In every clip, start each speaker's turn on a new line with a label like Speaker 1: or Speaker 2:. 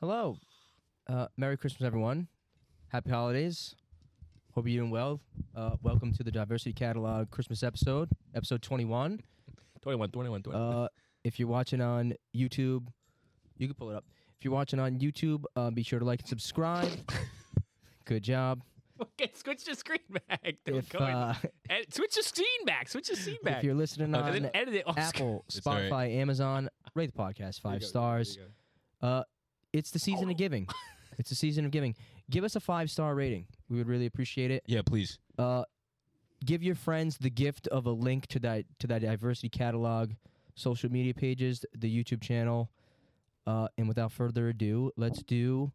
Speaker 1: Hello. Uh, Merry Christmas, everyone. Happy holidays. Hope you're doing well. Uh, welcome to the Diversity Catalog Christmas episode, episode 21.
Speaker 2: 21, 21, 21.
Speaker 1: Uh, if you're watching on YouTube, you can pull it up. If you're watching on YouTube, uh, be sure to like and subscribe. Good job.
Speaker 2: okay, switch the screen back. Don't
Speaker 1: If,
Speaker 2: go in.
Speaker 1: uh,
Speaker 2: Ed- switch the screen back. Switch the screen
Speaker 1: if
Speaker 2: back.
Speaker 1: you're listening
Speaker 2: and
Speaker 1: on
Speaker 2: then edit it. Oh, off screen.
Speaker 1: Apple,
Speaker 3: It's all right.
Speaker 1: Spotify, Amazon, rate the podcast
Speaker 2: There you
Speaker 1: five
Speaker 2: go,
Speaker 1: stars.
Speaker 2: there you go.
Speaker 1: Uh, it's the season
Speaker 2: Oh.
Speaker 1: of giving. It's the season of giving. Give us a five star rating. We would really appreciate it.
Speaker 3: Yeah, please.
Speaker 1: Uh, give your friends the gift of a link to that to that diversity catalog, social media pages, the YouTube channel. Uh, and without further ado, let's do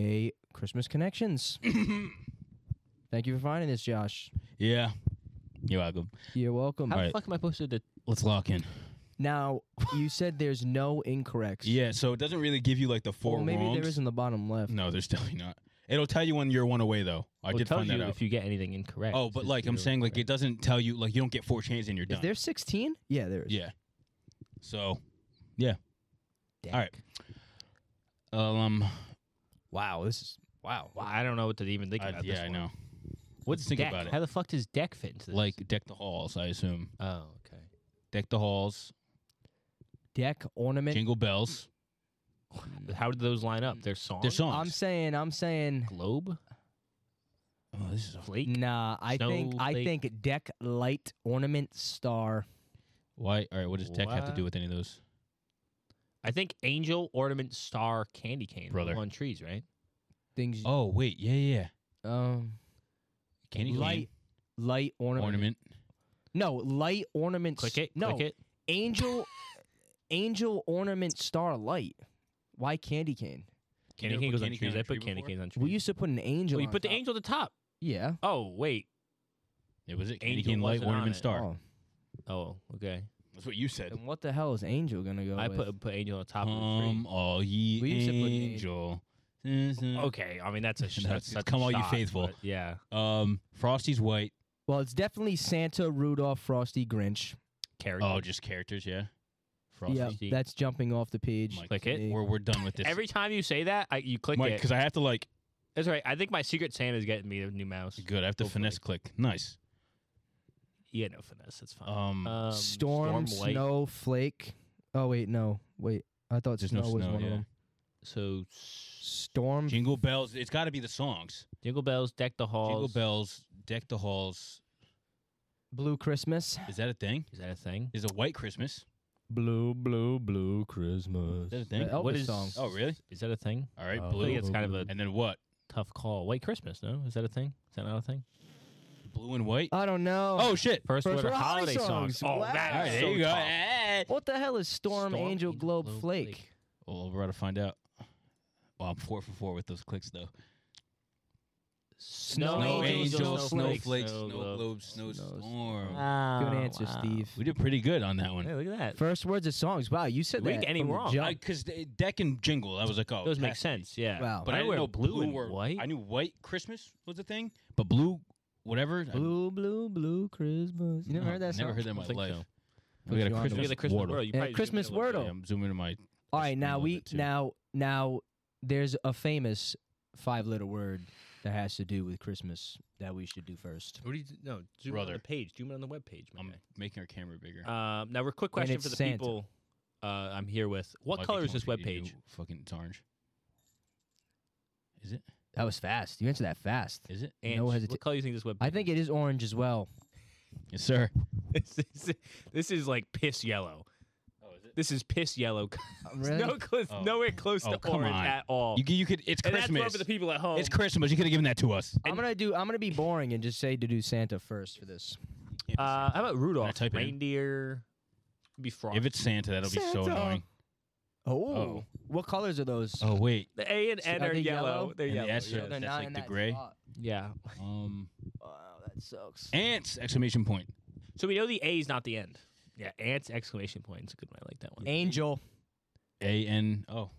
Speaker 1: a Christmas connections. Thank you for finding this, Josh.
Speaker 3: Yeah. You're welcome.
Speaker 1: You're welcome.
Speaker 2: How the
Speaker 3: Alright.
Speaker 2: fuck am I supposed to? do-
Speaker 3: Let's lock in.
Speaker 1: Now you said there's no incorrects.
Speaker 3: Yeah, so it doesn't really give you like the four
Speaker 1: Well, maybe
Speaker 3: wrongs.
Speaker 1: there is in the bottom left.
Speaker 3: No, there's definitely not. It'll tell you when you're one away though. I
Speaker 2: Well, it
Speaker 3: did
Speaker 2: tells
Speaker 3: find that
Speaker 2: you
Speaker 3: out.
Speaker 2: if you get anything incorrect.
Speaker 3: oh, but
Speaker 2: Just
Speaker 3: like I'm
Speaker 2: do
Speaker 3: saying, like it
Speaker 2: correct.
Speaker 3: doesn't tell you like you don't get four chances and you're
Speaker 1: Is
Speaker 3: done.
Speaker 1: there 16? Yeah, there is.
Speaker 3: Yeah. So alright. um
Speaker 1: Wow, this is wow.
Speaker 2: Well, I don't know what to even think
Speaker 3: I-
Speaker 2: about this.
Speaker 3: yeah, I
Speaker 2: one.
Speaker 3: know.
Speaker 2: What's
Speaker 3: Let's think
Speaker 2: deck?
Speaker 3: about it.
Speaker 2: How the fuck does deck fit into this?
Speaker 3: Like deck the halls, I assume.
Speaker 2: oh, okay.
Speaker 3: Deck the halls,
Speaker 1: Deck ornament.
Speaker 3: jingle bells.
Speaker 2: How did those line up? Their song.
Speaker 3: They're
Speaker 1: I'm
Speaker 3: songs.
Speaker 1: saying, I'm saying,
Speaker 2: Globe.
Speaker 3: oh, this is a,
Speaker 2: Flake.
Speaker 1: nah. I think, I
Speaker 2: Snowflake.
Speaker 1: think deck light ornament star.
Speaker 3: why all right, what does deck have to
Speaker 2: What?
Speaker 3: do with any of those?
Speaker 2: I think angel, ornament, star, candy cane.
Speaker 3: Brother.
Speaker 2: On trees, right?
Speaker 1: Things.
Speaker 3: Oh wait, yeah, yeah. yeah.
Speaker 1: Um,
Speaker 3: Candy cane,
Speaker 1: light, light ornament.
Speaker 3: ornament.
Speaker 1: No, light ornament.
Speaker 2: Click
Speaker 1: s-
Speaker 2: it.
Speaker 1: No,
Speaker 2: Click it.
Speaker 1: angel, angel ornament star light. Why candy cane?
Speaker 2: Candy
Speaker 3: You
Speaker 2: cane
Speaker 3: ever
Speaker 2: goes
Speaker 3: put
Speaker 2: on
Speaker 3: cane
Speaker 2: trees. I
Speaker 3: a
Speaker 2: put
Speaker 3: tree
Speaker 2: candy
Speaker 3: before?
Speaker 2: canes on trees.
Speaker 1: We used to put an angel.
Speaker 2: Oh, you
Speaker 1: on
Speaker 2: put the
Speaker 1: top.
Speaker 2: angel at the top.
Speaker 1: Yeah.
Speaker 2: Oh wait.
Speaker 3: It was it candy
Speaker 2: Angel
Speaker 3: cane light
Speaker 2: wasn't on
Speaker 3: ornament
Speaker 2: it.
Speaker 3: star.
Speaker 1: Oh,
Speaker 2: Oh, okay.
Speaker 3: That's what you said.
Speaker 1: and what the hell is angel gonna go
Speaker 2: I
Speaker 1: with?
Speaker 2: put put angel on top
Speaker 3: Come, all ye
Speaker 1: We used to put an-
Speaker 3: angel.
Speaker 2: of the tree. Okay, I mean that's a sh-
Speaker 3: mm. That's-
Speaker 2: that's, that's
Speaker 3: come
Speaker 2: a
Speaker 3: all you
Speaker 2: shot,
Speaker 3: faithful.
Speaker 2: but Yeah,
Speaker 3: Um, Frosty's white.
Speaker 1: well, it's definitely Santa, Rudolph, Frosty, Grinch.
Speaker 2: character.
Speaker 3: Oh, just characters, yeah. Frosty.
Speaker 1: Yeah,
Speaker 2: Frosty.
Speaker 1: that's jumping off the page.
Speaker 3: Mike,
Speaker 2: Click it.
Speaker 1: Hey.
Speaker 3: We're, we're done with this.
Speaker 2: Every time you say that, I, you click
Speaker 3: Mike,
Speaker 2: it.
Speaker 3: because I have to like.
Speaker 2: That's right. I think my secret Santa's getting me a new mouse.
Speaker 3: Good. I have to
Speaker 2: Hopefully.
Speaker 3: finesse click. Nice.
Speaker 2: Yeah, no finesse. That's fine.
Speaker 3: Um,
Speaker 1: Storm,
Speaker 2: Storm White.
Speaker 1: snow, flake. Oh wait, no, wait. I thought
Speaker 3: There's
Speaker 1: snow,
Speaker 3: no
Speaker 1: was
Speaker 3: snow,
Speaker 1: one of
Speaker 3: yeah.
Speaker 1: them.
Speaker 2: So
Speaker 1: Storm.
Speaker 3: Jingle bells. It's got to be the songs.
Speaker 2: jingle bells, deck the halls.
Speaker 3: Jingle bells. Deck the halls.
Speaker 1: Blue Christmas.
Speaker 3: Is that a thing?
Speaker 2: Is that a thing?
Speaker 3: Is a white Christmas?
Speaker 2: Blue, blue, blue Christmas.
Speaker 3: Is that a thing?
Speaker 1: Elvis
Speaker 2: What is?
Speaker 1: song.
Speaker 3: Oh, really?
Speaker 2: Is that a thing?
Speaker 3: All right.
Speaker 1: Oh.
Speaker 2: I think
Speaker 3: blue.
Speaker 2: it's kind of a
Speaker 3: And then what?
Speaker 2: tough call. White Christmas, no? Is that a thing? Is that not a thing?
Speaker 3: Blue and white.
Speaker 1: I don't know.
Speaker 3: Oh shit.
Speaker 2: First,
Speaker 1: First
Speaker 2: order
Speaker 1: order
Speaker 2: holiday
Speaker 1: holiday
Speaker 2: songs.
Speaker 1: songs.
Speaker 2: Oh,
Speaker 1: Wow.
Speaker 2: that
Speaker 3: All right.
Speaker 2: is
Speaker 3: There
Speaker 2: so
Speaker 3: you go.
Speaker 2: tough.
Speaker 3: Ah.
Speaker 1: What the hell is Storm, Angel, Globe, Flake?
Speaker 3: Well, we're about to find out. Well, I'm four for four with those clicks though.
Speaker 2: Snow,
Speaker 1: Snow
Speaker 2: angels,
Speaker 1: angels,
Speaker 3: snowflakes,
Speaker 2: snowflakes, snow
Speaker 3: snow
Speaker 2: globes.
Speaker 3: globes, snow
Speaker 1: Snow
Speaker 3: storm.
Speaker 2: Wow,
Speaker 1: Good answer, Steve.
Speaker 3: We did pretty good on that one.
Speaker 2: Hey, look at that.
Speaker 1: First words of songs. Wow, you said
Speaker 2: We
Speaker 1: that.
Speaker 2: didn't get any
Speaker 1: from the
Speaker 2: wrong.
Speaker 1: jump.
Speaker 3: Because deck and jingle, I was like, oh,
Speaker 2: Those make
Speaker 3: has-
Speaker 2: sense. Yeah.
Speaker 1: Wow.
Speaker 3: But I,
Speaker 2: I
Speaker 3: didn't
Speaker 2: wear
Speaker 3: know
Speaker 2: blue
Speaker 3: blue
Speaker 2: and
Speaker 3: were-
Speaker 2: white.
Speaker 3: I knew white Christmas was a thing, but blue, whatever. I-
Speaker 1: blue, blue, blue Christmas. You never
Speaker 3: no,
Speaker 1: heard that song?
Speaker 3: Never heard that in
Speaker 2: I
Speaker 3: my
Speaker 2: think
Speaker 3: life.
Speaker 2: so.
Speaker 1: Put
Speaker 3: We got
Speaker 1: you
Speaker 3: a
Speaker 1: on the
Speaker 2: Look at
Speaker 3: Christmas
Speaker 2: the Christmas
Speaker 3: wordle.
Speaker 2: world. You
Speaker 1: Yeah,
Speaker 2: probably
Speaker 1: Christmas
Speaker 2: zoomed in a little
Speaker 1: wordle.
Speaker 3: Yeah, I'm zooming in my.
Speaker 1: All right, now
Speaker 3: Love
Speaker 1: we
Speaker 3: it too.
Speaker 1: now now there's a famous five letter word that has to do with Christmas that we should do first.
Speaker 2: bit. What do you no? Zoom in on the
Speaker 3: Brother.
Speaker 2: page. Zoom in on the web page.
Speaker 3: I'm making our camera bigger.
Speaker 2: Um, now, a quick question
Speaker 1: it's
Speaker 2: for the
Speaker 1: Santa.
Speaker 2: people uh, I'm here with. What
Speaker 3: Why
Speaker 2: color
Speaker 3: can't
Speaker 2: is this
Speaker 3: you
Speaker 2: web
Speaker 3: do
Speaker 2: page?
Speaker 3: Fucking it's orange. Is it?
Speaker 1: That was fast. You answered that fast.
Speaker 3: Is it?
Speaker 2: And
Speaker 1: No hesita-
Speaker 2: what color do you think this web?
Speaker 1: I think it is orange as well.
Speaker 3: Yes, sir.
Speaker 2: this is, this is like piss yellow.
Speaker 3: Oh, is it?
Speaker 2: This is piss yellow. It's
Speaker 1: Really?
Speaker 2: no, close,
Speaker 3: Oh.
Speaker 2: nowhere close
Speaker 3: Oh,
Speaker 2: to
Speaker 3: come
Speaker 2: orange
Speaker 3: on.
Speaker 2: at all.
Speaker 3: You, c- you could. It's
Speaker 2: and that's more
Speaker 3: Christmas.
Speaker 2: for the people at home.
Speaker 3: It's Christmas. You could have given that to us.
Speaker 1: I'm
Speaker 2: And-
Speaker 1: gonna do. I'm gonna be boring and just say to do Santa first for this.
Speaker 2: uh, how about Rudolph?
Speaker 3: type it in?
Speaker 2: Reindeer. It'd Be frog.
Speaker 3: if it's Santa, that'll be so
Speaker 1: Santa.
Speaker 3: annoying.
Speaker 1: Oh,
Speaker 3: Oh.
Speaker 1: what colors are those?
Speaker 3: Oh wait,
Speaker 2: the A and
Speaker 1: So
Speaker 2: N
Speaker 1: are
Speaker 2: are,
Speaker 1: they
Speaker 2: yellow.
Speaker 1: yellow?
Speaker 2: They're
Speaker 3: And the
Speaker 2: yellow.
Speaker 3: S
Speaker 2: yeah.
Speaker 3: are- that's like the gray.
Speaker 1: spot.
Speaker 2: yeah.
Speaker 3: um,
Speaker 1: Wow, that sucks.
Speaker 3: ants! Exclamation point.
Speaker 2: So we know the A is not the end. Yeah. Ants exclamation point. It's a good one. I like that one.
Speaker 1: Angel.
Speaker 3: A N. Oh,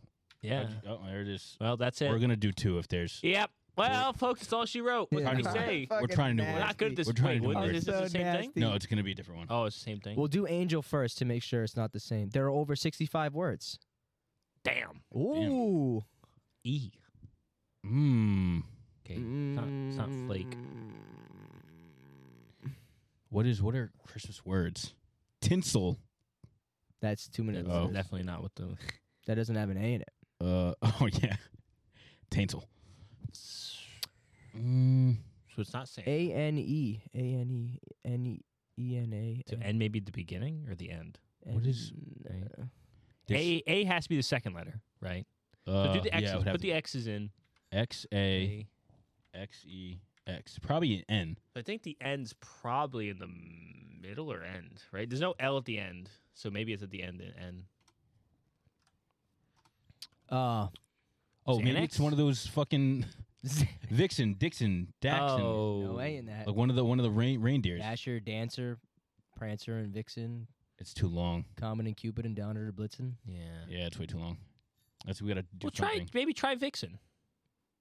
Speaker 2: Yeah.
Speaker 3: how'd you- oh, there it is.
Speaker 2: Well, that's it.
Speaker 3: We're gonna do two if there's.
Speaker 2: Yep. Well, folks, it's all she wrote. What
Speaker 1: Yeah.
Speaker 2: can we
Speaker 3: Trying to-
Speaker 2: say?
Speaker 3: We're trying to
Speaker 2: We're not good at this.
Speaker 3: We're trying
Speaker 2: wait,
Speaker 3: to
Speaker 2: what-
Speaker 3: do it.
Speaker 2: is this the
Speaker 1: So
Speaker 2: same thing?
Speaker 1: nasty.
Speaker 3: No, it's gonna be a different one.
Speaker 2: Oh, it's the same thing.
Speaker 1: We'll do angel first to make sure it's not the same. There are over 65 words.
Speaker 2: damn.
Speaker 1: Ooh.
Speaker 2: E.
Speaker 3: Mmm.
Speaker 2: Okay. It's, not, it's not flake.
Speaker 1: Mm.
Speaker 3: What is? What are Christmas words? Tinsel.
Speaker 1: That's two minutes.
Speaker 3: Oh.
Speaker 2: That's definitely not what the.
Speaker 1: That doesn't have an A in it.
Speaker 3: Uh. Oh yeah. Taintel. Mm.
Speaker 2: So it's not saying.
Speaker 1: A N E A N E N E E N A.
Speaker 2: So N maybe the beginning or the end.
Speaker 1: N-
Speaker 3: what is-
Speaker 1: N- uh,
Speaker 3: This-
Speaker 2: A A has to be the second letter, right?
Speaker 3: uh,
Speaker 2: so do the
Speaker 3: yeah, it
Speaker 2: X's.
Speaker 3: would have
Speaker 2: put
Speaker 3: to
Speaker 2: the X's in.
Speaker 3: X A X E X. Probably an N.
Speaker 2: I think the end's probably in the middle or end, right? There's no L at the end, so maybe it's at the end. and N.
Speaker 1: Uh,
Speaker 3: Oh, maybe
Speaker 2: Xanax?
Speaker 3: it's one of those fucking Vixen, Dixon, Daxon.
Speaker 2: Oh.
Speaker 1: no A in that.
Speaker 3: Like one of the one of the rain, reindeers.
Speaker 1: Dasher, Dancer, Prancer, and Vixen,
Speaker 3: It's too long.
Speaker 1: Common and Cupid, and Downer to Blitzen.
Speaker 2: Yeah.
Speaker 3: Yeah, it's way too long. That's we gotta do
Speaker 2: Well, try
Speaker 3: something.
Speaker 2: maybe try Vixen.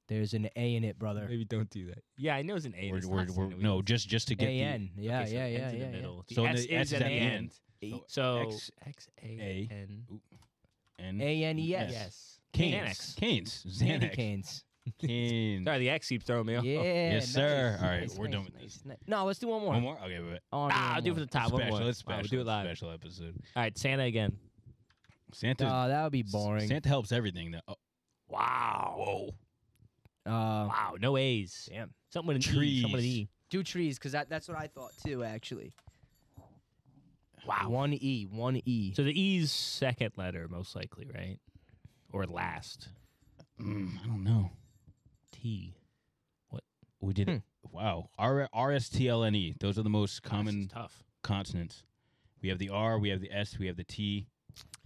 Speaker 1: There's an A in it, brother.
Speaker 2: Maybe don't do that. Yeah, I know it's an A.
Speaker 3: We're-
Speaker 2: it's
Speaker 3: we're-
Speaker 2: not
Speaker 3: we're-
Speaker 2: saying
Speaker 3: no,
Speaker 2: it's-
Speaker 3: just just to get
Speaker 1: A N. Yeah,
Speaker 2: okay, so
Speaker 1: yeah,
Speaker 2: the
Speaker 1: yeah,
Speaker 2: end's in
Speaker 1: yeah,
Speaker 2: the
Speaker 1: yeah.
Speaker 2: middle. The
Speaker 3: So
Speaker 2: S
Speaker 3: the
Speaker 2: is at the end.
Speaker 1: E-
Speaker 2: So
Speaker 3: X-
Speaker 2: X
Speaker 3: A-
Speaker 2: A N.
Speaker 3: the N.
Speaker 1: A N E S.
Speaker 3: Yes.
Speaker 2: Yes.
Speaker 3: Canes.
Speaker 2: Xanax.
Speaker 3: Canes.
Speaker 1: Candy
Speaker 3: Xanax.
Speaker 1: canes.
Speaker 3: Canes.
Speaker 2: Sorry, the X keeps throwing me
Speaker 1: Yeah.
Speaker 2: off.
Speaker 3: Yes, sir. All right, we're done with
Speaker 1: this. No, let's do one more.
Speaker 3: One more. Okay, wait, wait.
Speaker 1: Oh,
Speaker 2: Ah, I'll do it
Speaker 1: one
Speaker 2: for the top.
Speaker 3: special.
Speaker 2: one
Speaker 3: It's
Speaker 2: more. All
Speaker 3: special.
Speaker 2: right, we'll do it
Speaker 3: it's
Speaker 2: live.
Speaker 3: Special episode.
Speaker 2: All right, Santa again.
Speaker 3: Santa.
Speaker 1: more. Uh, that would be boring.
Speaker 3: Santa helps everything. Though. Oh,
Speaker 2: Wow.
Speaker 1: Uh,
Speaker 2: Wow. No A's.
Speaker 1: Damn.
Speaker 2: Something with an E. Something with an
Speaker 3: Trees.
Speaker 2: E.
Speaker 1: Two trees, because that, that's what I thought too, actually.
Speaker 2: Wow.
Speaker 1: One E, one E.
Speaker 2: So the E's second letter, most likely, right? Or last.
Speaker 3: mm, I don't know.
Speaker 2: T.
Speaker 3: We did
Speaker 1: Hmm.
Speaker 3: it. Wow. R R S T L N E. Those are the most
Speaker 2: Gosh, it's
Speaker 3: common
Speaker 2: tough.
Speaker 3: consonants. We have the R. We have the S. We have the T.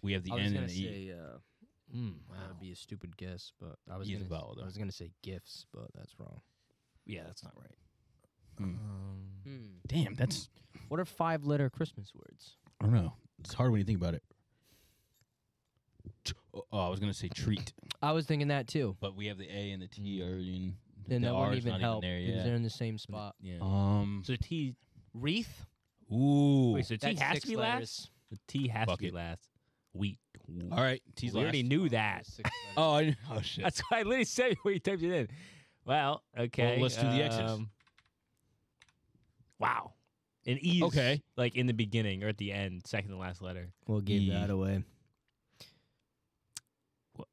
Speaker 3: We have the
Speaker 1: I was
Speaker 3: N
Speaker 1: gonna
Speaker 3: and the E.
Speaker 1: say, uh,
Speaker 2: Mm,
Speaker 1: that would be a stupid guess, but I was
Speaker 3: E is
Speaker 1: gonna,
Speaker 3: vowel, though.
Speaker 1: I was gonna say gifts, but that's wrong.
Speaker 2: Yeah, that's not right.
Speaker 3: Mm.
Speaker 2: Um,
Speaker 3: Damn, that's
Speaker 1: What are five-letter Christmas words?
Speaker 3: I don't know. It's hard when you think about it. T- Oh, I was gonna say treat,
Speaker 1: I was thinking that too.
Speaker 3: but we have the A and the T
Speaker 2: Mm.
Speaker 3: already. In,
Speaker 1: Then
Speaker 3: the
Speaker 1: that
Speaker 3: R
Speaker 1: wouldn't
Speaker 3: is
Speaker 1: even
Speaker 3: not
Speaker 1: help
Speaker 3: even
Speaker 1: because
Speaker 3: there.
Speaker 1: they're in the same spot.
Speaker 2: yeah.
Speaker 3: Yeah. Um.
Speaker 2: so the T.
Speaker 1: Wreath.
Speaker 3: Ooh.
Speaker 2: Wait, so T
Speaker 1: That's
Speaker 2: has
Speaker 1: six
Speaker 2: to be
Speaker 1: letters.
Speaker 2: last? The T has
Speaker 3: Fuck
Speaker 2: to be
Speaker 3: it.
Speaker 2: last. Wheat.
Speaker 3: All right. T's
Speaker 2: We already
Speaker 3: last.
Speaker 2: knew that.
Speaker 3: Oh. I, oh shit.
Speaker 2: That's why I literally said it when you typed it in. Well, okay. um,
Speaker 3: let's do the X's.
Speaker 2: wow. An E is
Speaker 3: Okay.
Speaker 2: like in the beginning or at the end, second to last letter.
Speaker 1: We'll give
Speaker 3: E.
Speaker 1: that away.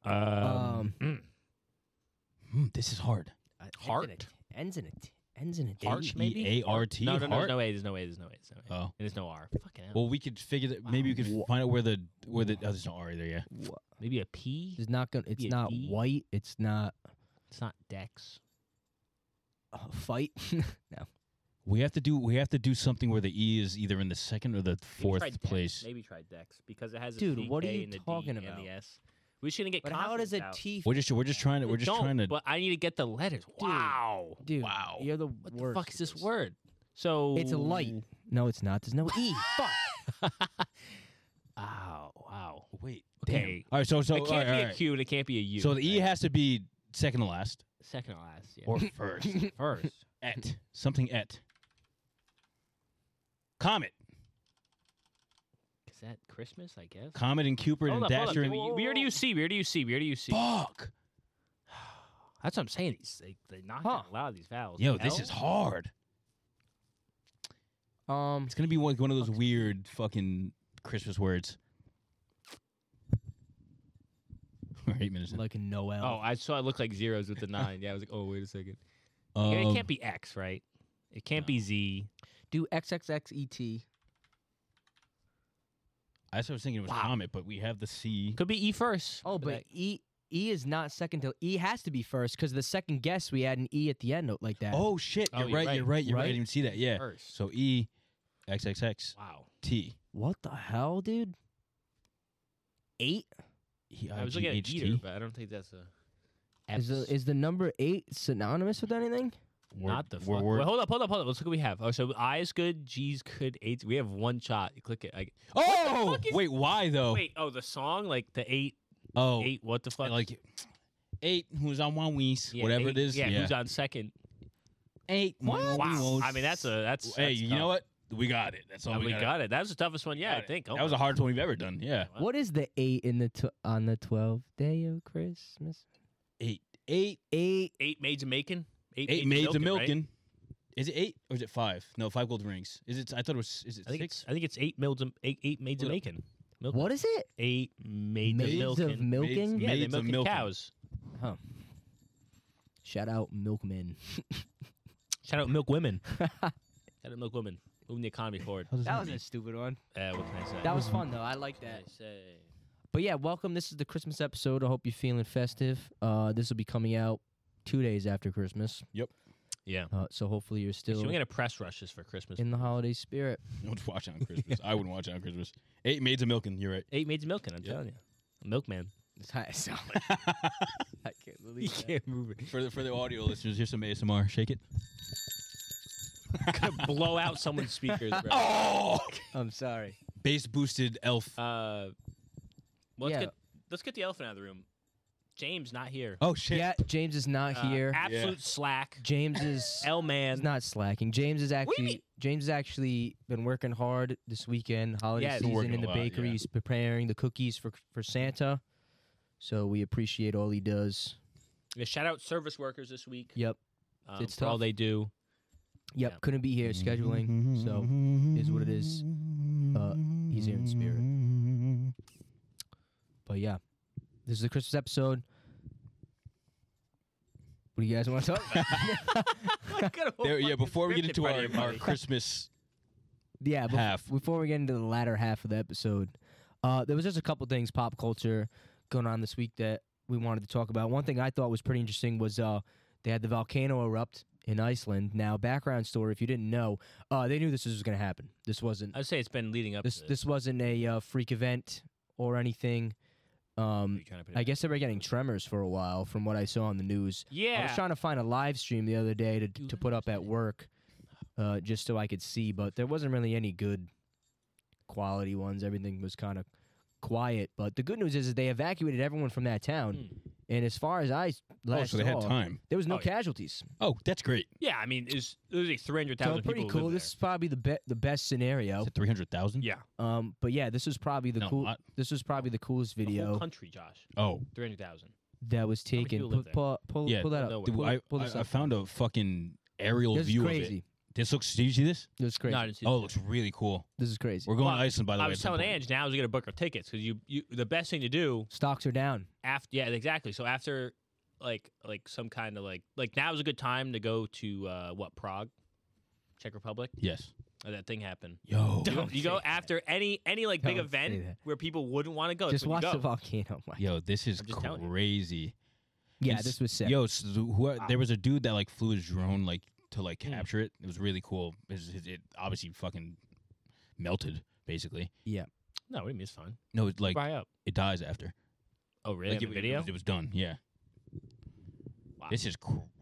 Speaker 2: Um,
Speaker 1: Um,
Speaker 2: mm.
Speaker 3: Hmm, this is hard.
Speaker 1: Uh, ends in a
Speaker 2: Heart.
Speaker 1: t- Ends in a t- ends in E a T.
Speaker 2: Arch, maybe?
Speaker 3: E A R T.
Speaker 2: no, no, no, there's no A, there's no A, there's no A, there's no A.
Speaker 3: Oh.
Speaker 2: And there's no R. Fucking hell.
Speaker 3: Well, we could figure that. Maybe we could
Speaker 1: Wow.
Speaker 3: find out where the where the. Oh, there's no R either. Yeah.
Speaker 1: Wha-
Speaker 2: Maybe a P?
Speaker 1: It's not gonna. It's
Speaker 2: Be a
Speaker 1: not
Speaker 2: D.
Speaker 1: white. It's not
Speaker 2: It's not Dex.
Speaker 1: uh, fight. no.
Speaker 3: We have to do. We have to do something where the E is either in the second or the
Speaker 2: Maybe
Speaker 3: fourth
Speaker 2: try Dex.
Speaker 3: place.
Speaker 2: Maybe try Dex because it has a
Speaker 1: Dude,
Speaker 2: C,
Speaker 1: what are
Speaker 2: K,
Speaker 1: you
Speaker 2: and a D,
Speaker 1: talking
Speaker 2: and
Speaker 1: about?
Speaker 2: the S. We're just gonna get
Speaker 1: But how does
Speaker 2: consonants
Speaker 1: a
Speaker 2: out.
Speaker 1: T?
Speaker 3: We're just. We're just trying to. We're just
Speaker 2: Don't,
Speaker 3: trying to.
Speaker 2: But I need to get the letters. Wow.
Speaker 1: Dude,
Speaker 3: Wow.
Speaker 1: You're the
Speaker 2: What the
Speaker 1: worst
Speaker 2: fuck
Speaker 1: at
Speaker 2: is this word? So
Speaker 1: It's a light. No, it's not. There's no E. Fuck.
Speaker 2: Wow, wow.
Speaker 3: Wait.
Speaker 2: Okay.
Speaker 3: All right. So so.
Speaker 2: it
Speaker 3: all
Speaker 2: can't
Speaker 3: right,
Speaker 2: be
Speaker 3: all
Speaker 2: a
Speaker 3: right.
Speaker 2: Q and it can't be a U.
Speaker 3: So the E
Speaker 2: right?
Speaker 3: has to be second to last
Speaker 2: second to last. Yeah.
Speaker 3: or first.
Speaker 2: first.
Speaker 3: et something et. Comet.
Speaker 2: Is that Christmas? I guess.
Speaker 3: Comet and Cupid
Speaker 2: Hold
Speaker 3: and
Speaker 2: up, hold up.
Speaker 3: Dasher and. E
Speaker 2: We, we already use C. We already use C. We already use C.
Speaker 3: Fuck.
Speaker 2: That's what I'm saying. These they they knock
Speaker 1: Huh.
Speaker 2: out a lot of these vowels.
Speaker 3: Yo, this
Speaker 2: L?
Speaker 3: is hard.
Speaker 1: Um,
Speaker 3: It's gonna be like one of those weird fucking Christmas words. We're eight minutes. in.
Speaker 1: like a Noel.
Speaker 2: Oh, I saw it looked like zeros with the nine. Yeah, I was like, oh wait a second.
Speaker 3: Um,
Speaker 2: Yeah, it can't be X, right? It can't be Z.
Speaker 1: do XXXET.
Speaker 3: I was thinking it was
Speaker 2: Wow.
Speaker 3: comet, but we have the C.
Speaker 2: Could be E first.
Speaker 1: Oh, but E E is not second to E has to be first because the second guess we had an E at the end o- like that.
Speaker 3: Oh shit!
Speaker 2: Oh,
Speaker 3: You're,
Speaker 2: you're
Speaker 3: right,
Speaker 2: right,
Speaker 3: You're right. You're right. I
Speaker 1: right?
Speaker 3: didn't even see that. Yeah.
Speaker 2: first.
Speaker 3: So E, X X X
Speaker 2: wow.
Speaker 3: T.
Speaker 1: what the hell, dude? Eight
Speaker 3: E,
Speaker 2: I
Speaker 3: I,
Speaker 2: was
Speaker 3: G,
Speaker 2: looking at
Speaker 3: H,
Speaker 2: eater,
Speaker 3: T.
Speaker 2: but I don't think that's a.
Speaker 1: is
Speaker 2: X.
Speaker 1: the is the number eight synonymous with anything?
Speaker 3: We're-
Speaker 2: Not the
Speaker 3: we're-
Speaker 2: fuck.
Speaker 3: we're-
Speaker 2: Wait, hold up, hold up, hold up. Let's look what we have. Oh, so I's good, G's good, eight's. We have one shot. You click it. I,
Speaker 3: Oh
Speaker 2: What the fuck is-
Speaker 3: wait, why though?
Speaker 2: Wait, oh, the song? Like the eight,
Speaker 3: oh,
Speaker 2: eight, what the fuck?
Speaker 3: like eight. Who's on one wees?
Speaker 2: Yeah,
Speaker 3: whatever
Speaker 2: eight-
Speaker 3: it is.
Speaker 2: Yeah,
Speaker 3: Yeah.
Speaker 2: who's on second?
Speaker 3: Eight.
Speaker 2: Wow. I mean, that's a. that's
Speaker 3: Hey,
Speaker 2: that's
Speaker 3: you
Speaker 2: tough.
Speaker 3: know what? We got it. That's all
Speaker 2: Uh, we
Speaker 3: gotta-
Speaker 2: got it. That was the toughest one yet,
Speaker 3: got
Speaker 2: I
Speaker 3: it.
Speaker 2: think. Oh
Speaker 3: that was
Speaker 2: my
Speaker 3: the hardest one we've ever done. Yeah.
Speaker 2: God.
Speaker 1: What is the eight in the tw- on the twelfth day of Christmas?
Speaker 3: Eight. Eight.
Speaker 1: Eight.
Speaker 2: Eight maids of making.
Speaker 3: Eight, maids of milking.
Speaker 2: right?
Speaker 3: Is it eight or is it five? No, five gold rings. Is it? I thought it was. Is it
Speaker 2: I think
Speaker 3: six?
Speaker 2: it's, I think it's eight maids of eight, eight maids
Speaker 3: Hold
Speaker 2: of
Speaker 3: up.
Speaker 2: making. Milking.
Speaker 1: What is it?
Speaker 2: Eight maids,
Speaker 1: Maids
Speaker 2: of milking.
Speaker 1: of milking.
Speaker 2: yeah, they
Speaker 3: Maids of
Speaker 2: milking
Speaker 3: milking.
Speaker 2: cows.
Speaker 1: Shout out milkman.
Speaker 2: Shout out milk women. Shout out milk women. Moving the economy forward.
Speaker 3: How does
Speaker 1: That was
Speaker 3: mean?
Speaker 1: a stupid one.
Speaker 2: Uh, what can I say?
Speaker 1: That was fun though. I like
Speaker 2: What can
Speaker 1: that.
Speaker 2: I say?
Speaker 1: But yeah, welcome. This is the Christmas episode. I hope you're feeling festive. Uh, this will be coming out two days after Christmas.
Speaker 2: Yeah.
Speaker 1: Uh, so hopefully you're still
Speaker 2: So we're gonna press rushes for Christmas.
Speaker 1: in the holiday spirit.
Speaker 3: No one's watching on Christmas. I wouldn't watch it on Christmas. Eight maids of milking. You're right.
Speaker 2: Eight maids of milking. I'm
Speaker 3: Yeah.
Speaker 2: telling you, milkman.
Speaker 1: That's how I sound. I can't
Speaker 2: You
Speaker 1: believe that.
Speaker 2: can't move it.
Speaker 3: For the for the audio listeners, here's some ASMR. Shake it.
Speaker 2: Gonna blow out someone's speakers, bro.
Speaker 3: Oh!
Speaker 1: I'm sorry.
Speaker 3: Bass boosted elf.
Speaker 2: Uh, well, let's
Speaker 1: Yeah.
Speaker 2: get let's get the elephant out of the room. James not here.
Speaker 3: oh shit.
Speaker 1: Yeah, James is not
Speaker 2: Uh,
Speaker 1: here.
Speaker 2: Absolute slack.
Speaker 1: James is
Speaker 2: L
Speaker 1: he's
Speaker 2: man.
Speaker 1: not slacking. James is
Speaker 2: do you
Speaker 1: actually
Speaker 2: mean?
Speaker 1: James has actually been working hard this weekend, holiday
Speaker 2: Yeah, he's been
Speaker 1: season
Speaker 3: working
Speaker 1: in
Speaker 3: a
Speaker 1: the
Speaker 3: lot,
Speaker 1: bakery.
Speaker 3: yeah.
Speaker 1: He's preparing the cookies for for Santa. So we appreciate all he does.
Speaker 2: Yeah, shout out service workers this week.
Speaker 1: Yep.
Speaker 2: um,
Speaker 1: it's
Speaker 2: for all
Speaker 1: tough.
Speaker 2: they do.
Speaker 1: Yep.
Speaker 2: Yeah.
Speaker 1: Couldn't be here
Speaker 3: Mm-hmm.
Speaker 1: scheduling. So is what it is. Uh, he's here in spirit. but yeah. This is the Christmas episode. What do you guys want to talk about?
Speaker 2: Oh,
Speaker 3: There, yeah. Before we get into our, our
Speaker 2: part,
Speaker 3: Christmas,
Speaker 1: yeah, bef-
Speaker 3: Half.
Speaker 1: before we get into the latter half of the episode, uh, there was just a couple things pop culture going on this week that we wanted to talk about. One thing I thought was pretty interesting was uh, they had the volcano erupt in Iceland. Now, background story, if you didn't know, uh, they knew this was going to happen. This wasn't
Speaker 2: I'd say it's been leading up.
Speaker 1: this
Speaker 2: to
Speaker 1: this wasn't a uh, freak event or anything. Um,
Speaker 2: You trying to put it
Speaker 1: I
Speaker 2: out.
Speaker 1: guess they were getting tremors for a while, from what I saw on the news. I was
Speaker 2: Yeah.
Speaker 1: trying to find a live stream the other day to,
Speaker 2: You
Speaker 1: to put up at
Speaker 2: understand.
Speaker 1: work, uh, just so I could see, but there wasn't really any good quality ones. Everything was kind of quiet. But the good news is, is they evacuated everyone from that town,
Speaker 2: Hmm.
Speaker 1: and as far as I s- last
Speaker 3: oh, so they had
Speaker 1: saw,
Speaker 3: time.
Speaker 1: there was no
Speaker 2: Oh, yeah.
Speaker 1: casualties.
Speaker 3: Oh, that's great.
Speaker 2: Yeah, I mean, it's literally three hundred
Speaker 1: So
Speaker 2: thousand people.
Speaker 1: pretty
Speaker 2: who live
Speaker 1: cool.
Speaker 2: there.
Speaker 1: This is probably the be- the best scenario.
Speaker 3: Is it three hundred thousand?
Speaker 2: yeah,
Speaker 1: Um, but yeah, this is probably the
Speaker 3: Not a
Speaker 1: cool.
Speaker 3: lot.
Speaker 1: This was probably the coolest
Speaker 2: the whole
Speaker 1: video
Speaker 2: country, Josh,
Speaker 3: Oh,
Speaker 2: three hundred thousand.
Speaker 1: that was
Speaker 2: many
Speaker 1: taken.
Speaker 2: people
Speaker 1: Pull,
Speaker 2: live
Speaker 1: pull, pull,
Speaker 3: Yeah,
Speaker 1: pull that up.
Speaker 2: no way.
Speaker 3: Dude,
Speaker 1: Pull,
Speaker 3: I,
Speaker 1: pull
Speaker 3: I,
Speaker 1: this
Speaker 3: I
Speaker 1: up.
Speaker 3: found a fucking aerial
Speaker 1: this is
Speaker 3: view of it.
Speaker 1: crazy.
Speaker 3: This looks. Do you see this?
Speaker 1: This is crazy.
Speaker 2: No, I didn't see
Speaker 3: Oh, it
Speaker 2: that.
Speaker 3: looks really cool.
Speaker 1: this is crazy.
Speaker 3: We're going
Speaker 2: Well,
Speaker 3: to Iceland, by the way.
Speaker 2: I
Speaker 3: at
Speaker 2: was
Speaker 3: some
Speaker 2: telling
Speaker 3: point.
Speaker 2: Ange now is you got to book our tickets because you, you the best thing to do
Speaker 1: Stocks are down.
Speaker 2: after yeah exactly so after like like some kind of like like now is a good time to go to uh what Prague, Czech Republic
Speaker 3: Yes.
Speaker 2: Uh, that thing happened.
Speaker 3: Yo.
Speaker 2: You go-
Speaker 1: Don't
Speaker 2: you go
Speaker 1: say that.
Speaker 2: after any any like big
Speaker 1: Don't say
Speaker 2: event
Speaker 1: that.
Speaker 2: where people wouldn't want to go. that's
Speaker 1: Just
Speaker 2: Oh, when
Speaker 1: watch
Speaker 2: you
Speaker 1: the
Speaker 2: go.
Speaker 1: volcano. Mike.
Speaker 3: Yo, this is
Speaker 2: I'm just telling you.
Speaker 3: crazy.
Speaker 1: Yeah,
Speaker 3: It's-
Speaker 1: this was sick.
Speaker 3: Yo, s- th- who are,
Speaker 2: Wow.
Speaker 3: there was a dude that like flew his drone like to like
Speaker 2: Mm.
Speaker 3: capture it. It was really cool. It, was- it- it obviously fucking melted basically.
Speaker 2: No, what do you mean it's fine?
Speaker 3: No, it like
Speaker 2: Buy up.
Speaker 3: it dies after.
Speaker 2: Oh really?
Speaker 3: Like,
Speaker 2: On
Speaker 3: it,
Speaker 2: the
Speaker 3: it
Speaker 2: video.
Speaker 3: was, it was done. Yeah.
Speaker 2: Wow.
Speaker 3: This is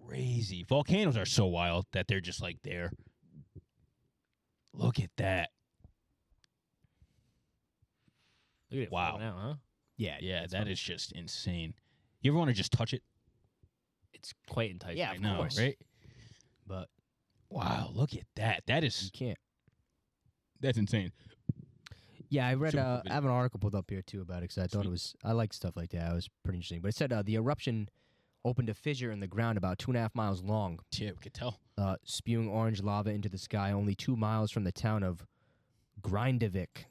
Speaker 3: crazy. Volcanoes are so wild that they're just like there. Look at that.
Speaker 2: Look at it
Speaker 3: wow.
Speaker 2: falling Out, huh?
Speaker 1: yeah,
Speaker 3: Yeah, that is
Speaker 1: that's funny.
Speaker 3: just insane. You ever want to just touch it?
Speaker 2: It's quite enticing.
Speaker 1: Yeah,
Speaker 3: I
Speaker 1: of
Speaker 3: know,
Speaker 1: course.
Speaker 3: right?
Speaker 1: But
Speaker 3: Wow, look at that. That
Speaker 1: you
Speaker 3: is
Speaker 1: can't.
Speaker 3: that's insane.
Speaker 1: Yeah, I read.
Speaker 3: Super
Speaker 1: Uh, I
Speaker 3: video.
Speaker 1: have an article pulled up here too about it because I thought it
Speaker 3: Sweet.
Speaker 1: was. I like stuff like that. It was pretty interesting. But it said uh, the eruption opened a fissure in the ground about two and a half miles long,
Speaker 3: Yeah, we could tell.
Speaker 1: uh, spewing orange lava into the sky only two miles from the town of Grindavik.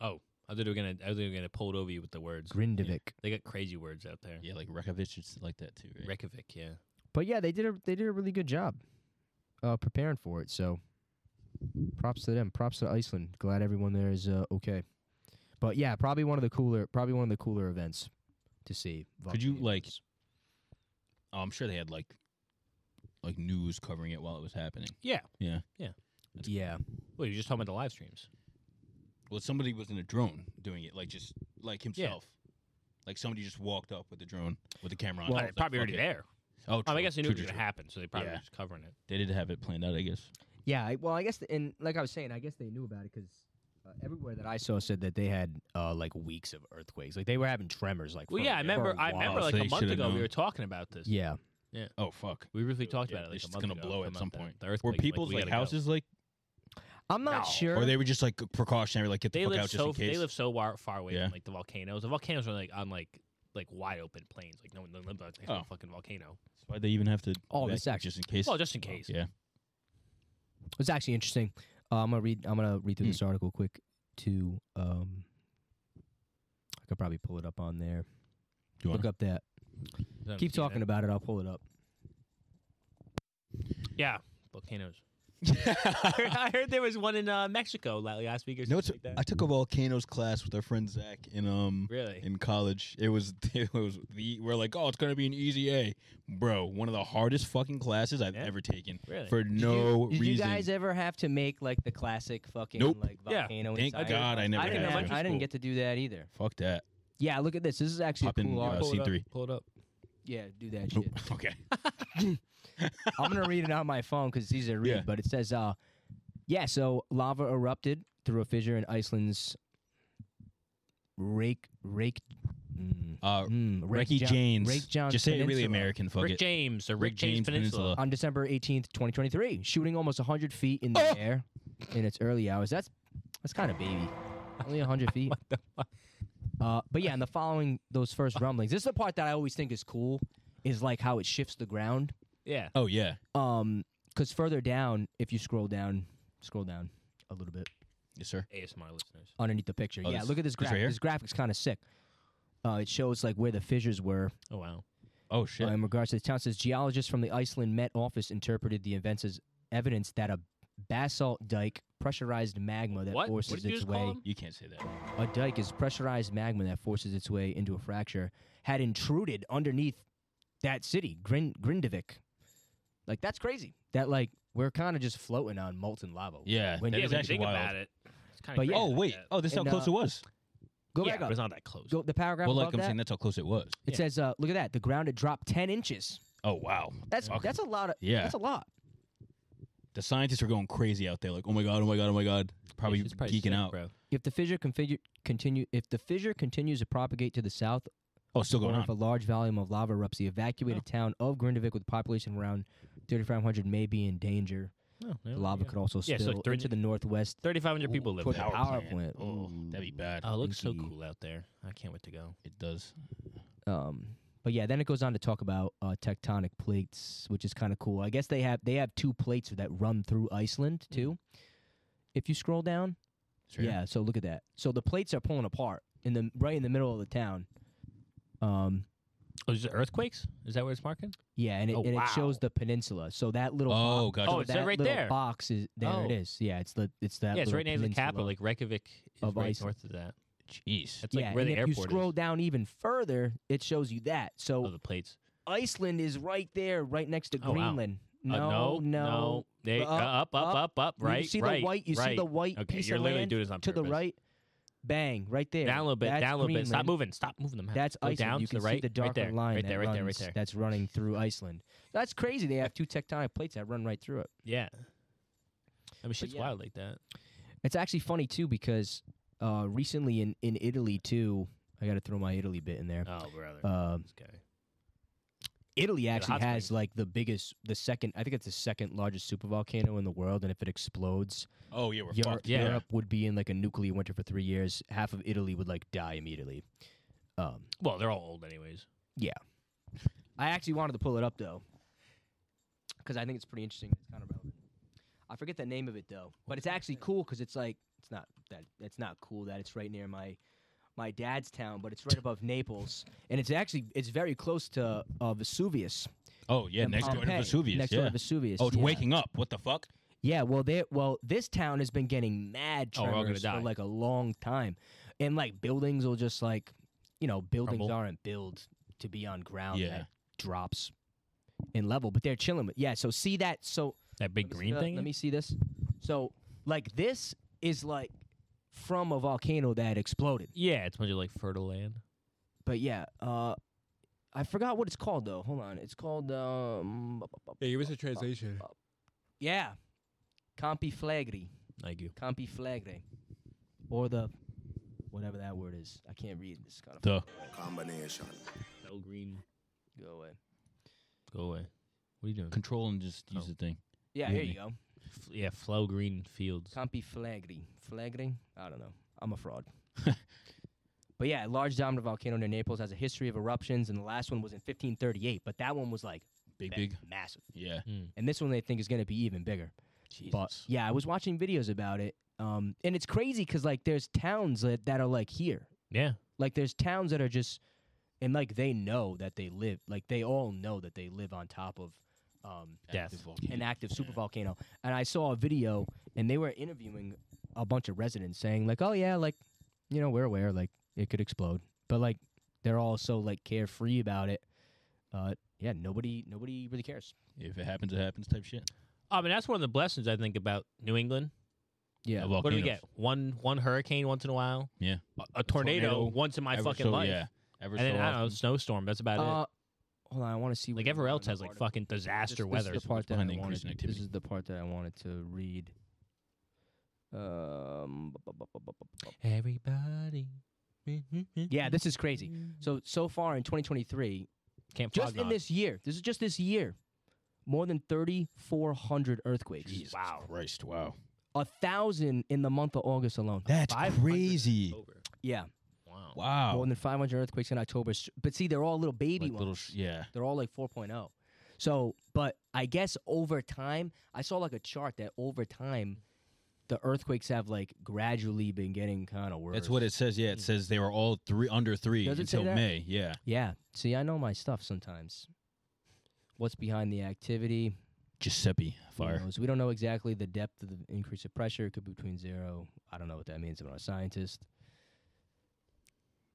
Speaker 2: I thought they were gonna I thought they were gonna pull it over you with the words.
Speaker 1: Grindavik.
Speaker 2: They got crazy words out there.
Speaker 3: Yeah, like Reykjavik is like that too, right?
Speaker 2: Reykjavik. Yeah.
Speaker 1: But yeah, they did a they did a really good job uh, preparing for it. So props to them. Props to Iceland. Glad everyone there is uh, okay. But yeah, probably one of the cooler probably one of the cooler events to see.
Speaker 3: Could you, like-
Speaker 1: volcanoes.
Speaker 3: oh, I'm sure they had like like news covering it while it was happening.
Speaker 2: Yeah.
Speaker 3: Yeah.
Speaker 1: Yeah,
Speaker 2: Well, you're just talking about the live streams.
Speaker 3: Well, somebody was in a drone doing it, like just like himself. Like somebody just walked up with the drone with the camera on.
Speaker 2: Well,
Speaker 3: it.
Speaker 2: they're probably already there.
Speaker 3: Oh,
Speaker 2: I, mean, I
Speaker 3: true,
Speaker 2: guess they knew
Speaker 3: true,
Speaker 2: it was
Speaker 3: true,
Speaker 2: gonna
Speaker 3: true.
Speaker 2: happen, so they probably
Speaker 3: Yeah.
Speaker 2: were just covering it.
Speaker 3: They did have it planned out, I guess.
Speaker 1: yeah. I, well, I guess, the, and like I was saying, I guess they knew about it because uh, everywhere that I saw said that they had uh, like weeks of earthquakes. Like they were having tremors. Like
Speaker 2: Well,
Speaker 1: for-
Speaker 2: yeah,
Speaker 1: for
Speaker 2: I remember.
Speaker 1: a
Speaker 2: I
Speaker 1: while.
Speaker 2: remember
Speaker 3: So
Speaker 2: like a
Speaker 3: they
Speaker 2: month
Speaker 3: should've
Speaker 2: ago we
Speaker 3: known.
Speaker 2: were talking about this.
Speaker 1: Yeah,
Speaker 3: Oh fuck.
Speaker 2: We briefly talked
Speaker 3: Yeah,
Speaker 2: about it. Like
Speaker 3: it's
Speaker 2: a month
Speaker 3: gonna
Speaker 2: ago,
Speaker 3: blow
Speaker 2: come
Speaker 3: at
Speaker 2: out
Speaker 3: some
Speaker 2: the-
Speaker 3: point.
Speaker 2: The
Speaker 3: Were
Speaker 2: earthquake,
Speaker 3: people's
Speaker 2: we
Speaker 3: like,
Speaker 2: gotta go.
Speaker 3: houses like
Speaker 1: I'm not
Speaker 2: No.
Speaker 1: sure.
Speaker 3: Or they were just like precautionary, like get the
Speaker 2: They
Speaker 3: fuck
Speaker 2: live
Speaker 3: out just
Speaker 2: so
Speaker 3: in case.
Speaker 2: they live so far, far away
Speaker 3: Yeah.
Speaker 2: from like the volcanoes. The volcanoes are like on like like wide open plains. Like no one lives on
Speaker 3: Oh.
Speaker 2: a fucking volcano.
Speaker 3: That's why they even have to.
Speaker 1: Oh,
Speaker 3: evacuate
Speaker 1: that's actually-
Speaker 3: just in case.
Speaker 2: Well, just in case.
Speaker 3: Oh, Yeah.
Speaker 1: It's actually interesting. Uh, I'm gonna read. I'm gonna read through
Speaker 3: Hmm.
Speaker 1: this article quick. To um, I could probably pull it up on there.
Speaker 3: You wanna-
Speaker 1: Look up that.
Speaker 2: Then
Speaker 1: Keep
Speaker 2: see that.
Speaker 1: talking about it. I'll pull it up.
Speaker 2: Yeah, volcanoes. I heard- I heard there was one in uh, Mexico la- last week or
Speaker 3: No, it's,
Speaker 2: something like
Speaker 3: I
Speaker 2: that.
Speaker 3: took a volcanoes class with our friend Zach in um
Speaker 2: really?
Speaker 3: in college. It was it was the we're like, oh, it's gonna be an easy A, bro. One of the hardest fucking classes I've
Speaker 2: Yeah.
Speaker 3: ever taken
Speaker 2: Really?
Speaker 3: for
Speaker 1: Did
Speaker 3: no
Speaker 1: you, did
Speaker 3: reason.
Speaker 1: you guys ever have to make like the classic fucking
Speaker 3: Nope.
Speaker 1: like
Speaker 2: Yeah.
Speaker 1: volcano?
Speaker 3: Thank
Speaker 1: inside?
Speaker 3: God I never
Speaker 1: I didn't.
Speaker 3: had
Speaker 1: Have,
Speaker 3: to.
Speaker 1: I didn't get to do that either.
Speaker 3: Fuck that.
Speaker 1: Yeah, look at this. This is actually
Speaker 3: Pop
Speaker 1: a
Speaker 3: in,
Speaker 1: cool
Speaker 3: uh,
Speaker 1: article.
Speaker 2: Pull it up,
Speaker 3: C3.
Speaker 2: Pull it up.
Speaker 1: Yeah, do that
Speaker 3: Nope.
Speaker 1: shit.
Speaker 3: Okay.
Speaker 1: I'm gonna read it on my phone because it's easy to read.
Speaker 3: Yeah.
Speaker 1: But it says, uh, yeah. So lava erupted through a fissure in Iceland's Rake Rake. Mm,
Speaker 3: Uh,
Speaker 1: mm, Rake
Speaker 3: Ricky
Speaker 1: Jo-
Speaker 3: James.
Speaker 1: Rake John
Speaker 3: Just say it really
Speaker 1: Peninsula
Speaker 3: American. Fuck
Speaker 2: Rick
Speaker 3: it.
Speaker 2: James, the Rick,
Speaker 3: Rick
Speaker 2: James,
Speaker 3: James
Speaker 2: Peninsula.
Speaker 3: Peninsula.
Speaker 1: on December 18th, 2023, shooting almost 100 feet in the
Speaker 2: Oh.
Speaker 1: air in its early hours. That's that's kind of baby. Only 100 feet. Uh, but yeah, and the following those first rumblings, this is the part that I always think is cool, is like how it shifts the ground.
Speaker 2: Yeah.
Speaker 3: Oh yeah,
Speaker 1: Um, because further down, if you scroll down, scroll down a little bit
Speaker 3: yes sir.
Speaker 2: ASMR listeners.
Speaker 1: underneath the picture.
Speaker 3: Oh,
Speaker 1: yeah,
Speaker 3: this-
Speaker 1: look at this
Speaker 3: this right
Speaker 1: graphic.
Speaker 3: here?
Speaker 1: This, graphic's kind of sick. Uh, it shows like where the fissures were
Speaker 2: Oh wow.
Speaker 3: Oh
Speaker 1: uh,
Speaker 3: shit.
Speaker 1: in regards to the town. It Says geologists from the Iceland Met Office interpreted the events as evidence that a basalt dike, pressurized magma that
Speaker 2: what? What
Speaker 1: forces
Speaker 2: did you
Speaker 1: its
Speaker 2: just
Speaker 1: way.
Speaker 2: call him?
Speaker 3: you can't say that.
Speaker 1: A dike is pressurized magma that forces its way into a fracture. Had intruded underneath that city, Grin- Grindavik. Like that's crazy. That like we're kind of just floating on molten lava.
Speaker 3: Yeah,
Speaker 1: When
Speaker 3: that
Speaker 1: you-
Speaker 2: yeah,
Speaker 3: is
Speaker 2: when you
Speaker 3: actually
Speaker 2: think
Speaker 3: wild.
Speaker 2: about it. It's kind
Speaker 1: But
Speaker 2: of
Speaker 1: yeah,
Speaker 3: oh wait.
Speaker 2: Oh,
Speaker 3: Oh, this is
Speaker 1: And,
Speaker 3: how close
Speaker 1: uh,
Speaker 3: it was.
Speaker 1: Go
Speaker 2: yeah,
Speaker 1: back
Speaker 2: but
Speaker 1: up.
Speaker 2: it's not that close.
Speaker 1: Go the paragraph
Speaker 3: Well,
Speaker 1: above
Speaker 3: like I'm
Speaker 1: that.
Speaker 3: saying, that's how close it was.
Speaker 1: It
Speaker 2: Yeah.
Speaker 1: says, uh, look at that. The ground had dropped 10 inches.
Speaker 3: Oh wow.
Speaker 1: That's
Speaker 3: Okay.
Speaker 1: that's a lot. Of,
Speaker 3: Yeah.
Speaker 1: That's a lot.
Speaker 3: The scientists are going crazy out there. Like, oh my god, oh my god, oh my god. Probably
Speaker 2: It's
Speaker 3: geeking
Speaker 2: sick,
Speaker 3: out.
Speaker 2: bro.
Speaker 1: If the fissure configure, continue, if the fissure continues to propagate to the south,
Speaker 3: Oh, still going
Speaker 1: or
Speaker 3: on.
Speaker 1: if a large volume of lava erupts, the evacuated town of Grindavik with a population around 3,500 may be in danger.
Speaker 2: No, no,
Speaker 1: The lava
Speaker 2: yeah.
Speaker 1: could also
Speaker 2: Yeah,
Speaker 1: spill
Speaker 2: so like thirty-
Speaker 1: into the northwest.
Speaker 2: 3,500 people live
Speaker 1: toward
Speaker 2: there.
Speaker 1: the power plant.
Speaker 3: Oh, that'd be
Speaker 1: Ooh.
Speaker 3: bad.
Speaker 2: Oh, it looks so
Speaker 1: Inky.
Speaker 2: cool out there. I can't wait to go.
Speaker 3: It does.
Speaker 1: Um, but yeah, then it goes on to talk about uh, tectonic plates, which is kind of cool. I guess they have they have two plates that run through Iceland
Speaker 2: Mm.
Speaker 1: too. If you scroll down,
Speaker 3: It's right here.
Speaker 1: Yeah, so look at that. So the plates are pulling apart in the right in the middle of the town. Um
Speaker 2: Oh, is it earthquakes? Is that what it's marking?
Speaker 1: yeah, and it,
Speaker 2: Oh,
Speaker 1: and it shows
Speaker 2: wow.
Speaker 1: the peninsula. So that little
Speaker 3: Oh,
Speaker 1: bo-
Speaker 3: gotcha.
Speaker 1: so
Speaker 2: Oh, it's
Speaker 1: that
Speaker 2: right
Speaker 1: little
Speaker 2: there.
Speaker 1: box is there it
Speaker 2: Oh.
Speaker 1: is. Yeah, it's the it's that
Speaker 2: Yeah, it's
Speaker 1: little
Speaker 2: right next to the
Speaker 1: peninsula.
Speaker 2: capital. Like Reykjavik is
Speaker 1: of
Speaker 2: right
Speaker 1: Iceland.
Speaker 2: north of that.
Speaker 3: Jeez.
Speaker 2: That's
Speaker 1: yeah,
Speaker 2: like where
Speaker 1: and
Speaker 2: the
Speaker 1: if
Speaker 2: airport
Speaker 1: you scroll
Speaker 2: is.
Speaker 1: down even further, it shows you that. So
Speaker 2: Oh, the plates.
Speaker 1: Iceland is right there, right next to
Speaker 2: Oh, wow.
Speaker 1: Greenland.
Speaker 2: Uh,
Speaker 1: no,
Speaker 2: no, no. They,
Speaker 1: Up,
Speaker 2: uh, up, up,
Speaker 1: up.
Speaker 2: up, up.
Speaker 1: You
Speaker 2: Right,
Speaker 1: see
Speaker 2: right,
Speaker 1: the white. You
Speaker 2: right.
Speaker 1: see the white
Speaker 2: Okay,
Speaker 1: piece
Speaker 2: you're
Speaker 1: of
Speaker 2: literally
Speaker 1: land
Speaker 2: doing this on
Speaker 1: to the
Speaker 2: purpose.
Speaker 1: right. Bang! Right there.
Speaker 2: Down a little bit,
Speaker 1: That's
Speaker 2: down a little bit. Stop
Speaker 1: Greenland.
Speaker 2: moving. Stop moving the map.
Speaker 1: That's
Speaker 2: Go
Speaker 1: Iceland.
Speaker 2: down
Speaker 1: you
Speaker 2: to the
Speaker 1: can see
Speaker 2: right,
Speaker 1: the
Speaker 2: right
Speaker 1: dark
Speaker 2: there,
Speaker 1: line
Speaker 2: right
Speaker 1: that
Speaker 2: there, right there, right
Speaker 1: runs-
Speaker 2: there.
Speaker 1: that's running through Iceland. That's crazy. They have two tectonic plates that run right through it.
Speaker 2: Yeah. I mean, shit's
Speaker 1: yeah.
Speaker 2: wild like that.
Speaker 1: It's actually funny too because uh, recently in in Italy too, I got to throw my Italy bit in there.
Speaker 2: Oh, brother.
Speaker 1: Uh,
Speaker 2: this guy.
Speaker 1: Italy
Speaker 2: the
Speaker 1: actually
Speaker 2: hot
Speaker 1: has
Speaker 2: springs.
Speaker 1: like the biggest, the second, I think it's the second largest supervolcano in the world, and if it explodes,
Speaker 3: Oh yeah, we're
Speaker 1: Europe,
Speaker 3: fucked. Yeah.
Speaker 1: Europe would be in like a nuclear winter for three years. Half of Italy would like die immediately. Um,
Speaker 2: Well, they're all old, anyways.
Speaker 1: I actually wanted to pull it up though, because I think it's pretty interesting. It's kind of relevant. I forget the name of it though, but it's actually cool because it's like it's not that it's not cool that it's right near my my dad's town, but it's right above Naples, and it's actually it's very close to uh, Vesuvius.
Speaker 3: Oh yeah,
Speaker 1: and
Speaker 3: next door to
Speaker 1: Pompeii,
Speaker 3: Vesuvius.
Speaker 1: Next
Speaker 3: yeah.
Speaker 1: door to Vesuvius.
Speaker 3: Oh, it's
Speaker 1: yeah.
Speaker 3: waking up. What the fuck?
Speaker 1: Yeah, well, they well this town has been getting mad
Speaker 2: Oh, we're all gonna
Speaker 1: tremors for
Speaker 2: die.
Speaker 1: like a long time, and like buildings will just like you know buildings
Speaker 2: Crumble.
Speaker 1: aren't built to be on ground
Speaker 3: Yeah.
Speaker 1: that drops in level, but they're chilling. with- Yeah, so see that. So
Speaker 2: That big
Speaker 1: let me see
Speaker 2: green
Speaker 1: the-
Speaker 2: thing.
Speaker 1: Let me see this. So like this is like from a volcano that exploded.
Speaker 2: yeah, it's much like fertile land.
Speaker 1: But yeah, uh, I forgot what it's called though. Hold on, it's called um.
Speaker 2: Yeah, give us a
Speaker 1: translation. Yeah, Campi Flagri.
Speaker 2: Like you.
Speaker 1: Campi Flagre. Or the whatever that word is. I can't read this kind of
Speaker 3: The
Speaker 4: combination.
Speaker 2: No green.
Speaker 1: go away.
Speaker 2: Go away. What are you doing?
Speaker 3: control and just
Speaker 2: Oh.
Speaker 3: use the thing.
Speaker 1: Yeah,
Speaker 3: Hit
Speaker 1: here
Speaker 3: me.
Speaker 1: you go.
Speaker 2: F- yeah, Flow Green Fields.
Speaker 1: Can't be flagging. Flagging? I don't know. I'm a fraud. but yeah, a large dominant volcano near Naples has a history of eruptions, and the last one was in 1538. But that one was like
Speaker 3: Big,
Speaker 1: ma-
Speaker 3: big.
Speaker 1: massive,
Speaker 3: Yeah.
Speaker 2: Hmm.
Speaker 1: and this one they think is going to be even bigger.
Speaker 3: Jesus.
Speaker 1: But yeah, I was watching videos about it, um, and it's crazy because like there's towns that, that are like here,
Speaker 2: Yeah.
Speaker 1: like there's towns that are just, and like they know that they live, like they all know that they live on top of, um,
Speaker 2: Death.
Speaker 3: Active volcano.
Speaker 1: an active super
Speaker 3: Yeah.
Speaker 1: volcano. And I saw a video, and they were interviewing a bunch of residents saying, like, oh, yeah, like, you know, we're aware, like, it could explode. But, like, they're all so, like, carefree about it. Uh, yeah, nobody nobody really cares.
Speaker 3: If it happens, it happens type shit.
Speaker 2: Oh, I mean, that's one of the blessings I think about New England.
Speaker 1: Yeah.
Speaker 3: Uh,
Speaker 2: What do we
Speaker 3: volcanoes.
Speaker 2: get? One one hurricane once in a while.
Speaker 3: Yeah.
Speaker 2: A, a tornado,
Speaker 3: tornado
Speaker 2: once in my
Speaker 3: Ever
Speaker 2: fucking
Speaker 3: so-
Speaker 2: life.
Speaker 3: Yeah. Ever
Speaker 2: And then
Speaker 3: so
Speaker 2: I don't know,
Speaker 3: often.
Speaker 2: snowstorm. That's about it.
Speaker 1: Uh, hold on, I want to see.
Speaker 2: Like
Speaker 1: where-
Speaker 2: everywhere else
Speaker 1: the
Speaker 2: has like
Speaker 1: part of-
Speaker 2: fucking
Speaker 1: this-
Speaker 2: disaster
Speaker 1: this
Speaker 2: weather.
Speaker 1: Is the part that I
Speaker 3: behind the
Speaker 1: wanted,
Speaker 3: increase in
Speaker 1: this
Speaker 3: activity.
Speaker 1: is the part that I wanted to read. Um, bu- bu- bu- bu- bu- bu- bu-
Speaker 2: Everybody.
Speaker 1: yeah, this is crazy. So so far in 2023,
Speaker 2: Can't
Speaker 1: just
Speaker 2: fog
Speaker 1: in
Speaker 2: knock.
Speaker 1: this year. This is just this year. More than 3,400 earthquakes.
Speaker 3: Jesus
Speaker 2: Wow.
Speaker 3: Christ. Wow.
Speaker 1: A thousand in the month of August alone.
Speaker 3: That's
Speaker 2: 500
Speaker 3: crazy.
Speaker 2: over.
Speaker 1: yeah,
Speaker 2: Wow.
Speaker 3: Wow.
Speaker 1: more than 500 earthquakes in October. S- But see, they're all little
Speaker 3: Oh.
Speaker 1: baby
Speaker 3: Like
Speaker 1: ones.
Speaker 3: little sh- yeah.
Speaker 1: They're all like 4.0. So, but I guess over time, I saw like a chart that over time, the earthquakes have like gradually been getting kind of worse.
Speaker 3: That's what it says. Yeah, it
Speaker 2: Mm.
Speaker 3: says they were all three under three
Speaker 1: Hmm. Does it say
Speaker 3: until
Speaker 1: that?
Speaker 3: May. Yeah.
Speaker 1: Yeah. See, I know my stuff sometimes. What's behind the activity?
Speaker 3: Giuseppe
Speaker 1: Who
Speaker 3: fire.
Speaker 1: knows? We don't know exactly the depth of the increase of pressure. It could be between zero. I don't know what that means. I'm not a scientist.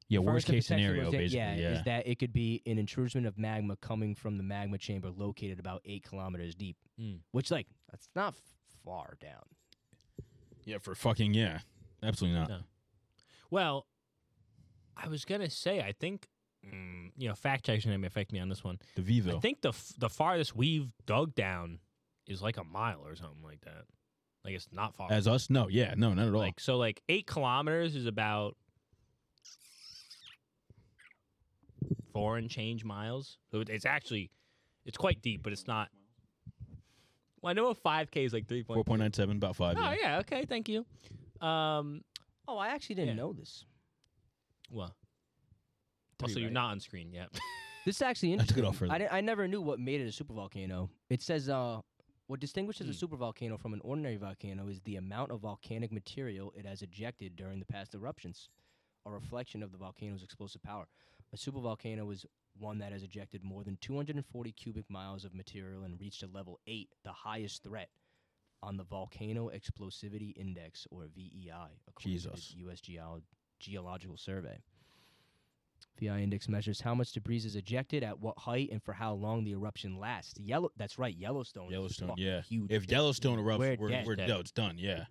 Speaker 3: Yeah,
Speaker 1: First,
Speaker 3: worst
Speaker 1: the
Speaker 3: case
Speaker 1: potential
Speaker 3: scenario,
Speaker 1: is that-
Speaker 3: basically.
Speaker 1: Yeah,
Speaker 3: Yeah.
Speaker 1: is that it could be an intrusion of magma coming from the magma chamber located about eight kilometers deep,
Speaker 3: Hmm.
Speaker 2: Mm.
Speaker 1: which, like, that's not f- far down.
Speaker 3: yeah, for fucking yeah. Absolutely not.
Speaker 2: No. Well, I was gonna say I think mm, you know fact checking may affect me on this one.
Speaker 3: The Vivo.
Speaker 2: I think the f- the farthest we've dug down is like a mile or something like that. Like it's not far.
Speaker 3: As us? No, yeah, no, not at all.
Speaker 2: like so, like eight kilometers is about four and change miles. So it- it's actually it's quite deep, but it's not. Well, I know a five k is like three
Speaker 3: Four
Speaker 2: point.
Speaker 3: point nine seven, about five.
Speaker 2: Oh
Speaker 3: yeah.
Speaker 2: yeah, okay, thank you. Um,
Speaker 1: Oh, I actually didn't
Speaker 2: Yeah.
Speaker 1: know this.
Speaker 2: well,
Speaker 1: Three,
Speaker 2: also you're
Speaker 1: right?
Speaker 2: not on screen yet.
Speaker 1: This is actually
Speaker 3: I took
Speaker 1: interesting.
Speaker 3: it off for
Speaker 1: I, di- I never knew what made it a supervolcano. It says, uh, what distinguishes a supervolcano from an ordinary volcano is the amount of volcanic material it has ejected during the past eruptions, a reflection of the volcano's explosive power. A supervolcano is one that has ejected more than 240 cubic miles of material and reached a level 8, the highest threat, on the Volcano Explosivity Index, or VEI, according
Speaker 3: Jesus.
Speaker 1: to the U.S. Geo- Geological Survey. VI index measures how much debris is ejected at what height and for how long the eruption lasts. Yellow, that's right, Yellowstone. is
Speaker 3: Yellowstone,
Speaker 1: fucking
Speaker 3: yeah.
Speaker 1: huge.
Speaker 3: If Yellowstone erupts,
Speaker 1: We're
Speaker 3: we're, we're,
Speaker 1: dead.
Speaker 2: Dead.
Speaker 3: no, it's done. Yeah.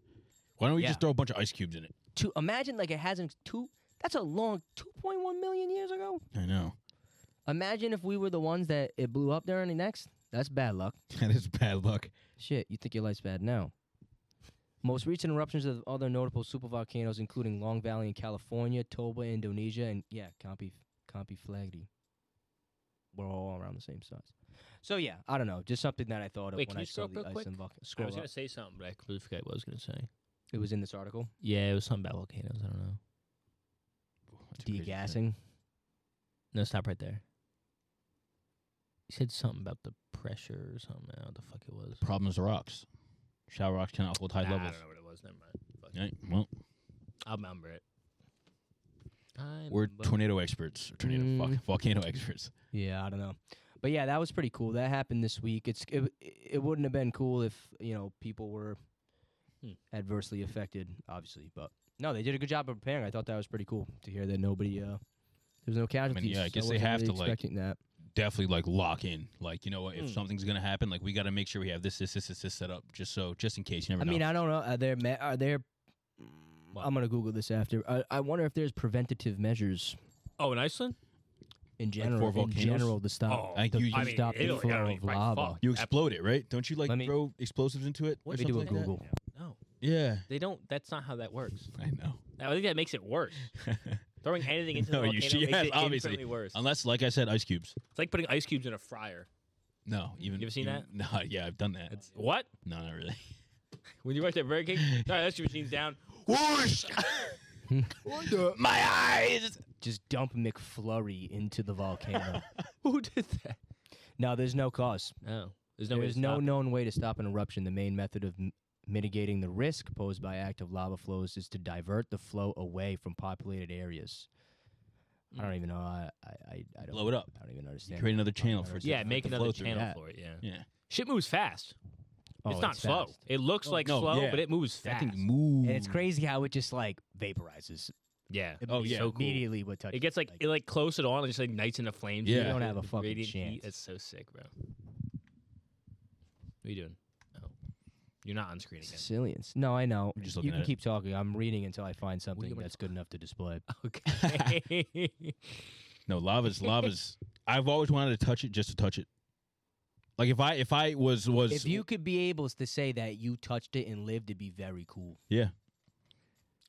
Speaker 3: Why don't we
Speaker 1: Yeah.
Speaker 3: just throw a bunch of ice cubes in it?
Speaker 1: to imagine like it hasn't two. That's a long 2.1 million years ago.
Speaker 3: I know
Speaker 1: Imagine if we were the ones that it blew up during the next. That's bad luck.
Speaker 3: that is bad luck.
Speaker 1: Shit, you think your life's bad now. Most recent eruptions of other notable supervolcanoes, including Long Valley in California, Toba, Indonesia, and yeah, Campi, Campi Flegrei. We're all around the same size. So yeah, I don't know, just something that I thought of
Speaker 2: Wait,
Speaker 1: when
Speaker 2: can
Speaker 1: I
Speaker 2: you
Speaker 1: saw
Speaker 2: scroll up
Speaker 1: the
Speaker 2: real
Speaker 1: ice
Speaker 2: quick?
Speaker 1: and volcano.
Speaker 2: I
Speaker 1: Scroll
Speaker 2: was
Speaker 1: up.
Speaker 2: gonna say something, but I completely forgot what I was gonna say.
Speaker 1: It was in this article.
Speaker 2: Yeah, it was something about volcanoes. I don't know.
Speaker 3: That's crazy.
Speaker 1: Degassing.
Speaker 2: No, stop right there. You said something about the pressure or something. I don't know what the fuck it was.
Speaker 3: Problem is the rocks. Shallow rocks cannot hold high
Speaker 2: Nah, I
Speaker 3: levels.
Speaker 2: don't know what it was. Never mind. Fuck.
Speaker 3: Right, well,
Speaker 2: I'll remember it. I
Speaker 3: we're
Speaker 2: remember.
Speaker 3: tornado experts. Or tornado,
Speaker 1: Mm.
Speaker 3: fuck, volcano experts.
Speaker 1: Yeah, I don't know. But yeah, that was pretty cool. That happened this week. It's it, w- it wouldn't have been cool if, you know, people were
Speaker 2: Hmm.
Speaker 1: adversely affected, obviously, but no, they did a good job of preparing. I thought that was pretty cool to hear that nobody uh there was no casualties.
Speaker 3: yeah, I guess they
Speaker 1: wasn't
Speaker 3: have
Speaker 1: really
Speaker 3: to, like-
Speaker 1: expecting that.
Speaker 3: Definitely like lock in. Like you know what, if
Speaker 2: Mm.
Speaker 3: something's gonna happen, like we got to make sure we have this, this, this, this, this set up just so, just in case. You
Speaker 1: I
Speaker 3: never know.
Speaker 1: mean, I don't know. Are there me- are there
Speaker 2: What?
Speaker 1: I'm going to google this after. I, I wonder if there's preventative measures
Speaker 2: Oh, in Iceland?
Speaker 1: in general
Speaker 3: for
Speaker 1: in
Speaker 3: volcanoes?
Speaker 1: general to stop
Speaker 2: oh,
Speaker 3: I think
Speaker 1: the-
Speaker 3: you-
Speaker 1: to
Speaker 3: I
Speaker 2: mean,
Speaker 1: stop the
Speaker 2: Italy, I
Speaker 1: flow
Speaker 2: mean,
Speaker 1: of
Speaker 2: like,
Speaker 1: lava.
Speaker 2: fuck.
Speaker 3: you
Speaker 2: Ab-
Speaker 3: explode it, right? Don't you like
Speaker 1: Let me-
Speaker 3: throw explosives into it? or
Speaker 1: Let me do a
Speaker 3: something like that?
Speaker 1: Google.
Speaker 2: No,
Speaker 3: Yeah,
Speaker 2: they don't. That's not how that works.
Speaker 3: I know.
Speaker 2: I think that makes it worse. Throwing anything into
Speaker 3: No,
Speaker 2: the
Speaker 3: you
Speaker 2: volcano
Speaker 3: should-
Speaker 2: makes
Speaker 3: yes,
Speaker 2: it
Speaker 3: obviously.
Speaker 2: infinitely worse.
Speaker 3: Unless, like I said, ice cubes.
Speaker 2: It's like putting ice cubes in a fryer.
Speaker 3: No, even
Speaker 2: You ever seen that?
Speaker 3: No, yeah, I've done that.
Speaker 2: What?
Speaker 3: No, not really.
Speaker 2: When you watch that Burger King, all right, that's your machine's down.
Speaker 3: Whoosh! My eyes.
Speaker 1: Just dump McFlurry into the volcano.
Speaker 2: Who did that?
Speaker 1: no, there's no cause.
Speaker 2: Oh, there's no. way
Speaker 1: There is
Speaker 2: to
Speaker 1: no
Speaker 2: stop it.
Speaker 1: known way to stop an eruption. The main method of m- mitigating the risk posed by active lava flows is to divert the flow away from populated areas. I don't even know. I I, I, I don't.
Speaker 3: Hmm. Blow it up.
Speaker 1: I don't even understand.
Speaker 3: Create
Speaker 1: what
Speaker 3: another
Speaker 1: you're talking
Speaker 3: channel
Speaker 1: about.
Speaker 3: for it to
Speaker 2: Yeah,
Speaker 3: fit
Speaker 2: make
Speaker 3: the
Speaker 2: another
Speaker 3: flow through.
Speaker 2: channel
Speaker 1: Yeah.
Speaker 2: for it. Yeah.
Speaker 3: Yeah.
Speaker 2: Shit moves fast.
Speaker 1: Oh,
Speaker 2: it's not slow.
Speaker 1: fast.
Speaker 2: It looks
Speaker 3: Oh,
Speaker 2: like
Speaker 3: no,
Speaker 2: slow,
Speaker 3: yeah.
Speaker 2: but it moves
Speaker 3: That
Speaker 2: fast.
Speaker 3: thing moves.
Speaker 1: And it's crazy how it just like vaporizes.
Speaker 2: Yeah.
Speaker 3: Oh, yeah.
Speaker 2: So cool.
Speaker 1: immediately what touches.
Speaker 2: It gets like, it like close it on and just like ignites into flames.
Speaker 3: Yeah.
Speaker 1: you don't
Speaker 3: Yeah.
Speaker 1: have a
Speaker 2: The
Speaker 1: fucking
Speaker 2: radiant
Speaker 1: chance.
Speaker 2: heat, That's so sick, bro. What are you doing? Oh, you're not on screen again.
Speaker 1: Sicilians. No, I know.
Speaker 3: I'm just
Speaker 1: you
Speaker 3: looking
Speaker 1: can
Speaker 3: at it.
Speaker 1: keep talking. I'm reading until I find something
Speaker 2: gonna
Speaker 1: that's good enough to display.
Speaker 2: Okay.
Speaker 3: No, lava's lava's. I've always wanted to touch it just to touch it. Like if I if I was was
Speaker 1: If you could be able to say that you touched it and lived, it'd be very cool.
Speaker 3: Yeah.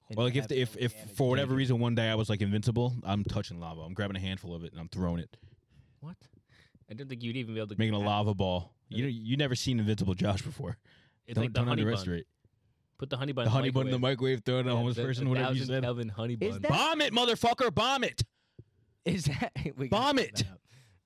Speaker 1: And
Speaker 3: well,
Speaker 1: to
Speaker 3: like if
Speaker 1: have
Speaker 3: the, if
Speaker 1: no
Speaker 3: if
Speaker 1: damage
Speaker 3: for whatever
Speaker 1: done.
Speaker 3: reason one day I was like invincible, I'm touching lava. I'm grabbing a handful of it and I'm throwing it,
Speaker 2: what? I don't think you'd even be able to
Speaker 3: making a
Speaker 2: grab-
Speaker 3: lava ball. You know, you never seen invincible Josh before.
Speaker 2: It's
Speaker 3: don't
Speaker 2: like the
Speaker 3: don't
Speaker 2: honey bun.
Speaker 3: underestimate
Speaker 2: Put the honey bun.
Speaker 3: the honey bun in the microwave. Throw it at a
Speaker 2: Yeah,
Speaker 3: homeless
Speaker 2: the-
Speaker 3: person.
Speaker 2: the
Speaker 3: whatever you
Speaker 2: 1000
Speaker 3: said.
Speaker 2: Kelvin honey
Speaker 1: Is
Speaker 2: bun.
Speaker 1: that-
Speaker 3: Bomb it, motherfucker! Bomb it!
Speaker 1: Is that we gotta
Speaker 3: Bomb
Speaker 1: pull
Speaker 3: it!
Speaker 1: that up.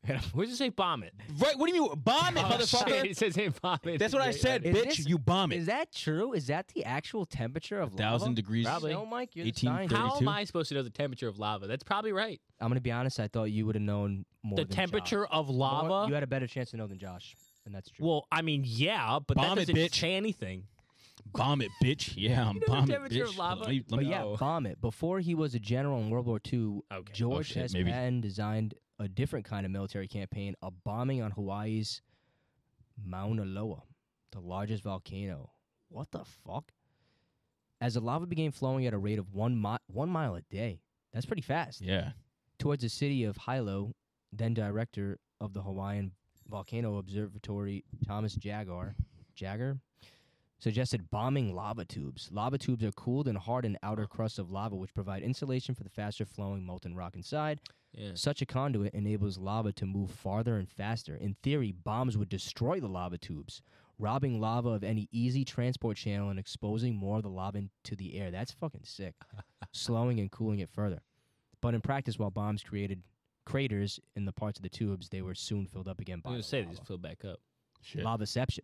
Speaker 2: Where'd you say bomb it?
Speaker 3: Right? What do you mean? Bomb it,
Speaker 2: Oh, shit,
Speaker 3: motherfucker!
Speaker 2: It says hey, bomb it.
Speaker 3: That's what I
Speaker 2: Great
Speaker 3: said,
Speaker 2: idea.
Speaker 1: Is
Speaker 3: bitch.
Speaker 1: this-
Speaker 3: You bomb
Speaker 1: Is
Speaker 3: it.
Speaker 1: that true? Is that the actual temperature of
Speaker 3: Thousand
Speaker 1: lava?
Speaker 3: degrees.
Speaker 2: Probably.
Speaker 1: No, Mike, you're the
Speaker 3: 18,
Speaker 1: scientist.
Speaker 3: 30.
Speaker 2: How am
Speaker 3: 32?
Speaker 2: I supposed to know the temperature of lava? That's probably right.
Speaker 1: I'm gonna be honest. I thought you would have known more.
Speaker 2: the
Speaker 1: than Josh.
Speaker 2: temperature of
Speaker 1: More-
Speaker 2: lava.
Speaker 1: You had a better chance to know than Josh, and that's true.
Speaker 2: well, I mean, yeah, but
Speaker 3: Bomb it,
Speaker 2: that doesn't
Speaker 3: bitch.
Speaker 2: say anything.
Speaker 3: Bomb it, bitch. Yeah, I'm
Speaker 2: know the
Speaker 3: bombing,
Speaker 2: temperature of
Speaker 3: bitch.
Speaker 2: lava?
Speaker 3: Let me, Oh. let
Speaker 1: but
Speaker 3: me-
Speaker 1: yeah,
Speaker 2: no.
Speaker 1: bomb it. Before he was a general in World War II,
Speaker 2: Okay.
Speaker 1: George
Speaker 3: Oh, shit,
Speaker 1: S.
Speaker 3: maybe.
Speaker 1: Patton designed a different kind of military campaign, a bombing on Hawaii's Mauna Loa, the largest volcano. What the fuck? As the lava began flowing at a rate of one, mi- one mile a day, that's pretty fast,
Speaker 3: yeah.
Speaker 1: towards the city of Hilo, then director of the Hawaiian Volcano Observatory, Thomas Jagar, Jagger, suggested bombing lava tubes. Lava tubes are cooled and hardened outer crust of lava, which provide insulation for the faster flowing molten rock inside.
Speaker 2: Yeah.
Speaker 1: Such a conduit enables lava to move farther and faster. In theory, bombs would destroy the lava tubes, robbing lava of any easy transport channel and exposing more of the lava into the air. That's fucking sick. Slowing and cooling it further. But in practice, while bombs created craters in the parts of the tubes, they were soon filled up again
Speaker 2: I'm
Speaker 1: by
Speaker 2: gonna
Speaker 1: the
Speaker 2: say they
Speaker 1: lava.
Speaker 2: just fill back up.
Speaker 3: Shit.
Speaker 1: Lavaception.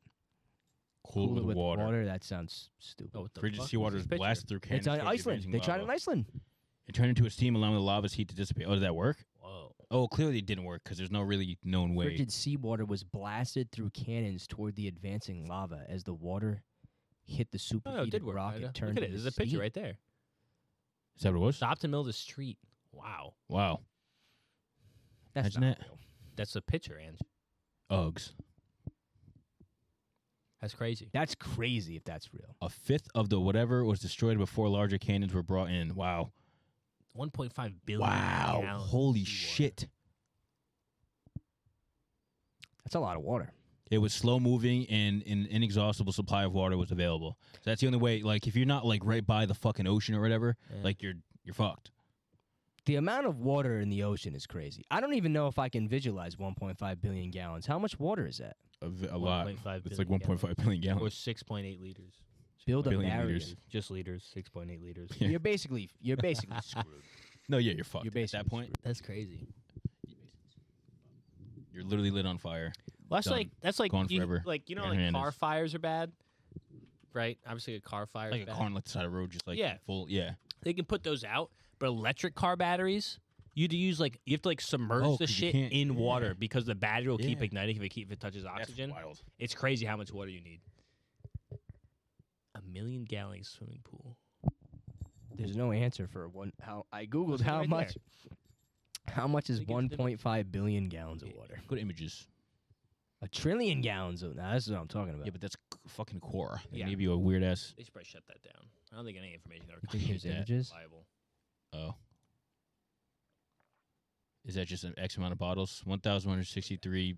Speaker 3: Cool,
Speaker 1: Cool it
Speaker 3: with, water.
Speaker 1: That sounds stupid.
Speaker 2: Oh, what the
Speaker 3: Frigid
Speaker 2: fuck
Speaker 3: seawater
Speaker 2: was
Speaker 3: is
Speaker 2: this picture? uh,
Speaker 3: blasted through cannons.
Speaker 1: it's on
Speaker 3: towards
Speaker 1: Iceland.
Speaker 3: advancing
Speaker 1: They tried it
Speaker 3: lava.
Speaker 1: in Iceland.
Speaker 3: It turned into a steam, allowing the lava's heat to dissipate. Oh, did that work?
Speaker 2: Whoa.
Speaker 3: Oh, clearly it didn't work because there's no really known way.
Speaker 1: Frigid seawater was blasted through cannons toward the advancing lava as the water hit the
Speaker 2: Oh, no, it
Speaker 1: superheated
Speaker 2: did work.
Speaker 1: rocket.
Speaker 2: Ida.
Speaker 1: Turned
Speaker 2: Look at it.
Speaker 1: into
Speaker 2: There's a picture
Speaker 1: steam.
Speaker 2: right there.
Speaker 3: Is that what it was?
Speaker 2: Stopped in the middle of the street. Wow.
Speaker 3: Wow.
Speaker 1: That's
Speaker 3: Imagine
Speaker 1: not
Speaker 3: that.
Speaker 1: real.
Speaker 2: That's a picture, Ange.
Speaker 3: Uggs.
Speaker 2: That's crazy.
Speaker 1: That's crazy if that's real.
Speaker 3: A fifth of the whatever was destroyed before larger cannons were brought in. Wow.
Speaker 2: 1.5 billion.
Speaker 3: Wow.
Speaker 2: gallons of
Speaker 3: Holy
Speaker 2: seawater.
Speaker 3: shit.
Speaker 1: That's a lot of water.
Speaker 3: It was slow moving and an inexhaustible supply of water was available. So that's the only way. Like, if you're not like right by the fucking ocean or whatever,
Speaker 2: Yeah.
Speaker 3: like you're you're fucked.
Speaker 1: The amount of water in the ocean is crazy. I don't even know if I can visualize 1.5 billion gallons. How much water is that?
Speaker 3: A, v- a lot.
Speaker 2: 1.5
Speaker 3: It's like
Speaker 2: billion
Speaker 3: 1.5 billion
Speaker 2: Or
Speaker 3: gallons.
Speaker 2: 6.8 liters.
Speaker 1: Build a
Speaker 3: Billion
Speaker 1: barrier.
Speaker 3: liters.
Speaker 2: Just liters. 6.8 liters.
Speaker 3: Yeah.
Speaker 1: You're basically you're basically screwed.
Speaker 3: No, yeah, you're fucked.
Speaker 1: You're
Speaker 3: At
Speaker 1: basically
Speaker 3: that point,
Speaker 2: That's crazy.
Speaker 3: you're literally lit on fire.
Speaker 2: Well, that's
Speaker 3: Done.
Speaker 2: like that's like
Speaker 3: Gone
Speaker 2: you,
Speaker 3: forever.
Speaker 2: like you know
Speaker 3: Your
Speaker 2: like
Speaker 3: hand
Speaker 2: car
Speaker 3: is-
Speaker 2: fires are bad, right? Obviously, a car fire. is
Speaker 3: Like a
Speaker 2: bad.
Speaker 3: car on the side of the road, just like
Speaker 2: Yeah.
Speaker 3: full. Yeah.
Speaker 2: They can put those out, but electric car batteries, you would use like you have to like submerge
Speaker 3: Oh,
Speaker 2: the
Speaker 3: 'cause you
Speaker 2: shit
Speaker 3: can't-
Speaker 2: in
Speaker 3: yeah.
Speaker 2: water because the battery will keep
Speaker 3: Yeah.
Speaker 2: igniting if it keep if it touches oxygen.
Speaker 3: That's wild.
Speaker 2: It's crazy how much water you need. A million gallon swimming pool.
Speaker 1: There's no answer for one how I googled
Speaker 2: it
Speaker 1: how
Speaker 2: right
Speaker 1: much how much is
Speaker 2: Look at the-
Speaker 1: 1.5 billion gallons of water?
Speaker 3: Good images.
Speaker 1: A trillion gallons of now, that's what I'm talking about.
Speaker 3: Yeah, but that's c- fucking core. They
Speaker 2: Yeah.
Speaker 3: give you a weird ass.
Speaker 2: They should probably shut that down. I don't think any information ever
Speaker 1: You
Speaker 2: comes
Speaker 1: think
Speaker 2: out
Speaker 1: there's
Speaker 3: that.
Speaker 1: images?
Speaker 2: reliable.
Speaker 3: Oh. Is that just an X amount of bottles? 1,163,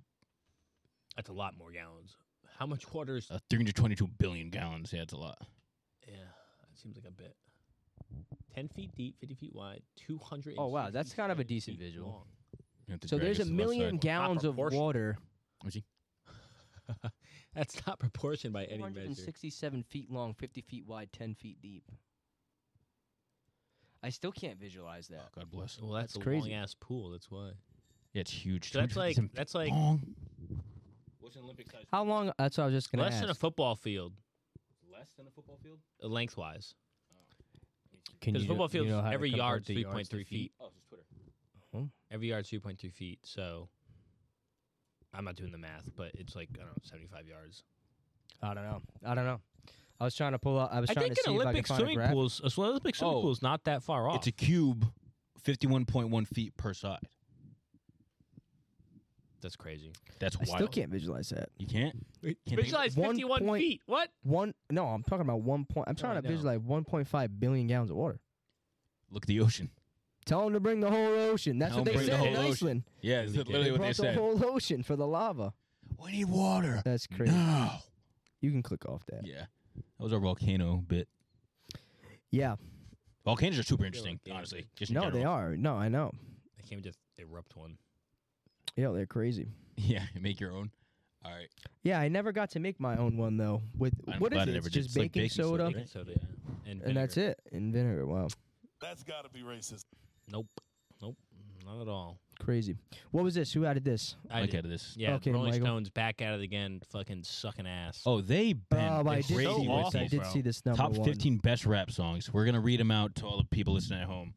Speaker 2: That's a lot more gallons. How much water is?
Speaker 3: uh, 322 billion gallons. Yeah, that's a lot.
Speaker 2: yeah, that seems like a bit. Ten feet deep, fifty feet wide, two hundred.
Speaker 1: Oh, wow, that's kind of a decent visual.
Speaker 3: You have to
Speaker 1: So
Speaker 3: drag
Speaker 1: there's
Speaker 3: us
Speaker 1: a
Speaker 3: to the left
Speaker 1: million
Speaker 3: side.
Speaker 1: gallons of
Speaker 2: proportion.
Speaker 1: water
Speaker 2: That's not proportioned by any measure.
Speaker 1: 467 feet long, 50 feet wide, 10 feet deep. I still can't visualize
Speaker 3: Oh,
Speaker 1: that.
Speaker 3: God bless.
Speaker 2: Well, that's,
Speaker 1: That's
Speaker 2: a
Speaker 1: crazy.
Speaker 2: long ass pool. That's why.
Speaker 3: Yeah, it's huge.
Speaker 2: So that's like
Speaker 3: 210 feet
Speaker 2: that's like
Speaker 3: long. What's an Olympic size?
Speaker 1: How long? That's what I was just gonna
Speaker 2: less than a
Speaker 1: ask.
Speaker 2: football field
Speaker 3: Less than a football field?
Speaker 2: uh, lengthwise.
Speaker 1: Can
Speaker 2: Because
Speaker 1: you do-
Speaker 2: football
Speaker 1: you
Speaker 2: fields
Speaker 1: know how to
Speaker 2: every
Speaker 1: convert
Speaker 2: yard
Speaker 1: the
Speaker 2: three
Speaker 1: yards
Speaker 2: point
Speaker 1: to
Speaker 2: three feet.
Speaker 3: Oh, it's just Twitter.
Speaker 2: Every yard three point three feet. So I'm not doing the math, but it's like I don't know, seventy five yards.
Speaker 1: I don't know. I don't know. I was trying to pull out. I was
Speaker 2: I
Speaker 1: trying
Speaker 2: think
Speaker 1: to see
Speaker 2: an Olympic
Speaker 1: if I could find a
Speaker 2: swimming
Speaker 1: graph.
Speaker 2: pool's an Olympic swimming
Speaker 3: Oh.
Speaker 2: pool's not that far off.
Speaker 3: It's a cube, fifty-one point one feet per side.
Speaker 2: That's crazy.
Speaker 3: That's
Speaker 1: I
Speaker 3: wild.
Speaker 1: still can't visualize that.
Speaker 3: You can't. Can't think-
Speaker 2: Visualize
Speaker 1: One
Speaker 2: fifty one
Speaker 1: point-
Speaker 2: feet. What?
Speaker 1: One. No, I'm talking about one point. I'm
Speaker 2: No,
Speaker 1: trying
Speaker 2: I
Speaker 1: to
Speaker 2: know.
Speaker 1: visualize 1.5 billion gallons of water.
Speaker 3: Look at the ocean.
Speaker 1: Tell them to bring the whole ocean. That's
Speaker 3: Tell
Speaker 1: what
Speaker 3: 'em
Speaker 1: they
Speaker 3: bring the
Speaker 1: said in
Speaker 3: whole ocean.
Speaker 1: Iceland.
Speaker 3: Yeah,
Speaker 2: Really
Speaker 3: that's
Speaker 2: good.
Speaker 3: literally
Speaker 1: they
Speaker 3: what they
Speaker 1: brought the
Speaker 3: said.
Speaker 1: whole ocean for the lava.
Speaker 3: we need water.
Speaker 1: That's crazy.
Speaker 3: No.
Speaker 1: You can click off that.
Speaker 3: Yeah, that was our volcano bit.
Speaker 1: Yeah.
Speaker 3: Volcanoes are super interesting,
Speaker 2: volcanoes
Speaker 3: honestly.
Speaker 2: are-
Speaker 3: Just in
Speaker 1: No, they
Speaker 3: general.
Speaker 1: are. No, I know.
Speaker 2: I can't just erupt one.
Speaker 1: Yeah, they're crazy.
Speaker 3: Yeah, make your own. All right.
Speaker 1: Yeah, I never got to make my own one though. With
Speaker 3: I'm
Speaker 1: what is
Speaker 3: glad I
Speaker 1: it?
Speaker 3: never
Speaker 1: It's
Speaker 3: did.
Speaker 1: just
Speaker 3: It's like
Speaker 1: baking
Speaker 3: baking soda,
Speaker 1: soda,
Speaker 3: Right.
Speaker 2: Baking soda, yeah. And,
Speaker 1: and that's
Speaker 2: vinegar.
Speaker 1: it. And vinegar. Wow,
Speaker 4: That's got to be racist.
Speaker 2: Nope. Nope. Not at all.
Speaker 1: crazy. What was this? Who added this?
Speaker 2: I
Speaker 3: Look
Speaker 2: did.
Speaker 3: out of this.
Speaker 2: Yeah,
Speaker 1: Okay,
Speaker 2: Rolling
Speaker 1: Michael.
Speaker 2: Stones back at it again, fucking sucking ass.
Speaker 3: Oh, they been
Speaker 1: Oh, I did,
Speaker 3: crazy
Speaker 1: see
Speaker 2: so
Speaker 3: with
Speaker 1: this. I
Speaker 2: awful,
Speaker 3: these.
Speaker 1: did
Speaker 2: bro.
Speaker 1: see this number
Speaker 3: Top
Speaker 1: one.
Speaker 3: 15 best rap songs. We're gonna read them out to all the people listening at home.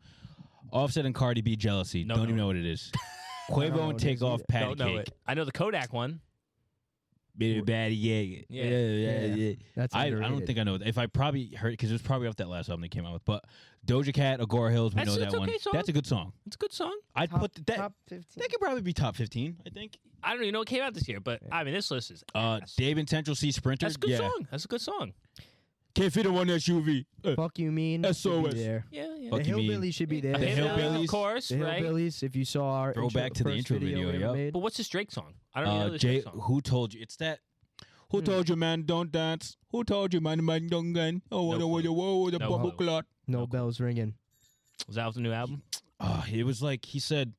Speaker 3: Offset and Cardi B, "Jealousy."
Speaker 2: No,
Speaker 3: don't
Speaker 2: no,
Speaker 3: even
Speaker 2: no.
Speaker 3: know what it is.
Speaker 1: I don't know
Speaker 3: Quavo and
Speaker 1: what it is
Speaker 3: Take Off,
Speaker 1: either.
Speaker 3: Patty
Speaker 2: Don't know
Speaker 3: Cake.
Speaker 2: it. I know the Kodak one.
Speaker 3: Bitty Batty, yeah,
Speaker 2: Yeah.
Speaker 3: yeah,
Speaker 1: Yeah.
Speaker 3: yeah.
Speaker 1: That's
Speaker 3: I, I don't
Speaker 1: underrated.
Speaker 3: think I know. that. If I probably heard because it was probably off that last album they came out with, but Doja Cat, Agora Hills, we
Speaker 2: That's-
Speaker 3: know
Speaker 2: that's
Speaker 3: that one.
Speaker 2: okay song.
Speaker 3: That's a good song.
Speaker 2: It's a good song.
Speaker 3: I'd
Speaker 1: Top-
Speaker 3: put th- that.
Speaker 1: top 15.
Speaker 3: That could probably be top fifteen, I think.
Speaker 2: I don't even know it came out this year, but I mean, this list is.
Speaker 3: Uh,
Speaker 2: ass.
Speaker 3: Dave and Central C Sprinter.
Speaker 2: that's a good
Speaker 3: yeah.
Speaker 2: song. That's a good song.
Speaker 3: Can't fit in one SUV. Uh,
Speaker 1: Fuck you mean? Should
Speaker 3: SOS.
Speaker 1: be there.
Speaker 2: Yeah, yeah.
Speaker 1: The
Speaker 3: Fuck you mean.
Speaker 1: hillbilly should be there.
Speaker 2: A
Speaker 3: The Hillbillies.
Speaker 2: of course,
Speaker 1: The
Speaker 2: right?
Speaker 1: hillbillies. If you saw our intro,
Speaker 3: Throwback to the
Speaker 1: first
Speaker 3: intro video,
Speaker 1: we ever
Speaker 3: yeah.
Speaker 1: made.
Speaker 2: But what's this Drake song? I don't even know
Speaker 3: uh,
Speaker 2: this
Speaker 3: Jay,
Speaker 2: Drake song.
Speaker 3: who told you? It's that. Who
Speaker 1: Hmm.
Speaker 3: told you, man, don't dance? Who told you, man, man, don't dance? Oh,
Speaker 2: No
Speaker 3: no,
Speaker 2: clue.
Speaker 3: whoa, whoa, the
Speaker 2: No
Speaker 3: bubble
Speaker 2: clue.
Speaker 3: clot.
Speaker 1: No bells ringing.
Speaker 2: Was that off the new album?
Speaker 3: Ah, it was like he said,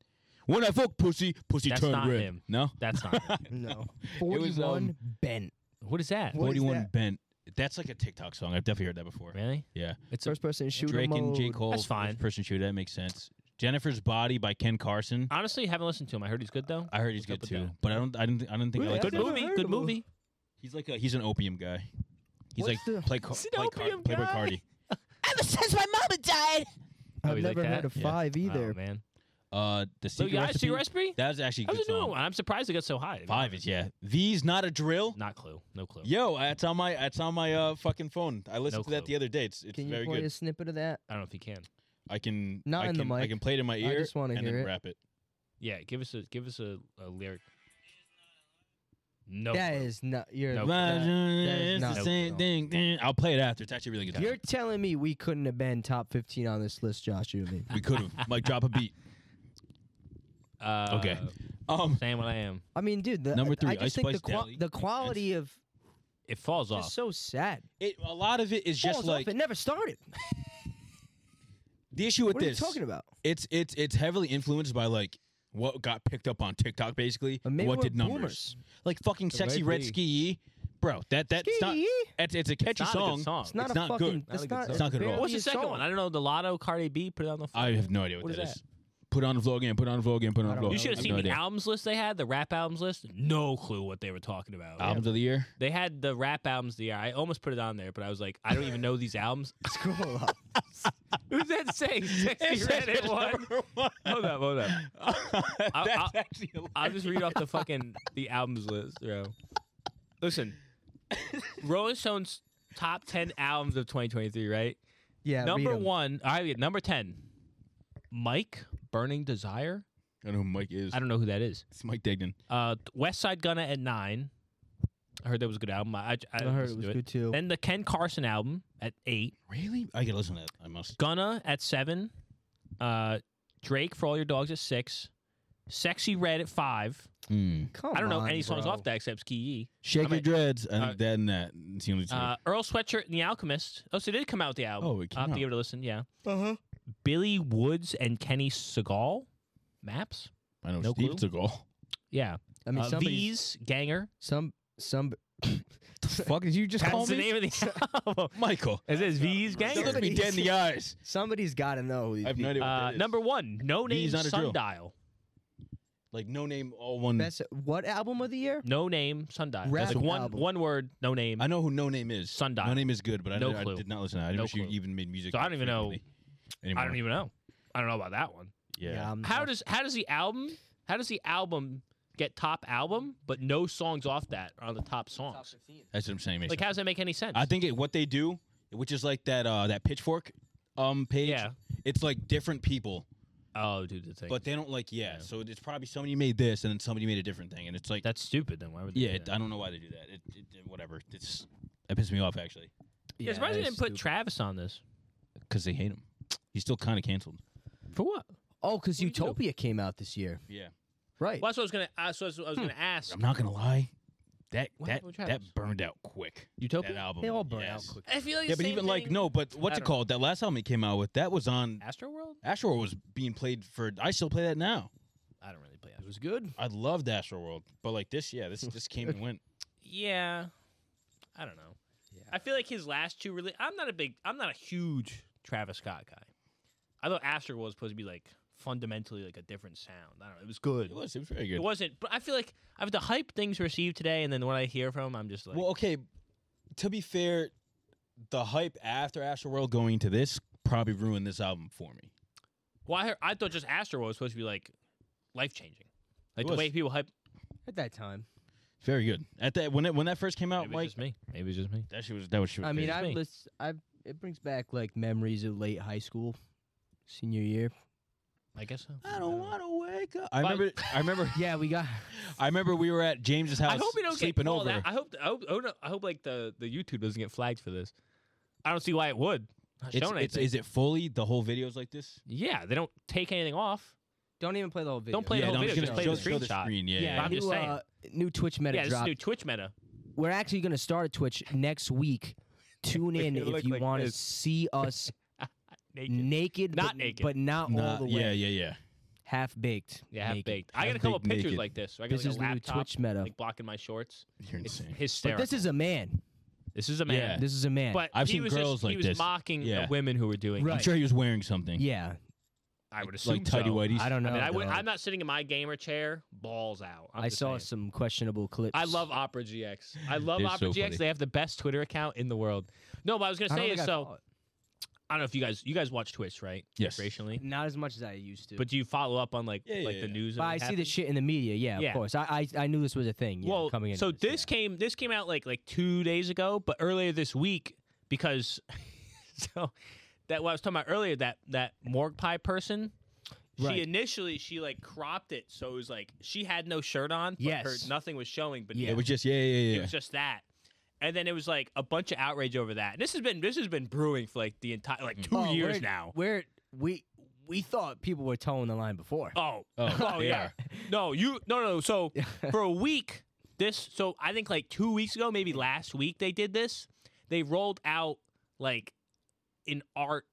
Speaker 3: "When I fuck pussy, pussy
Speaker 2: That's
Speaker 3: turn
Speaker 2: not
Speaker 3: red."
Speaker 2: him.
Speaker 3: No,
Speaker 2: That's not. it.
Speaker 1: No.
Speaker 3: It was,
Speaker 1: Forty-one
Speaker 3: um,
Speaker 1: bent.
Speaker 2: What is that?
Speaker 1: What is
Speaker 3: forty-one
Speaker 1: that?
Speaker 3: bent. That's like a TikTok song. I've definitely heard that before.
Speaker 2: Really?
Speaker 3: Yeah.
Speaker 2: It's a,
Speaker 1: First person shooter
Speaker 3: Drake and J.
Speaker 1: mode.
Speaker 3: Cole.
Speaker 2: That's
Speaker 3: first
Speaker 2: fine.
Speaker 3: Person shooter. That makes sense. Jennifer's Body by Ken Carson.
Speaker 2: honestly haven't listened to him. I heard he's good though.
Speaker 3: I heard he's
Speaker 2: What's up
Speaker 3: good
Speaker 2: with
Speaker 3: too,
Speaker 2: that?
Speaker 3: but I don't. I didn't. I don't think
Speaker 1: Really?
Speaker 3: I
Speaker 1: I've
Speaker 3: like.
Speaker 2: Good
Speaker 1: never
Speaker 3: him.
Speaker 2: movie.
Speaker 1: heard
Speaker 2: Good
Speaker 1: of him.
Speaker 2: movie.
Speaker 3: He's like a, he's an opium guy. He's
Speaker 1: What's
Speaker 3: like
Speaker 1: the-
Speaker 3: play car,
Speaker 2: He's an
Speaker 3: play, car,
Speaker 2: opium
Speaker 3: play by
Speaker 2: guy.
Speaker 3: Cardi.
Speaker 5: Ever since my mama died.
Speaker 2: Oh,
Speaker 1: I've
Speaker 2: he's like
Speaker 1: never
Speaker 2: that?
Speaker 1: heard of
Speaker 3: Yeah.
Speaker 1: five either.
Speaker 2: Oh, man.
Speaker 3: Uh, the
Speaker 2: So
Speaker 3: secret
Speaker 2: yeah,
Speaker 3: recipe.
Speaker 2: Secret Recipe.
Speaker 3: That was actually a
Speaker 2: That
Speaker 3: good
Speaker 2: was a new
Speaker 3: song.
Speaker 2: one. I'm surprised it got so high.
Speaker 3: Five is yeah. These not a drill.
Speaker 2: Not clue. No clue.
Speaker 3: Yo, it's on my it's on my uh fucking phone. I listened
Speaker 2: No
Speaker 3: to that
Speaker 2: clue.
Speaker 3: the other day. It's it's
Speaker 1: Can you
Speaker 3: very
Speaker 1: play
Speaker 3: good.
Speaker 1: a snippet of that?
Speaker 2: I don't know if he can.
Speaker 3: I can
Speaker 1: Not
Speaker 3: I
Speaker 1: in the
Speaker 3: can, I
Speaker 1: mic.
Speaker 3: can play it in my ear.
Speaker 1: just wanna
Speaker 3: and
Speaker 1: hear
Speaker 3: then
Speaker 1: it.
Speaker 3: Rap it.
Speaker 2: Yeah, give us a give us a, a lyric. No.
Speaker 1: That
Speaker 2: clue.
Speaker 1: is not. You're
Speaker 2: No.
Speaker 1: that- that is
Speaker 3: it's
Speaker 1: not
Speaker 3: the same
Speaker 1: no.
Speaker 3: thing. Eh, I'll play it after. It's actually a really good.
Speaker 1: You're
Speaker 3: song.
Speaker 1: telling me we couldn't have been top 15 on this list, Josh, you and me.
Speaker 3: We could have like drop a beat.
Speaker 2: Uh,
Speaker 3: Okay. Um,
Speaker 2: Sam, what I am.
Speaker 1: I mean, dude, the,
Speaker 3: Number
Speaker 1: I
Speaker 3: three,
Speaker 1: just
Speaker 3: Ice
Speaker 1: think the,
Speaker 3: Spice
Speaker 1: qua-
Speaker 3: Deli.
Speaker 1: the quality of
Speaker 2: It falls off.
Speaker 1: just so sad.
Speaker 3: it, a lot of it is just
Speaker 1: Falls off,
Speaker 3: like
Speaker 1: it never started.
Speaker 3: the issue with
Speaker 1: What are you
Speaker 3: this.
Speaker 1: talking about?
Speaker 3: It's it's it's heavily influenced by like what got picked up on TikTok basically.
Speaker 1: But maybe
Speaker 3: what
Speaker 1: we're
Speaker 3: did numbers?
Speaker 1: boomers.
Speaker 3: Like fucking sexy
Speaker 2: Red
Speaker 3: red
Speaker 2: Lee.
Speaker 3: ski, bro. That that's not.
Speaker 1: Ski-yee.
Speaker 3: It's it's a catchy
Speaker 2: not a good
Speaker 3: song.
Speaker 2: song.
Speaker 1: It's not
Speaker 3: it's
Speaker 1: a
Speaker 3: not
Speaker 1: fucking.
Speaker 3: good.
Speaker 1: That's
Speaker 2: Not a good
Speaker 1: not,
Speaker 2: song.
Speaker 3: It's not good at all.
Speaker 1: barely
Speaker 2: What's
Speaker 1: a
Speaker 2: the second
Speaker 1: song.
Speaker 2: one? I don't know. The Lotto, Cardi B, put it on the phone.
Speaker 3: I have no idea what,
Speaker 2: What is
Speaker 3: that
Speaker 2: that?
Speaker 3: is. Put on the vlog again. Put on the vlog again. Put
Speaker 1: I
Speaker 3: on the
Speaker 1: don't
Speaker 3: vlog.
Speaker 1: know.
Speaker 2: You should
Speaker 3: I
Speaker 2: have seen
Speaker 3: no
Speaker 2: the
Speaker 3: idea.
Speaker 2: albums list they had, the rap albums list. No clue what they were talking about.
Speaker 3: albums of the year.
Speaker 2: They had the rap albums of the year. I almost put it on there, but I was like, I don't even know these albums.
Speaker 1: Scroll up.
Speaker 2: Who's that saying? Sexy Red at one. Hold up, hold up.
Speaker 3: That's
Speaker 2: I'll-
Speaker 3: actually hilarious.
Speaker 2: I'll just read off the fucking the albums list, bro. Listen, Rolling Stones top ten albums of 2023, right?
Speaker 1: Yeah,
Speaker 2: number
Speaker 1: read 'em.
Speaker 2: one, all right, number ten, Mike Burning Desire.
Speaker 3: I don't know who Mike is.
Speaker 2: I don't know who that is.
Speaker 3: It's Mike Dignan.
Speaker 2: Uh, West Side Gunna at nine. I heard that was a good album. I, I, I
Speaker 1: I heard it
Speaker 2: listened
Speaker 1: was
Speaker 2: to
Speaker 1: good too.
Speaker 2: Then the Ken Carson album at eight,
Speaker 3: Really? I gotta listen to that. I must.
Speaker 2: Gunna at seven, uh, Drake for All Your Dogs at six, Sexy Red at five.
Speaker 1: Come
Speaker 2: I don't know
Speaker 1: on,
Speaker 2: any songs
Speaker 1: bro.
Speaker 2: off that except Ski Yee.
Speaker 3: Shake
Speaker 2: I'm
Speaker 3: your
Speaker 2: a-
Speaker 3: dreads. I
Speaker 2: uh,
Speaker 3: think that and that. It's the only two.
Speaker 2: Uh, Earl Sweatshirt and The Alchemist. Oh, so it did come out with the album.
Speaker 3: Oh, it came
Speaker 2: I'll have
Speaker 3: out.
Speaker 2: to give it a listen. Yeah.
Speaker 1: Uh-huh.
Speaker 2: Billy Woods and Kenny Segal. Maps.
Speaker 3: I know
Speaker 2: uh, no
Speaker 3: Steve
Speaker 2: clue.
Speaker 3: Seagal.
Speaker 2: Yeah.
Speaker 1: I mean,
Speaker 2: uh,
Speaker 1: somebody's-
Speaker 2: V's Ganger.
Speaker 1: some some
Speaker 3: fuck did you just
Speaker 2: That's
Speaker 3: call
Speaker 2: the
Speaker 3: me?
Speaker 2: name of the album.
Speaker 3: Michael.
Speaker 2: It says V's
Speaker 3: Don't
Speaker 2: Gang.
Speaker 3: look me dead in the eyes.
Speaker 1: Somebody's got to know. who these
Speaker 3: I have no
Speaker 1: people-
Speaker 3: idea what
Speaker 2: Uh,
Speaker 3: that is.
Speaker 2: number one, No Name
Speaker 3: V's not a drill.
Speaker 2: Sundial.
Speaker 3: like no name, all one.
Speaker 1: Best, what album of the year?
Speaker 2: No Name Sundial.
Speaker 1: Rap
Speaker 2: That's like one
Speaker 1: album.
Speaker 2: one word. No Name.
Speaker 3: I know who No Name is.
Speaker 2: Sundial.
Speaker 3: No Name is good, but I,
Speaker 2: No
Speaker 3: did, I
Speaker 2: clue.
Speaker 3: did not listen. To it. I didn't
Speaker 2: No
Speaker 3: know she
Speaker 2: clue.
Speaker 3: even made music.
Speaker 2: So I don't even know-
Speaker 3: frequently
Speaker 2: I
Speaker 3: Anymore.
Speaker 2: don't even know. I don't know about that one.
Speaker 3: Yeah.
Speaker 1: I'm-
Speaker 2: How does how does the album how does the album get top album but no songs off that are on the top songs?
Speaker 3: That's what I'm saying. Mason.
Speaker 2: Like how does that make any sense?
Speaker 3: I think it, what they do, which is like that uh that pitchfork um page.
Speaker 2: Yeah.
Speaker 3: It's like different people,
Speaker 2: oh, dude, the thing.
Speaker 3: but they don't like yeah.
Speaker 2: Yeah.
Speaker 3: So it's probably somebody made this and then somebody made a different thing, and it's like
Speaker 2: that's stupid. Then why would they
Speaker 3: yeah.
Speaker 2: do
Speaker 3: It,
Speaker 2: that?
Speaker 3: I don't know why they do that. It, it, it- whatever. It's that pissed me off actually
Speaker 2: Yeah, surprised they
Speaker 1: that
Speaker 2: didn't
Speaker 1: is
Speaker 2: put
Speaker 1: stupid.
Speaker 2: Travis on this.
Speaker 3: because they hate him. He's still kind of canceled.
Speaker 2: For what?
Speaker 1: Oh, because
Speaker 2: do you do?
Speaker 1: Utopia came out this year.
Speaker 3: Yeah.
Speaker 1: Right.
Speaker 2: Well, that's what I was gonna. Uh, so that's what I was
Speaker 3: Hmm.
Speaker 2: gonna ask.
Speaker 3: I'm not gonna lie. That
Speaker 2: What
Speaker 3: that
Speaker 2: happened with
Speaker 3: that
Speaker 2: Travis?
Speaker 3: burned out quick.
Speaker 2: Utopia.
Speaker 3: That album.
Speaker 1: They all burn out
Speaker 3: yes.
Speaker 1: quick.
Speaker 2: I feel like
Speaker 3: Yeah,
Speaker 2: the
Speaker 3: but
Speaker 2: same
Speaker 3: even like
Speaker 2: thing-
Speaker 3: no, but what's
Speaker 2: I
Speaker 3: it
Speaker 2: don't know.
Speaker 3: called? That last album he came out with that was on.
Speaker 2: Astroworld.
Speaker 3: Astro was being played for. I still play that now.
Speaker 2: I don't really play
Speaker 1: It
Speaker 2: Astro.
Speaker 1: was good.
Speaker 3: I loved Astro World, but like this, yeah, this this came and went.
Speaker 2: Yeah, I don't know. I feel like his last two really. I'm not a big. I'm not a huge Travis Scott guy. I thought Astro was supposed to be like fundamentally like a different sound. I don't know. It was good.
Speaker 3: It was it was very good.
Speaker 2: It wasn't, but I feel like I have the hype things received today, and then when I hear from, 'em, I'm just like,
Speaker 3: well, okay. To be fair, the hype after Astro World going to this probably ruined this album for me.
Speaker 2: well, I, heard, I thought just Astro was supposed to be like life changing, like
Speaker 3: It
Speaker 2: the
Speaker 3: was.
Speaker 2: way people hype.
Speaker 1: At that time.
Speaker 3: Very good. At that when it, when that first came out,
Speaker 2: Maybe
Speaker 3: Mike,
Speaker 2: it's just me. Maybe it's just me.
Speaker 3: that shit was that was shit. was
Speaker 1: I mean,
Speaker 3: crazy.
Speaker 1: I
Speaker 2: me.
Speaker 1: list, I it brings back like memories of late high school, senior year.
Speaker 2: I guess so.
Speaker 3: I don't want to wake up. I
Speaker 2: But-
Speaker 3: remember. I remember.
Speaker 1: Yeah, we got.
Speaker 3: I remember we were at James's house
Speaker 2: I hope we don't
Speaker 3: sleeping
Speaker 2: get called
Speaker 3: over.
Speaker 2: out. I hope. I hope. I hope, I hope like the, the YouTube doesn't get flagged for this. I don't see why it would. Not
Speaker 3: It's-
Speaker 2: showing
Speaker 3: it's-
Speaker 2: anything.
Speaker 3: is it fully the whole video's like this?
Speaker 2: yeah, they don't take anything off.
Speaker 1: Don't even play the whole video.
Speaker 2: play
Speaker 3: yeah,
Speaker 2: the whole
Speaker 3: no, I'm
Speaker 2: video,
Speaker 3: just
Speaker 2: just
Speaker 3: gonna
Speaker 2: play the
Speaker 3: show, show the
Speaker 2: screenshot.
Speaker 3: screen. Yeah,
Speaker 1: Yeah,
Speaker 2: I'm
Speaker 1: new,
Speaker 2: just saying.
Speaker 1: Uh, new Twitch meta
Speaker 2: yeah, this is
Speaker 1: drop.
Speaker 2: new Twitch meta.
Speaker 1: We're actually gonna start a Twitch next week. Tune in
Speaker 2: You
Speaker 1: if
Speaker 2: look
Speaker 1: you
Speaker 2: like
Speaker 1: want to
Speaker 2: this.
Speaker 1: see us
Speaker 2: Naked.
Speaker 1: naked,
Speaker 2: Not
Speaker 1: but,
Speaker 2: naked.
Speaker 1: but not all
Speaker 3: Nah,
Speaker 1: the way.
Speaker 3: yeah, yeah, yeah.
Speaker 1: Half baked.
Speaker 2: yeah, half
Speaker 1: naked.
Speaker 2: baked. I got a
Speaker 3: Half
Speaker 2: couple
Speaker 3: baked
Speaker 2: pictures
Speaker 3: naked.
Speaker 2: like this. So I got
Speaker 1: This
Speaker 2: like
Speaker 1: is
Speaker 2: a
Speaker 1: new
Speaker 2: laptop,
Speaker 1: Twitch meta.
Speaker 2: like blocking my shorts.
Speaker 3: You're
Speaker 2: It's
Speaker 3: insane.
Speaker 1: but
Speaker 2: hysterical.
Speaker 1: this is a man.
Speaker 2: this is a man.
Speaker 3: Yeah.
Speaker 1: This is a man.
Speaker 2: But
Speaker 3: I've
Speaker 2: he
Speaker 3: seen
Speaker 2: was just-
Speaker 3: girls like
Speaker 2: he was
Speaker 3: this.
Speaker 2: mocking the
Speaker 3: Yeah.
Speaker 2: women who were doing. it.
Speaker 1: Right.
Speaker 3: I'm sure he was wearing something.
Speaker 1: yeah,
Speaker 2: I would assume
Speaker 3: like tidy
Speaker 2: so.
Speaker 3: whities.
Speaker 1: I don't know.
Speaker 2: I mean, I would,
Speaker 1: dog.
Speaker 2: I'm not sitting in my gamer chair, balls out. I'm
Speaker 1: I
Speaker 2: just
Speaker 1: saw
Speaker 2: saying.
Speaker 1: some questionable clips.
Speaker 2: I love Opera GX. I love
Speaker 3: They're
Speaker 2: Opera
Speaker 3: so
Speaker 2: GX.
Speaker 3: funny.
Speaker 2: They have the best Twitter account in the world. No, but I was gonna
Speaker 1: I don't
Speaker 2: say
Speaker 1: think
Speaker 2: is
Speaker 1: I
Speaker 2: so.
Speaker 1: follow it.
Speaker 2: I don't know if you guys you guys watch Twitch right?
Speaker 3: Yes.
Speaker 2: Recreationally,
Speaker 1: Not as much as I used to.
Speaker 2: but do you follow up on like
Speaker 3: Yeah,
Speaker 2: like
Speaker 3: yeah,
Speaker 2: the
Speaker 3: yeah.
Speaker 2: news?
Speaker 1: But I see the shit in the media. Yeah,
Speaker 2: Yeah.
Speaker 1: of course. I, I I knew this was a thing. Yeah,
Speaker 2: well,
Speaker 1: coming in.
Speaker 2: so this came this came out like like two days ago, but earlier this week because so that what I was talking about earlier that that morgue pie person.
Speaker 1: Right.
Speaker 2: She initially she like cropped it so it was like she had no shirt on. But
Speaker 1: Yes.
Speaker 2: her, nothing was showing. But
Speaker 1: Yeah.
Speaker 2: it
Speaker 3: It was just yeah, yeah,
Speaker 2: It
Speaker 3: yeah.
Speaker 2: was just that. And then it was like a bunch of outrage over that. And this has been this has been brewing for like the entire like two
Speaker 1: Oh,
Speaker 2: years
Speaker 1: we're-
Speaker 2: now.
Speaker 1: We're we we thought people were towing the line before.
Speaker 2: Oh,
Speaker 3: Oh,
Speaker 2: oh
Speaker 3: they
Speaker 2: yeah.
Speaker 3: are.
Speaker 2: No, you no no. So for a week, this so I think like two weeks ago, maybe last week they did this. They rolled out like an art.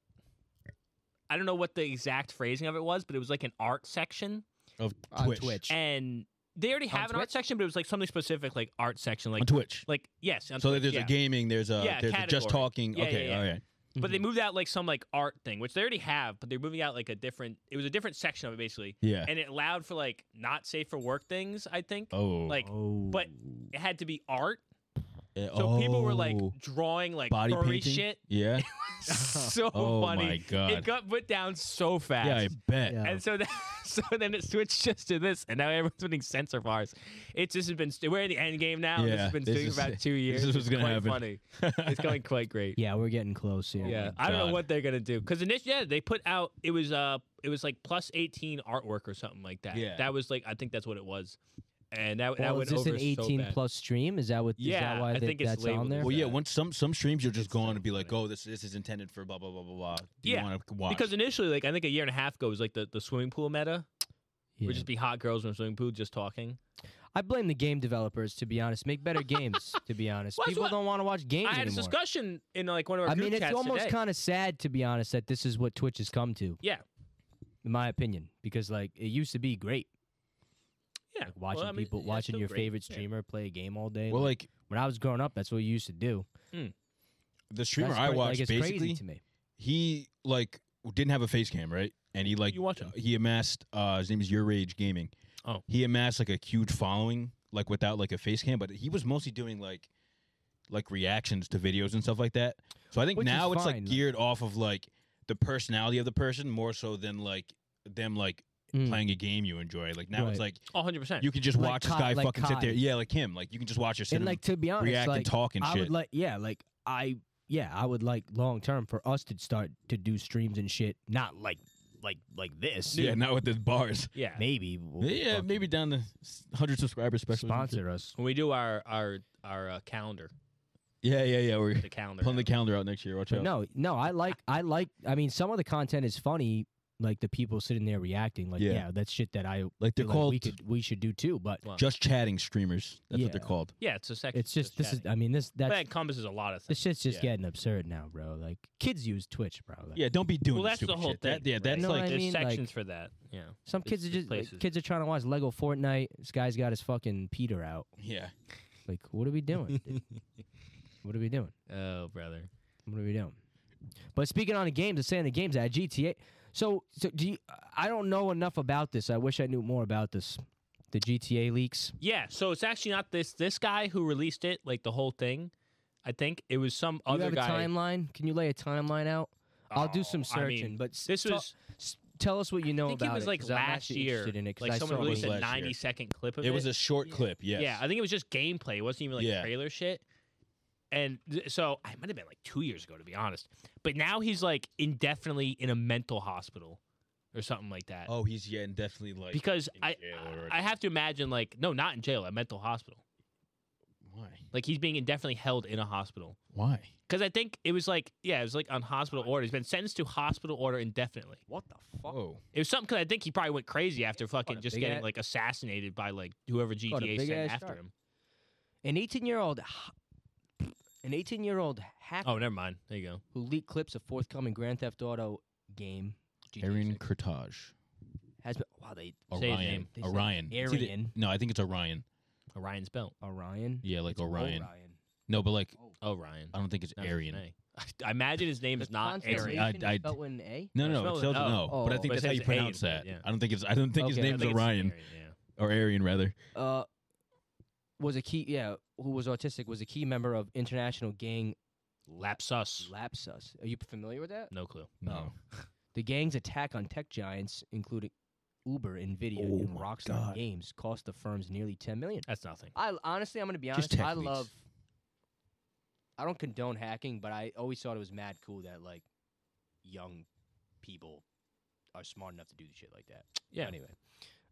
Speaker 2: I don't know what the exact phrasing of it was, but it was like an art section,
Speaker 3: Of
Speaker 1: on
Speaker 3: Twitch.
Speaker 1: Twitch.
Speaker 2: and they already
Speaker 1: On
Speaker 2: have an art
Speaker 1: Twitch?
Speaker 2: section, but it was like something specific, like art section, like
Speaker 3: on Twitch.
Speaker 2: like yes. on
Speaker 3: so
Speaker 2: Twitch,
Speaker 3: there's
Speaker 2: yeah.
Speaker 3: a gaming. There's a
Speaker 2: Yeah,
Speaker 3: there's a just
Speaker 2: category.
Speaker 3: talking.
Speaker 2: Yeah,
Speaker 3: okay,
Speaker 2: yeah, yeah.
Speaker 3: all right.
Speaker 2: But they moved out like some like art thing, which they already have, but they're moving out like a different. It was a different section of it basically,
Speaker 3: Yeah.
Speaker 2: and it allowed for like not safe for work things. I think
Speaker 3: Oh,
Speaker 2: like
Speaker 1: oh.
Speaker 2: but- it had to be art,
Speaker 3: Yeah,
Speaker 2: so people were like
Speaker 3: Eh, oh.
Speaker 2: drawing like
Speaker 3: body
Speaker 2: furry
Speaker 3: painting.
Speaker 2: shit.
Speaker 3: Yeah.
Speaker 2: so
Speaker 3: oh
Speaker 2: funny.
Speaker 3: my
Speaker 2: It
Speaker 3: god.
Speaker 2: got put down so fast.
Speaker 3: Yeah, I bet.
Speaker 1: Yeah.
Speaker 2: And so that, so then it switched just to this, and now everyone's winning censor bars. It's just been st- we're in the end game now. and this
Speaker 3: Yeah,
Speaker 2: has been
Speaker 3: this
Speaker 2: doing
Speaker 3: is-
Speaker 2: about two years.
Speaker 3: is what's
Speaker 2: it's
Speaker 3: gonna
Speaker 2: quite
Speaker 3: happen. Oh
Speaker 2: Funny. It's going quite great.
Speaker 1: yeah, we're getting close here.
Speaker 2: Yeah,
Speaker 3: my
Speaker 2: I don't know
Speaker 3: God.
Speaker 2: what they're gonna do because initially yeah, they put out it was uh it was like plus eighteen artwork or something like that.
Speaker 3: Yeah. Oh,
Speaker 2: that was like I think that's what it was, and that that
Speaker 1: Well, is
Speaker 2: went
Speaker 1: this
Speaker 2: over
Speaker 1: an
Speaker 2: so
Speaker 1: 18
Speaker 2: bad.
Speaker 1: plus stream? Is that what? Is
Speaker 2: Yeah,
Speaker 1: that why
Speaker 2: I
Speaker 1: that-
Speaker 2: think it's
Speaker 1: that's on
Speaker 2: labeled as
Speaker 1: there?
Speaker 3: Well, yeah.
Speaker 2: that.
Speaker 3: Once some some streams, you'll just go
Speaker 2: so
Speaker 3: on and be like, "Oh, this this is intended for blah blah blah blah blah." Do
Speaker 2: Yeah,
Speaker 3: you want to watch?
Speaker 2: because initially like I think a year and a half ago was like the, the swimming pool meta
Speaker 1: Yeah.
Speaker 2: would just be hot girls in a swimming pool just talking.
Speaker 1: I blame the game developers. To be honest, make better games. to be honest,
Speaker 2: Well, that's
Speaker 1: people
Speaker 2: what-
Speaker 1: don't want to watch games
Speaker 2: I had this
Speaker 1: anymore.
Speaker 2: discussion in like one of our
Speaker 1: I
Speaker 2: group
Speaker 1: mean, it's
Speaker 2: chats
Speaker 1: almost
Speaker 2: today.
Speaker 1: kind of sad to be honest that this is what Twitch has come to.
Speaker 2: Yeah.
Speaker 1: in my opinion, because like it used to be great
Speaker 2: yeah
Speaker 1: watching
Speaker 2: Well, I mean,
Speaker 1: people
Speaker 2: yeah, it's
Speaker 1: watching
Speaker 2: still
Speaker 1: your
Speaker 2: great.
Speaker 1: favorite
Speaker 2: Yeah.
Speaker 1: streamer play a game all day.
Speaker 3: well, like
Speaker 1: When I was growing up, that's what we used to do.
Speaker 3: The streamer
Speaker 1: That's
Speaker 3: I
Speaker 1: cra- like,
Speaker 3: watched
Speaker 1: it's crazy
Speaker 3: basically
Speaker 1: to me.
Speaker 3: he like didn't have a face cam, right? And he like
Speaker 2: You watch him.
Speaker 3: he amassed uh his name is Your Rage Gaming.
Speaker 2: Oh.
Speaker 3: He amassed like a huge following like without like a face cam, but he was mostly doing like like reactions to videos and stuff like that. So I think
Speaker 1: Which is
Speaker 3: now it's
Speaker 1: fine.
Speaker 3: like geared off of like the personality of the person more so than like them like
Speaker 1: Mm.
Speaker 3: playing a game you enjoy. Like now it's like
Speaker 2: Oh, 100%.
Speaker 3: you can just
Speaker 1: Like
Speaker 3: watch this
Speaker 1: Kai-
Speaker 3: guy
Speaker 1: like
Speaker 3: fucking sit there.
Speaker 1: Kai.
Speaker 3: Yeah, like him. Like you can just watch your sit
Speaker 1: And
Speaker 3: him
Speaker 1: like to be honest,
Speaker 3: react
Speaker 1: like
Speaker 3: and talk and
Speaker 1: I
Speaker 3: shit.
Speaker 1: would like yeah, like I yeah, I would like long term for us to start to do streams and shit, not like like like this.
Speaker 3: yeah, not with the bars.
Speaker 2: yeah.
Speaker 1: Maybe we'll
Speaker 3: Yeah,
Speaker 1: fucking
Speaker 3: maybe down the s- hundred subscribers special.
Speaker 1: sponsor us.
Speaker 2: When we do our our our uh, calendar,
Speaker 3: Yeah, yeah, yeah. We're
Speaker 2: the calendar.
Speaker 3: pulling the
Speaker 2: out.
Speaker 3: calendar out next year. Watch
Speaker 1: But
Speaker 3: out.
Speaker 1: no, no, I like I like I mean some of the content is funny, like the people sitting there reacting like yeah,
Speaker 3: Yeah.
Speaker 1: that's shit that I
Speaker 3: like they're
Speaker 1: feel like
Speaker 3: called
Speaker 1: we could we should do too, but
Speaker 2: Well,
Speaker 3: just chatting streamers. That's what
Speaker 1: Yeah.
Speaker 3: they're called.
Speaker 2: yeah, it's a section.
Speaker 1: it's just this is I mean this
Speaker 2: that
Speaker 1: that's
Speaker 2: encompasses a lot of
Speaker 1: this
Speaker 2: things.
Speaker 1: shit's just
Speaker 3: yeah.
Speaker 1: getting absurd now, bro. Like kids use Twitch, bro. Like,
Speaker 3: Yeah, don't be doing.
Speaker 2: Well,
Speaker 3: this
Speaker 2: that's the
Speaker 3: stupid
Speaker 2: whole
Speaker 3: shit. That-
Speaker 2: thing,
Speaker 3: yeah, that's
Speaker 1: No,
Speaker 3: like
Speaker 1: I
Speaker 2: There's
Speaker 1: mean, like-
Speaker 2: sections for that. Yeah.
Speaker 1: Some
Speaker 2: It's-
Speaker 1: kids are
Speaker 2: it's
Speaker 1: just like,
Speaker 2: places.
Speaker 1: kids are trying to watch Lego Fortnite. This guy's got his fucking Peter out.
Speaker 3: yeah.
Speaker 1: Like, what are we doing? dude? what are we doing?
Speaker 2: Oh, brother.
Speaker 1: What are we doing? But speaking on the games, and saying the games at GTA. So, so do you, I don't know enough about this. I wish I knew more about this. The GTA leaks.
Speaker 2: Yeah, so it's actually not this this guy who released it, like the whole thing. I think it was some
Speaker 1: Do you
Speaker 2: other
Speaker 1: have
Speaker 2: guy.
Speaker 1: a timeline? Can you lay a timeline out? I'll do some
Speaker 2: Oh, I
Speaker 1: searching,
Speaker 2: mean,
Speaker 1: but s-
Speaker 2: this
Speaker 1: tell-
Speaker 2: was
Speaker 1: s- tell us what you know
Speaker 2: I think
Speaker 1: about
Speaker 2: it was like
Speaker 1: 'cause I'm
Speaker 2: last
Speaker 1: actually
Speaker 2: year.
Speaker 1: interested in it 'cause
Speaker 2: like
Speaker 1: I
Speaker 2: someone
Speaker 1: saw it
Speaker 2: released
Speaker 1: was
Speaker 2: a
Speaker 3: last year.
Speaker 2: 90 second clip of it.
Speaker 3: It was a short clip. Yes.
Speaker 2: Yeah, I think it was just gameplay. It wasn't even like
Speaker 3: Yeah.
Speaker 2: trailer shit. And th- so I might have been like two years ago, to be honest. But now he's like indefinitely in a mental hospital or something like that.
Speaker 3: Oh, he's yeah, and definitely like
Speaker 2: because
Speaker 3: in
Speaker 2: I
Speaker 3: jail
Speaker 2: I-
Speaker 3: already.
Speaker 2: I have to imagine like no, not in jail, a mental hospital.
Speaker 3: why?
Speaker 2: Like he's being indefinitely held in a hospital.
Speaker 3: Why?
Speaker 2: Because I think it was like yeah, it was like on hospital order. He's been sentenced to hospital order indefinitely.
Speaker 1: What the fuck?
Speaker 3: Oh,
Speaker 2: It was something because I think he probably went crazy after fucking
Speaker 1: a
Speaker 2: just
Speaker 1: big
Speaker 2: getting
Speaker 1: ass-
Speaker 2: like assassinated by like whoever GTA
Speaker 1: big
Speaker 2: sent
Speaker 1: ass
Speaker 2: after
Speaker 1: shark.
Speaker 2: him.
Speaker 1: An 18 year old, an 18 year old hacker
Speaker 2: Oh, never mind. There you go.
Speaker 1: who leaked clips of forthcoming Grand Theft Auto game. GTA
Speaker 3: Arian
Speaker 1: 6,
Speaker 3: Kurtage.
Speaker 1: has been. Wow, they
Speaker 2: Say his
Speaker 3: Orion.
Speaker 2: name.
Speaker 1: They said
Speaker 3: Orion. It's either-
Speaker 1: Arian.
Speaker 3: No, I think it's Orion.
Speaker 2: Orion's belt. Oh,
Speaker 1: Orion.
Speaker 3: Yeah, like Orion.
Speaker 1: Orion.
Speaker 3: No, but like
Speaker 2: Orion.
Speaker 3: I don't think it's
Speaker 2: Not his
Speaker 3: Arian.
Speaker 2: name. I imagine his name is not Arian.
Speaker 3: I- I-
Speaker 1: spelled with an A.
Speaker 3: No,
Speaker 2: No,
Speaker 3: no,
Speaker 2: it's
Speaker 3: no,
Speaker 2: spelled
Speaker 3: it's
Speaker 2: with
Speaker 3: spelled
Speaker 2: an
Speaker 3: no.
Speaker 1: O.
Speaker 3: But I
Speaker 1: Oh.
Speaker 3: think
Speaker 2: But it
Speaker 3: that's how
Speaker 2: says
Speaker 3: you pronounce
Speaker 2: Arian,
Speaker 3: that.
Speaker 2: yeah.
Speaker 3: I don't think it's. I don't think his
Speaker 1: Okay.
Speaker 2: I
Speaker 1: Yeah,
Speaker 3: name's
Speaker 2: think it's
Speaker 3: Orion
Speaker 2: Arian, yeah.
Speaker 3: or Arian rather.
Speaker 1: Uh, was a key. Yeah, who was autistic was a key member of international gang
Speaker 2: Lapsus.
Speaker 1: Lapsus. Are you familiar with that?
Speaker 2: No clue.
Speaker 3: No.
Speaker 1: The gang's attack on tech giants, including Uber,
Speaker 3: Oh
Speaker 1: Nvidia, and
Speaker 3: my
Speaker 1: Rockstar
Speaker 3: God.
Speaker 1: Games, cost the firms nearly 10 million.
Speaker 2: That's nothing.
Speaker 1: I honestly, I'm gonna be
Speaker 3: Just
Speaker 1: honest. I
Speaker 3: techniques.
Speaker 1: love. I don't condone hacking, but I always thought it was mad cool that like young people are smart enough to do the shit like that.
Speaker 2: Yeah.
Speaker 1: Anyway,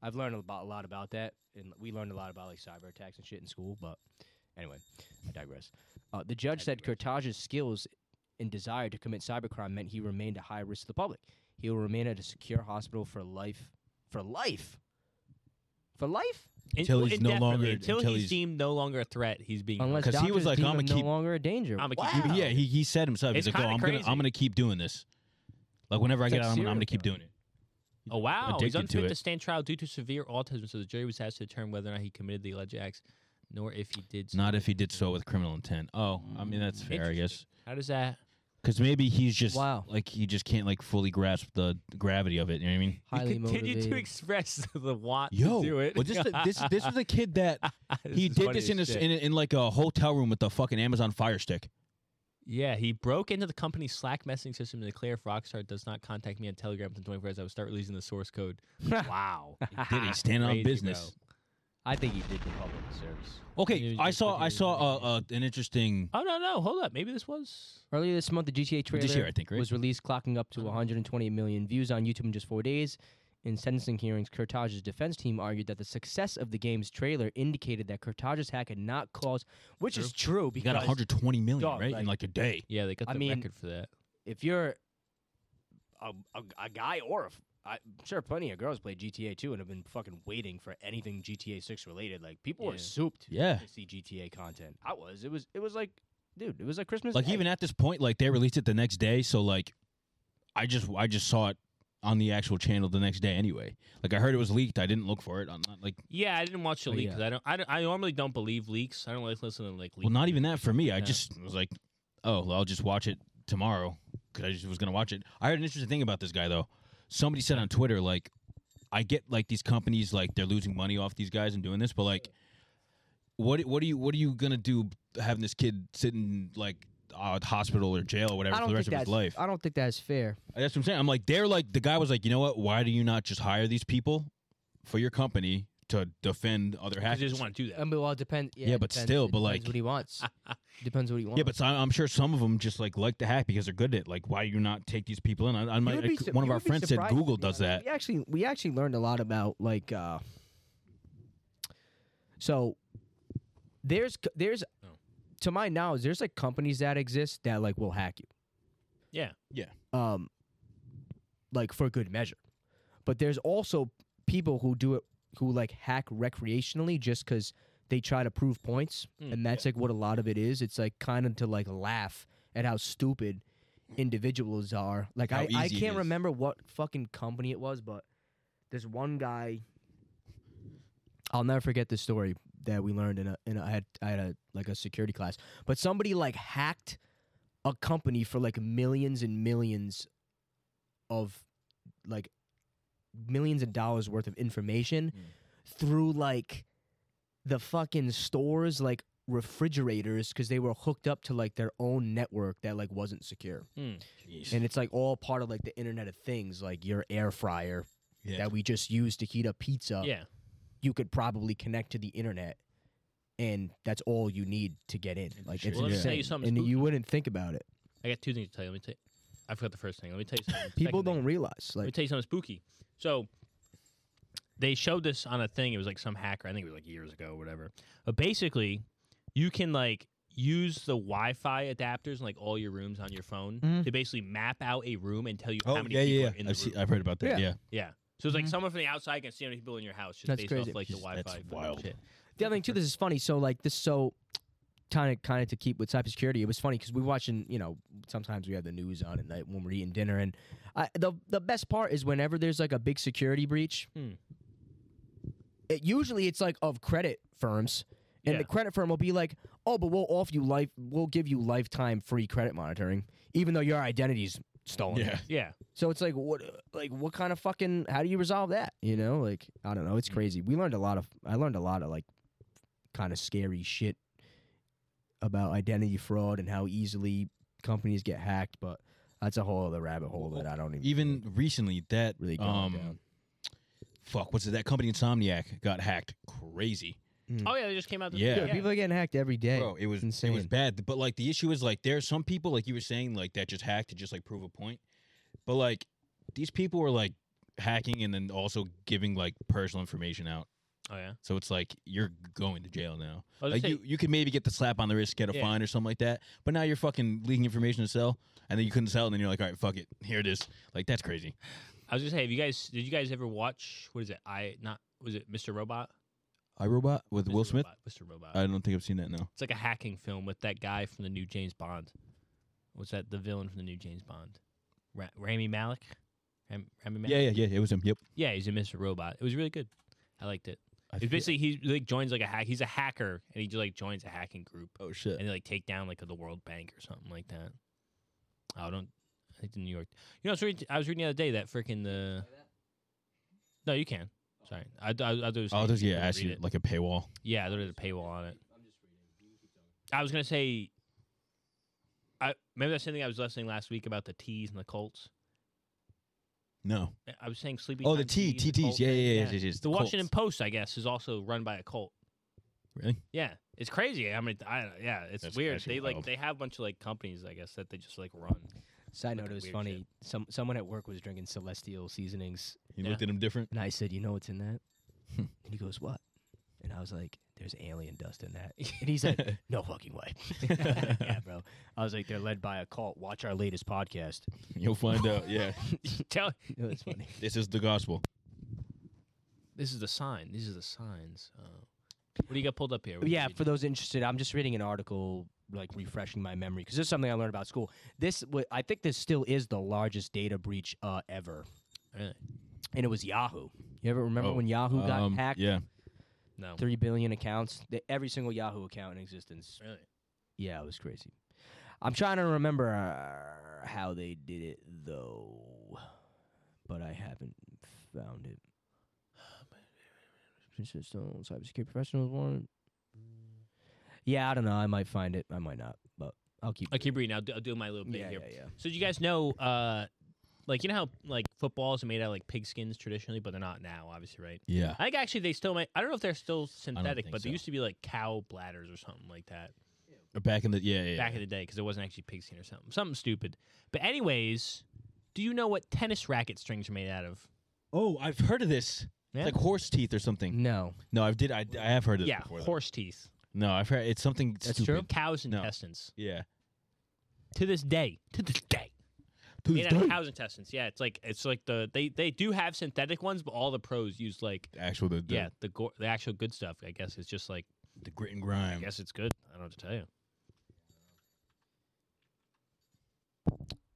Speaker 1: I've learned about a lot about that, and we learned a lot about like cyber attacks and shit in school. But anyway, I digress. Uh, the judge
Speaker 2: I
Speaker 1: said
Speaker 2: digress.
Speaker 1: Kurtaj's skills and desire to commit cybercrime meant he remained a high risk to the public. He will remain at a secure hospital for life. For life. For life.
Speaker 3: Until
Speaker 2: well,
Speaker 3: he's no
Speaker 2: indefinitely,
Speaker 3: longer-
Speaker 2: Until,
Speaker 3: until
Speaker 2: he's,
Speaker 3: he's-
Speaker 2: deemed no longer a threat, he's being.
Speaker 1: Unless
Speaker 3: 'Cause he
Speaker 1: doctors
Speaker 3: was like,
Speaker 1: deem
Speaker 3: "I'ma
Speaker 1: him
Speaker 3: keep-
Speaker 1: no longer a danger.
Speaker 2: I'm a
Speaker 1: Wow.
Speaker 3: Yeah, he, he said himself.
Speaker 2: It's
Speaker 3: he's like, oh,
Speaker 2: kinda
Speaker 3: I'm gonna,
Speaker 2: crazy.
Speaker 3: I'm gonna keep doing this. Like whenever I
Speaker 1: It's
Speaker 3: get
Speaker 1: like
Speaker 3: out, I'm, gonna-
Speaker 1: serial
Speaker 3: I'm gonna keep
Speaker 1: killer.
Speaker 3: doing it.
Speaker 2: Oh wow! He's
Speaker 3: Addicted to
Speaker 2: unfit to,
Speaker 3: it.
Speaker 2: stand trial due to severe autism, so the jury was asked to determine whether or not he committed the alleged acts, nor if he did. so.
Speaker 3: Not if he did so with criminal intent. Oh, I mean that's fair, I guess.
Speaker 2: Interesting. How does that?
Speaker 3: Because maybe he's just
Speaker 1: Wow.
Speaker 3: like he just can't like fully grasp the gravity of it. You know what I mean?
Speaker 1: highly
Speaker 2: he continued
Speaker 1: motivated.
Speaker 2: to express the want
Speaker 3: Yo,
Speaker 2: to do it.
Speaker 3: well, this this this was a kid that
Speaker 2: This
Speaker 3: he
Speaker 2: is
Speaker 3: did
Speaker 2: funny
Speaker 3: this in,
Speaker 2: as
Speaker 3: his,
Speaker 2: shit.
Speaker 3: in in like a hotel room with a fucking Amazon Fire Stick.
Speaker 2: Yeah, he broke into the company's Slack messaging system to declare if Rockstar does not contact me on Telegram within 24 hours, I will start releasing the source code. wow.
Speaker 3: Did he stand on
Speaker 2: Ah, Crazy,
Speaker 3: business?
Speaker 1: I think he did the public service.
Speaker 3: Okay,
Speaker 2: He
Speaker 3: I
Speaker 2: was
Speaker 3: saw
Speaker 2: fucking
Speaker 3: I saw
Speaker 2: amazing.
Speaker 3: uh, uh, an interesting.
Speaker 2: Oh no, no, hold up. Maybe this was
Speaker 1: Earlier this month, the GTA trailer
Speaker 3: year, I think, right?
Speaker 1: was released, clocking up to 120 million views on YouTube in just four days. In sentencing hearings, Kurtaj's defense team argued that the success of the game's trailer indicated that Kurtaj's hack had not caused, which is true
Speaker 3: He
Speaker 1: because
Speaker 3: got 120 million
Speaker 1: dog,
Speaker 3: right
Speaker 1: like-
Speaker 3: in like a day.
Speaker 2: yeah, they got
Speaker 1: I
Speaker 2: the
Speaker 1: mean-
Speaker 2: record for that.
Speaker 1: if you're a, a, a guy or a f- I, am sure plenty of girls play GTA 2 and have been fucking waiting for anything GTA 6 related. Like people were
Speaker 2: Yeah.
Speaker 1: souped
Speaker 3: Yeah.
Speaker 1: to see GTA content. I was. It was. It was like, dude. It was like Christmas.
Speaker 3: Like
Speaker 1: Day.
Speaker 3: even at this point, like they released it the next day, so like I just I just saw it on the actual channel the next day anyway. Like I heard it was leaked. I didn't look for it. I'm not like
Speaker 2: Yeah, I didn't watch the
Speaker 1: Oh,
Speaker 2: leak
Speaker 1: yeah.
Speaker 2: 'cause I don't, I don't. I normally don't believe leaks. I don't like listening to like leaks.
Speaker 3: well, not even that for me. I
Speaker 2: Yeah.
Speaker 3: just was like, oh, well, I'll just watch it tomorrow because I just was gonna watch it. I heard an interesting thing about this guy though. Somebody said on Twitter like, I get like these companies like they're losing money off these guys and doing this, but like, what what are you what are you gonna do having this kid sit in like uh, hospital or jail or whatever
Speaker 1: I
Speaker 3: for
Speaker 1: don't
Speaker 3: the
Speaker 1: think
Speaker 3: rest of his
Speaker 1: that's.
Speaker 3: life?
Speaker 1: I don't think that's fair.
Speaker 3: That's what I'm saying. I'm like, they're like, the guy was like, you know what? Why do you not just hire these people for your company to defend other
Speaker 2: I
Speaker 3: hackers?
Speaker 2: just want to do
Speaker 1: I
Speaker 2: that.
Speaker 1: mean, well, it depends. Yeah,
Speaker 3: Yeah,
Speaker 1: it
Speaker 3: but
Speaker 1: depends.
Speaker 3: still,
Speaker 1: it
Speaker 3: but,
Speaker 1: depends
Speaker 3: like-
Speaker 1: what he wants depends what he wants.
Speaker 3: yeah, but so- I'm sure some of them just like like the hack because they're good at it. Like, why do you not take these people in? I, I might,
Speaker 1: You would be su-
Speaker 3: one of
Speaker 1: you
Speaker 3: our
Speaker 1: would be
Speaker 3: friends said
Speaker 1: surprised,
Speaker 3: Google
Speaker 1: to be
Speaker 3: does
Speaker 1: honest.
Speaker 3: that.
Speaker 1: We actually we actually learned a lot about like uh so there's c- there's
Speaker 2: Oh.
Speaker 1: to my knowledge there's like companies that exist that like will hack you.
Speaker 2: Yeah.
Speaker 3: Yeah.
Speaker 1: Um like for good measure. But there's also people who do it who like hack recreationally just cuz they try to prove points
Speaker 3: Hmm,
Speaker 2: Mm,
Speaker 1: and that's like what a lot of it is. It's like kind of to like laugh at how stupid individuals are. Like
Speaker 3: How
Speaker 1: I, I
Speaker 3: easy it
Speaker 1: can't
Speaker 3: is.
Speaker 1: remember what fucking company it was, but there's one guy. I'll never forget this story that we learned in a in a, I had I had a like a security class, but somebody like hacked a company for like millions and millions of like millions of dollars worth of information
Speaker 3: Hmm.
Speaker 1: through like the fucking stores like refrigerators because they were hooked up to like their own network that like wasn't secure
Speaker 3: Jeez.
Speaker 1: and it's like all part of like the internet of things like your air fryer
Speaker 3: Yeah.
Speaker 1: that we just use to heat up pizza
Speaker 2: Yeah.
Speaker 1: you could probably connect to the internet and that's all you need to get in like
Speaker 3: shit.
Speaker 1: it's
Speaker 3: Well, let me
Speaker 1: insane.
Speaker 3: tell you
Speaker 2: something
Speaker 1: and
Speaker 2: spooky.
Speaker 1: you wouldn't think about it
Speaker 2: I got two things to tell you. Let me tell. I forgot the first thing. Let me tell you something.
Speaker 1: people
Speaker 2: Second thing.
Speaker 1: don't realize
Speaker 2: Let me
Speaker 1: like
Speaker 2: tell you something spooky. So they showed this on a thing. It was like some hacker. I think it was like years ago, or whatever. But basically, you can like use the Wi-Fi adapters in like all your rooms on your phone
Speaker 1: Mhm.
Speaker 2: to basically map out a room and tell you
Speaker 3: Mm-hmm. Oh
Speaker 2: how many
Speaker 3: yeah,
Speaker 2: people
Speaker 3: yeah.
Speaker 2: are in
Speaker 3: I've
Speaker 2: the
Speaker 3: seen,
Speaker 2: room.
Speaker 3: I've heard about that.
Speaker 1: Yeah.
Speaker 3: Yeah,
Speaker 2: yeah. So it's like
Speaker 1: Mhm.
Speaker 2: someone from the outside can see how many people in your house just
Speaker 1: That's
Speaker 2: based
Speaker 1: crazy.
Speaker 2: off like the
Speaker 3: Jeez,
Speaker 2: Wi-Fi.
Speaker 3: mm-hmm. that's
Speaker 2: fucking
Speaker 3: wild.
Speaker 2: Shit.
Speaker 1: the other thing too this is funny so like this so kind of kind of to keep with cybersecurity it was funny because we watching you know sometimes we have the news on at night when we're eating dinner and I, the the best part is whenever there's like a big security breach
Speaker 2: Hmm.
Speaker 1: it usually it's like of credit firms and
Speaker 2: Yeah.
Speaker 1: the credit firm will be like oh but we'll off you life we'll give you lifetime free credit monitoring even though your identity's stolen
Speaker 3: yeah.
Speaker 2: Yeah.
Speaker 1: so it's like what like what kind of fucking how do you resolve that? You know, like I don't know,
Speaker 3: Mm.
Speaker 1: it's crazy. We learned a lot of I learned a lot of like kind of scary shit about identity fraud and how easily companies get hacked, but that's a whole other rabbit hole that I don't even
Speaker 3: Even recently, that
Speaker 1: really going
Speaker 3: um,
Speaker 1: down.
Speaker 3: fuck, what's it? That company Insomniac got hacked crazy.
Speaker 2: Oh yeah, they just came out. This
Speaker 3: Mm. Yeah.
Speaker 1: Dude, people are getting hacked every day.
Speaker 3: Bro, it was it was
Speaker 1: insane.
Speaker 3: bad. But like the issue is like there are some people like you were saying like that just hacked to just like prove a point. But like these people were like hacking and then also giving like personal information out.
Speaker 2: Oh yeah.
Speaker 3: So it's like you're going to jail now.
Speaker 2: I was
Speaker 3: Like
Speaker 2: gonna
Speaker 3: you, you could maybe get the slap on the wrist, get a
Speaker 2: Yeah.
Speaker 3: fine or something like that. But now you're fucking leaking information to sell, and then you couldn't sell, and then you're like, all right, fuck it, here it is. Like that's crazy.
Speaker 2: I was gonna say, have you guys? Did you guys ever watch? What is it? I not was it Mr. Robot?
Speaker 3: iRobot with
Speaker 2: Mr.
Speaker 3: Will Smith.
Speaker 2: Robot, Mr. Robot.
Speaker 3: I don't think I've seen that. No.
Speaker 2: it's like a hacking film with that guy from the new James Bond. What's that? The villain from the new James Bond, Ra- Rami Malik. Ram- Rami Malek.
Speaker 3: Yeah, yeah, yeah. It was him. Yep.
Speaker 2: Yeah, he's a Mr. Robot. It was really good. I liked it.
Speaker 3: I
Speaker 2: It's
Speaker 3: feel-
Speaker 2: basically he like joins like a hack. He's a hacker and he just like joins a hacking group
Speaker 3: Oh shit.
Speaker 2: and they like take down like the World Bank or something like that. I don't. I think the New York. You know, I was reading, I was reading the other day that freaking the. No, you can. Sorry, I I, I thought it was
Speaker 3: Oh,
Speaker 2: saying
Speaker 3: there's
Speaker 2: you
Speaker 3: yeah,
Speaker 2: couldn't
Speaker 3: actually
Speaker 2: read it.
Speaker 3: like a paywall.
Speaker 2: Yeah, there's a paywall on it. I was gonna say. I remember that same thing I was listening last week about the T's and the Colts.
Speaker 3: No.
Speaker 2: I- I was saying sleepy.
Speaker 3: Oh, the
Speaker 2: Time
Speaker 3: T,
Speaker 2: Tees, the
Speaker 3: TTs.
Speaker 2: Colt
Speaker 3: Yeah, yeah,
Speaker 2: thing,
Speaker 3: yeah. yeah. yeah, yeah.
Speaker 2: The Washington Post, I guess, is also run by a cult.
Speaker 3: Really?
Speaker 2: Yeah, it's crazy. I mean, I, yeah, it's
Speaker 3: That's
Speaker 2: weird.
Speaker 3: actually
Speaker 2: They like
Speaker 3: wild.
Speaker 2: they have a bunch of like companies, I guess, that they just like run.
Speaker 1: Side
Speaker 2: Look
Speaker 1: note,
Speaker 2: at
Speaker 1: it was
Speaker 2: weird
Speaker 1: funny. Some someone at work was drinking Celestial seasonings,
Speaker 3: You
Speaker 2: Yeah.
Speaker 3: looked at him different.
Speaker 1: and I said, "You know what's in that?"
Speaker 3: Hmm.
Speaker 1: and he goes, "What?" And I was like, "There's alien dust in that." And he's like, No fucking way. yeah, bro. I was like, they're led by a cult. Watch our latest podcast.
Speaker 3: You'll find out. Yeah,
Speaker 2: Tell
Speaker 1: It was funny.
Speaker 3: this is the gospel.
Speaker 2: this is the sign. These are the signs. Uh, what do you got pulled up here? What
Speaker 1: yeah,
Speaker 2: you
Speaker 1: for those interested, I'm just reading an article, like refreshing my memory, because this is something I learned about school. This, wa- I think this still is the largest data breach uh, ever
Speaker 2: Really?
Speaker 1: and it was Yahoo. You ever remember when Yahoo got
Speaker 3: um,
Speaker 1: hacked?
Speaker 3: Yeah.
Speaker 2: No.
Speaker 1: Three billion accounts. The, every single Yahoo account in existence.
Speaker 2: Really?
Speaker 1: Yeah, it was crazy. I'm trying to remember uh, how they did it though, but I haven't found it. Princess Stone, cybersecurity professionals warrant. Yeah, I don't know. I might find it. I might not, but I'll keep.
Speaker 2: I keep reading. I'll do, I'll do my little bit
Speaker 1: Yeah, yeah,
Speaker 2: here.
Speaker 1: yeah.
Speaker 2: So do you guys know, uh, like you know how like footballs are made out of like pig skins traditionally, but they're not now, obviously, right?
Speaker 3: Yeah.
Speaker 2: I think actually they still make. I don't know if they're still synthetic,
Speaker 3: think
Speaker 2: but they
Speaker 3: so.
Speaker 2: used to be like cow bladders or something like that
Speaker 3: Back in the yeah yeah.
Speaker 2: back in the day because it wasn't actually pig skin or something, something stupid. But anyways, do you know what tennis racket strings are made out of?
Speaker 3: oh, I've heard of this.
Speaker 2: Yeah.
Speaker 3: Like horse teeth or something.
Speaker 1: No,
Speaker 3: No, I've did I, I have heard of
Speaker 2: yeah,
Speaker 3: this before. though.
Speaker 2: horse teeth.
Speaker 3: No, I've heard it's something stupid.
Speaker 2: Cows'
Speaker 3: No.
Speaker 2: intestines.
Speaker 3: Yeah.
Speaker 2: To this day, to this day, made out of cows' intestines. Yeah, it's like it's like the they they do have synthetic ones, but all the pros use like
Speaker 3: Actual the, the
Speaker 2: yeah the go- the actual good stuff. I guess it's just like
Speaker 3: the grit and
Speaker 2: I
Speaker 3: grime.
Speaker 2: guess it's good. I don't know what to tell you.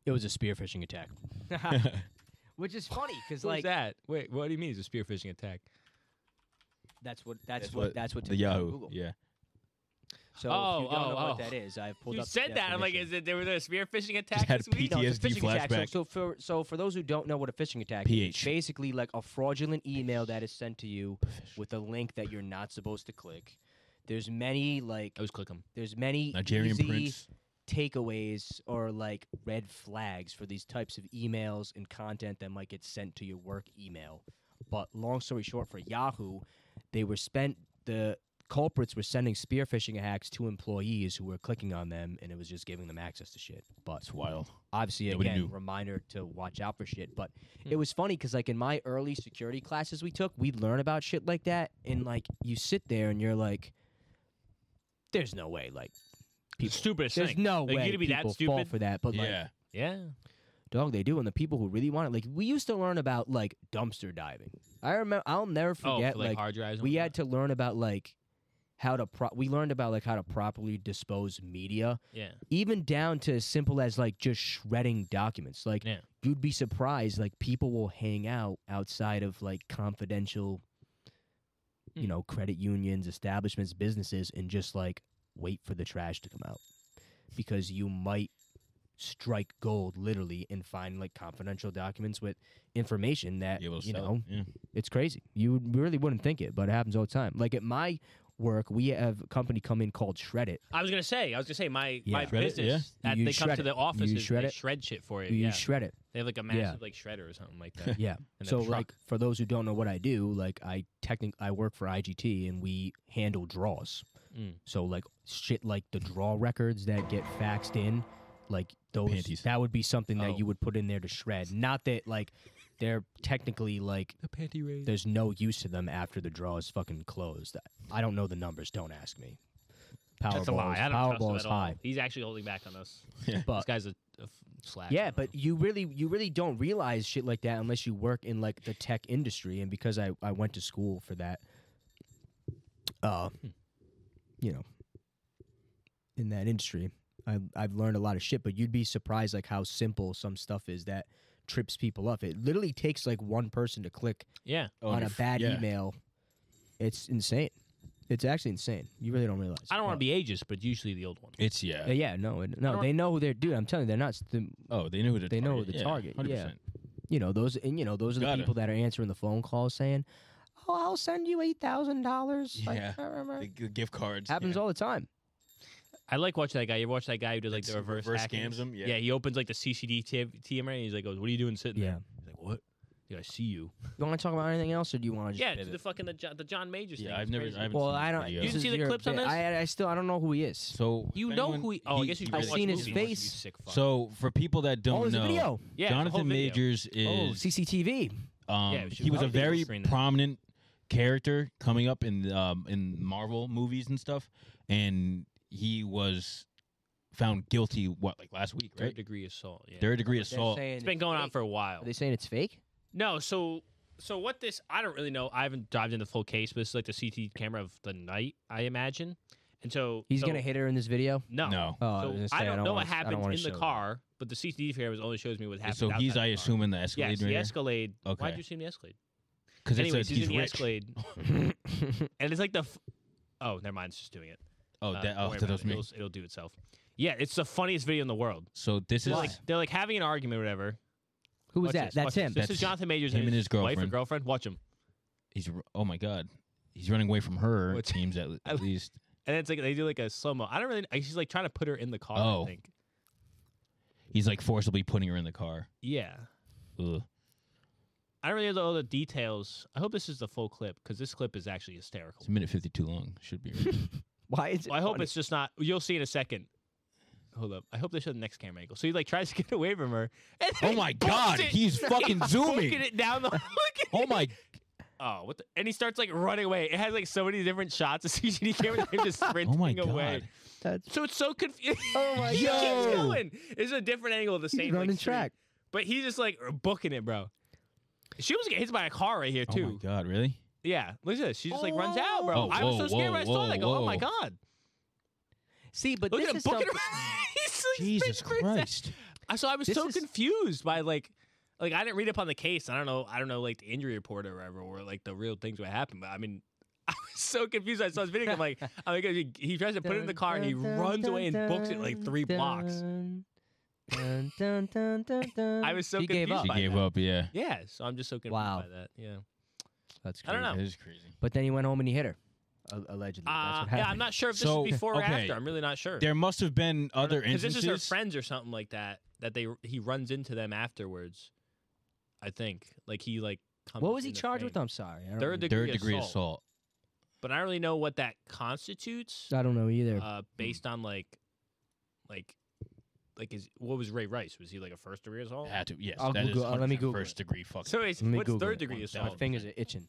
Speaker 1: it was a spearfishing attack, which is funny because like
Speaker 2: that? Wait, what do you mean? It's a spearfishing attack?
Speaker 1: that's what that's, what, that's what
Speaker 3: the
Speaker 1: typically
Speaker 3: Yahoo.
Speaker 1: Google.
Speaker 3: Yeah.
Speaker 1: So
Speaker 2: Oh,
Speaker 1: if you don't
Speaker 2: oh,
Speaker 1: know
Speaker 2: oh.
Speaker 1: what that is, I've pulled
Speaker 2: You
Speaker 1: up. the
Speaker 2: said that. I'm like,
Speaker 1: definition.
Speaker 2: is it there was a spearfishing
Speaker 3: Just
Speaker 2: attack
Speaker 3: had
Speaker 2: this week?
Speaker 1: No, it's a
Speaker 3: PTSD
Speaker 1: phishing attack. So-
Speaker 3: flashback.
Speaker 1: So, for so for those who don't know what a phishing attack is, it's
Speaker 3: PH.
Speaker 1: basically like a fraudulent email that is sent to you with a link that you're not supposed to click. There's many like
Speaker 2: I was clicking.
Speaker 1: there's many
Speaker 3: Oh, Nigerian
Speaker 1: easy
Speaker 3: prince.
Speaker 1: takeaways or like red flags for these types of emails and content that might get sent to your work email. But long story short, for Yahoo, they were spent the culprits were sending spear phishing hacks to employees who were clicking on them, and it was just giving them access to shit. But
Speaker 3: It's wild.
Speaker 1: obviously
Speaker 3: Nobody
Speaker 1: again
Speaker 3: knew.
Speaker 1: reminder to watch out for shit but
Speaker 2: Hmm.
Speaker 1: it was funny because like in my early security classes we took we'd learn about shit like that and like you sit there and you're like there's no way like people
Speaker 2: Stupidest
Speaker 1: there's
Speaker 2: thing.
Speaker 1: no
Speaker 2: Like,
Speaker 1: way
Speaker 2: you'd be that
Speaker 1: people fall
Speaker 2: stupid?
Speaker 1: for that but like
Speaker 3: yeah.
Speaker 2: Yeah.
Speaker 1: dog they do and the people who really want it like we used to learn about like dumpster diving i remember i'll never
Speaker 2: Oh,
Speaker 1: forget
Speaker 2: for, like, hard drives. and
Speaker 1: we
Speaker 2: whatnot?
Speaker 1: had to learn about like how to pro- we learned about like how to properly dispose media
Speaker 2: Yeah.
Speaker 1: even down to as simple as like just shredding documents. Like
Speaker 2: Yeah.
Speaker 1: you'd be surprised, like people will hang out outside of like confidential, you
Speaker 2: Hmm.
Speaker 1: know, credit unions, establishments, businesses, and just like wait for the trash to come out because you might strike gold literally and find like confidential documents with information that
Speaker 3: Yeah, we'll
Speaker 1: you
Speaker 3: sell it.
Speaker 1: know
Speaker 3: Yeah.
Speaker 1: it's crazy. You would- really wouldn't think it, but it happens all the time. Like at my work, we have a company come in called Shred It.
Speaker 2: I was gonna say. I was gonna say my
Speaker 1: Yeah.
Speaker 2: my
Speaker 3: Shred it,
Speaker 2: business. That
Speaker 1: You
Speaker 2: they come
Speaker 1: shred
Speaker 2: to
Speaker 1: it.
Speaker 2: the
Speaker 1: You
Speaker 2: offices.
Speaker 1: shred
Speaker 2: they
Speaker 1: it.
Speaker 2: shred shit for you.
Speaker 1: You
Speaker 2: yeah.
Speaker 1: shred it.
Speaker 2: they have like a massive like shredder or something like that.
Speaker 1: Yeah.
Speaker 2: And a
Speaker 1: So
Speaker 2: truck.
Speaker 1: like for those who don't know what I do, like I technic I work for IGT and we handle draws.
Speaker 2: Mm.
Speaker 1: So like shit like the draw records that get faxed in, like those
Speaker 3: Panties.
Speaker 1: that would be something that
Speaker 2: Oh.
Speaker 1: you would put in there to shred. Not that like they're technically like
Speaker 2: the panty raid.
Speaker 1: there's no use to them after the draw is fucking closed. I don't know the numbers, don't ask me. Powerball
Speaker 2: That's a lie.
Speaker 1: is-
Speaker 2: I don't trust him
Speaker 1: Powerball
Speaker 2: at
Speaker 1: is
Speaker 2: all.
Speaker 1: high.
Speaker 2: He's actually holding back on us.
Speaker 1: But
Speaker 2: this guy's a, a f- slack.
Speaker 1: Yeah, but you really you really don't realize shit like that unless you work in like the tech industry. And because I, I went to school for that, uh,
Speaker 2: Hmm.
Speaker 1: you know, in that industry, I I've learned a lot of shit. But you'd be surprised like how simple some stuff is that trips people up. It literally takes like one person to click
Speaker 2: yeah.
Speaker 3: Oh,
Speaker 1: on
Speaker 3: and
Speaker 1: a
Speaker 3: your f-
Speaker 1: bad
Speaker 3: yeah.
Speaker 1: email. It's insane. It's actually insane. You really don't realize.
Speaker 2: I don't want to be ageist, but usually the old one.
Speaker 3: It's yeah.
Speaker 1: Yeah, no, it- no,
Speaker 2: don't-
Speaker 1: they know who they're. Dude, I'm telling you, they're not. The,
Speaker 3: Oh, they know who the
Speaker 1: They
Speaker 3: target.
Speaker 1: know the target, yeah. you know those and you know those are the
Speaker 3: Gotta.
Speaker 1: people that are answering the phone calls saying oh i'll send you $8000
Speaker 3: Yeah.
Speaker 1: like, uh,
Speaker 3: 100%.
Speaker 1: uh,
Speaker 3: The, the gift cards.
Speaker 1: happens
Speaker 3: yeah.
Speaker 1: all the time
Speaker 2: I like watching that guy. You ever watch that guy who does like the
Speaker 3: That's-
Speaker 2: reverse,
Speaker 3: reverse
Speaker 2: hacking?
Speaker 3: scams 'em, yeah.
Speaker 2: he opens like the CCD t- TMR and he's like, goes, "What are you doing sitting
Speaker 1: yeah
Speaker 2: there?" He's like, "What? Yeah, I see you."
Speaker 1: you want to talk about anything else or do you want to just
Speaker 2: Yeah,
Speaker 1: pivot?
Speaker 2: it's the fucking the John, the John Majors
Speaker 3: Yeah,
Speaker 2: thing.
Speaker 3: I've
Speaker 2: It's
Speaker 3: never.
Speaker 2: crazy.
Speaker 3: I haven't
Speaker 1: well
Speaker 3: seen
Speaker 1: i
Speaker 3: this
Speaker 1: don't
Speaker 3: video.
Speaker 2: You didn't
Speaker 1: this
Speaker 2: see
Speaker 1: is
Speaker 2: the
Speaker 1: your
Speaker 2: clips on
Speaker 1: bit.
Speaker 2: this?
Speaker 1: I, I still i don't know who he is
Speaker 3: So if
Speaker 2: You know
Speaker 3: anyone-
Speaker 2: who? He, oh, I
Speaker 3: he-
Speaker 2: guess you.
Speaker 3: he
Speaker 2: don't
Speaker 1: I've
Speaker 3: really-
Speaker 2: watch
Speaker 1: seen his
Speaker 2: movies.
Speaker 1: face.
Speaker 2: You sick fuck.
Speaker 3: So for people that don't
Speaker 1: oh it's
Speaker 3: know,
Speaker 1: a video
Speaker 2: yeah, it's a whole
Speaker 3: Jonathan
Speaker 2: video.
Speaker 3: Majors
Speaker 1: oh
Speaker 3: is
Speaker 1: cctv
Speaker 3: um,
Speaker 2: Yeah, we should
Speaker 3: he was a
Speaker 2: probably do a
Speaker 3: very
Speaker 2: screen now.
Speaker 3: prominent character coming up in um, in Marvel movies and stuff, and he was found guilty what like last week,
Speaker 2: Third
Speaker 3: right?
Speaker 2: degree assault. Yeah.
Speaker 3: Third degree assault.
Speaker 1: saying
Speaker 2: It's been going on for a while.
Speaker 1: are they saying it's fake
Speaker 2: No, so so what this I don't really know. I haven't dived into the full case, but this is like the CT camera of the night, I imagine. And so
Speaker 1: He's
Speaker 2: so-
Speaker 1: gonna hit her in this video.
Speaker 2: No.
Speaker 3: No.
Speaker 1: Oh, I
Speaker 2: So
Speaker 1: was gonna say,
Speaker 2: I,
Speaker 1: I
Speaker 2: don't
Speaker 1: don't
Speaker 2: know
Speaker 1: wanna
Speaker 2: what
Speaker 1: s- I don't
Speaker 2: happens
Speaker 1: wanna
Speaker 2: in the
Speaker 1: show
Speaker 2: car, but the CCD cameras only shows me what happens.
Speaker 3: So he's,
Speaker 2: outside
Speaker 3: I
Speaker 2: the car.
Speaker 3: assume, in the Escalade
Speaker 2: Yes, the
Speaker 3: right
Speaker 2: Escalade.
Speaker 3: Okay.
Speaker 2: Why'd you assume the Escalade?
Speaker 3: Because it
Speaker 2: Anyways,
Speaker 3: says
Speaker 2: he's
Speaker 3: he's
Speaker 2: in the
Speaker 3: rich.
Speaker 2: Escalade, and it's like the. F- oh, never mind. It's just doing it.
Speaker 3: Oh,
Speaker 2: Uh,
Speaker 3: that,
Speaker 2: don't
Speaker 3: oh,
Speaker 2: worry
Speaker 3: that
Speaker 2: about
Speaker 3: was
Speaker 2: it.
Speaker 3: me.
Speaker 2: It'll, it'll do itself. Yeah, it's the funniest video in the world.
Speaker 3: So this is
Speaker 2: They're like they're like having an argument, or whatever.
Speaker 1: Who was
Speaker 2: Watch
Speaker 1: that?
Speaker 2: this, watch
Speaker 1: That's
Speaker 2: this.
Speaker 1: him.
Speaker 2: This
Speaker 3: That's
Speaker 2: is Jonathan Majors
Speaker 3: him and his
Speaker 2: wife or
Speaker 3: girlfriend.
Speaker 2: girlfriend. Watch him,
Speaker 3: he's. r- Oh my god, he's running away from her.
Speaker 2: What-
Speaker 3: It seems at,
Speaker 2: I-
Speaker 3: at least.
Speaker 2: and it's like they do like a slow mo. I don't really. I- She's like trying to put her in the car. I
Speaker 3: Oh.
Speaker 2: think.
Speaker 3: He's like forcibly putting her in the car.
Speaker 2: Yeah.
Speaker 3: Ugh.
Speaker 2: I don't really know all the details. I hope this is the full clip because this clip is actually hysterical.
Speaker 3: It's a minute fifty too long. Should be.
Speaker 1: Why is it?
Speaker 2: Well, I hope
Speaker 1: funny?
Speaker 2: it's just not. You'll see in a second. Hold up. I hope they show the next camera angle. So he like tries to get away from her. And
Speaker 3: oh
Speaker 2: he
Speaker 3: my
Speaker 2: books
Speaker 3: god,
Speaker 2: it.
Speaker 3: he's fucking
Speaker 2: Looking
Speaker 3: zooming.
Speaker 2: it down the. Look at
Speaker 3: Oh my.
Speaker 2: Oh, what? The, and he starts like running away. It has like so many different shots of CGD cameras of him just sprinting
Speaker 3: Oh my
Speaker 2: away.
Speaker 3: god.
Speaker 1: That's
Speaker 2: So it's so confusing.
Speaker 1: Oh my
Speaker 2: he
Speaker 1: God.
Speaker 2: keeps going. It's a different angle of the
Speaker 1: he's
Speaker 2: same
Speaker 1: running
Speaker 2: like, street.
Speaker 1: track.
Speaker 2: But he's just like booking it, bro. She was getting hit by a car right here
Speaker 3: Oh my
Speaker 2: too.
Speaker 3: god, really?
Speaker 2: yeah, look at this. She just like runs out, bro.
Speaker 3: Oh,
Speaker 2: I was so
Speaker 3: whoa,
Speaker 2: scared when I
Speaker 3: whoa,
Speaker 2: saw that. I go, oh my
Speaker 3: whoa,
Speaker 2: god.
Speaker 1: See, but
Speaker 2: Look
Speaker 1: this
Speaker 2: at him
Speaker 1: is
Speaker 2: booking
Speaker 1: something-
Speaker 2: her. He's, like,
Speaker 3: Jesus
Speaker 2: sprinting right at-
Speaker 3: Christ.
Speaker 2: I so I was
Speaker 1: This
Speaker 2: so
Speaker 1: is-
Speaker 2: confused by like like I didn't read up on the case. I don't know I don't know like the injury report or whatever or like the real things what happened, but I mean I was so confused. I saw this video. I'm like, I'm like, he he tries to put it in the car and he runs away and books it like three blocks. Oh, I was so
Speaker 1: He gave
Speaker 2: confused
Speaker 1: up.
Speaker 3: She
Speaker 2: by
Speaker 3: gave
Speaker 2: that.
Speaker 3: up. Yeah.
Speaker 2: Yeah, so I'm just so confused
Speaker 1: Wow.
Speaker 2: by that. Yeah,
Speaker 1: That's
Speaker 2: I don't know.
Speaker 3: That is crazy.
Speaker 1: But then he went home and he hit her, a- allegedly. That's
Speaker 2: uh,
Speaker 1: what happened.
Speaker 2: yeah, I'm not sure if this
Speaker 3: So-
Speaker 2: is before or
Speaker 3: okay.
Speaker 2: after. I'm really not sure.
Speaker 3: There must have been other
Speaker 2: because
Speaker 3: instances.
Speaker 2: this is her friends or something like that that they he runs into them afterwards. I think like he like. comes
Speaker 1: What was he
Speaker 2: in the
Speaker 1: charged with?
Speaker 2: frame.
Speaker 1: I'm sorry. I don't,
Speaker 2: Third
Speaker 1: really-
Speaker 2: degree
Speaker 3: Third degree
Speaker 2: assault.
Speaker 3: assault.
Speaker 2: but I don't really know what that constitutes.
Speaker 1: I don't know either.
Speaker 2: Uh, based on like, like, like is what was Ray Rice? Was he like a first degree assault?
Speaker 3: Had to. Yes.
Speaker 1: I'll
Speaker 3: that is
Speaker 1: Google- uh, let me
Speaker 3: 100%
Speaker 1: Google it.
Speaker 3: First degree fucking.
Speaker 2: Oh. So it's
Speaker 1: Let me
Speaker 2: what's
Speaker 1: Google
Speaker 2: third
Speaker 1: it.
Speaker 2: degree
Speaker 1: My
Speaker 2: assault?
Speaker 1: fingers are itching.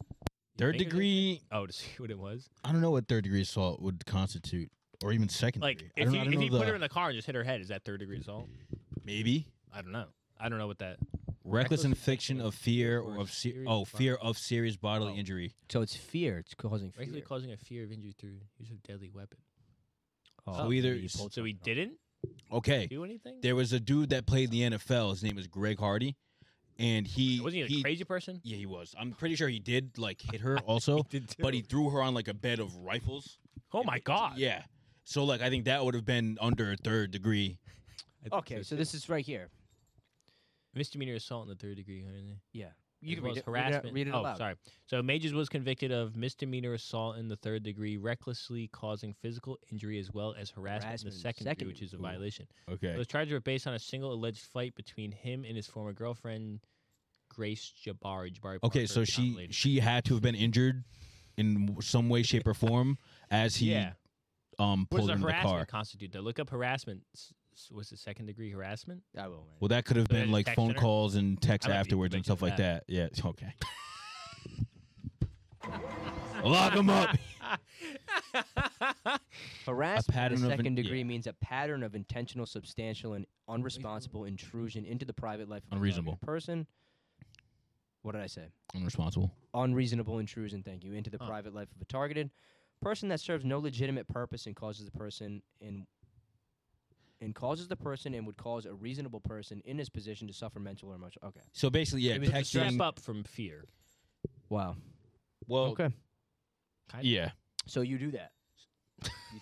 Speaker 2: Your
Speaker 3: Third
Speaker 2: fingers are-
Speaker 3: degree.
Speaker 2: Oh, to see what it was.
Speaker 3: I don't know what third degree assault would constitute, or even second
Speaker 2: Like
Speaker 3: degree. I
Speaker 2: if
Speaker 3: don't-
Speaker 2: you
Speaker 3: I don't
Speaker 2: if
Speaker 3: know
Speaker 2: you put her in the car and just hit her head, is that third degree assault?
Speaker 3: maybe
Speaker 2: I don't know. I don't know what that.
Speaker 3: reckless
Speaker 2: Reckless
Speaker 3: infliction of fear or
Speaker 2: or
Speaker 3: of se-
Speaker 2: serious
Speaker 3: oh
Speaker 2: bodily-
Speaker 3: fear of serious bodily
Speaker 2: Oh.
Speaker 3: injury.
Speaker 1: So it's fear. It's causing fear.
Speaker 2: Regularly causing a fear of injury through use of deadly weapon. Oh.
Speaker 3: So either
Speaker 1: he
Speaker 3: s-
Speaker 1: pulled
Speaker 2: So he
Speaker 1: something off.
Speaker 2: didn't
Speaker 3: Okay,
Speaker 2: do anything.
Speaker 3: there was a dude that played in the NFL. His name was Greg Hardy, and he
Speaker 2: Wasn't he a crazy person?
Speaker 3: Yeah, he was. I'm pretty sure he did like hit her also,
Speaker 2: did
Speaker 3: but
Speaker 2: too.
Speaker 3: he threw her on like a bed of rifles.
Speaker 2: Oh my god.
Speaker 3: Yeah. So like I think that would have been under a third degree.
Speaker 2: I think
Speaker 1: Okay, so this is right here.
Speaker 2: misdemeanor assault in the third degree. aren't they?
Speaker 1: Yeah,
Speaker 2: as
Speaker 1: you can
Speaker 2: well
Speaker 1: read
Speaker 2: as
Speaker 1: it. read it out-
Speaker 2: harassment.
Speaker 1: Read it
Speaker 2: oh,
Speaker 1: aloud.
Speaker 2: sorry. So Majors was convicted of misdemeanor assault in the third degree, recklessly causing physical injury as well as harassment, in
Speaker 1: Harassment
Speaker 2: the
Speaker 1: in the
Speaker 2: second,
Speaker 1: second
Speaker 2: degree, which is a
Speaker 1: degree. Ooh.
Speaker 2: violation.
Speaker 3: Okay.
Speaker 2: Those charges were based on a single alleged fight between him and his former girlfriend, Grace Jabari. Jabari
Speaker 3: Okay,
Speaker 2: Parker,
Speaker 3: so
Speaker 2: not
Speaker 3: she
Speaker 2: related.
Speaker 3: she had to have been injured in w- some way, shape, or form as he
Speaker 2: yeah.
Speaker 3: um
Speaker 2: What does
Speaker 3: pulled
Speaker 2: a
Speaker 3: in the
Speaker 2: harassment
Speaker 3: car.
Speaker 2: constitute? Though look up harassment. S- s- Was it second degree harassment?
Speaker 1: I will.
Speaker 3: Well, that could have
Speaker 2: Then I
Speaker 3: been
Speaker 2: just
Speaker 3: like
Speaker 2: texted
Speaker 3: phone
Speaker 2: her.
Speaker 3: calls and texts
Speaker 2: I might be
Speaker 3: afterwards and
Speaker 2: convicted of
Speaker 3: stuff like that. Yeah. Okay. Lock him up.
Speaker 1: Harassment
Speaker 3: pattern
Speaker 1: in
Speaker 3: of
Speaker 1: the
Speaker 3: an-
Speaker 1: second degree
Speaker 3: yeah.
Speaker 1: means a pattern of intentional, substantial, and unresponsible intrusion into the private life of another
Speaker 3: Unreasonable.
Speaker 1: person. What did I say?
Speaker 3: I'm responsible.
Speaker 1: unreasonable intrusion, thank you, into the
Speaker 2: Huh.
Speaker 1: private life of a targeted person that serves no legitimate purpose and causes the person in and causes the person and would cause a reasonable person in his position to suffer mental or emotional. Okay.
Speaker 3: So basically, yeah,
Speaker 2: it was a step
Speaker 3: texting.
Speaker 2: up from fear.
Speaker 1: Wow.
Speaker 3: Well,
Speaker 2: Oh.
Speaker 1: Okay.
Speaker 2: Kind of.
Speaker 3: yeah.
Speaker 1: So you do that.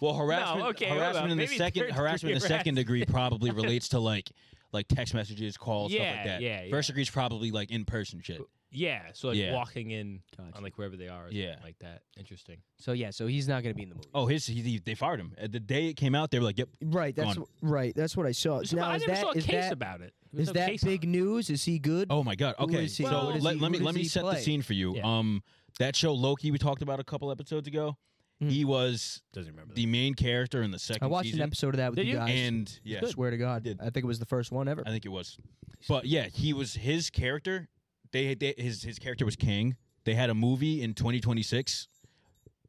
Speaker 3: Well, harassment,
Speaker 2: okay, hold
Speaker 3: harassment
Speaker 2: on.
Speaker 3: in the
Speaker 2: Maybe
Speaker 3: second,
Speaker 2: third
Speaker 3: harassment in the
Speaker 2: degree
Speaker 3: second degree probably relates to like, like text messages, calls, stuff
Speaker 2: Yeah,
Speaker 3: like that.
Speaker 2: yeah,
Speaker 3: First
Speaker 2: yeah.
Speaker 3: degree's probably like in person shit.
Speaker 2: Yeah, so like
Speaker 3: Yeah.
Speaker 2: walking in
Speaker 1: Gotcha.
Speaker 2: on like wherever they are, or
Speaker 3: Yeah.
Speaker 2: something like that. Interesting.
Speaker 1: So yeah, so he's not going to be in the movie.
Speaker 3: Oh, his he, he- they fired him. Uh, The day it came out, they were like, "Yep,
Speaker 1: right.
Speaker 3: that's gone.
Speaker 1: right. That's what I saw.
Speaker 2: So I never saw a case about it. There was no case on it.
Speaker 1: news? Is he good?
Speaker 3: oh my god,
Speaker 1: Who
Speaker 3: okay."
Speaker 1: is he-
Speaker 3: So
Speaker 2: Well- what is
Speaker 3: let,
Speaker 1: he-
Speaker 3: let me
Speaker 1: who
Speaker 3: let
Speaker 1: does
Speaker 3: me
Speaker 1: he
Speaker 3: set the
Speaker 1: play?
Speaker 3: scene for you.
Speaker 2: Yeah.
Speaker 3: Um, that show Loki we talked about a couple episodes ago.
Speaker 2: Hmm.
Speaker 1: Mhm.
Speaker 3: He was
Speaker 2: Doesn't remember.
Speaker 3: the main character in the second
Speaker 1: I watched
Speaker 3: season,
Speaker 1: an episode of that with
Speaker 2: Did
Speaker 1: you
Speaker 2: you?
Speaker 1: guys.
Speaker 3: and yeah,
Speaker 1: I swear to God,
Speaker 3: Did.
Speaker 1: I think it was the first one ever.
Speaker 3: I think it was. But yeah, he was his character. They, they his his character was Kang. They had a movie in 2026,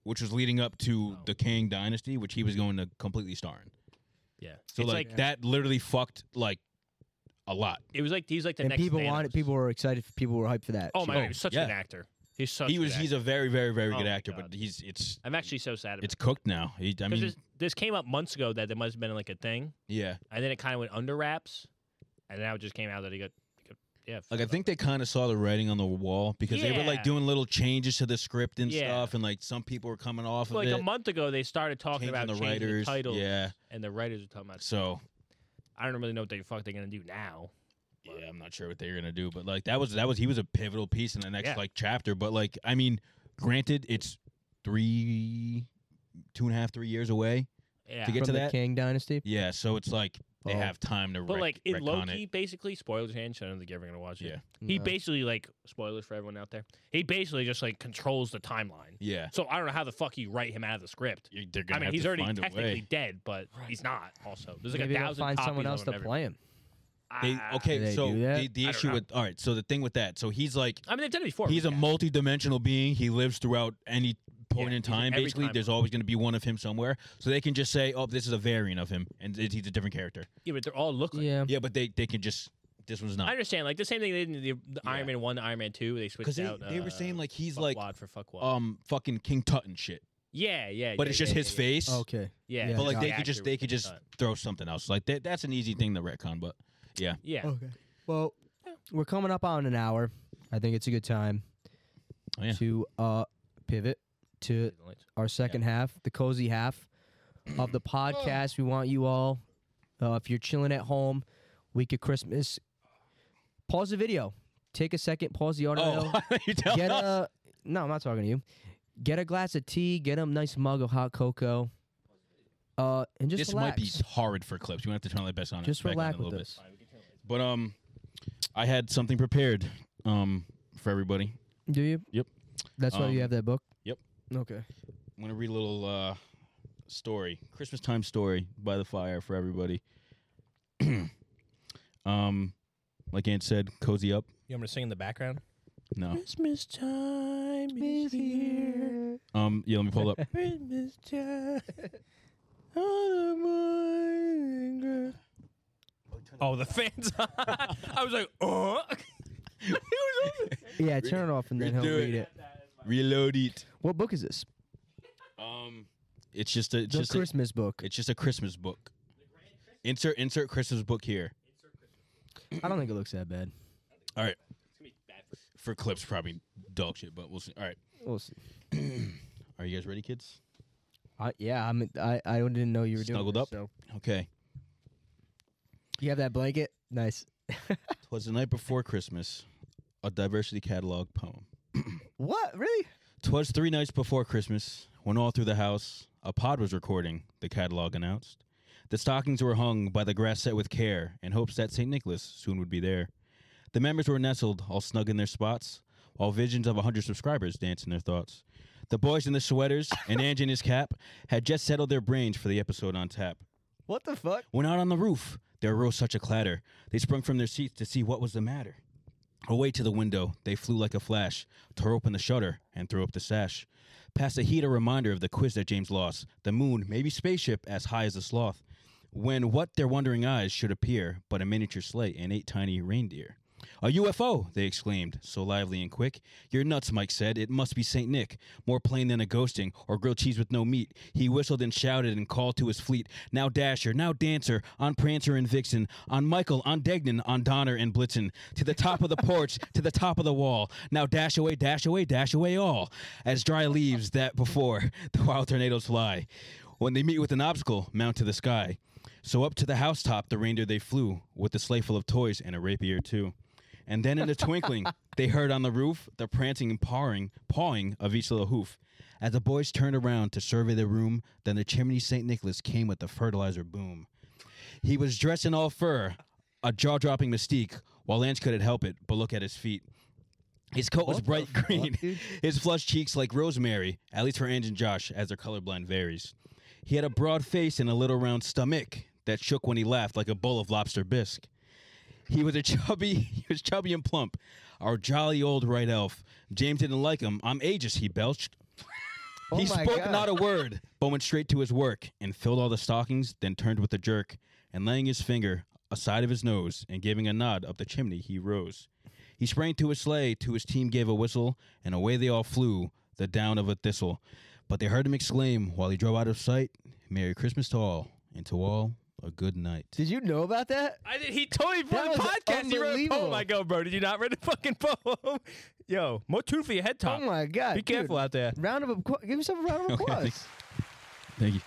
Speaker 3: which was leading up to
Speaker 2: Wow.
Speaker 3: the Kang dynasty, which he was going to completely star in.
Speaker 2: yeah.
Speaker 3: So
Speaker 2: it's
Speaker 3: like, that literally fucked like a lot.
Speaker 2: it was like he's like the
Speaker 1: and
Speaker 2: next.
Speaker 1: people
Speaker 2: Thanos.
Speaker 1: wanted, people were excited, people were hyped for that.
Speaker 2: Oh my god,
Speaker 3: Oh,
Speaker 2: he was such
Speaker 3: yeah.
Speaker 2: an actor. He's such.
Speaker 3: he
Speaker 2: a
Speaker 3: was
Speaker 2: good
Speaker 3: he's a
Speaker 2: actor.
Speaker 3: very very very
Speaker 2: Oh
Speaker 3: good
Speaker 2: my
Speaker 3: actor,
Speaker 2: God.
Speaker 3: but he's it's
Speaker 2: I'm actually so sad. About
Speaker 3: it's cooked now. He, I
Speaker 2: because
Speaker 3: mean,
Speaker 2: this, this came up months ago that there must have been like a thing,
Speaker 3: yeah.
Speaker 2: and then it kind of went under wraps, and now it just came out that he got, he got- yeah.
Speaker 3: Like I
Speaker 2: fucked
Speaker 3: think they kind of saw the writing on the wall because they were
Speaker 2: Yeah.
Speaker 3: like doing little changes to the script and
Speaker 2: Yeah.
Speaker 3: stuff, and like some people were coming off
Speaker 2: up. like
Speaker 3: of it,
Speaker 2: a month ago they started talking
Speaker 3: changing
Speaker 2: about
Speaker 3: the
Speaker 2: changing
Speaker 3: writers.
Speaker 2: the titles,
Speaker 3: Yeah,
Speaker 2: and the writers were talking about.
Speaker 3: so
Speaker 2: I don't really know what the fuck they're gonna do now.
Speaker 3: yeah, I'm not sure what they're gonna do, but like that was that was he was a pivotal piece in the next
Speaker 2: Yeah.
Speaker 3: like chapter. But like I mean, granted, it's three, two and a half, three years away.
Speaker 2: Yeah,
Speaker 3: To get
Speaker 1: from the
Speaker 3: that?
Speaker 1: Kang Dynasty.
Speaker 3: Yeah, so it's like they
Speaker 1: Oh.
Speaker 3: have time to.
Speaker 2: but
Speaker 3: rec-
Speaker 2: like in
Speaker 3: retcon
Speaker 2: Loki,
Speaker 3: it.
Speaker 2: basically spoilers hand. I don't think you're ever gonna watch it.
Speaker 3: Yeah.
Speaker 2: He
Speaker 1: No.
Speaker 2: basically like spoilers for everyone out there. He basically just like controls the timeline.
Speaker 3: yeah,
Speaker 2: So I don't know how the fuck you write him out of the script.
Speaker 3: You- they're
Speaker 2: I
Speaker 3: gonna
Speaker 2: mean,
Speaker 3: have
Speaker 2: he's
Speaker 3: to
Speaker 2: already
Speaker 3: find a
Speaker 2: technically
Speaker 3: way.
Speaker 2: dead, but he's not. Also, there's like
Speaker 1: Maybe
Speaker 2: a
Speaker 1: they'll
Speaker 2: thousand.
Speaker 1: find
Speaker 2: copies
Speaker 1: someone
Speaker 2: of
Speaker 1: else
Speaker 2: him
Speaker 1: to
Speaker 2: and
Speaker 1: play him.
Speaker 3: They,
Speaker 2: everything. Ah.
Speaker 3: okay,
Speaker 1: Do they
Speaker 3: so
Speaker 1: do that?
Speaker 3: the, the
Speaker 2: don't
Speaker 3: issue
Speaker 2: know.
Speaker 3: with all right, so the thing with that, so he's like
Speaker 2: I mean, they've done it before.
Speaker 3: he's a
Speaker 2: yeah.
Speaker 3: multi-dimensional being. He lives throughout any point
Speaker 2: Yeah,
Speaker 3: in
Speaker 2: he's in
Speaker 3: time.
Speaker 2: every
Speaker 3: Basically,
Speaker 2: timeline.
Speaker 3: there's always going to be one of him somewhere. So they can just say, "Oh, this is a variant of him, and it, he's a different character."
Speaker 2: Yeah, but they're all look. Like.
Speaker 1: Yeah.
Speaker 3: Yeah, but they they can just this one's
Speaker 2: I
Speaker 3: not
Speaker 2: understand. Like the same thing they did in the, the Iron Man One, Iron Man Two. They switched
Speaker 3: because they,
Speaker 2: out.
Speaker 3: they were
Speaker 2: uh,
Speaker 3: saying like he's
Speaker 2: fuck
Speaker 3: like
Speaker 2: wad for fuck wad.
Speaker 3: um fucking King Tut and shit,
Speaker 2: yeah, yeah.
Speaker 3: but
Speaker 2: yeah,
Speaker 3: it's just
Speaker 2: yeah,
Speaker 3: his
Speaker 2: yeah,
Speaker 3: face.
Speaker 1: Oh, Okay.
Speaker 2: Yeah,
Speaker 1: Yeah.
Speaker 2: yeah,
Speaker 3: But like
Speaker 1: Yeah.
Speaker 3: they
Speaker 2: the
Speaker 3: could just
Speaker 2: actor
Speaker 3: they
Speaker 2: was
Speaker 3: could just
Speaker 2: King Tut.
Speaker 3: throw something else. Like that that's an easy thing to retcon, but
Speaker 2: yeah.
Speaker 3: Oh.
Speaker 1: Okay. Well, we're coming up on an hour. I think it's a good time
Speaker 3: Oh, yeah.
Speaker 1: to uh, pivot to our second half, the cozy half of the podcast. We want you all, uh, if you're chilling at home, week of Christmas, pause the video. Take a second, pause the audio.
Speaker 3: oh you tell
Speaker 1: get uh,
Speaker 3: us.
Speaker 1: a no, I'm not talking to you. Get a glass of tea. Get a nice mug of hot cocoa. Uh, and just
Speaker 3: this
Speaker 1: relax.
Speaker 3: might be hard for clips. You might have to turn the best on it.
Speaker 1: Just
Speaker 3: back on it
Speaker 1: relax
Speaker 3: a little
Speaker 1: with
Speaker 3: bit.
Speaker 1: us.
Speaker 3: But um, I had something prepared um for everybody.
Speaker 1: Do you?
Speaker 3: Yep.
Speaker 1: That's why you
Speaker 3: Um,
Speaker 1: have that book.
Speaker 3: yep.
Speaker 1: Okay.
Speaker 3: I'm gonna read a little uh story, Christmas time story by the fire for everybody. um, like Aunt said, cozy up.
Speaker 2: You want me to sing in the background?
Speaker 3: No.
Speaker 2: Christmas time is here.
Speaker 3: Um, yeah. Let me pull up.
Speaker 2: Christmas time. Oh, the fans! I was like, oh.
Speaker 1: Yeah, turn it off and then he'll
Speaker 3: Redo
Speaker 1: read it.
Speaker 3: Reload it.
Speaker 1: What book is this?
Speaker 3: Um, it's just a it's
Speaker 1: the
Speaker 3: just a,
Speaker 1: Christmas book.
Speaker 3: it's just a Christmas book. Insert insert Christmas book here.
Speaker 1: I don't think it looks that bad.
Speaker 3: All right. For clips, probably dog shit, but we'll see. All right.
Speaker 1: We'll see.
Speaker 3: Are you guys ready, kids?
Speaker 1: I, yeah, I'm. I I didn't know you were doing
Speaker 3: Snuggled
Speaker 1: this,
Speaker 3: up?
Speaker 1: So.
Speaker 3: Okay.
Speaker 1: You have that blanket. Nice.
Speaker 3: Was the night before Christmas, a diversity catalog poem.
Speaker 1: What really?
Speaker 3: Twas three nights before Christmas, when all through the house a pod was recording, the catalog announced. The stockings were hung by the grass set with care, in hopes that St. Nicholas soon would be there. The members were nestled, all snug in their spots, while visions of a hundred subscribers danced in their thoughts. The boys in the sweaters and Ange in his cap had just settled their brains for the episode on tap.
Speaker 1: What the fuck?
Speaker 3: When out on the roof, there arose such a clatter. They sprung from their seats to see what was the matter. Away to the window, they flew like a flash, tore open the shutter, and threw up the sash. Past the heat, a reminder of the quiz that James lost. The moon, maybe spaceship, as high as a sloth. When what their wondering eyes should appear but a miniature sleigh and eight tiny reindeer. A UFO, they exclaimed, so lively and quick. You're nuts, Mike said. It must be St. Nick. More plain than a ghosting, or grilled cheese with no meat. He whistled and shouted and called to his fleet. Now Dasher, now Dancer, on Prancer and Vixen, on Michael, on Degnan, on Donner and Blitzen. To the top of the porch, to the top of the wall. Now dash away, dash away, dash away all. As dry leaves that before the wild tornadoes fly. When they meet with an obstacle, mount to the sky. So up to the housetop the reindeer they flew, with a sleigh full of toys and a rapier too. And then in a twinkling, they heard on the roof the prancing and pawing, pawing of each little hoof. As the boys turned around to survey the room, then the chimney St. Nicholas came with the fertilizer boom. He was dressed in all fur, a jaw dropping mystique, while Lance couldn't help it but look at his feet. His coat was bright green, his flushed cheeks like rosemary, at least for Ange and Josh, as their colorblind varies. He had a broad face and a little round stomach that shook when he laughed like a bowl of lobster bisque. He was a chubby, he was chubby and plump, our jolly old right elf. James didn't like him. I'm ageist, he belched. he
Speaker 1: Oh my
Speaker 3: spoke
Speaker 1: God.
Speaker 3: not a word, but went straight to his work and filled all the stockings, then turned with a jerk, and laying his finger aside of his nose and giving a nod up the chimney, he rose. He sprang to his sleigh, to his team gave a whistle, and away they all flew, the down of a thistle. But they heard him exclaim while he drove out of sight, Merry Christmas to all, and to all a good night.
Speaker 1: Did you know about that?
Speaker 2: I did. He told me for
Speaker 1: That was
Speaker 2: the podcast. He wrote a poem.
Speaker 1: unbelievable.
Speaker 2: I go, bro. Did you not read the fucking poem? Yo, more tune for your head,
Speaker 1: Oh
Speaker 2: Tom.
Speaker 1: my god!
Speaker 2: Be
Speaker 1: dude.
Speaker 2: careful out there.
Speaker 1: Round of applause. Give yourself a round of
Speaker 3: Okay,
Speaker 1: applause.
Speaker 3: thanks. Thank you.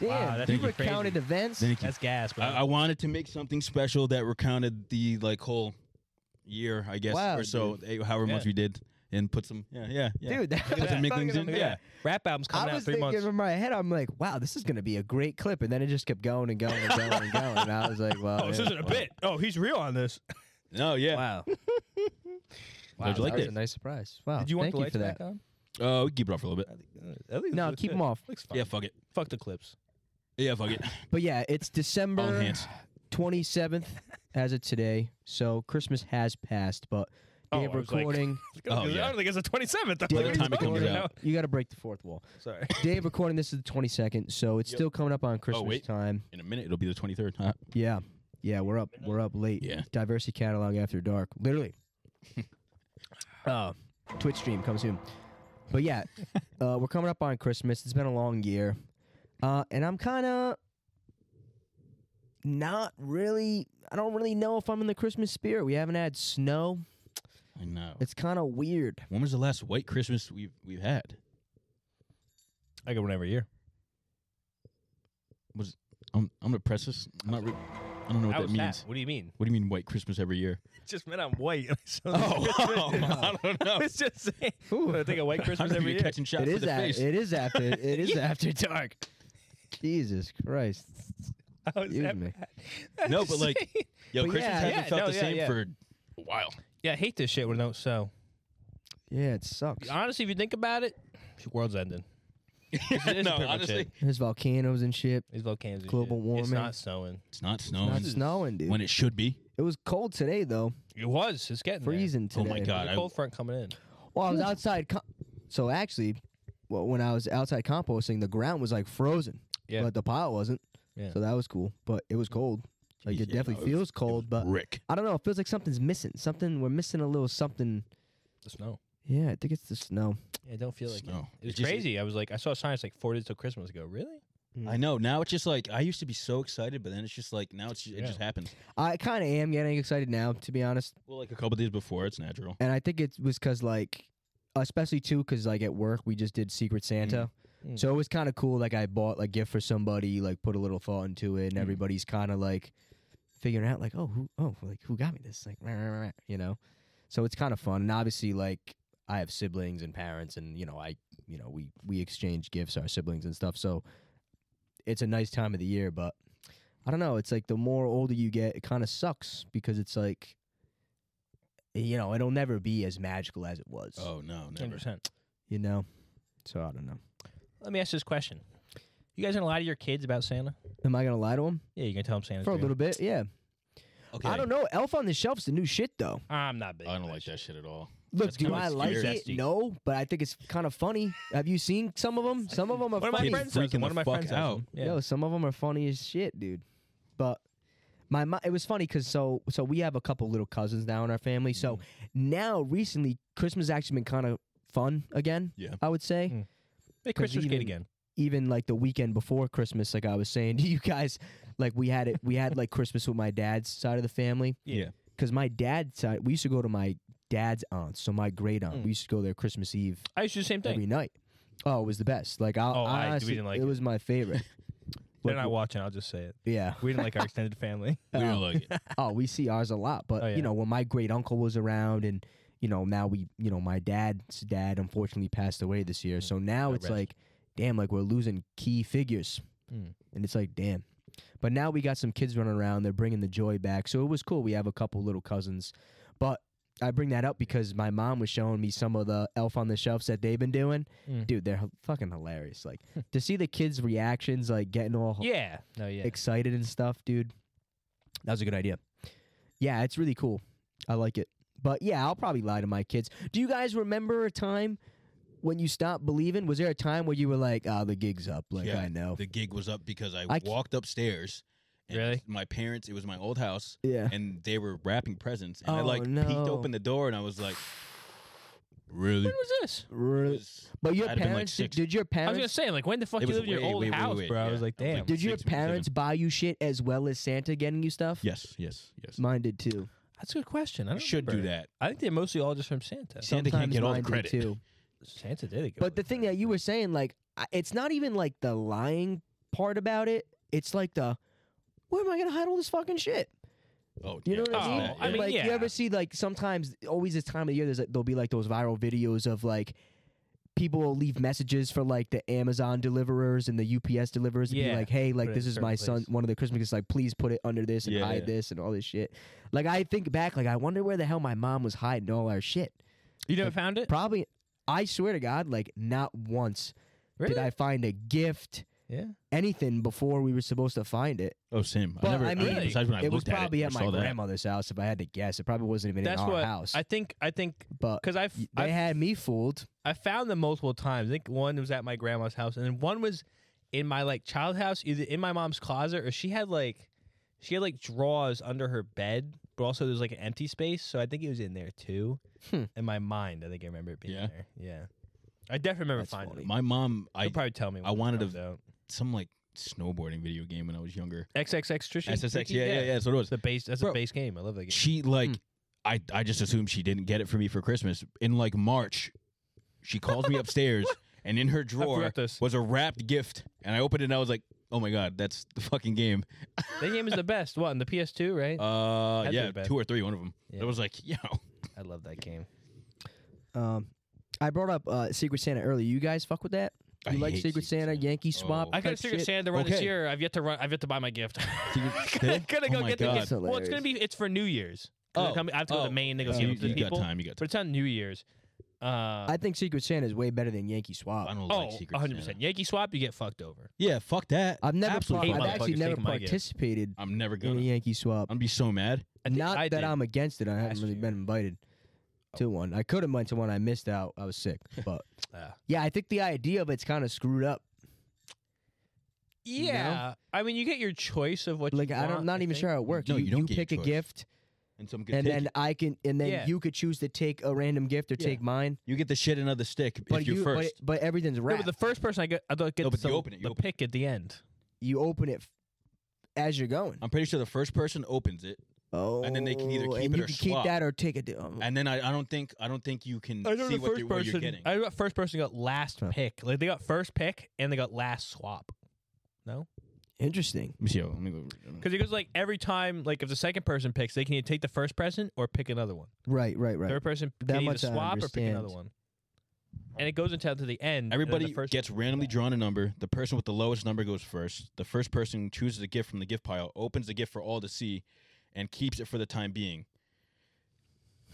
Speaker 1: Damn,
Speaker 2: Wow, that's
Speaker 1: you
Speaker 2: pretty crazy.
Speaker 1: recounted events.
Speaker 3: Thank you.
Speaker 2: That's gas, bro.
Speaker 3: I, I wanted to make something special that recounted the like whole year, I guess,
Speaker 1: Wow,
Speaker 3: or so, eh, however much
Speaker 2: Yeah.
Speaker 3: we did, and put some yeah, yeah, yeah.
Speaker 1: Dude, that-
Speaker 3: put some
Speaker 1: that's
Speaker 3: minglings in.
Speaker 1: fucking
Speaker 3: Yeah,
Speaker 2: Rap album's coming
Speaker 1: I
Speaker 2: out
Speaker 1: was
Speaker 2: three
Speaker 1: thinking
Speaker 2: months.
Speaker 1: in my head, I'm like, wow, this is gonna be a great clip, and then it just kept going and going and going and going, and I was like, wow.
Speaker 2: Oh, this isn't a bit. Oh, he's real on this.
Speaker 3: no, yeah.
Speaker 1: Wow. wow,
Speaker 3: How'd you like
Speaker 1: that was
Speaker 3: it?
Speaker 1: a nice surprise. Wow.
Speaker 2: Did you want
Speaker 1: Oh, Thank
Speaker 2: the
Speaker 1: you
Speaker 2: lights
Speaker 1: for that.
Speaker 2: back on?
Speaker 3: Uh, we can keep it off for a little bit.
Speaker 2: I think
Speaker 1: No,
Speaker 2: this looks
Speaker 1: keep
Speaker 2: good.
Speaker 1: 'em off.
Speaker 2: Looks fine.
Speaker 3: Yeah, fuck it.
Speaker 2: Fuck the clips.
Speaker 3: Yeah, fuck it.
Speaker 1: But yeah, it's
Speaker 3: All
Speaker 1: December
Speaker 3: hands.
Speaker 1: 27th as of today, so Christmas has passed, but
Speaker 2: Oh,
Speaker 1: day
Speaker 2: I
Speaker 1: of
Speaker 2: was like-
Speaker 1: recording,
Speaker 3: Oh,
Speaker 2: I
Speaker 3: yeah.
Speaker 2: don't think it's the 27th.
Speaker 1: By
Speaker 2: What
Speaker 1: the
Speaker 2: are you
Speaker 1: time it
Speaker 2: talking
Speaker 1: comes
Speaker 2: about?
Speaker 3: out.
Speaker 1: you got to break the fourth wall.
Speaker 2: Sorry.
Speaker 1: Day of recording, this is the 22nd, so it's still coming
Speaker 2: Oh,
Speaker 1: up on Christmas
Speaker 3: wait.
Speaker 1: time.
Speaker 3: In a minute, it'll be the 23rd. Huh?
Speaker 1: Yeah, yeah, we're up, we're up late.
Speaker 3: Yeah.
Speaker 1: Diversity catalog after dark, literally. uh, Twitch stream comes soon, but yeah, uh, we're coming up on Christmas. It's been a long year, uh, and I'm kind of not really. I don't really know if I'm in the Christmas spirit. We haven't had snow.
Speaker 3: I know.
Speaker 1: It's kind of weird.
Speaker 3: When was the last white Christmas we've we've had?
Speaker 2: I get one every year.
Speaker 3: I'm I'm gonna press this. I'm not. Re- I don't know what that means.
Speaker 2: What do you mean?
Speaker 3: What do you mean white Christmas every year?
Speaker 2: It just meant I'm white.
Speaker 3: I don't know.
Speaker 2: it's just saying. I think a white
Speaker 3: Oh, I
Speaker 2: Christmas
Speaker 3: don't know if
Speaker 2: every
Speaker 3: you're
Speaker 2: year.
Speaker 3: catching shots
Speaker 1: It
Speaker 3: to
Speaker 1: is.
Speaker 3: the
Speaker 1: a-
Speaker 3: face.
Speaker 1: it is after. It is after dark. Jesus Christ.
Speaker 2: I was
Speaker 1: Excuse
Speaker 2: that
Speaker 1: me.
Speaker 2: bad. I'm
Speaker 3: No,
Speaker 2: just
Speaker 3: but, like-
Speaker 2: saying.
Speaker 3: Yo,
Speaker 1: But
Speaker 3: Christmas
Speaker 1: yeah,
Speaker 3: hasn't
Speaker 2: yeah,
Speaker 3: felt
Speaker 2: no,
Speaker 3: the
Speaker 2: yeah,
Speaker 3: same
Speaker 2: yeah.
Speaker 3: for a while.
Speaker 2: Yeah, I hate this shit when they don't sew.
Speaker 1: Yeah, it sucks.
Speaker 2: Honestly, if you think about it, the world's ending. It is
Speaker 3: no,
Speaker 2: pretty much
Speaker 3: honestly,
Speaker 2: it.
Speaker 1: There's volcanoes and shit.
Speaker 2: These volcanoes. and
Speaker 1: Global
Speaker 2: shit.
Speaker 1: warming.
Speaker 2: It's not snowing.
Speaker 3: it's not
Speaker 1: Not
Speaker 3: snowing
Speaker 2: is-
Speaker 1: snowing, dude.
Speaker 3: Oh, when it should be.
Speaker 1: It was cold today though,
Speaker 2: It was. It's getting there.
Speaker 1: freezing
Speaker 3: Oh
Speaker 1: today.
Speaker 3: my God,
Speaker 2: There's a
Speaker 3: I-
Speaker 2: cold front coming in.
Speaker 1: Well, I was outside. Com- so actually, well, when I was outside composting, the ground was like frozen.
Speaker 2: Yeah.
Speaker 1: But the pile wasn't.
Speaker 2: Yeah.
Speaker 1: So that was cool, but it was cold. Like it
Speaker 3: Yeah,
Speaker 1: definitely
Speaker 3: no, it was-
Speaker 1: feels cold, but
Speaker 3: Rick.
Speaker 1: I don't know. It feels like something's missing. Something we're missing a little something.
Speaker 2: The snow.
Speaker 1: Yeah, I think it's the snow.
Speaker 2: Yeah, I don't feel like
Speaker 3: Snow.
Speaker 2: it. It was
Speaker 3: It just-
Speaker 2: crazy. I was like, I saw signs like four days till Christmas ago. Really?
Speaker 3: I know. Now it's just like I used to be so excited, but then it's just like now it's it
Speaker 2: Yeah.
Speaker 3: just happens.
Speaker 1: I kind of am getting excited now, to be honest.
Speaker 3: Well, like a couple days before, it's natural.
Speaker 1: and I think it was because like, especially too, because like at work we just did Secret Santa,
Speaker 2: Mm.
Speaker 1: so it was kind of cool. Like I bought like gift for somebody, like put a little thought into
Speaker 2: Mm.
Speaker 1: it, and everybody's kind of like figuring out like, oh, who, oh, like who got me this, like, rah, rah, rah, you know. So it's kind of fun, and obviously like I have siblings and parents, and you know I, you know we we exchange gifts our siblings and stuff, so it's a nice time of the year, but. I don't know. It's like the more older you get, it kind of sucks because it's like you know, it'll never be as magical as it was.
Speaker 3: Oh no,
Speaker 2: Hundred
Speaker 3: never.
Speaker 2: percent.
Speaker 1: You know? So I don't know.
Speaker 2: Let me ask this question: You guys gonna lie to your kids about Santa?
Speaker 1: Am I gonna lie to him?
Speaker 2: Yeah, you gonna tell them Santa
Speaker 1: For a little bit, yeah.
Speaker 3: Okay,
Speaker 1: I don't know. Elf on the Shelf's the new shit though.
Speaker 2: I'm not big.
Speaker 3: I don't
Speaker 2: on
Speaker 3: like that shit at all.
Speaker 1: Look,
Speaker 2: That's
Speaker 1: do
Speaker 2: kinda
Speaker 1: I like
Speaker 3: scary.
Speaker 1: it? No, but I think it's kind of funny. Have you seen some of them? Some of them are
Speaker 2: One of my
Speaker 1: funny.
Speaker 2: friends
Speaker 3: freaking
Speaker 2: has them.
Speaker 3: the
Speaker 2: One of my
Speaker 3: fuck
Speaker 2: friends has
Speaker 3: out.
Speaker 2: them. Yeah.
Speaker 1: Yo, some of them are funny as shit, dude. But my mo- it was funny because so so we have a couple little cousins now in our family.
Speaker 2: Mm.
Speaker 1: So now recently, Christmas has actually been kind of fun again.
Speaker 3: Yeah.
Speaker 1: I would say.
Speaker 2: Mm. Make
Speaker 1: 'Cause
Speaker 2: Christmas
Speaker 1: even-
Speaker 2: kid again.
Speaker 1: even like the weekend before Christmas, like I was saying to you guys, like we had it, we had like Christmas with my dad's side of the family.
Speaker 2: Yeah.
Speaker 1: Because my dad's side, we used to go to my dad's aunt's, so my great aunt.
Speaker 2: Mm.
Speaker 1: We used to go there Christmas Eve
Speaker 2: I used to do the same thing.
Speaker 1: every night. Oh, it was the best. Like I,
Speaker 2: Oh, I-
Speaker 1: I
Speaker 2: we
Speaker 1: honestly,
Speaker 2: didn't like
Speaker 1: it
Speaker 2: it.
Speaker 1: was my favorite.
Speaker 2: They're
Speaker 1: Like,
Speaker 2: not watching. I'll just say it.
Speaker 1: yeah.
Speaker 2: We didn't like our extended family.
Speaker 3: We don't like it.
Speaker 1: Oh, we see ours a lot, but
Speaker 2: Oh, yeah.
Speaker 1: you know when my great uncle was around, and you know now we, you know my dad's dad unfortunately passed away this year, so now
Speaker 2: Mm. God
Speaker 1: it's
Speaker 2: rest.
Speaker 1: like, damn, like we're losing key figures,
Speaker 2: Mm.
Speaker 1: and it's like, damn. But now we got some kids running around; they're bringing the joy back, so it was cool. We have a couple little cousins, but I bring that up because my mom was showing me some of the Elf on the Shelves that they've been doing.
Speaker 2: Mm.
Speaker 1: Dude, they're h- fucking hilarious. Like to see the kids' reactions, like getting all
Speaker 2: Yeah. No. Yeah.
Speaker 1: excited and stuff, dude. That was a good idea. Yeah, it's really cool. I like it. But yeah, I'll probably lie to my kids. Do you guys remember a time when you stopped believing? Was there a time where you were like, "Ah, the gig's up"? Like
Speaker 3: Yeah,
Speaker 1: I know.
Speaker 3: The gig was up because I,
Speaker 1: I c-
Speaker 3: walked upstairs And
Speaker 2: Really?
Speaker 3: My parents. It was my old house,
Speaker 1: Yeah.
Speaker 3: and they were wrapping presents, and I
Speaker 1: Oh,
Speaker 3: like
Speaker 1: no.
Speaker 3: peeked open the door, and I was like, really.
Speaker 2: When was this?
Speaker 3: It
Speaker 1: Really?
Speaker 3: was-
Speaker 1: But your
Speaker 3: I'd have been, like,
Speaker 1: parents did,
Speaker 3: six.
Speaker 1: did your
Speaker 2: I was gonna
Speaker 1: parents
Speaker 2: say like when the fuck
Speaker 3: It
Speaker 2: you
Speaker 3: was
Speaker 2: lived in your
Speaker 3: way,
Speaker 2: old
Speaker 3: way, way,
Speaker 2: house,
Speaker 3: way,
Speaker 2: bro? I
Speaker 3: yeah.
Speaker 2: was like,
Speaker 3: I was
Speaker 2: damn.
Speaker 3: like-
Speaker 1: did your
Speaker 3: six or seven.
Speaker 1: parents buy you shit as well as Santa getting you stuff?
Speaker 3: Yes, yes, yes.
Speaker 1: Mine did too.
Speaker 2: That's a good question. I
Speaker 3: You
Speaker 2: don't
Speaker 3: should do
Speaker 2: remember.
Speaker 3: that.
Speaker 2: I think they're mostly all just from Santa.
Speaker 3: Sa- Santa can't
Speaker 1: Sometimes
Speaker 3: get all the
Speaker 1: mine did,
Speaker 3: credit.
Speaker 1: Too.
Speaker 2: Santa did it.
Speaker 1: But the thing that you were saying, like, I- it's not even like the lying part about it. It's like the, where am I gonna hide all this fucking shit?
Speaker 3: Oh,
Speaker 1: You know
Speaker 3: yeah,
Speaker 1: what I
Speaker 3: it's
Speaker 1: mean?
Speaker 3: that,
Speaker 2: I
Speaker 3: yeah.
Speaker 2: mean,
Speaker 1: like you
Speaker 2: yeah.
Speaker 1: ever see like sometimes always this time of year there's like, there'll be like those viral videos of like people will leave messages for like the Amazon deliverers and the UPS deliverers and be
Speaker 2: Yeah.
Speaker 1: like, hey, like
Speaker 2: Put it
Speaker 1: this
Speaker 2: in a
Speaker 1: is
Speaker 2: certain
Speaker 1: my son
Speaker 2: place.
Speaker 1: one of the Christmas gifts, like please put it under this and
Speaker 3: Yeah,
Speaker 1: hide
Speaker 3: yeah.
Speaker 1: this and all this shit. Like I think back, like I wonder where the hell my mom was hiding all our shit.
Speaker 2: you never found it?
Speaker 1: Probably I swear to God, like not once
Speaker 2: Really?
Speaker 1: did I find a gift,
Speaker 2: yeah.
Speaker 1: anything before we were supposed to find it.
Speaker 3: Oh, same.
Speaker 1: But,
Speaker 3: I never.
Speaker 1: I
Speaker 3: I
Speaker 1: mean,
Speaker 3: mean, besides when I
Speaker 1: it was
Speaker 3: looked at
Speaker 1: probably
Speaker 3: it,
Speaker 1: at
Speaker 3: I
Speaker 1: my
Speaker 3: saw that.
Speaker 1: grandmother's house if I had to guess. It probably wasn't even
Speaker 2: That's
Speaker 1: in our
Speaker 2: what
Speaker 1: house.
Speaker 2: I think. I think
Speaker 1: but
Speaker 2: because I've
Speaker 1: Y- They
Speaker 2: I
Speaker 1: had me fooled.
Speaker 2: I found them multiple times. I think one was at my grandma's house, and then one was in my like child house, either in my mom's closet or she had like she had like drawers under her bed, but also there's like an empty space, so I think it was in there too.
Speaker 1: Hmm.
Speaker 2: In my mind, I think I remember it being
Speaker 3: Yeah.
Speaker 2: there. Yeah, I definitely remember
Speaker 1: That's
Speaker 2: finding
Speaker 1: funny.
Speaker 2: it.
Speaker 3: My mom, I
Speaker 2: You'll probably tell me.
Speaker 3: I
Speaker 2: when it
Speaker 3: wanted to-
Speaker 2: comes out.
Speaker 3: some like snowboarding video game when I was younger.
Speaker 2: XXX Tricia.
Speaker 3: SSX. Yeah, yeah, yeah. That's what it was.
Speaker 2: The base. That's a
Speaker 3: Bro.
Speaker 2: base game. I love that game.
Speaker 3: She like,
Speaker 1: Hmm.
Speaker 3: I I just assumed she didn't get it for me for Christmas. In like March, she calls me upstairs, and in her drawer
Speaker 2: forgot this.
Speaker 3: was a wrapped gift, and I opened it, and I was like, oh my god, that's the fucking game.
Speaker 2: that game is the best. What on the PS2, right?
Speaker 3: Uh,
Speaker 2: Had to
Speaker 3: yeah,
Speaker 2: have been.
Speaker 3: two or three, one of them.
Speaker 2: Yeah.
Speaker 3: It was like, yo,
Speaker 2: I love that game.
Speaker 1: Um, I brought up uh, Secret Santa earlier. You guys fuck with that?
Speaker 3: I
Speaker 1: You like
Speaker 3: hate
Speaker 1: Secret Santa, Yankee Swap?
Speaker 3: Oh.
Speaker 2: I got a
Speaker 1: type
Speaker 2: Secret
Speaker 1: shit?
Speaker 2: Santa to run this
Speaker 3: Okay.
Speaker 2: year. I've yet to run. I've yet to buy my gift.
Speaker 3: Santa?
Speaker 2: gonna
Speaker 3: Oh
Speaker 2: go
Speaker 3: my
Speaker 2: get
Speaker 3: God.
Speaker 2: the gift. Well, it's gonna
Speaker 1: Hilarious.
Speaker 2: be. It's for New Year's. 'Cause
Speaker 3: Oh,
Speaker 2: I'm- I have to go
Speaker 3: oh,
Speaker 2: to Maine to go
Speaker 1: yeah,
Speaker 2: give
Speaker 3: you,
Speaker 2: it to
Speaker 3: you got
Speaker 2: people.
Speaker 3: time. You got
Speaker 2: But
Speaker 3: time.
Speaker 2: it's on New Year's. Uh,
Speaker 1: I think Secret Santa is way better than Yankee Swap.
Speaker 3: I don't
Speaker 2: oh,
Speaker 3: like Secret
Speaker 2: 100
Speaker 3: Santa.
Speaker 2: percent. Yankee swap, you get fucked over.
Speaker 3: Yeah, fuck that.
Speaker 1: I've never,
Speaker 3: Absolute
Speaker 1: par- I've
Speaker 2: fucking
Speaker 1: actually
Speaker 2: motherfuckers
Speaker 1: never
Speaker 2: taking my gift.
Speaker 1: participated
Speaker 3: I'm never
Speaker 1: in
Speaker 3: gonna.
Speaker 1: a
Speaker 3: I'm
Speaker 1: Yankee Swap.
Speaker 3: gonna be so mad.
Speaker 2: I think
Speaker 1: Not
Speaker 2: I
Speaker 1: that
Speaker 2: did.
Speaker 1: I'm against it. I
Speaker 2: last
Speaker 1: haven't really
Speaker 2: year.
Speaker 1: been invited
Speaker 3: Oh.
Speaker 1: to one. I could have went to one. I missed out. I was sick. But
Speaker 2: Ah.
Speaker 1: yeah, I think the idea of it's kind of screwed up.
Speaker 2: Yeah, I mean, you get your choice of what.
Speaker 1: Like
Speaker 2: you
Speaker 1: I
Speaker 2: want,
Speaker 1: don't, am not even
Speaker 2: think.
Speaker 1: sure how it works.
Speaker 3: No,
Speaker 1: you,
Speaker 3: you don't get your
Speaker 1: pick a
Speaker 3: choice.
Speaker 1: gift,
Speaker 3: And some good
Speaker 1: and
Speaker 3: take.
Speaker 1: then I can, and then
Speaker 2: Yeah.
Speaker 1: you could choose to take a random gift or
Speaker 3: Yeah.
Speaker 1: take mine.
Speaker 3: You get the shit and other stick
Speaker 1: But
Speaker 3: if you're
Speaker 1: you, but-
Speaker 3: first.
Speaker 1: but, everything's
Speaker 2: No,
Speaker 1: wrapped.
Speaker 2: but the first person I get, I don't get
Speaker 3: No, but
Speaker 2: the,
Speaker 3: you open it, you
Speaker 2: the
Speaker 3: open
Speaker 2: pick at the end.
Speaker 1: you open it f- as you're going.
Speaker 3: I'm pretty sure the first person opens it,
Speaker 1: Oh,
Speaker 3: then they can either keep
Speaker 1: and
Speaker 3: it
Speaker 1: you
Speaker 3: or
Speaker 1: can
Speaker 3: swap.
Speaker 1: keep that or take it. Um,
Speaker 3: and then I, I don't think I don't think you can
Speaker 2: Oh. I know
Speaker 3: Mm. see
Speaker 2: the
Speaker 3: what,
Speaker 2: first
Speaker 3: you're, what you're
Speaker 2: person.
Speaker 3: getting.
Speaker 2: I know the first person got last
Speaker 1: Huh.
Speaker 2: pick. Like they got first pick and they got last swap. No,
Speaker 1: Interesting.
Speaker 3: me see. Let me go.
Speaker 2: because it goes like every time. Like if the second person picks, they can either take the first person or pick another one.
Speaker 1: Right, right, right.
Speaker 2: Third person
Speaker 1: That
Speaker 2: can either
Speaker 1: much I
Speaker 2: swap or pick another
Speaker 1: understand.
Speaker 2: one. And it goes until to the end. and then the
Speaker 3: Everybody
Speaker 2: first-
Speaker 3: gets randomly drawn a number. The person with the lowest number goes first. The first person chooses a gift from the gift pile, opens the gift for all to see, and keeps it for the time being.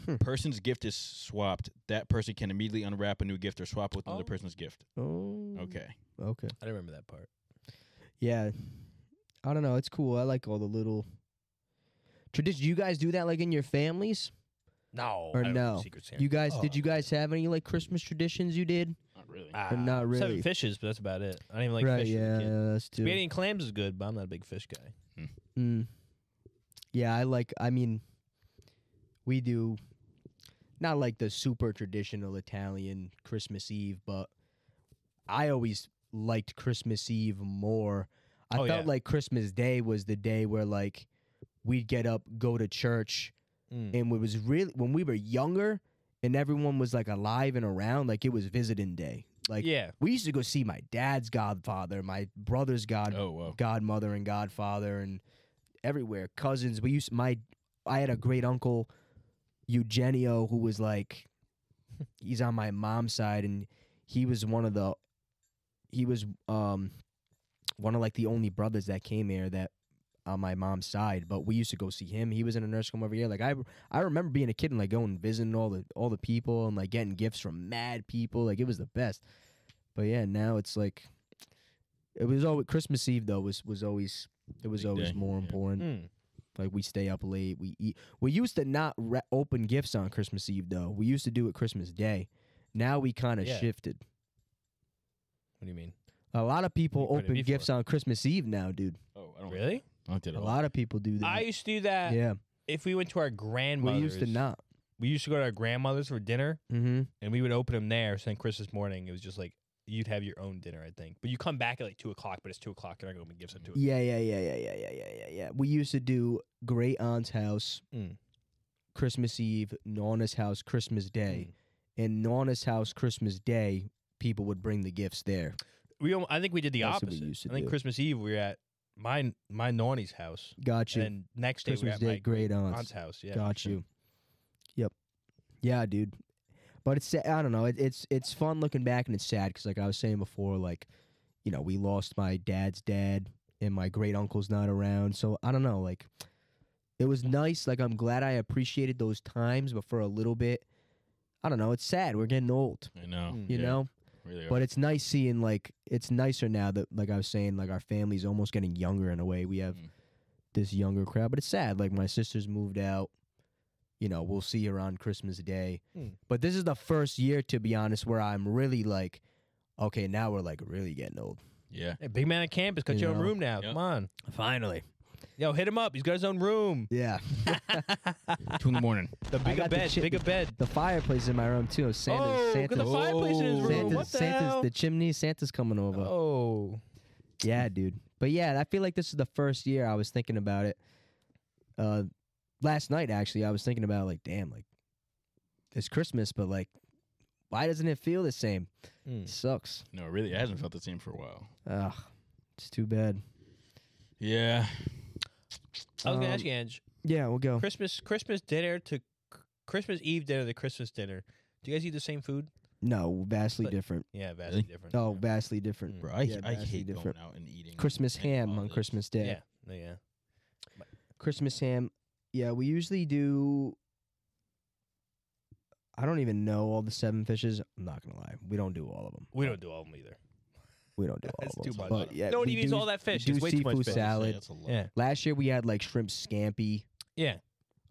Speaker 2: Hmm.
Speaker 3: Person's gift is swapped. That person can immediately unwrap a new gift or swap with another
Speaker 2: Oh. Mm-hmm.
Speaker 3: person's gift.
Speaker 1: Oh,
Speaker 3: Okay.
Speaker 1: okay.
Speaker 2: I don't remember that part.
Speaker 1: Yeah, I don't know. It's cool. I like all the little tradition. You guys do that like in your families?
Speaker 2: No.
Speaker 1: Or
Speaker 2: I don't know
Speaker 1: no.
Speaker 2: Secret Santa.
Speaker 1: You guys?
Speaker 2: Oh,
Speaker 1: did you guys have any like Christmas traditions you did?
Speaker 3: Not really.
Speaker 2: Ah,
Speaker 1: Or not really?
Speaker 2: Seven fishes, but that's about it. I don't even like
Speaker 1: right.
Speaker 2: fish. as a
Speaker 1: Yeah,
Speaker 2: kid.
Speaker 1: yeah, that's too.
Speaker 2: Spaghetti and clams is good, but I'm not a big fish guy.
Speaker 1: Mm. Yeah, I like. I mean, we do not like the super traditional Italian Christmas Eve, but I always liked Christmas Eve more. I
Speaker 2: Oh,
Speaker 1: felt
Speaker 2: yeah.
Speaker 1: like Christmas Day was the day where like we'd get up, go to church,
Speaker 2: Mm.
Speaker 1: and it was really when we were younger and everyone was like alive and around, like it was visiting day. Like
Speaker 2: yeah.
Speaker 1: we used to go see my dad's godfather, my brother's god
Speaker 3: Oh wow.
Speaker 1: godmother and godfather and everywhere cousins we used my i had a great uncle eugenio who was like he's on my mom's side and he was one of the he was um one of like the only brothers that came here that on my mom's side but we used to go see him he was in a nursing home every year like i i remember being a kid and like going and visiting all the all the people and like getting gifts from mad people like it was the best but yeah now it's like it was always christmas eve though was was always it was
Speaker 3: Big
Speaker 1: always
Speaker 3: day,
Speaker 1: more
Speaker 3: yeah.
Speaker 1: important
Speaker 2: Mm.
Speaker 1: like we stay up late. We eat. We used to not re- open gifts on Christmas Eve though. We used to do it Christmas Day. Now we kind of
Speaker 2: Yeah.
Speaker 1: shifted.
Speaker 2: What do you mean?
Speaker 1: A lot of people
Speaker 2: What do you
Speaker 1: open
Speaker 2: mean
Speaker 1: gifts on Christmas Eve now, dude.
Speaker 3: Oh, I don't
Speaker 2: Really?
Speaker 3: I did
Speaker 1: A
Speaker 3: it all.
Speaker 1: lot of people do that.
Speaker 2: I used to do that
Speaker 1: yeah,
Speaker 2: if we went to our
Speaker 1: we
Speaker 2: grandmother's.
Speaker 1: used to not.
Speaker 2: We used to go to our grandmother's for dinner,
Speaker 1: Mm-hmm.
Speaker 2: and we would open them there. So then Christmas morning, it was just like you'd have your own dinner, I think. But you come back at like two o'clock, but it's two o'clock, and I go open gifts at two.
Speaker 1: Yeah, yeah, yeah, yeah, yeah, yeah, yeah, yeah, yeah. We used to do great aunt's house,
Speaker 2: Mm.
Speaker 1: Christmas Eve, Nonna's house, Christmas Day, and Nonna's house, Christmas Day. People would bring the gifts there.
Speaker 2: We, al- I think we did the
Speaker 1: That's what we
Speaker 2: opposite.
Speaker 1: used to
Speaker 2: I think
Speaker 1: do.
Speaker 2: Christmas Eve we were at my my nanny's house,
Speaker 1: Got you.
Speaker 2: and then next day we were
Speaker 1: Christmas
Speaker 2: at
Speaker 1: Day,
Speaker 2: my
Speaker 1: great aunts.
Speaker 2: aunt's house. Yeah,
Speaker 1: Got you. Yep. Yeah, dude. But it's sa- I don't know. It, it's it's fun looking back and it's sad because like I was saying before, like you know we lost my dad's dad and my great uncle's not around. So I don't know. Like it was nice. Like I'm glad I appreciated those times, but for a little bit, I don't know. It's sad. We're getting old.
Speaker 3: I know.
Speaker 2: Mm.
Speaker 1: You
Speaker 3: Yeah,
Speaker 1: know.
Speaker 3: Really are.
Speaker 1: But it's nice seeing like it's nicer now that like I was saying like our family's almost getting younger in a way. We have
Speaker 3: Mm.
Speaker 1: this younger crowd, but it's sad. Like my sister's moved out. You know, we'll see her on Christmas Day.
Speaker 2: Mm.
Speaker 1: But this is the first year, to be honest, where I'm really like, okay, now we're like really getting old.
Speaker 3: yeah.
Speaker 2: Hey, big man at campus got
Speaker 1: You
Speaker 2: your own
Speaker 1: know?
Speaker 2: room now.
Speaker 3: Yep.
Speaker 2: Come on,
Speaker 1: Finally.
Speaker 2: yo, hit him up. He's got his own room.
Speaker 1: Yeah.
Speaker 3: Two in the morning.
Speaker 2: The bigger
Speaker 1: got the
Speaker 2: bed,
Speaker 1: chip-
Speaker 2: bigger bed.
Speaker 1: the fireplace in my room too. Santa's
Speaker 2: oh,
Speaker 1: Santa's,
Speaker 2: got the fireplace in his room.
Speaker 1: Santa's,
Speaker 2: what the
Speaker 1: Santa's
Speaker 2: hell?
Speaker 1: the chimney, Santa's coming over.
Speaker 2: oh,
Speaker 1: Yeah, dude. But yeah, I feel like this is the first year I was thinking about it. Uh, last night actually, I was thinking about like, damn, like it's Christmas, but like, why doesn't it feel the same? It
Speaker 2: Mm.
Speaker 1: sucks.
Speaker 3: No, really, it hasn't felt the same for a while.
Speaker 1: Ugh, it's too bad.
Speaker 3: Yeah.
Speaker 2: I was gonna
Speaker 1: Um,
Speaker 2: ask you, Ange.
Speaker 1: Yeah, we'll go.
Speaker 2: Christmas, Christmas dinner to Christmas Eve dinner to Christmas dinner. Do you guys eat the same food?
Speaker 1: No, vastly
Speaker 2: But-
Speaker 1: different.
Speaker 2: Yeah, vastly different.
Speaker 1: Oh, vastly different.
Speaker 2: Mm.
Speaker 3: Bro, I,
Speaker 1: Yeah,
Speaker 3: I
Speaker 1: that's
Speaker 3: hate
Speaker 1: different.
Speaker 3: going out and eating.
Speaker 2: Hmm.
Speaker 1: Christmas
Speaker 3: any
Speaker 1: ham on
Speaker 3: holidays.
Speaker 1: Christmas Day.
Speaker 2: yeah, no, yeah.
Speaker 1: Christmas ham. Yeah, we usually do. I don't even know all the seven fishes. I'm not gonna lie, we don't do all of them.
Speaker 2: We don't do all of them either.
Speaker 1: We don't do all
Speaker 2: That's
Speaker 1: of
Speaker 2: too
Speaker 1: them.
Speaker 2: much.
Speaker 1: But yeah,
Speaker 2: no one
Speaker 1: we
Speaker 2: even eats
Speaker 1: do-
Speaker 2: all that
Speaker 1: we
Speaker 2: fish.
Speaker 1: do
Speaker 2: It's way too much
Speaker 1: seafood
Speaker 2: fish.
Speaker 1: salad.
Speaker 3: Yeah, that's a lot.
Speaker 2: Yeah,
Speaker 1: Last year we had like shrimp scampi. Uh,
Speaker 2: yeah.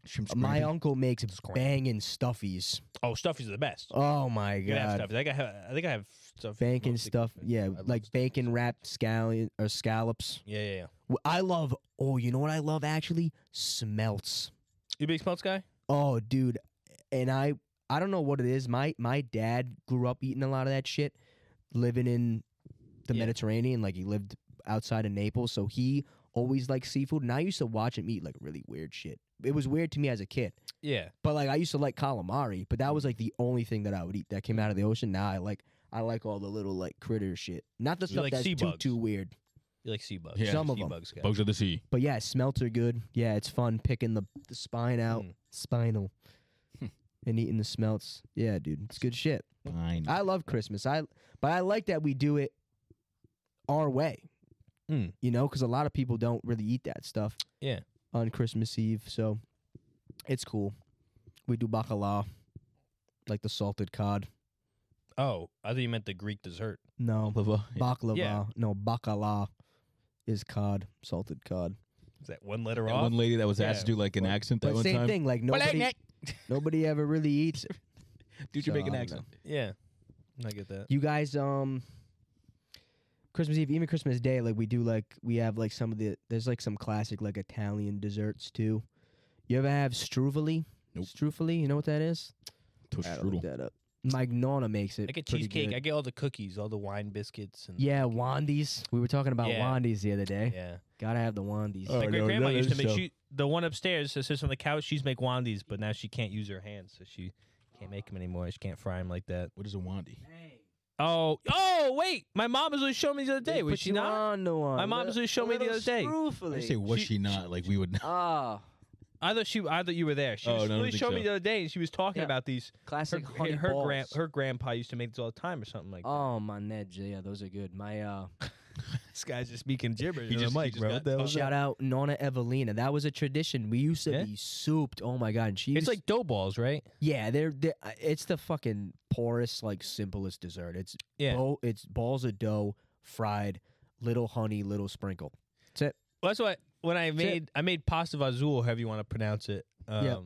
Speaker 3: Shrimp
Speaker 1: My
Speaker 3: scampi.
Speaker 1: uncle makes
Speaker 2: Scampi.
Speaker 1: banging stuffies.
Speaker 2: Oh, stuffies are the best.
Speaker 1: Oh my
Speaker 2: You gotta have
Speaker 1: god.
Speaker 2: stuffies. I think I have. I think I have stuff.
Speaker 1: Bacon
Speaker 2: mostly
Speaker 1: stuff,
Speaker 2: Christmas. I
Speaker 1: yeah,
Speaker 2: love
Speaker 1: like
Speaker 2: stuff.
Speaker 1: bacon wrapped scallion or scallops.
Speaker 2: Yeah, yeah, yeah.
Speaker 1: Wh- I love. Oh, you know what I love actually? Smelts.
Speaker 2: You a big smelts guy?
Speaker 1: Oh, dude, and I I don't know what it is. My my dad grew up eating a lot of that shit, living in the
Speaker 2: Yeah.
Speaker 1: Mediterranean. Like he lived outside of Naples, so he always liked seafood. And I used to watch him eat like really weird shit. It was weird to me as a kid.
Speaker 2: Yeah.
Speaker 1: But like I used to like calamari, but that was like the only thing that I would eat that came out of the ocean. Now I like I like all the little like critter shit. Not the
Speaker 2: You
Speaker 1: stuff
Speaker 2: like
Speaker 1: that's
Speaker 2: sea
Speaker 1: too
Speaker 2: bugs.
Speaker 1: too weird.
Speaker 2: You like sea bugs?
Speaker 3: Yeah,
Speaker 1: Some
Speaker 2: sea
Speaker 1: of 'em.
Speaker 2: bugs guy.
Speaker 3: Bugs of the sea.
Speaker 1: But yeah, smelts are good. Yeah, it's fun picking the the spine out,
Speaker 2: Mm.
Speaker 1: spinal,
Speaker 3: Hmm.
Speaker 1: and eating the smelts. Yeah, dude, it's good shit.
Speaker 3: Fine.
Speaker 1: I love Christmas. I but I like that we do it our way.
Speaker 3: Hmm.
Speaker 2: Mm.
Speaker 1: You know, because a lot of people don't really eat that stuff.
Speaker 2: Yeah.
Speaker 1: On Christmas Eve, so it's cool. We do bacalao, like the salted cod.
Speaker 2: Oh, I thought you meant the Greek dessert.
Speaker 1: No
Speaker 3: Baklava. Yeah.
Speaker 1: baklava.
Speaker 2: Yeah.
Speaker 1: No bacalao is cod, salted cod.
Speaker 2: Is that one letter
Speaker 3: That
Speaker 2: off?
Speaker 3: one lady that was asked
Speaker 2: Yeah.
Speaker 3: to do like an
Speaker 1: But-
Speaker 3: accent that
Speaker 1: But
Speaker 3: one
Speaker 1: same
Speaker 3: time.
Speaker 1: thing. Like nobody, nobody ever really eats. it.
Speaker 3: Dude, you
Speaker 1: So,
Speaker 3: make an
Speaker 1: I don't
Speaker 3: accent.
Speaker 2: yeah. I get that.
Speaker 1: You guys, um, Christmas Eve, even Christmas Day, like we do, like we have like some of the there's like some classic like Italian desserts too. You ever have struvoli?
Speaker 3: Nope.
Speaker 1: Strufoli, you know what that is?
Speaker 3: Toast
Speaker 1: Gotta look
Speaker 3: strudel.
Speaker 1: that up. Mike Nona makes it.
Speaker 2: I get
Speaker 1: pretty
Speaker 2: cheesecake.
Speaker 1: good.
Speaker 2: I get all the cookies, all the wine biscuits, and
Speaker 1: yeah, Wandies. We were talking about
Speaker 2: Yeah.
Speaker 1: Wandies the other day.
Speaker 2: yeah.
Speaker 1: Gotta have the Wandies.
Speaker 3: Oh,
Speaker 2: My
Speaker 3: no,
Speaker 2: great grandma
Speaker 3: none of
Speaker 2: used to
Speaker 3: this
Speaker 2: make
Speaker 3: stuff.
Speaker 2: she the one upstairs that sits on the couch. She's make wandies, but now she can't use her hands, so she can't make them anymore. She can't fry them like that.
Speaker 3: What is a wandy?
Speaker 2: Oh, oh, wait! My mom was going to show me the other day.
Speaker 1: They
Speaker 2: Was
Speaker 1: put
Speaker 2: she
Speaker 1: you
Speaker 2: not?
Speaker 1: On the one.
Speaker 2: My mom
Speaker 1: Little-
Speaker 2: was gonna show me the
Speaker 1: little
Speaker 2: other day.
Speaker 3: I
Speaker 1: Strufoli.
Speaker 3: say, was
Speaker 2: she-
Speaker 3: she, not? Like, we would know.
Speaker 1: Ah,
Speaker 2: I thought she. I thought you were there. She
Speaker 3: Oh,
Speaker 2: was
Speaker 3: no, I don't
Speaker 2: really
Speaker 3: think
Speaker 2: showed me
Speaker 3: so.
Speaker 2: the other day, and she was talking
Speaker 1: Yeah.
Speaker 2: about these. Her
Speaker 1: classic honey
Speaker 2: her, her, gran,
Speaker 1: balls.
Speaker 2: her grandpa used to make these all the time, or something like. that.
Speaker 1: Oh, my Ned. Yeah, those are good. My uh,
Speaker 2: This guy's just speaking gibberish.
Speaker 3: He
Speaker 2: on the
Speaker 3: just- he
Speaker 2: mic,
Speaker 3: just
Speaker 2: bro.
Speaker 3: got
Speaker 2: What the hell
Speaker 3: tough.
Speaker 2: is that?
Speaker 1: Shout out Nona Evelina. That was a tradition. We used to
Speaker 2: Yeah?
Speaker 1: be souped. Oh my god, and she. used-
Speaker 2: It's like dough balls, right?
Speaker 1: yeah, they're, they're uh, it's the fucking poorest, like simplest dessert. It's
Speaker 2: Yeah.
Speaker 1: bo- it's balls of dough fried, little honey, little sprinkle.
Speaker 2: Well, that's what when I
Speaker 1: it.
Speaker 2: made I made pasta vazul, however you want to pronounce it. Um,
Speaker 1: Yeah.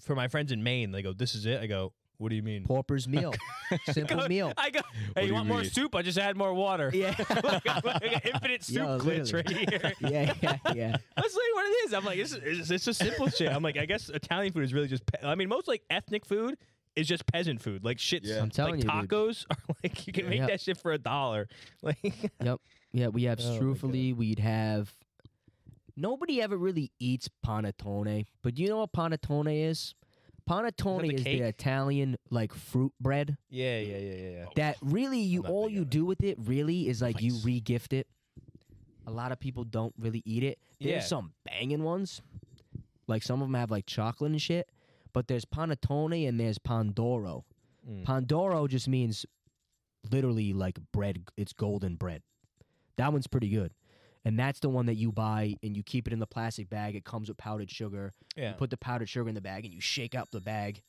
Speaker 2: For my friends in Maine, they go, "This is it." I go, What do you mean?
Speaker 1: Pauper's meal. Simple meal.
Speaker 6: I go. Hey,
Speaker 3: do you
Speaker 6: you want more
Speaker 3: mean?
Speaker 6: soup? I just add more water.
Speaker 1: Yeah.
Speaker 6: like, like an infinite soup
Speaker 1: Yo,
Speaker 6: glitch right
Speaker 1: literally.
Speaker 6: here.
Speaker 1: yeah, yeah, yeah.
Speaker 6: That's like what it is. I'm like, it's,
Speaker 2: It's, it's just simple shit. I'm like, I guess Italian food is really just. Pe- I mean, most like ethnic food is just peasant food. Like shit.
Speaker 3: Yeah.
Speaker 1: I'm telling
Speaker 2: like
Speaker 1: you, dude.
Speaker 2: tacos are like you can make
Speaker 1: Yeah.
Speaker 2: that shit for a dollar. Like
Speaker 1: Yeah, we have
Speaker 2: Oh my God.
Speaker 1: strufoli. We'd have. Nobody ever really eats panettone, but you know what panettone is? Panettone
Speaker 2: the
Speaker 1: is the
Speaker 2: cake?
Speaker 1: Italian like fruit bread
Speaker 2: yeah, yeah, yeah, yeah, yeah.
Speaker 1: that really you
Speaker 2: not
Speaker 1: all
Speaker 2: big
Speaker 1: you
Speaker 2: on it.
Speaker 1: do with it really is like you
Speaker 3: Nice.
Speaker 1: re-gift it. A lot of people don't really eat it. There's
Speaker 2: Yeah.
Speaker 1: some banging ones, like some of them have like chocolate and shit. But there's panettone and there's pandoro.
Speaker 2: Mm.
Speaker 1: Pandoro just means literally like bread. It's golden bread. That one's pretty good. And that's the one that you buy and you keep it in the plastic bag. It comes with powdered sugar.
Speaker 2: Yeah.
Speaker 1: You put the powdered sugar in the bag and you shake out the bag.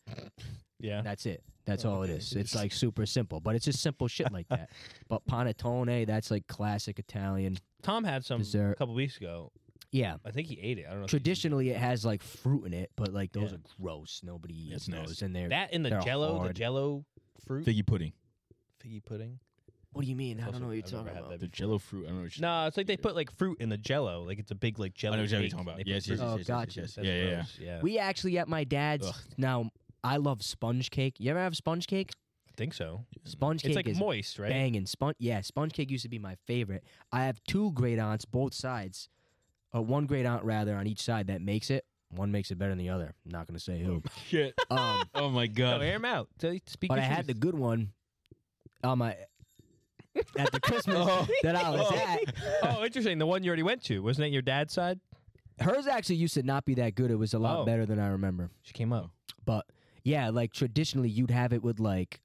Speaker 2: yeah.
Speaker 1: That's it. That's
Speaker 2: Oh,
Speaker 1: all
Speaker 2: okay.
Speaker 1: it is. It's like super simple, but it's just simple shit like that. But panettone, that's like classic Italian.
Speaker 2: Tom had some a
Speaker 1: Dessert.
Speaker 2: couple weeks ago.
Speaker 1: Yeah.
Speaker 2: I think he ate it. I don't know. if he-
Speaker 1: Traditionally, it has like fruit in it, but like those
Speaker 2: Yeah.
Speaker 1: are gross. Nobody
Speaker 3: That's
Speaker 1: eats those.
Speaker 3: nasty.
Speaker 1: And they're.
Speaker 2: that in the
Speaker 1: they're
Speaker 2: Jello, the
Speaker 1: hard.
Speaker 2: Jello fruit
Speaker 3: Figgy pudding.
Speaker 2: figgy pudding.
Speaker 1: what do you mean? I
Speaker 2: Also,
Speaker 1: don't know what you're
Speaker 2: I've never
Speaker 1: talking
Speaker 2: had
Speaker 1: about.
Speaker 2: that
Speaker 3: The Jello fruit. I don't know. What you're-
Speaker 2: No, it's like they put like fruit in the Jello. Like it's a big like Jello.
Speaker 3: I know exactly
Speaker 2: cake,
Speaker 3: what you're talking
Speaker 2: and they
Speaker 3: about. Yes,
Speaker 2: put
Speaker 3: yes,
Speaker 2: fruit.
Speaker 1: Oh,
Speaker 3: yes, yes, yes,
Speaker 1: gotcha.
Speaker 3: yes, yes.
Speaker 2: That's
Speaker 3: Yeah, yeah, yeah.
Speaker 2: gross. yeah.
Speaker 1: We actually at my dad's
Speaker 3: Ugh.
Speaker 1: now. I love sponge cake. You ever have sponge cake?
Speaker 2: I think so.
Speaker 1: Sponge cake
Speaker 2: It's like
Speaker 1: is
Speaker 2: moist, right?
Speaker 1: banging. Sponge, yeah, sponge cake used to be my favorite. I have two great aunts, both sides, or one great aunt rather on each side that makes it. One makes it better than the other. I'm not gonna say who.
Speaker 3: Shit.
Speaker 1: Um,
Speaker 3: Oh my
Speaker 2: No,
Speaker 3: god.
Speaker 2: air 'em out. Tell- Speak
Speaker 1: but I
Speaker 2: your
Speaker 1: had the
Speaker 2: truth.
Speaker 1: good one on my at the Christmas that I was at.
Speaker 2: oh, interesting. The one you already went to wasn't it your dad's side?
Speaker 1: Hers actually used to not be that good. It was a lot
Speaker 2: Oh.
Speaker 1: better than I remember.
Speaker 2: She came up.
Speaker 1: But yeah, like traditionally you'd have it with like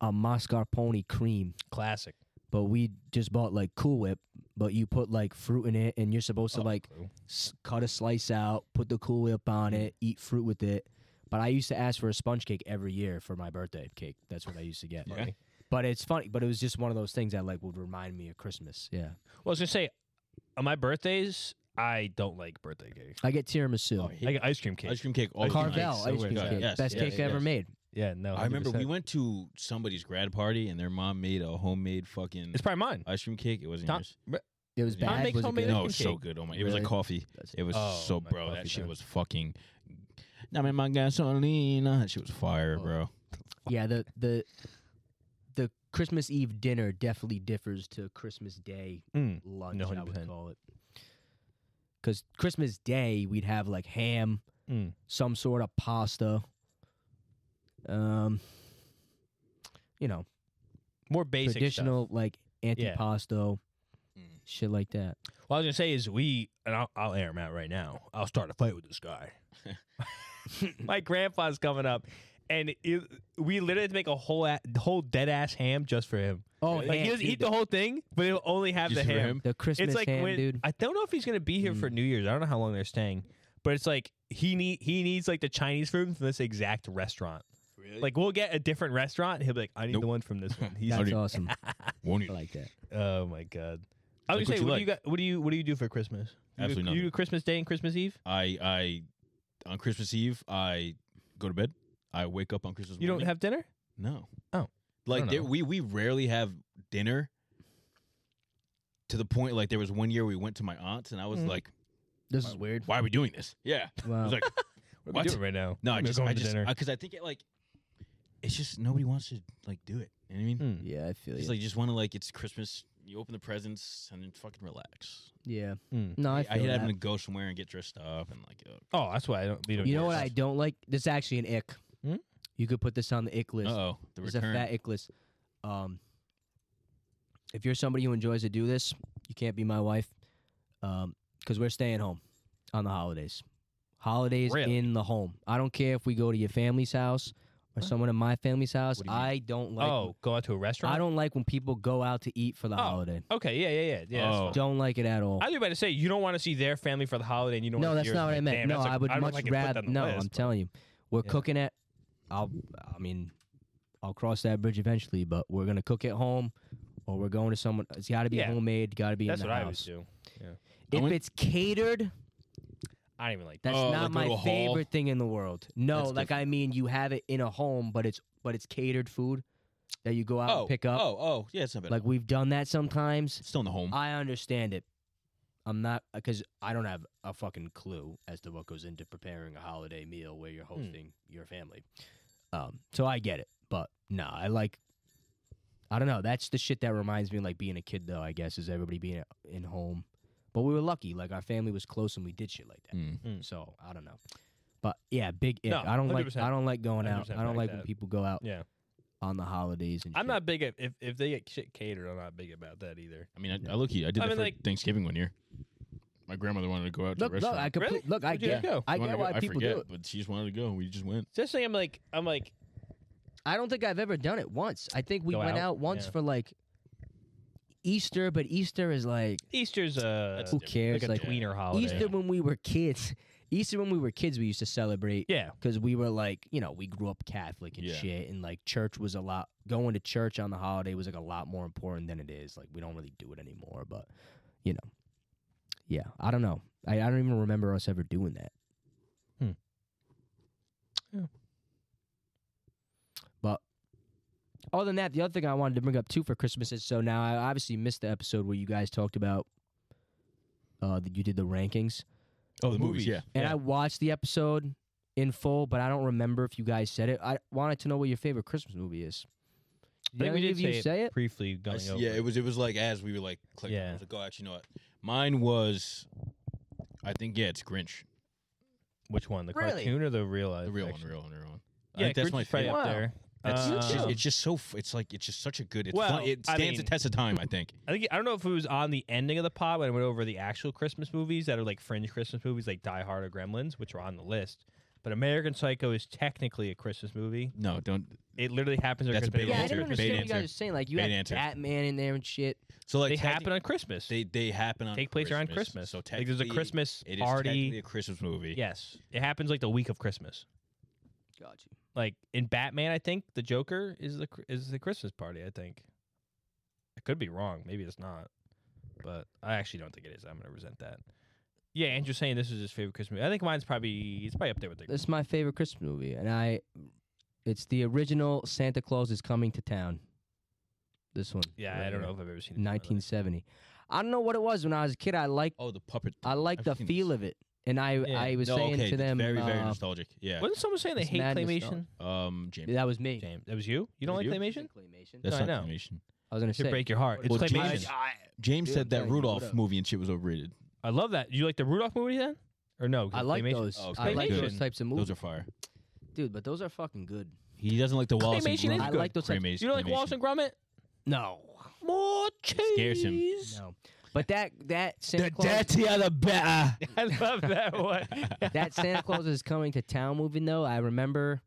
Speaker 1: a mascarpone cream.
Speaker 2: Classic.
Speaker 1: But we just bought like Cool Whip, but you put like fruit in it, and you're supposed
Speaker 2: Oh.
Speaker 1: to like s- cut a slice out, put the Cool Whip on it, eat fruit with it. But I used to ask for a sponge cake every year for my birthday cake. That's what I used to get.
Speaker 3: Yeah.
Speaker 1: But it's funny. But it was just one of those things that like would remind me of Christmas. Yeah,
Speaker 2: Well, I was gonna say, on my birthdays, I don't like birthday cake.
Speaker 1: I get tiramisu,
Speaker 3: Oh,
Speaker 2: I
Speaker 3: he-
Speaker 2: get ice cream cake.
Speaker 3: Ice cream cake. All the time.
Speaker 1: Carvel
Speaker 2: so
Speaker 1: ice cream
Speaker 2: good.
Speaker 1: cake,
Speaker 3: Yes,
Speaker 1: best
Speaker 3: yes,
Speaker 1: cake I ever
Speaker 3: yes.
Speaker 1: made.
Speaker 2: yeah, no.
Speaker 3: I remember we
Speaker 2: 100%.
Speaker 3: went to somebody's grad party and their mom made a homemade fucking
Speaker 2: It's probably mine.
Speaker 3: ice cream cake. It wasn't
Speaker 2: Tom-
Speaker 3: yours.
Speaker 1: It was
Speaker 3: Yeah.
Speaker 2: Tom
Speaker 1: bad.
Speaker 2: makes
Speaker 1: Was it
Speaker 2: homemade
Speaker 1: good?
Speaker 3: No, it
Speaker 2: ice
Speaker 3: was
Speaker 2: cream
Speaker 3: so
Speaker 2: cake.
Speaker 3: good. Oh my! It was like
Speaker 1: Really?
Speaker 3: coffee. It was
Speaker 2: Oh,
Speaker 3: so
Speaker 2: my
Speaker 3: bro. That
Speaker 2: coffee
Speaker 3: shit
Speaker 2: time.
Speaker 3: was fucking. I mean, my gasolina. That shit was fire,
Speaker 1: Oh.
Speaker 3: bro.
Speaker 1: Yeah, the the the Christmas Eve dinner definitely differs to Christmas Day
Speaker 2: Mm.
Speaker 1: lunch. I would
Speaker 2: 100%.
Speaker 1: call it. Because Christmas Day we'd have like ham,
Speaker 2: Mm.
Speaker 1: some sort of pasta. Um, you know,
Speaker 2: More basic. Traditional.
Speaker 1: traditional like antipasto,
Speaker 3: Mm.
Speaker 1: shit like that.
Speaker 2: What I was gonna say is we, and I'll, I'll air him out right now. I'll start a fight with this guy. My grandpa's coming up, and it, we literally had to make a whole a- whole dead ass ham just for him.
Speaker 1: Oh,
Speaker 2: Like he doesn't eat the whole thing, but he'll only have
Speaker 3: Just
Speaker 2: the
Speaker 3: for
Speaker 2: ham.
Speaker 3: him? Hmm.
Speaker 1: the Christmas
Speaker 2: it's like
Speaker 1: ham,
Speaker 2: when
Speaker 1: dude.
Speaker 2: I don't know if he's gonna be here for New Year's. I don't know how long they're staying, but it's like he need he needs like the Chinese food from this exact restaurant. Like we'll get a different restaurant. and He'll be like, I need
Speaker 3: Nope.
Speaker 2: the one from this one. He's
Speaker 1: That's
Speaker 3: Already-
Speaker 1: awesome.
Speaker 3: Won't
Speaker 1: I
Speaker 3: you?
Speaker 1: like that.
Speaker 2: oh my god. I
Speaker 3: Like what
Speaker 2: was gonna say,
Speaker 3: you
Speaker 2: what, do you got? What do you what do you do for Christmas? You
Speaker 3: Absolutely
Speaker 2: do, You
Speaker 3: nothing.
Speaker 2: do Christmas Day and Christmas Eve.
Speaker 3: I I on Christmas Eve I go to bed. I wake up on Christmas.
Speaker 2: You don't
Speaker 3: morning.
Speaker 2: have dinner.
Speaker 3: no.
Speaker 2: Oh,
Speaker 3: like
Speaker 2: don't
Speaker 3: there,
Speaker 2: know.
Speaker 3: we we rarely have dinner. To the point, like there was one year we went to my aunt's and I was
Speaker 2: Mhm.
Speaker 3: like,
Speaker 1: This is weird.
Speaker 3: "Why are we doing this?" Yeah, I
Speaker 1: Wow.
Speaker 2: Oh.
Speaker 3: was like,
Speaker 2: What,
Speaker 3: What?
Speaker 2: Are we doing right now?
Speaker 3: "No, I
Speaker 2: We're
Speaker 3: just,
Speaker 2: going
Speaker 3: I
Speaker 2: to
Speaker 3: just,
Speaker 2: dinner.
Speaker 3: because I think it like, it's just nobody wants to like do it. You know what I mean?
Speaker 2: Hmm.
Speaker 1: yeah, I feel
Speaker 3: It's
Speaker 1: you.
Speaker 3: like you just want to like it's Christmas. You open the presents and then fucking relax.
Speaker 1: yeah.
Speaker 2: Mm.
Speaker 1: No, I
Speaker 3: I,
Speaker 1: feel
Speaker 3: hate
Speaker 1: that.
Speaker 3: having to go somewhere and get dressed up and like. Uh
Speaker 2: Oh, that's why I don't. We don't
Speaker 1: You
Speaker 2: do
Speaker 1: know what
Speaker 2: this.
Speaker 1: I don't like? This is actually an ick.
Speaker 2: Hmm?
Speaker 1: You could put this on the ick list.
Speaker 3: oh, the
Speaker 1: It's a
Speaker 3: return.
Speaker 1: fat ick list. Um, if you're somebody who enjoys to do this, you can't be my wife, because we're staying home on the holidays. Holidays
Speaker 2: Really?
Speaker 1: in the home. I don't care if we go to your family's house or someone in my family's house.
Speaker 3: What do you mean?
Speaker 1: I don't like.
Speaker 2: oh, go out to a restaurant.
Speaker 1: I don't like when people go out to eat for the
Speaker 2: Oh,
Speaker 1: holiday.
Speaker 2: Okay. Yeah. Yeah. Yeah. Yeah. that's
Speaker 3: Oh.
Speaker 2: fine.
Speaker 1: Don't like it at all.
Speaker 2: I was about to say you don't want to see their family for the holiday, and you don't.
Speaker 1: no,
Speaker 2: wanna
Speaker 1: that's
Speaker 2: see yours.
Speaker 1: not what I
Speaker 2: Like,
Speaker 1: meant.
Speaker 2: damn,
Speaker 1: no,
Speaker 2: that's a-
Speaker 1: I would
Speaker 2: don't know if
Speaker 1: much
Speaker 2: I can put that
Speaker 1: rather.
Speaker 2: on the
Speaker 1: No,
Speaker 2: list,
Speaker 1: I'm
Speaker 2: but-
Speaker 1: telling you, we're
Speaker 2: Yeah.
Speaker 1: cooking at. I'll. I mean, I'll cross that bridge eventually, but we're gonna cook at home, or we're going to someone. It's got to be
Speaker 2: Yeah.
Speaker 1: homemade. Got to be
Speaker 2: That's
Speaker 1: in the
Speaker 2: what I
Speaker 1: house.
Speaker 2: always do.
Speaker 1: If
Speaker 3: I went-
Speaker 1: it's catered,
Speaker 2: I don't even like that.
Speaker 1: That's
Speaker 3: Oh, like go
Speaker 1: not my
Speaker 3: to a hall?
Speaker 1: favorite thing in the world. No,
Speaker 3: That's
Speaker 1: like I mean, you have it in a home, but it's but it's catered food that you go out
Speaker 3: oh,
Speaker 1: and pick up.
Speaker 3: Oh, oh, yeah, it's not bad.
Speaker 1: Like we've done that sometimes.
Speaker 3: it's still in the home.
Speaker 1: I understand it. I'm not because I don't have a fucking clue as to what goes into preparing a holiday meal where
Speaker 2: Hmm.
Speaker 1: you're hosting your family. Um, so I get it, but nah, I like. I don't know. That's the shit that reminds me of like being a kid, though. I guess is everybody being at- in home, but we were lucky. Like our family was close, and we did shit like that.
Speaker 3: Mm.
Speaker 2: Mm.
Speaker 1: So I don't know, but yeah, big. It.
Speaker 2: No,
Speaker 1: I don't like.
Speaker 2: 100%.
Speaker 1: I don't like going out.
Speaker 2: 100%
Speaker 1: I don't
Speaker 2: back
Speaker 1: like when
Speaker 2: that.
Speaker 1: people go out
Speaker 2: Yeah,
Speaker 1: on the holidays. And
Speaker 2: I'm
Speaker 1: shit.
Speaker 2: not big at if, if they get shit catered. I'm not big about that either.
Speaker 3: I mean, I, I look. I did
Speaker 2: I
Speaker 3: that
Speaker 2: mean,
Speaker 3: for
Speaker 2: like-
Speaker 3: Thanksgiving one year. My grandmother wanted to go out to
Speaker 1: Look,
Speaker 3: a
Speaker 1: look,
Speaker 3: restaurant.
Speaker 1: I complete,
Speaker 2: Really?
Speaker 1: look, I
Speaker 2: Where'd you
Speaker 1: get,
Speaker 2: guys go?
Speaker 1: I
Speaker 3: She wanted
Speaker 1: get
Speaker 3: to go-
Speaker 1: why
Speaker 3: I
Speaker 1: people
Speaker 3: forget,
Speaker 1: do it.
Speaker 3: but she just wanted to go, and we just went.
Speaker 2: So this thing, I'm like, I'm like,
Speaker 1: I don't think I've ever done it once. I think we
Speaker 2: Go
Speaker 1: went
Speaker 2: out?
Speaker 1: out, once
Speaker 2: Yeah.
Speaker 1: for like Easter, but Easter is like
Speaker 2: Easter's a
Speaker 3: That's
Speaker 1: who
Speaker 3: different.
Speaker 1: cares? Like,
Speaker 2: like a tweener holiday.
Speaker 1: Easter when we were kids. Easter when we were kids, we used to celebrate
Speaker 2: Yeah,
Speaker 1: because we were like, you know, we grew up Catholic and
Speaker 3: Yeah.
Speaker 1: shit, and like church was a lot. Going to church on the holiday was like a lot more important than it is. Like we don't really do it anymore, but you know, yeah, I don't know. I, I don't even remember us ever doing that.
Speaker 2: Hmm. Yeah.
Speaker 1: But other than that, the other thing I wanted to bring up too for Christmas is so now I obviously missed the episode where you guys talked about uh that you did the rankings.
Speaker 3: Oh, the movies, yeah.
Speaker 1: And
Speaker 2: Yeah.
Speaker 1: I watched the episode in full, but I don't remember if you guys said it. I wanted to know what your favorite Christmas movie is.
Speaker 2: I think we
Speaker 1: any
Speaker 2: did
Speaker 1: of you
Speaker 2: say,
Speaker 1: say
Speaker 2: it,
Speaker 1: it?
Speaker 2: briefly
Speaker 3: I
Speaker 2: going
Speaker 3: s-
Speaker 2: over.
Speaker 3: yeah, it was. It was like as we were like clicking.
Speaker 2: Yeah.
Speaker 3: I was like, oh, actually, you know what? Mine was. I think yeah, it's Grinch.
Speaker 2: Which one, the
Speaker 1: Really?
Speaker 2: cartoon or the real life?
Speaker 3: The real one,
Speaker 2: action?
Speaker 3: the real one, the real one. I
Speaker 2: Yeah,
Speaker 3: think that's
Speaker 2: Grinch
Speaker 3: my
Speaker 2: is probably
Speaker 3: favorite.
Speaker 2: up
Speaker 1: Wow.
Speaker 2: there.
Speaker 3: That's, it's,
Speaker 1: Uh,
Speaker 3: just,
Speaker 1: Yeah.
Speaker 3: it's just so. f- It's like it's just such a good. It's
Speaker 2: Well,
Speaker 3: fun, it
Speaker 2: I
Speaker 3: stands the
Speaker 2: mean-
Speaker 3: test of time. I think.
Speaker 2: I think I don't know if it was on the ending of the pod when I went over the actual Christmas movies that are like fringe Christmas movies like Die Hard or Gremlins, which are on the list. But American Psycho is technically a Christmas movie.
Speaker 3: No, don't.
Speaker 2: It literally happens. on
Speaker 3: That's a
Speaker 2: Christmas.
Speaker 3: big
Speaker 1: yeah, I
Speaker 3: answer.
Speaker 1: didn't
Speaker 3: Bait
Speaker 1: understand what you guys
Speaker 3: answer.
Speaker 1: were saying. Like you
Speaker 3: Bait
Speaker 1: had
Speaker 3: answer.
Speaker 1: Batman in there and shit.
Speaker 3: So like
Speaker 2: They
Speaker 3: technic-
Speaker 2: happen on Christmas.
Speaker 3: They they happen on
Speaker 2: take place around
Speaker 3: Christmas.
Speaker 2: Christmas.
Speaker 3: So
Speaker 2: like there's a
Speaker 3: technically,
Speaker 2: Christmas
Speaker 3: It is technically
Speaker 2: party.
Speaker 3: a Christmas movie.
Speaker 2: Yes, it happens like the week of Christmas.
Speaker 1: Got you.
Speaker 2: Like in Batman, I think the Joker is the cr- is the Christmas party. I think. I could be wrong. Maybe it's not, but I actually don't think it is. I'm gonna resent that. Yeah, Andrew's saying this is his favorite Christmas. movie. I think mine's probably it's probably up there with the.
Speaker 1: This is my favorite Christmas movie, and I, it's the original Santa Claus is coming to town. This one.
Speaker 2: Yeah,
Speaker 1: right
Speaker 2: I don't
Speaker 1: here,
Speaker 2: know if I've ever seen it. in my life.
Speaker 1: 1970. I don't know what it was when I was a kid. I liked
Speaker 3: Oh, the puppet.
Speaker 1: I liked
Speaker 3: I've
Speaker 1: the
Speaker 3: seen this.
Speaker 1: feel of it, and I
Speaker 2: Yeah.
Speaker 1: I was
Speaker 3: No,
Speaker 1: saying
Speaker 3: okay,
Speaker 1: to
Speaker 3: that's
Speaker 1: them
Speaker 3: very very
Speaker 1: uh,
Speaker 3: nostalgic. Yeah.
Speaker 2: Wasn't someone saying they
Speaker 1: It's
Speaker 2: hate
Speaker 1: mad
Speaker 2: claymation?
Speaker 1: nostalgic.
Speaker 3: Um, James.
Speaker 1: that was me.
Speaker 2: James, that was you. You don't
Speaker 3: Was
Speaker 2: like
Speaker 3: it you?
Speaker 2: claymation?
Speaker 1: I
Speaker 3: That's
Speaker 2: No, I
Speaker 3: not
Speaker 2: know.
Speaker 3: animation.
Speaker 1: was gonna
Speaker 2: It should
Speaker 1: say
Speaker 2: break your heart. It's
Speaker 3: Well,
Speaker 2: claymation.
Speaker 3: James-
Speaker 1: Dude,
Speaker 3: James
Speaker 1: I'm
Speaker 3: said that
Speaker 1: telling you, what
Speaker 3: Rudolph
Speaker 1: up?
Speaker 3: movie and shit was overrated.
Speaker 2: I love that. You like the Rudolph movie then, or no? 'cause
Speaker 1: I like
Speaker 2: claymation-
Speaker 1: those.
Speaker 3: Oh, okay.
Speaker 1: I like
Speaker 3: Claymation.
Speaker 1: those types of movies,
Speaker 3: Those are fire.
Speaker 1: dude. But those are fucking good.
Speaker 3: He doesn't like the Wallace and
Speaker 2: Claymation is
Speaker 3: Gromit.
Speaker 1: good. I like those types-
Speaker 3: Claymation-
Speaker 2: You don't like
Speaker 3: claymation.
Speaker 2: Wallace and Gromit?
Speaker 1: No,
Speaker 2: More
Speaker 3: scares him.
Speaker 2: cheese.
Speaker 1: no. But that that Santa Claus,
Speaker 3: the better.
Speaker 2: I love that one.
Speaker 1: that Santa Claus is coming to town movie though. I remember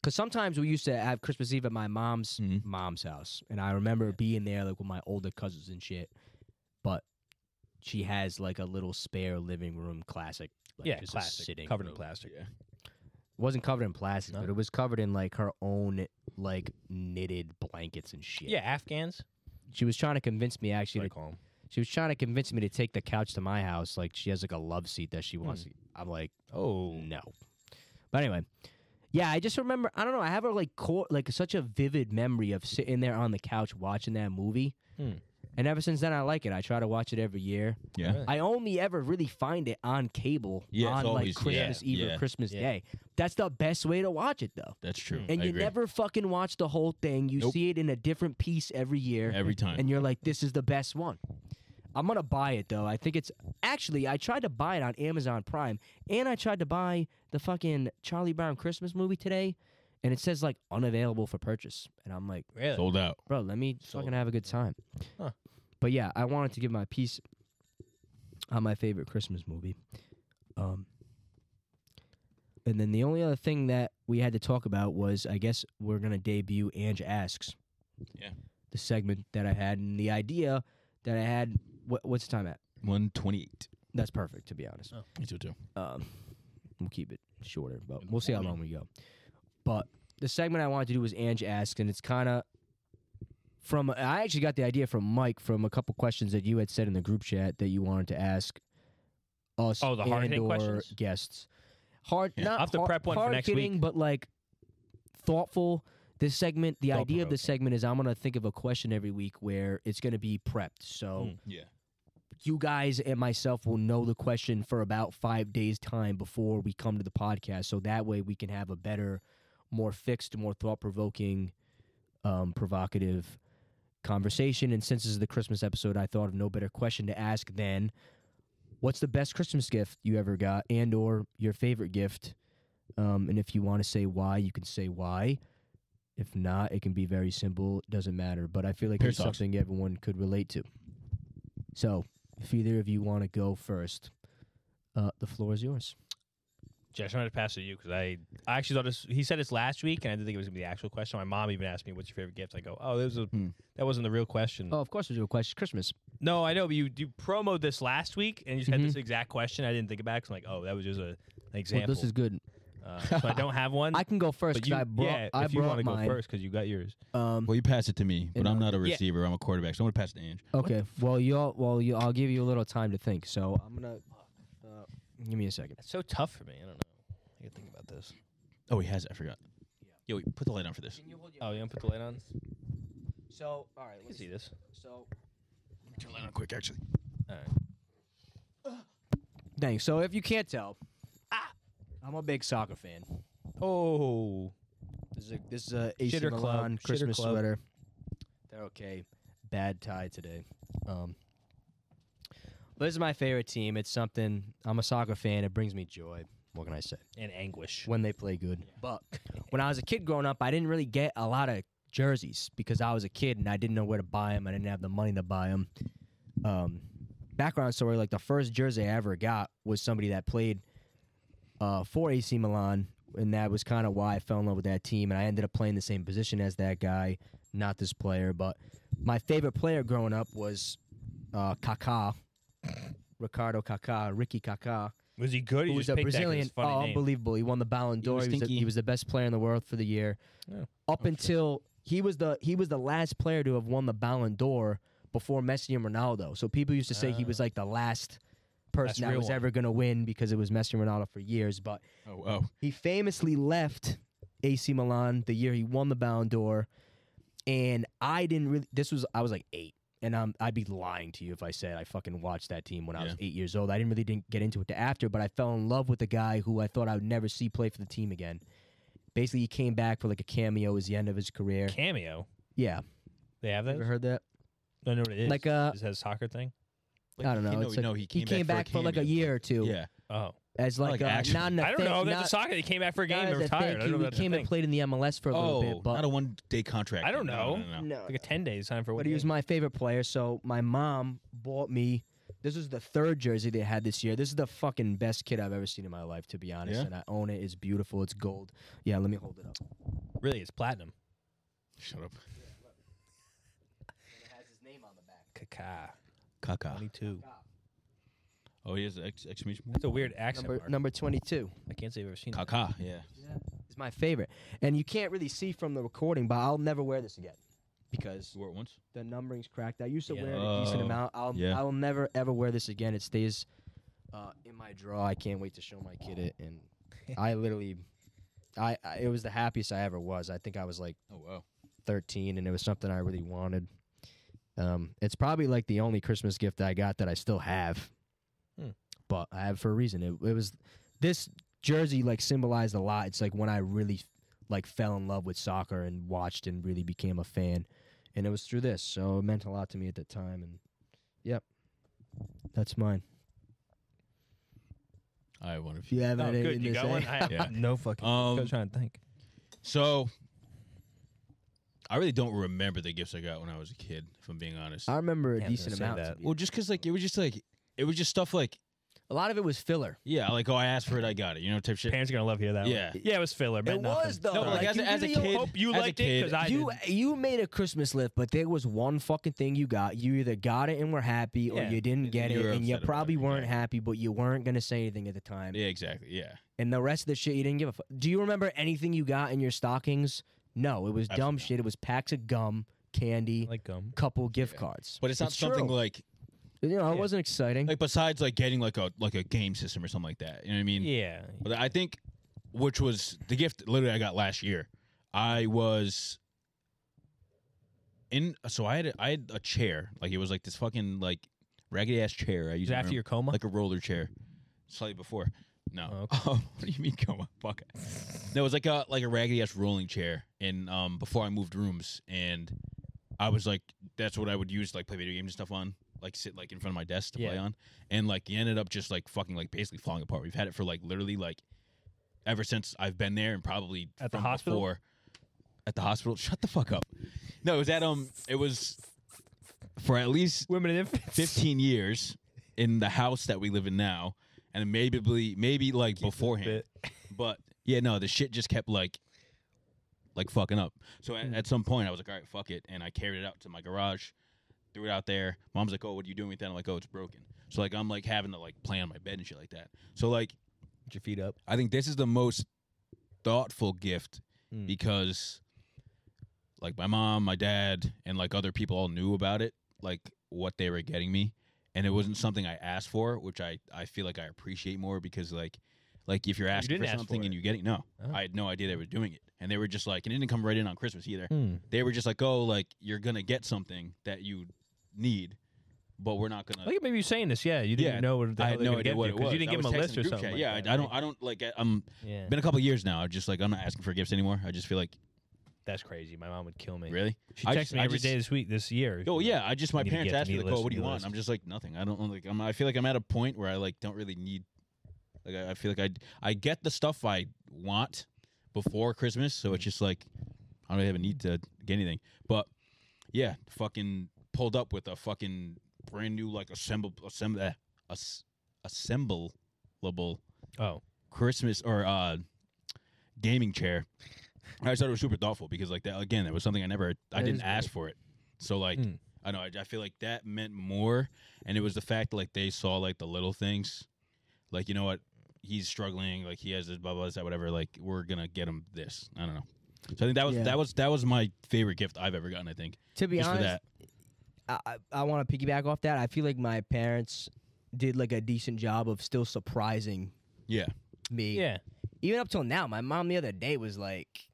Speaker 1: because sometimes we used to have Christmas Eve at my mom's
Speaker 3: Mhm.
Speaker 1: mom's house, and I remember being there like with my older cousins and shit. But she has like a little spare living room, classic. Like,
Speaker 2: yeah,
Speaker 1: just a
Speaker 2: plastic,
Speaker 1: sitting
Speaker 2: covered in
Speaker 1: room.
Speaker 2: plastic.
Speaker 1: wasn't covered in plastic,
Speaker 2: No.
Speaker 1: but it was covered in like her own like knitted blankets and shit.
Speaker 2: Yeah, Afghans.
Speaker 1: she was trying to convince me
Speaker 2: That's what
Speaker 1: actually
Speaker 2: I
Speaker 1: to
Speaker 2: call 'em.
Speaker 1: She was trying to convince me to take the couch to my house. Like she has like a love seat that
Speaker 3: Hmm.
Speaker 1: she wants. to- I'm like,
Speaker 2: Oh,
Speaker 1: no. But anyway, yeah, I just remember. I don't know. I have a like core, like such a vivid memory of sitting there on the couch watching that movie.
Speaker 2: Hmm.
Speaker 1: And ever since then, I like it. I try to watch it every year.
Speaker 3: Yeah.
Speaker 1: I only ever really find it on cable
Speaker 3: Yeah, it's
Speaker 1: on
Speaker 3: always-
Speaker 1: like Christmas
Speaker 3: yeah,
Speaker 1: Eve
Speaker 3: yeah,
Speaker 1: or Christmas
Speaker 2: yeah.
Speaker 1: Day. That's the best way to watch it though.
Speaker 3: That's true.
Speaker 1: And
Speaker 3: I
Speaker 1: you
Speaker 3: agree.
Speaker 1: never fucking watch the whole thing. You
Speaker 3: Nope.
Speaker 1: see it in a different piece every year
Speaker 3: every time.
Speaker 1: and you're like, this is the best one. I'm gonna buy it though. I think it's actually I tried to buy it on Amazon Prime, and I tried to buy the fucking Charlie Brown Christmas movie today, and it says like unavailable for purchase, and I'm like,
Speaker 2: really?
Speaker 3: Sold out.
Speaker 1: bro, let me fucking have a good time.
Speaker 2: Huh.
Speaker 1: But yeah, I wanted to give my piece on my favorite Christmas movie. Um, and then the only other thing that we had to talk about was I guess we're gonna debut Ange asks.
Speaker 3: Yeah.
Speaker 1: The segment that I had and the idea that I had. What, what's the time at?
Speaker 3: One twenty-eight.
Speaker 1: That's perfect to be honest.
Speaker 3: Me too. too.
Speaker 1: Um, we'll keep it shorter, but
Speaker 3: In the
Speaker 1: we'll see how long
Speaker 3: morning.
Speaker 1: we go. But the segment I wanted to do was Ange asks, and it's kind of from. I actually got the idea from Mike from a couple questions that you had said in the group chat that you wanted to ask us
Speaker 2: Oh, the hard
Speaker 1: and
Speaker 2: hitting
Speaker 1: or
Speaker 2: questions?
Speaker 1: guests. Hard,
Speaker 3: Yeah,
Speaker 1: not
Speaker 2: I'll have to
Speaker 1: har-
Speaker 2: prep one for
Speaker 1: hard
Speaker 2: next
Speaker 1: hitting,
Speaker 2: week.
Speaker 1: but like thoughtful. This segment, the idea of
Speaker 2: Thought-provoking.
Speaker 1: this segment is I'm gonna think of a question every week where it's gonna be prepped. So
Speaker 2: Mm.
Speaker 3: Yeah.
Speaker 1: you guys and myself will know the question for about five days time before we come to the podcast. So that way we can have a better, more fixed, more thought provoking, um, provocative conversation. And since this is the Christmas episode, I thought of no better question to ask than what's the best Christmas gift you ever got and or your favorite gift? Um, and if you want to say why, you can say why. If not, it can be very simple. It doesn't matter. But I feel like
Speaker 3: Pair
Speaker 1: it's
Speaker 3: of socks.
Speaker 1: something everyone could relate to. So if either of you want to go first, uh, the floor is yours.
Speaker 2: Jess, I'm gonna pass it to you because I, I actually thought this, he said this last week, and I didn't think it was gonna be the actual question. My mom even asked me, "What's your favorite gift?" I go, "Oh, this was a,
Speaker 3: Hmm.
Speaker 2: that wasn't the real question."
Speaker 1: Oh, of course, there's your question. Christmas.
Speaker 2: No, I know, but you you promoed this last week, and you just had this exact question. I didn't think about it. 'cause I'm like, "Oh, that was just a, an
Speaker 1: Well,
Speaker 2: example."
Speaker 1: this is good.
Speaker 2: uh, so I don't have one.
Speaker 1: I can go first
Speaker 2: but you,
Speaker 1: because I brought.
Speaker 2: yeah,
Speaker 1: I
Speaker 2: if you
Speaker 1: brought
Speaker 2: want to go
Speaker 1: mine.
Speaker 2: first because you got yours.
Speaker 1: Um,
Speaker 3: Well, you pass it to me, but
Speaker 1: And,
Speaker 3: I'm
Speaker 1: uh,
Speaker 3: not a
Speaker 2: yeah.
Speaker 3: receiver. I'm a quarterback, so I'm gonna pass it to Ange.
Speaker 1: okay. Well, you. all Well, you, I'll give you a little time to think. So I'm gonna. Uh, give me a second.
Speaker 2: That's so tough for me. I don't know. I gotta think about this.
Speaker 3: Oh, he has. It. I forgot. Yo, wait, put the light on for this.
Speaker 2: Oh, you want to put the light on?
Speaker 1: So all right.
Speaker 2: I can see this.
Speaker 1: So
Speaker 3: Turn the light on quick, actually.
Speaker 2: All right.
Speaker 1: dang. So if you can't tell, ah, I'm a big soccer fan.
Speaker 2: Oh,
Speaker 1: This is a, this is a AC
Speaker 2: Shitter club,
Speaker 1: Milan
Speaker 2: shitter
Speaker 1: Christmas
Speaker 2: club.
Speaker 1: sweater. They're okay. Bad tie today. Um, but this is my favorite team. It's something I'm a soccer fan. It brings me joy. What can I say?
Speaker 2: and anguish.
Speaker 1: When they play good. But when I was a kid growing up, I didn't really get a lot of jerseys because I was a kid and I didn't know where to buy them. I didn't have the money to buy them. Um, background story: like the first jersey I ever got was somebody that played uh, for AC Milan, and that was kind of why I fell in love with that team. And I ended up playing the same position as that guy, not this player, but my favorite player growing up was uh, Kaká, Ricardo Kaká, Ricky Kaká
Speaker 2: Was he good?
Speaker 1: who
Speaker 2: He
Speaker 1: was
Speaker 2: just
Speaker 1: a
Speaker 2: picked that 'cause
Speaker 1: Brazilian.
Speaker 2: it's a funny
Speaker 1: oh,
Speaker 2: name.
Speaker 1: unbelievable! He won the Ballon d'Or.
Speaker 3: was
Speaker 1: He was, the,
Speaker 3: stinky.
Speaker 1: he was the best player in the world for the year.
Speaker 2: Yeah.
Speaker 1: Up until he was the he was the last player to have won the Ballon d'Or before Messi and Ronaldo. So people used to say he was like the last person that
Speaker 2: Ah. real
Speaker 1: was
Speaker 2: one.
Speaker 1: ever going to win because it was Messi and Ronaldo for years. But
Speaker 3: Oh, oh.
Speaker 1: he famously left AC Milan the year he won the Ballon d'Or, and I didn't really. This was I was like eight, and um, I'd be lying to you if I said I fucking watched that team when I was eight years old. I didn't really didn't get into it to after, but I fell in love with a guy who I thought I would never see play for the team again. Basically, he came back for like a cameo. It was the end of his career.
Speaker 2: Cameo.
Speaker 1: Yeah,
Speaker 2: They have that.
Speaker 1: ever heard that?
Speaker 2: I know what it is.
Speaker 1: Like, uh,
Speaker 2: it has soccer thing.
Speaker 1: I don't know.
Speaker 3: he-
Speaker 1: It's
Speaker 3: No,
Speaker 1: like-
Speaker 3: no, he came,
Speaker 1: he came back, for, like a
Speaker 3: cameo.
Speaker 1: year or two
Speaker 3: Yeah.
Speaker 2: Oh,
Speaker 1: as like,
Speaker 3: Like
Speaker 1: uh,
Speaker 3: action.
Speaker 1: not in a
Speaker 2: I don't
Speaker 1: thing-
Speaker 2: know. That's
Speaker 1: not-
Speaker 2: a soccer. They came back for a game.
Speaker 1: not
Speaker 2: They
Speaker 1: as a
Speaker 2: retired. I
Speaker 1: thank
Speaker 2: don't
Speaker 1: you.
Speaker 2: know.
Speaker 1: He
Speaker 2: That's a
Speaker 1: came and
Speaker 2: thing.
Speaker 1: played in the MLS for a
Speaker 3: Oh,
Speaker 1: little bit, but Mm.
Speaker 3: not a one day contract.
Speaker 2: I don't
Speaker 3: No, no,
Speaker 2: know.
Speaker 3: no, no.
Speaker 1: no,
Speaker 2: Like a ten days time for. one
Speaker 1: But he was
Speaker 2: game.
Speaker 1: my favorite player, so my mom bought me. This is the third jersey they had this year. This is the fucking best kid I've ever seen in my life, to be honest.
Speaker 3: Yeah?
Speaker 1: And I own it. It's beautiful. It's gold. Yeah, let me hold it up.
Speaker 2: really. It's platinum.
Speaker 3: Shut up.
Speaker 1: It has his name on the back.
Speaker 2: Kaká.
Speaker 3: Kaka.
Speaker 2: Twenty-two.
Speaker 3: Oh, he has an ex- exclamation
Speaker 2: That's a weird accent.
Speaker 1: Number
Speaker 2: mark.
Speaker 1: number twenty two
Speaker 2: I can't say I've ever seen. it.
Speaker 3: Kaka. Yeah.
Speaker 1: is my favorite, and you can't really see from the recording, but I'll never wear this again because
Speaker 3: You wore it once.
Speaker 1: the numbering's cracked. I used to
Speaker 2: Yeah.
Speaker 1: wear it a decent
Speaker 3: Oh,
Speaker 1: amount. I'll
Speaker 3: yeah.
Speaker 1: I will never ever wear this again. It stays uh, in my draw. I can't wait to show my kid it. And I literally, I, I it was the happiest I ever was. I think I was like
Speaker 3: Oh wow.
Speaker 1: 13, and it was something I really wanted. Um, it's probably like the only Christmas gift I got that I still have,
Speaker 2: Hmm.
Speaker 1: but I have for a reason. It, it was this jersey like symbolized a lot. It's like when I really like fell in love with soccer and watched and really became a fan, and it was through this. So it meant a lot to me at the time. And yep, that's mine.
Speaker 3: I wonder if
Speaker 1: Do you have
Speaker 2: Oh,
Speaker 1: any
Speaker 2: good. You
Speaker 1: to
Speaker 2: got
Speaker 1: say?
Speaker 2: one. I have
Speaker 3: Yeah.
Speaker 2: no fucking. I
Speaker 3: Um.
Speaker 2: was trying to think.
Speaker 3: So. I really don't remember the gifts I got when I was a kid. If I'm being honest.
Speaker 1: I remember a
Speaker 2: Yeah, I was gonna
Speaker 1: decent
Speaker 2: say
Speaker 1: amount.
Speaker 2: that.
Speaker 1: to be-
Speaker 3: Well, just because like it was just like it was just stuff like
Speaker 1: a lot of it was filler.
Speaker 3: yeah, like oh I asked for it, I got it, you know type shit.
Speaker 2: Parents are gonna love to hear that.
Speaker 3: Yeah.
Speaker 2: One. Yeah, it was filler. meant nothing.
Speaker 3: No, but, like,
Speaker 1: Like,
Speaker 3: as,
Speaker 1: you
Speaker 3: a- as a
Speaker 1: really
Speaker 3: kid,
Speaker 2: hope Oh, you
Speaker 3: as a
Speaker 2: liked it,
Speaker 3: kid,
Speaker 2: 'cause I-
Speaker 1: you
Speaker 2: didn't.
Speaker 1: you made a Christmas list, but there was one fucking thing you got. You either got it and were happy, or
Speaker 2: Yeah.
Speaker 1: you didn't
Speaker 3: And
Speaker 1: get
Speaker 3: you
Speaker 1: it,
Speaker 3: were
Speaker 1: and you
Speaker 3: upset about
Speaker 1: probably
Speaker 3: it,
Speaker 1: weren't
Speaker 3: yeah.
Speaker 1: happy, but you weren't gonna say anything at the time.
Speaker 3: Yeah, exactly. Yeah.
Speaker 1: And the rest of the shit you didn't give a fuck. Do you remember anything you got in your stockings? No, it was dumb
Speaker 3: Absolutely
Speaker 1: shit. It was packs of gum, candy,
Speaker 2: Like um.
Speaker 1: couple gift cards.
Speaker 3: But it's not something
Speaker 1: true.
Speaker 3: like
Speaker 1: You know, it
Speaker 2: Yeah.
Speaker 1: wasn't exciting.
Speaker 3: Like besides like getting like a like a game system or something like that. You know what I mean?
Speaker 2: Yeah.
Speaker 3: But I think which was the gift literally I got last year. I was in so I had a, I had a chair like it was like this fucking like raggedy ass chair I
Speaker 2: Is
Speaker 3: used
Speaker 2: it
Speaker 3: in my
Speaker 2: after
Speaker 3: room.
Speaker 2: your coma?
Speaker 3: like a roller chair slightly before. No.
Speaker 2: Oh,
Speaker 3: what do you mean coma? Fuck. No, it was like a like a raggedy ass rolling chair and um before I moved rooms and I was like that's what I would use to, like play video games and stuff on. Like sit like in front of my desk to play
Speaker 2: Yeah.
Speaker 3: on. And like it ended up just like fucking like basically falling apart. We've had it for like literally like ever since I've been there and probably
Speaker 2: At the
Speaker 3: from
Speaker 2: hospital?
Speaker 3: before at the hospital. Shut the fuck up. No, it was at um it was for at least
Speaker 2: Women and infants.
Speaker 3: 15 years in the house that we live in now and maybe maybe like beforehand
Speaker 2: bit.
Speaker 3: but yeah no the shit just kept like like fucking up so
Speaker 2: Mm.
Speaker 3: at, at some point i was like all right fuck it and i carried it out to my garage threw it out there mom's like oh what are you doing with that i'm like oh it's broken so like i'm like having to like play on my bed and shit like that so like
Speaker 2: Put your feet up.
Speaker 3: I think this is the most thoughtful gift
Speaker 2: Mm.
Speaker 3: because like my mom, my dad, and like other people all knew about it, like what they were getting me. And it wasn't something I asked for, which I, I feel like I appreciate more because like like if you're asking
Speaker 2: didn't
Speaker 3: for
Speaker 2: ask
Speaker 3: something
Speaker 2: for
Speaker 3: and
Speaker 2: it.
Speaker 3: you get it, no.
Speaker 2: Oh.
Speaker 3: I had no idea they were doing it. And they were just like and it didn't come right in on Christmas either.
Speaker 2: Mm.
Speaker 3: They were just like, Oh, like you're gonna get something that you need, but we're not gonna
Speaker 2: Look at maybe you saying this. Yeah, you didn't
Speaker 3: Yeah,
Speaker 2: even know what the
Speaker 3: I had
Speaker 2: hell they're
Speaker 3: no
Speaker 2: gonna
Speaker 3: idea
Speaker 2: get
Speaker 3: what
Speaker 2: you,
Speaker 3: it
Speaker 2: 'cause
Speaker 3: was.
Speaker 2: You didn't
Speaker 3: I
Speaker 2: give
Speaker 3: was
Speaker 2: them
Speaker 3: texting
Speaker 2: a list
Speaker 3: the
Speaker 2: or
Speaker 3: group
Speaker 2: something.
Speaker 3: chat.
Speaker 2: like
Speaker 3: yeah,
Speaker 2: that,
Speaker 3: I, I
Speaker 2: right?
Speaker 3: don't. I don't like. I'm
Speaker 2: Yeah,
Speaker 3: been a couple years now. I just like I'm not asking for gifts anymore. I just feel like
Speaker 2: that's crazy. My mom would kill me.
Speaker 3: really.
Speaker 2: She
Speaker 3: I
Speaker 2: texts
Speaker 3: just-
Speaker 2: me
Speaker 3: I
Speaker 2: every
Speaker 3: just-
Speaker 2: day this week, this year.
Speaker 3: Oh yeah, I just my
Speaker 2: Need a
Speaker 3: parents
Speaker 2: gift,
Speaker 3: asked me
Speaker 2: need a
Speaker 3: like, "Oh,
Speaker 2: list,
Speaker 3: what do
Speaker 2: need
Speaker 3: you
Speaker 2: a
Speaker 3: want?"
Speaker 2: list.
Speaker 3: I'm just like nothing. I don't I'm like. I'm, I feel like I'm at a point where I like don't really need. Like I I feel like I I get the stuff I want before Christmas, so
Speaker 2: Mm-hmm.
Speaker 3: it's just like I don't really have a need to get anything. But yeah, fucking pulled up with a fucking brand new like assemble assemble uh, as, assemblable
Speaker 2: Oh,
Speaker 3: Christmas or uh gaming chair. I just thought it was super thoughtful because like that again, that was something I never I
Speaker 1: That
Speaker 3: didn't
Speaker 1: is Hmm.
Speaker 3: ask for it. So like
Speaker 2: Mm.
Speaker 3: I know I, I feel like that meant more and it was the fact that like they saw like the little things. Like, you know what? He's struggling, like he has this blah blah blah whatever, like we're gonna get him this. I don't know. So I think that was
Speaker 1: Yeah.
Speaker 3: that was that was my favorite gift I've ever gotten, I think.
Speaker 1: to be
Speaker 3: just for
Speaker 1: honest,
Speaker 3: that.
Speaker 1: I, I, I want to piggyback off that. I feel like my parents did like a decent job of still surprising
Speaker 3: Yeah.
Speaker 1: me.
Speaker 2: yeah.
Speaker 1: Even up till now, my mom the other day was like,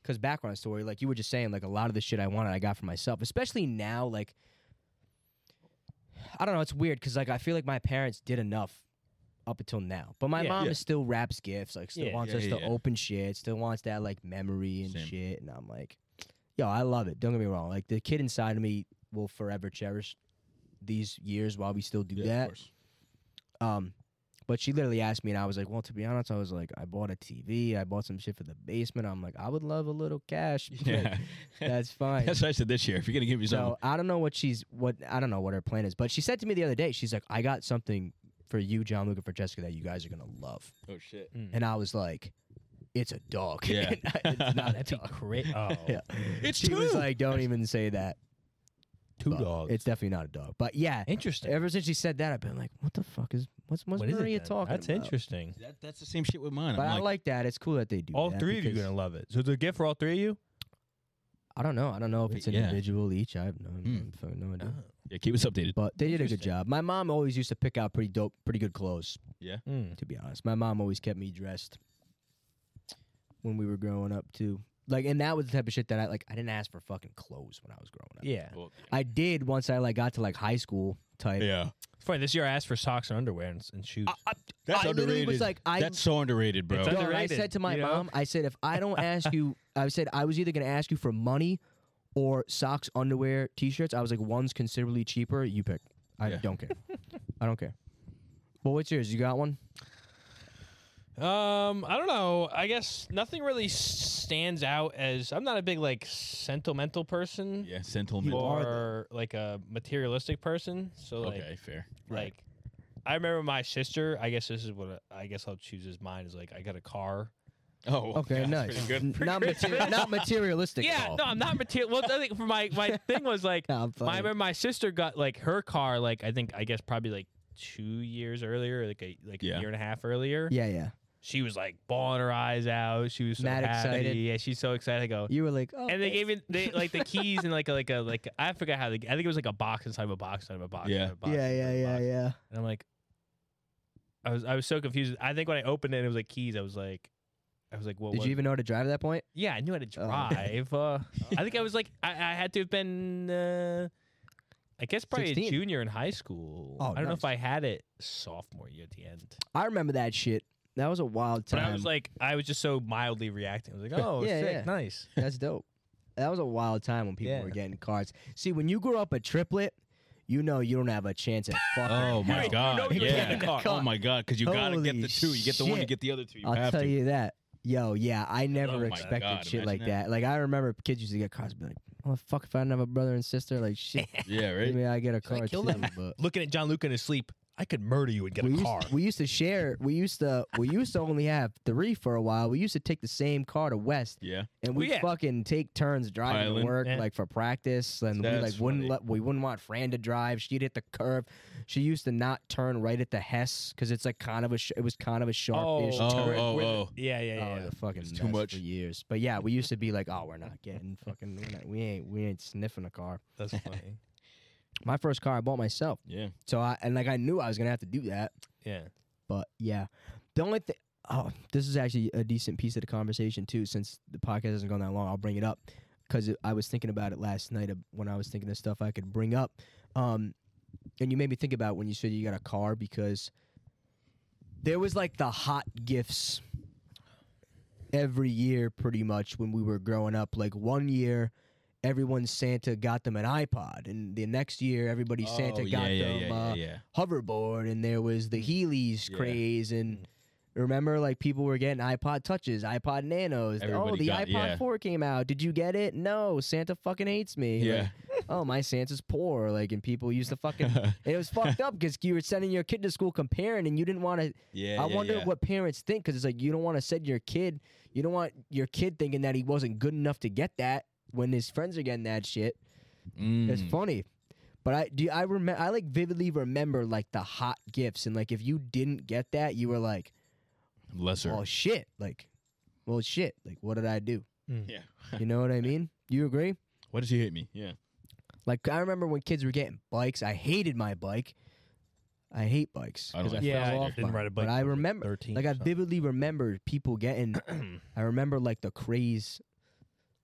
Speaker 1: because background story, like you were just saying, like a lot of the shit I wanted, I got for myself. Especially now, like, I don't know, it's weird because like I feel like my parents did enough up until now, but my
Speaker 2: Yeah.
Speaker 1: mom
Speaker 3: Yeah.
Speaker 1: is still wraps gifts, like still
Speaker 2: Yeah.
Speaker 1: wants
Speaker 3: Yeah,
Speaker 1: us
Speaker 3: yeah,
Speaker 1: to
Speaker 3: yeah.
Speaker 1: open shit, still wants that like memory and
Speaker 3: Same.
Speaker 1: shit, and I'm like, yo, I love it. Don't get me wrong, like the kid inside of me will forever cherish these years while we still do
Speaker 3: Yeah,
Speaker 1: that.
Speaker 3: of course.
Speaker 1: Um, but she literally asked me, and I was like, "Well, to be honest, I was like, I bought a TV, I bought some shit for the basement. I'm like, I would love a little cash. but
Speaker 3: Yeah.
Speaker 1: that's fine.
Speaker 3: That's what I said this year. If you're gonna give me something
Speaker 1: so I don't know what she's what I don't know what her plan is. But she said to me the other day, she's like, I got something for you, John, Luca, for Jessica that you guys are gonna love.
Speaker 3: Oh shit.
Speaker 2: Mm.
Speaker 1: And I was like, It's a dog.
Speaker 3: Yeah.
Speaker 1: it's not a
Speaker 2: That'd be
Speaker 1: dog.
Speaker 2: great. Oh,
Speaker 1: Yeah.
Speaker 3: It's
Speaker 1: she was
Speaker 3: two.
Speaker 1: like, Don't even say that.
Speaker 2: two
Speaker 1: But
Speaker 2: dogs.
Speaker 1: It's definitely not a dog. But yeah,
Speaker 2: interesting.
Speaker 1: ever since she said that, I've been like, What the fuck is what's what's
Speaker 2: What is it
Speaker 1: Maria
Speaker 2: then?
Speaker 1: talking
Speaker 2: That's
Speaker 1: about?
Speaker 2: interesting.
Speaker 3: That, that's the same shit with mine.
Speaker 1: But
Speaker 3: I'm
Speaker 1: I
Speaker 3: like,
Speaker 1: like that. It's cool that they do.
Speaker 2: All
Speaker 1: that
Speaker 2: three of you
Speaker 1: because-
Speaker 2: gonna love it. So it's a gift for all three of you.
Speaker 1: I don't know. I don't know if
Speaker 3: Wait,
Speaker 1: it's
Speaker 3: yeah.
Speaker 1: individual each. I have no,
Speaker 3: Hmm.
Speaker 1: fucking no idea.
Speaker 2: Ah,
Speaker 3: yeah, keep us updated.
Speaker 1: But they did a good
Speaker 3: Interesting.
Speaker 1: job. My mom always used to pick out pretty dope, pretty good clothes.
Speaker 2: Mm.
Speaker 1: To be honest, my mom always kept me dressed when we were growing up too. Like, and that was the type of shit that I like. I didn't ask for fucking clothes when I was growing up.
Speaker 2: Yeah.
Speaker 3: Well,
Speaker 1: I did once I like got to like high school type.
Speaker 3: yeah.
Speaker 2: It's funny. This year I asked for socks and underwear and, s- and shoes.
Speaker 3: That's
Speaker 1: I literally
Speaker 3: underrated.
Speaker 1: was like, I
Speaker 3: That's so underrated, bro.
Speaker 2: It's
Speaker 1: Yo,
Speaker 2: un-
Speaker 1: and I
Speaker 2: underrated,
Speaker 1: said to my
Speaker 2: you know?
Speaker 1: mom, I said, if I don't ask you, I said I was either going to ask you for money or socks, underwear, t-shirts. I was like, one's considerably cheaper. You pick. I
Speaker 3: Yeah.
Speaker 1: don't care. I don't care. Well, what's yours? You got one?
Speaker 2: Um, I don't know. I guess nothing really s- stands out as I'm not a big like sentimental person
Speaker 3: yeah, sentimental.
Speaker 2: or like a materialistic person. So like,
Speaker 3: okay, fair.
Speaker 2: like I remember my sister. I guess this is what I, I guess I'll choose as mine is like I got a car.
Speaker 3: Oh, yeah,
Speaker 1: Okay,
Speaker 3: that's
Speaker 1: nice.
Speaker 3: pretty good.
Speaker 1: N- Not, materi- not materialistic.
Speaker 2: yeah,
Speaker 1: Paul.
Speaker 2: no, I'm not material. Well, I think for my my thing was like
Speaker 1: Nah, I'm
Speaker 2: my, I
Speaker 1: funny.
Speaker 2: remember my sister got like her car like I think I guess probably like two years earlier, like a like
Speaker 3: Yeah.
Speaker 2: a year and a half earlier.
Speaker 1: yeah, yeah.
Speaker 2: She was like bawling her eyes out. She was so
Speaker 1: Mad
Speaker 2: happy.
Speaker 1: excited.
Speaker 2: Yeah, she's so excited. I go.
Speaker 1: You were like, oh,
Speaker 2: and they gave me they, like the keys and like a, like a like I forgot how they, I think it was like a box inside of a box inside of a box.
Speaker 3: Yeah.
Speaker 2: inside of a box,
Speaker 1: yeah,
Speaker 2: inside
Speaker 1: yeah,
Speaker 2: of a
Speaker 1: yeah,
Speaker 2: box.
Speaker 1: yeah.
Speaker 2: And I'm like, I was I was so confused. I think when I opened it, and it was like keys. I was like, I was like, what?
Speaker 1: Did
Speaker 2: was
Speaker 1: you even know how to drive at that point?
Speaker 2: Yeah, I knew how to
Speaker 1: Oh.
Speaker 2: drive. Uh, I think I was like, I, I had to have been, uh, I guess, probably
Speaker 1: 16.
Speaker 2: a junior in high school.
Speaker 1: Oh,
Speaker 2: I don't know
Speaker 1: nice.
Speaker 2: if I had it sophomore year at the end.
Speaker 1: I remember that shit. That was a wild
Speaker 2: But
Speaker 1: time.
Speaker 2: I was like, I was just so mildly reacting. I was like, oh,
Speaker 1: Yeah,
Speaker 2: sick,
Speaker 1: yeah.
Speaker 2: nice.
Speaker 1: That's dope. That was a wild time when people
Speaker 2: Yeah.
Speaker 1: were getting cards. See, when you grow up a triplet, you know you don't have a chance at fucking.
Speaker 3: Oh my
Speaker 1: hell.
Speaker 3: god!
Speaker 2: know you
Speaker 1: were
Speaker 3: yeah.
Speaker 1: getting a car.
Speaker 3: Oh my god! Because you gotta get
Speaker 1: Holy
Speaker 3: the two. You get the one. You
Speaker 1: shit.
Speaker 3: get the other two. You
Speaker 1: I'll
Speaker 3: have
Speaker 1: tell
Speaker 3: to. Oh
Speaker 1: you that. Yo, yeah, I never
Speaker 3: my
Speaker 1: expected
Speaker 3: God,
Speaker 1: shit like that.
Speaker 3: imagine
Speaker 1: Like I remember kids used to get cards, be like, "Oh fuck, if I didn't have a brother and sister, like shit,
Speaker 3: Yeah, right.
Speaker 1: maybe I get a card
Speaker 2: kill
Speaker 1: too."
Speaker 2: them?
Speaker 1: But
Speaker 2: Looking at John Luke in his sleep, I could murder you and get
Speaker 1: we
Speaker 2: a
Speaker 1: used,
Speaker 2: car.
Speaker 1: we used to share. We used to we used to only have three for a while. We used to take the same car to West,
Speaker 3: Yeah.
Speaker 1: and
Speaker 2: Well,
Speaker 1: we
Speaker 2: yeah.
Speaker 1: fucking take turns driving to
Speaker 3: Island,
Speaker 1: work,
Speaker 2: yeah.
Speaker 1: like for practice. And we like
Speaker 3: That's
Speaker 1: wouldn't
Speaker 3: funny.
Speaker 1: let we wouldn't want Fran to drive. She'd hit the curve. She used to not turn right at the Hess because it's like kind of a sh- it was kind of a sharpish
Speaker 3: Oh,
Speaker 1: turn.
Speaker 3: oh,
Speaker 2: we're the-
Speaker 3: oh.
Speaker 2: Yeah, yeah, yeah.
Speaker 1: Oh, the fucking
Speaker 3: It's
Speaker 1: mess
Speaker 3: too much.
Speaker 1: for years. But yeah, we used to be like, oh, we're not getting fucking, we're not, we ain't, we ain't sniffing a car.
Speaker 2: That's funny.
Speaker 1: My first car I bought myself,
Speaker 3: Yeah.
Speaker 1: so I and like I knew I was gonna have to do that.
Speaker 2: yeah.
Speaker 1: But yeah, the only thing, oh, this is actually a decent piece of the conversation too, since the podcast hasn't gone that long. I'll bring it up because I was thinking about it last night uh, when I was thinking of stuff I could bring up. Um, and you made me think about when you said you got a car because there was like the hot gifts every year pretty much when we were growing up. Like one year, everyone Santa got them an iPod, and the next year everybody Santa
Speaker 3: oh, yeah,
Speaker 1: got
Speaker 3: yeah,
Speaker 1: them.
Speaker 3: yeah,
Speaker 1: uh,
Speaker 3: yeah, yeah.
Speaker 1: hoverboard and there was the Heelys
Speaker 3: Mm. Yeah. Mm.
Speaker 1: craze and remember like people were getting iPod touches, iPod nanos. oh,
Speaker 3: Everybody
Speaker 1: the
Speaker 3: got-
Speaker 1: iPod
Speaker 3: yeah.
Speaker 1: 4 came out. Did you get it? No, Santa fucking hates me.
Speaker 3: Yeah.
Speaker 1: Like, oh, my Santa's poor. Like and people used to fucking and it was fucked up cuz you were sending your kid to school comparing and you didn't want to
Speaker 3: yeah.
Speaker 1: I
Speaker 3: yeah,
Speaker 1: wonder
Speaker 3: yeah.
Speaker 1: what parents think cuz it's like you don't want to send your kid, you don't want your kid thinking that he wasn't good enough to get that when his friends are getting that shit. It's
Speaker 3: Mm.
Speaker 1: funny. But I do I remember I like vividly remember like the hot gifts and like if you didn't get that you were like
Speaker 3: lesser.
Speaker 1: oh shit like well shit like what did I do
Speaker 3: yeah.
Speaker 1: you know what I mean you agree
Speaker 3: Why does he hate me? Yeah.
Speaker 1: like I remember when kids were getting bikes I hated my bike I hate bikes
Speaker 3: I don't
Speaker 1: 'cause
Speaker 3: like
Speaker 2: Yeah,
Speaker 1: fell
Speaker 2: I
Speaker 1: off
Speaker 2: didn't
Speaker 1: mine.
Speaker 2: ride a bike
Speaker 1: but I
Speaker 2: till I was, like,
Speaker 1: remember
Speaker 2: 13
Speaker 1: like
Speaker 2: or
Speaker 1: I
Speaker 2: something.
Speaker 1: vividly remember people getting I remember like the craze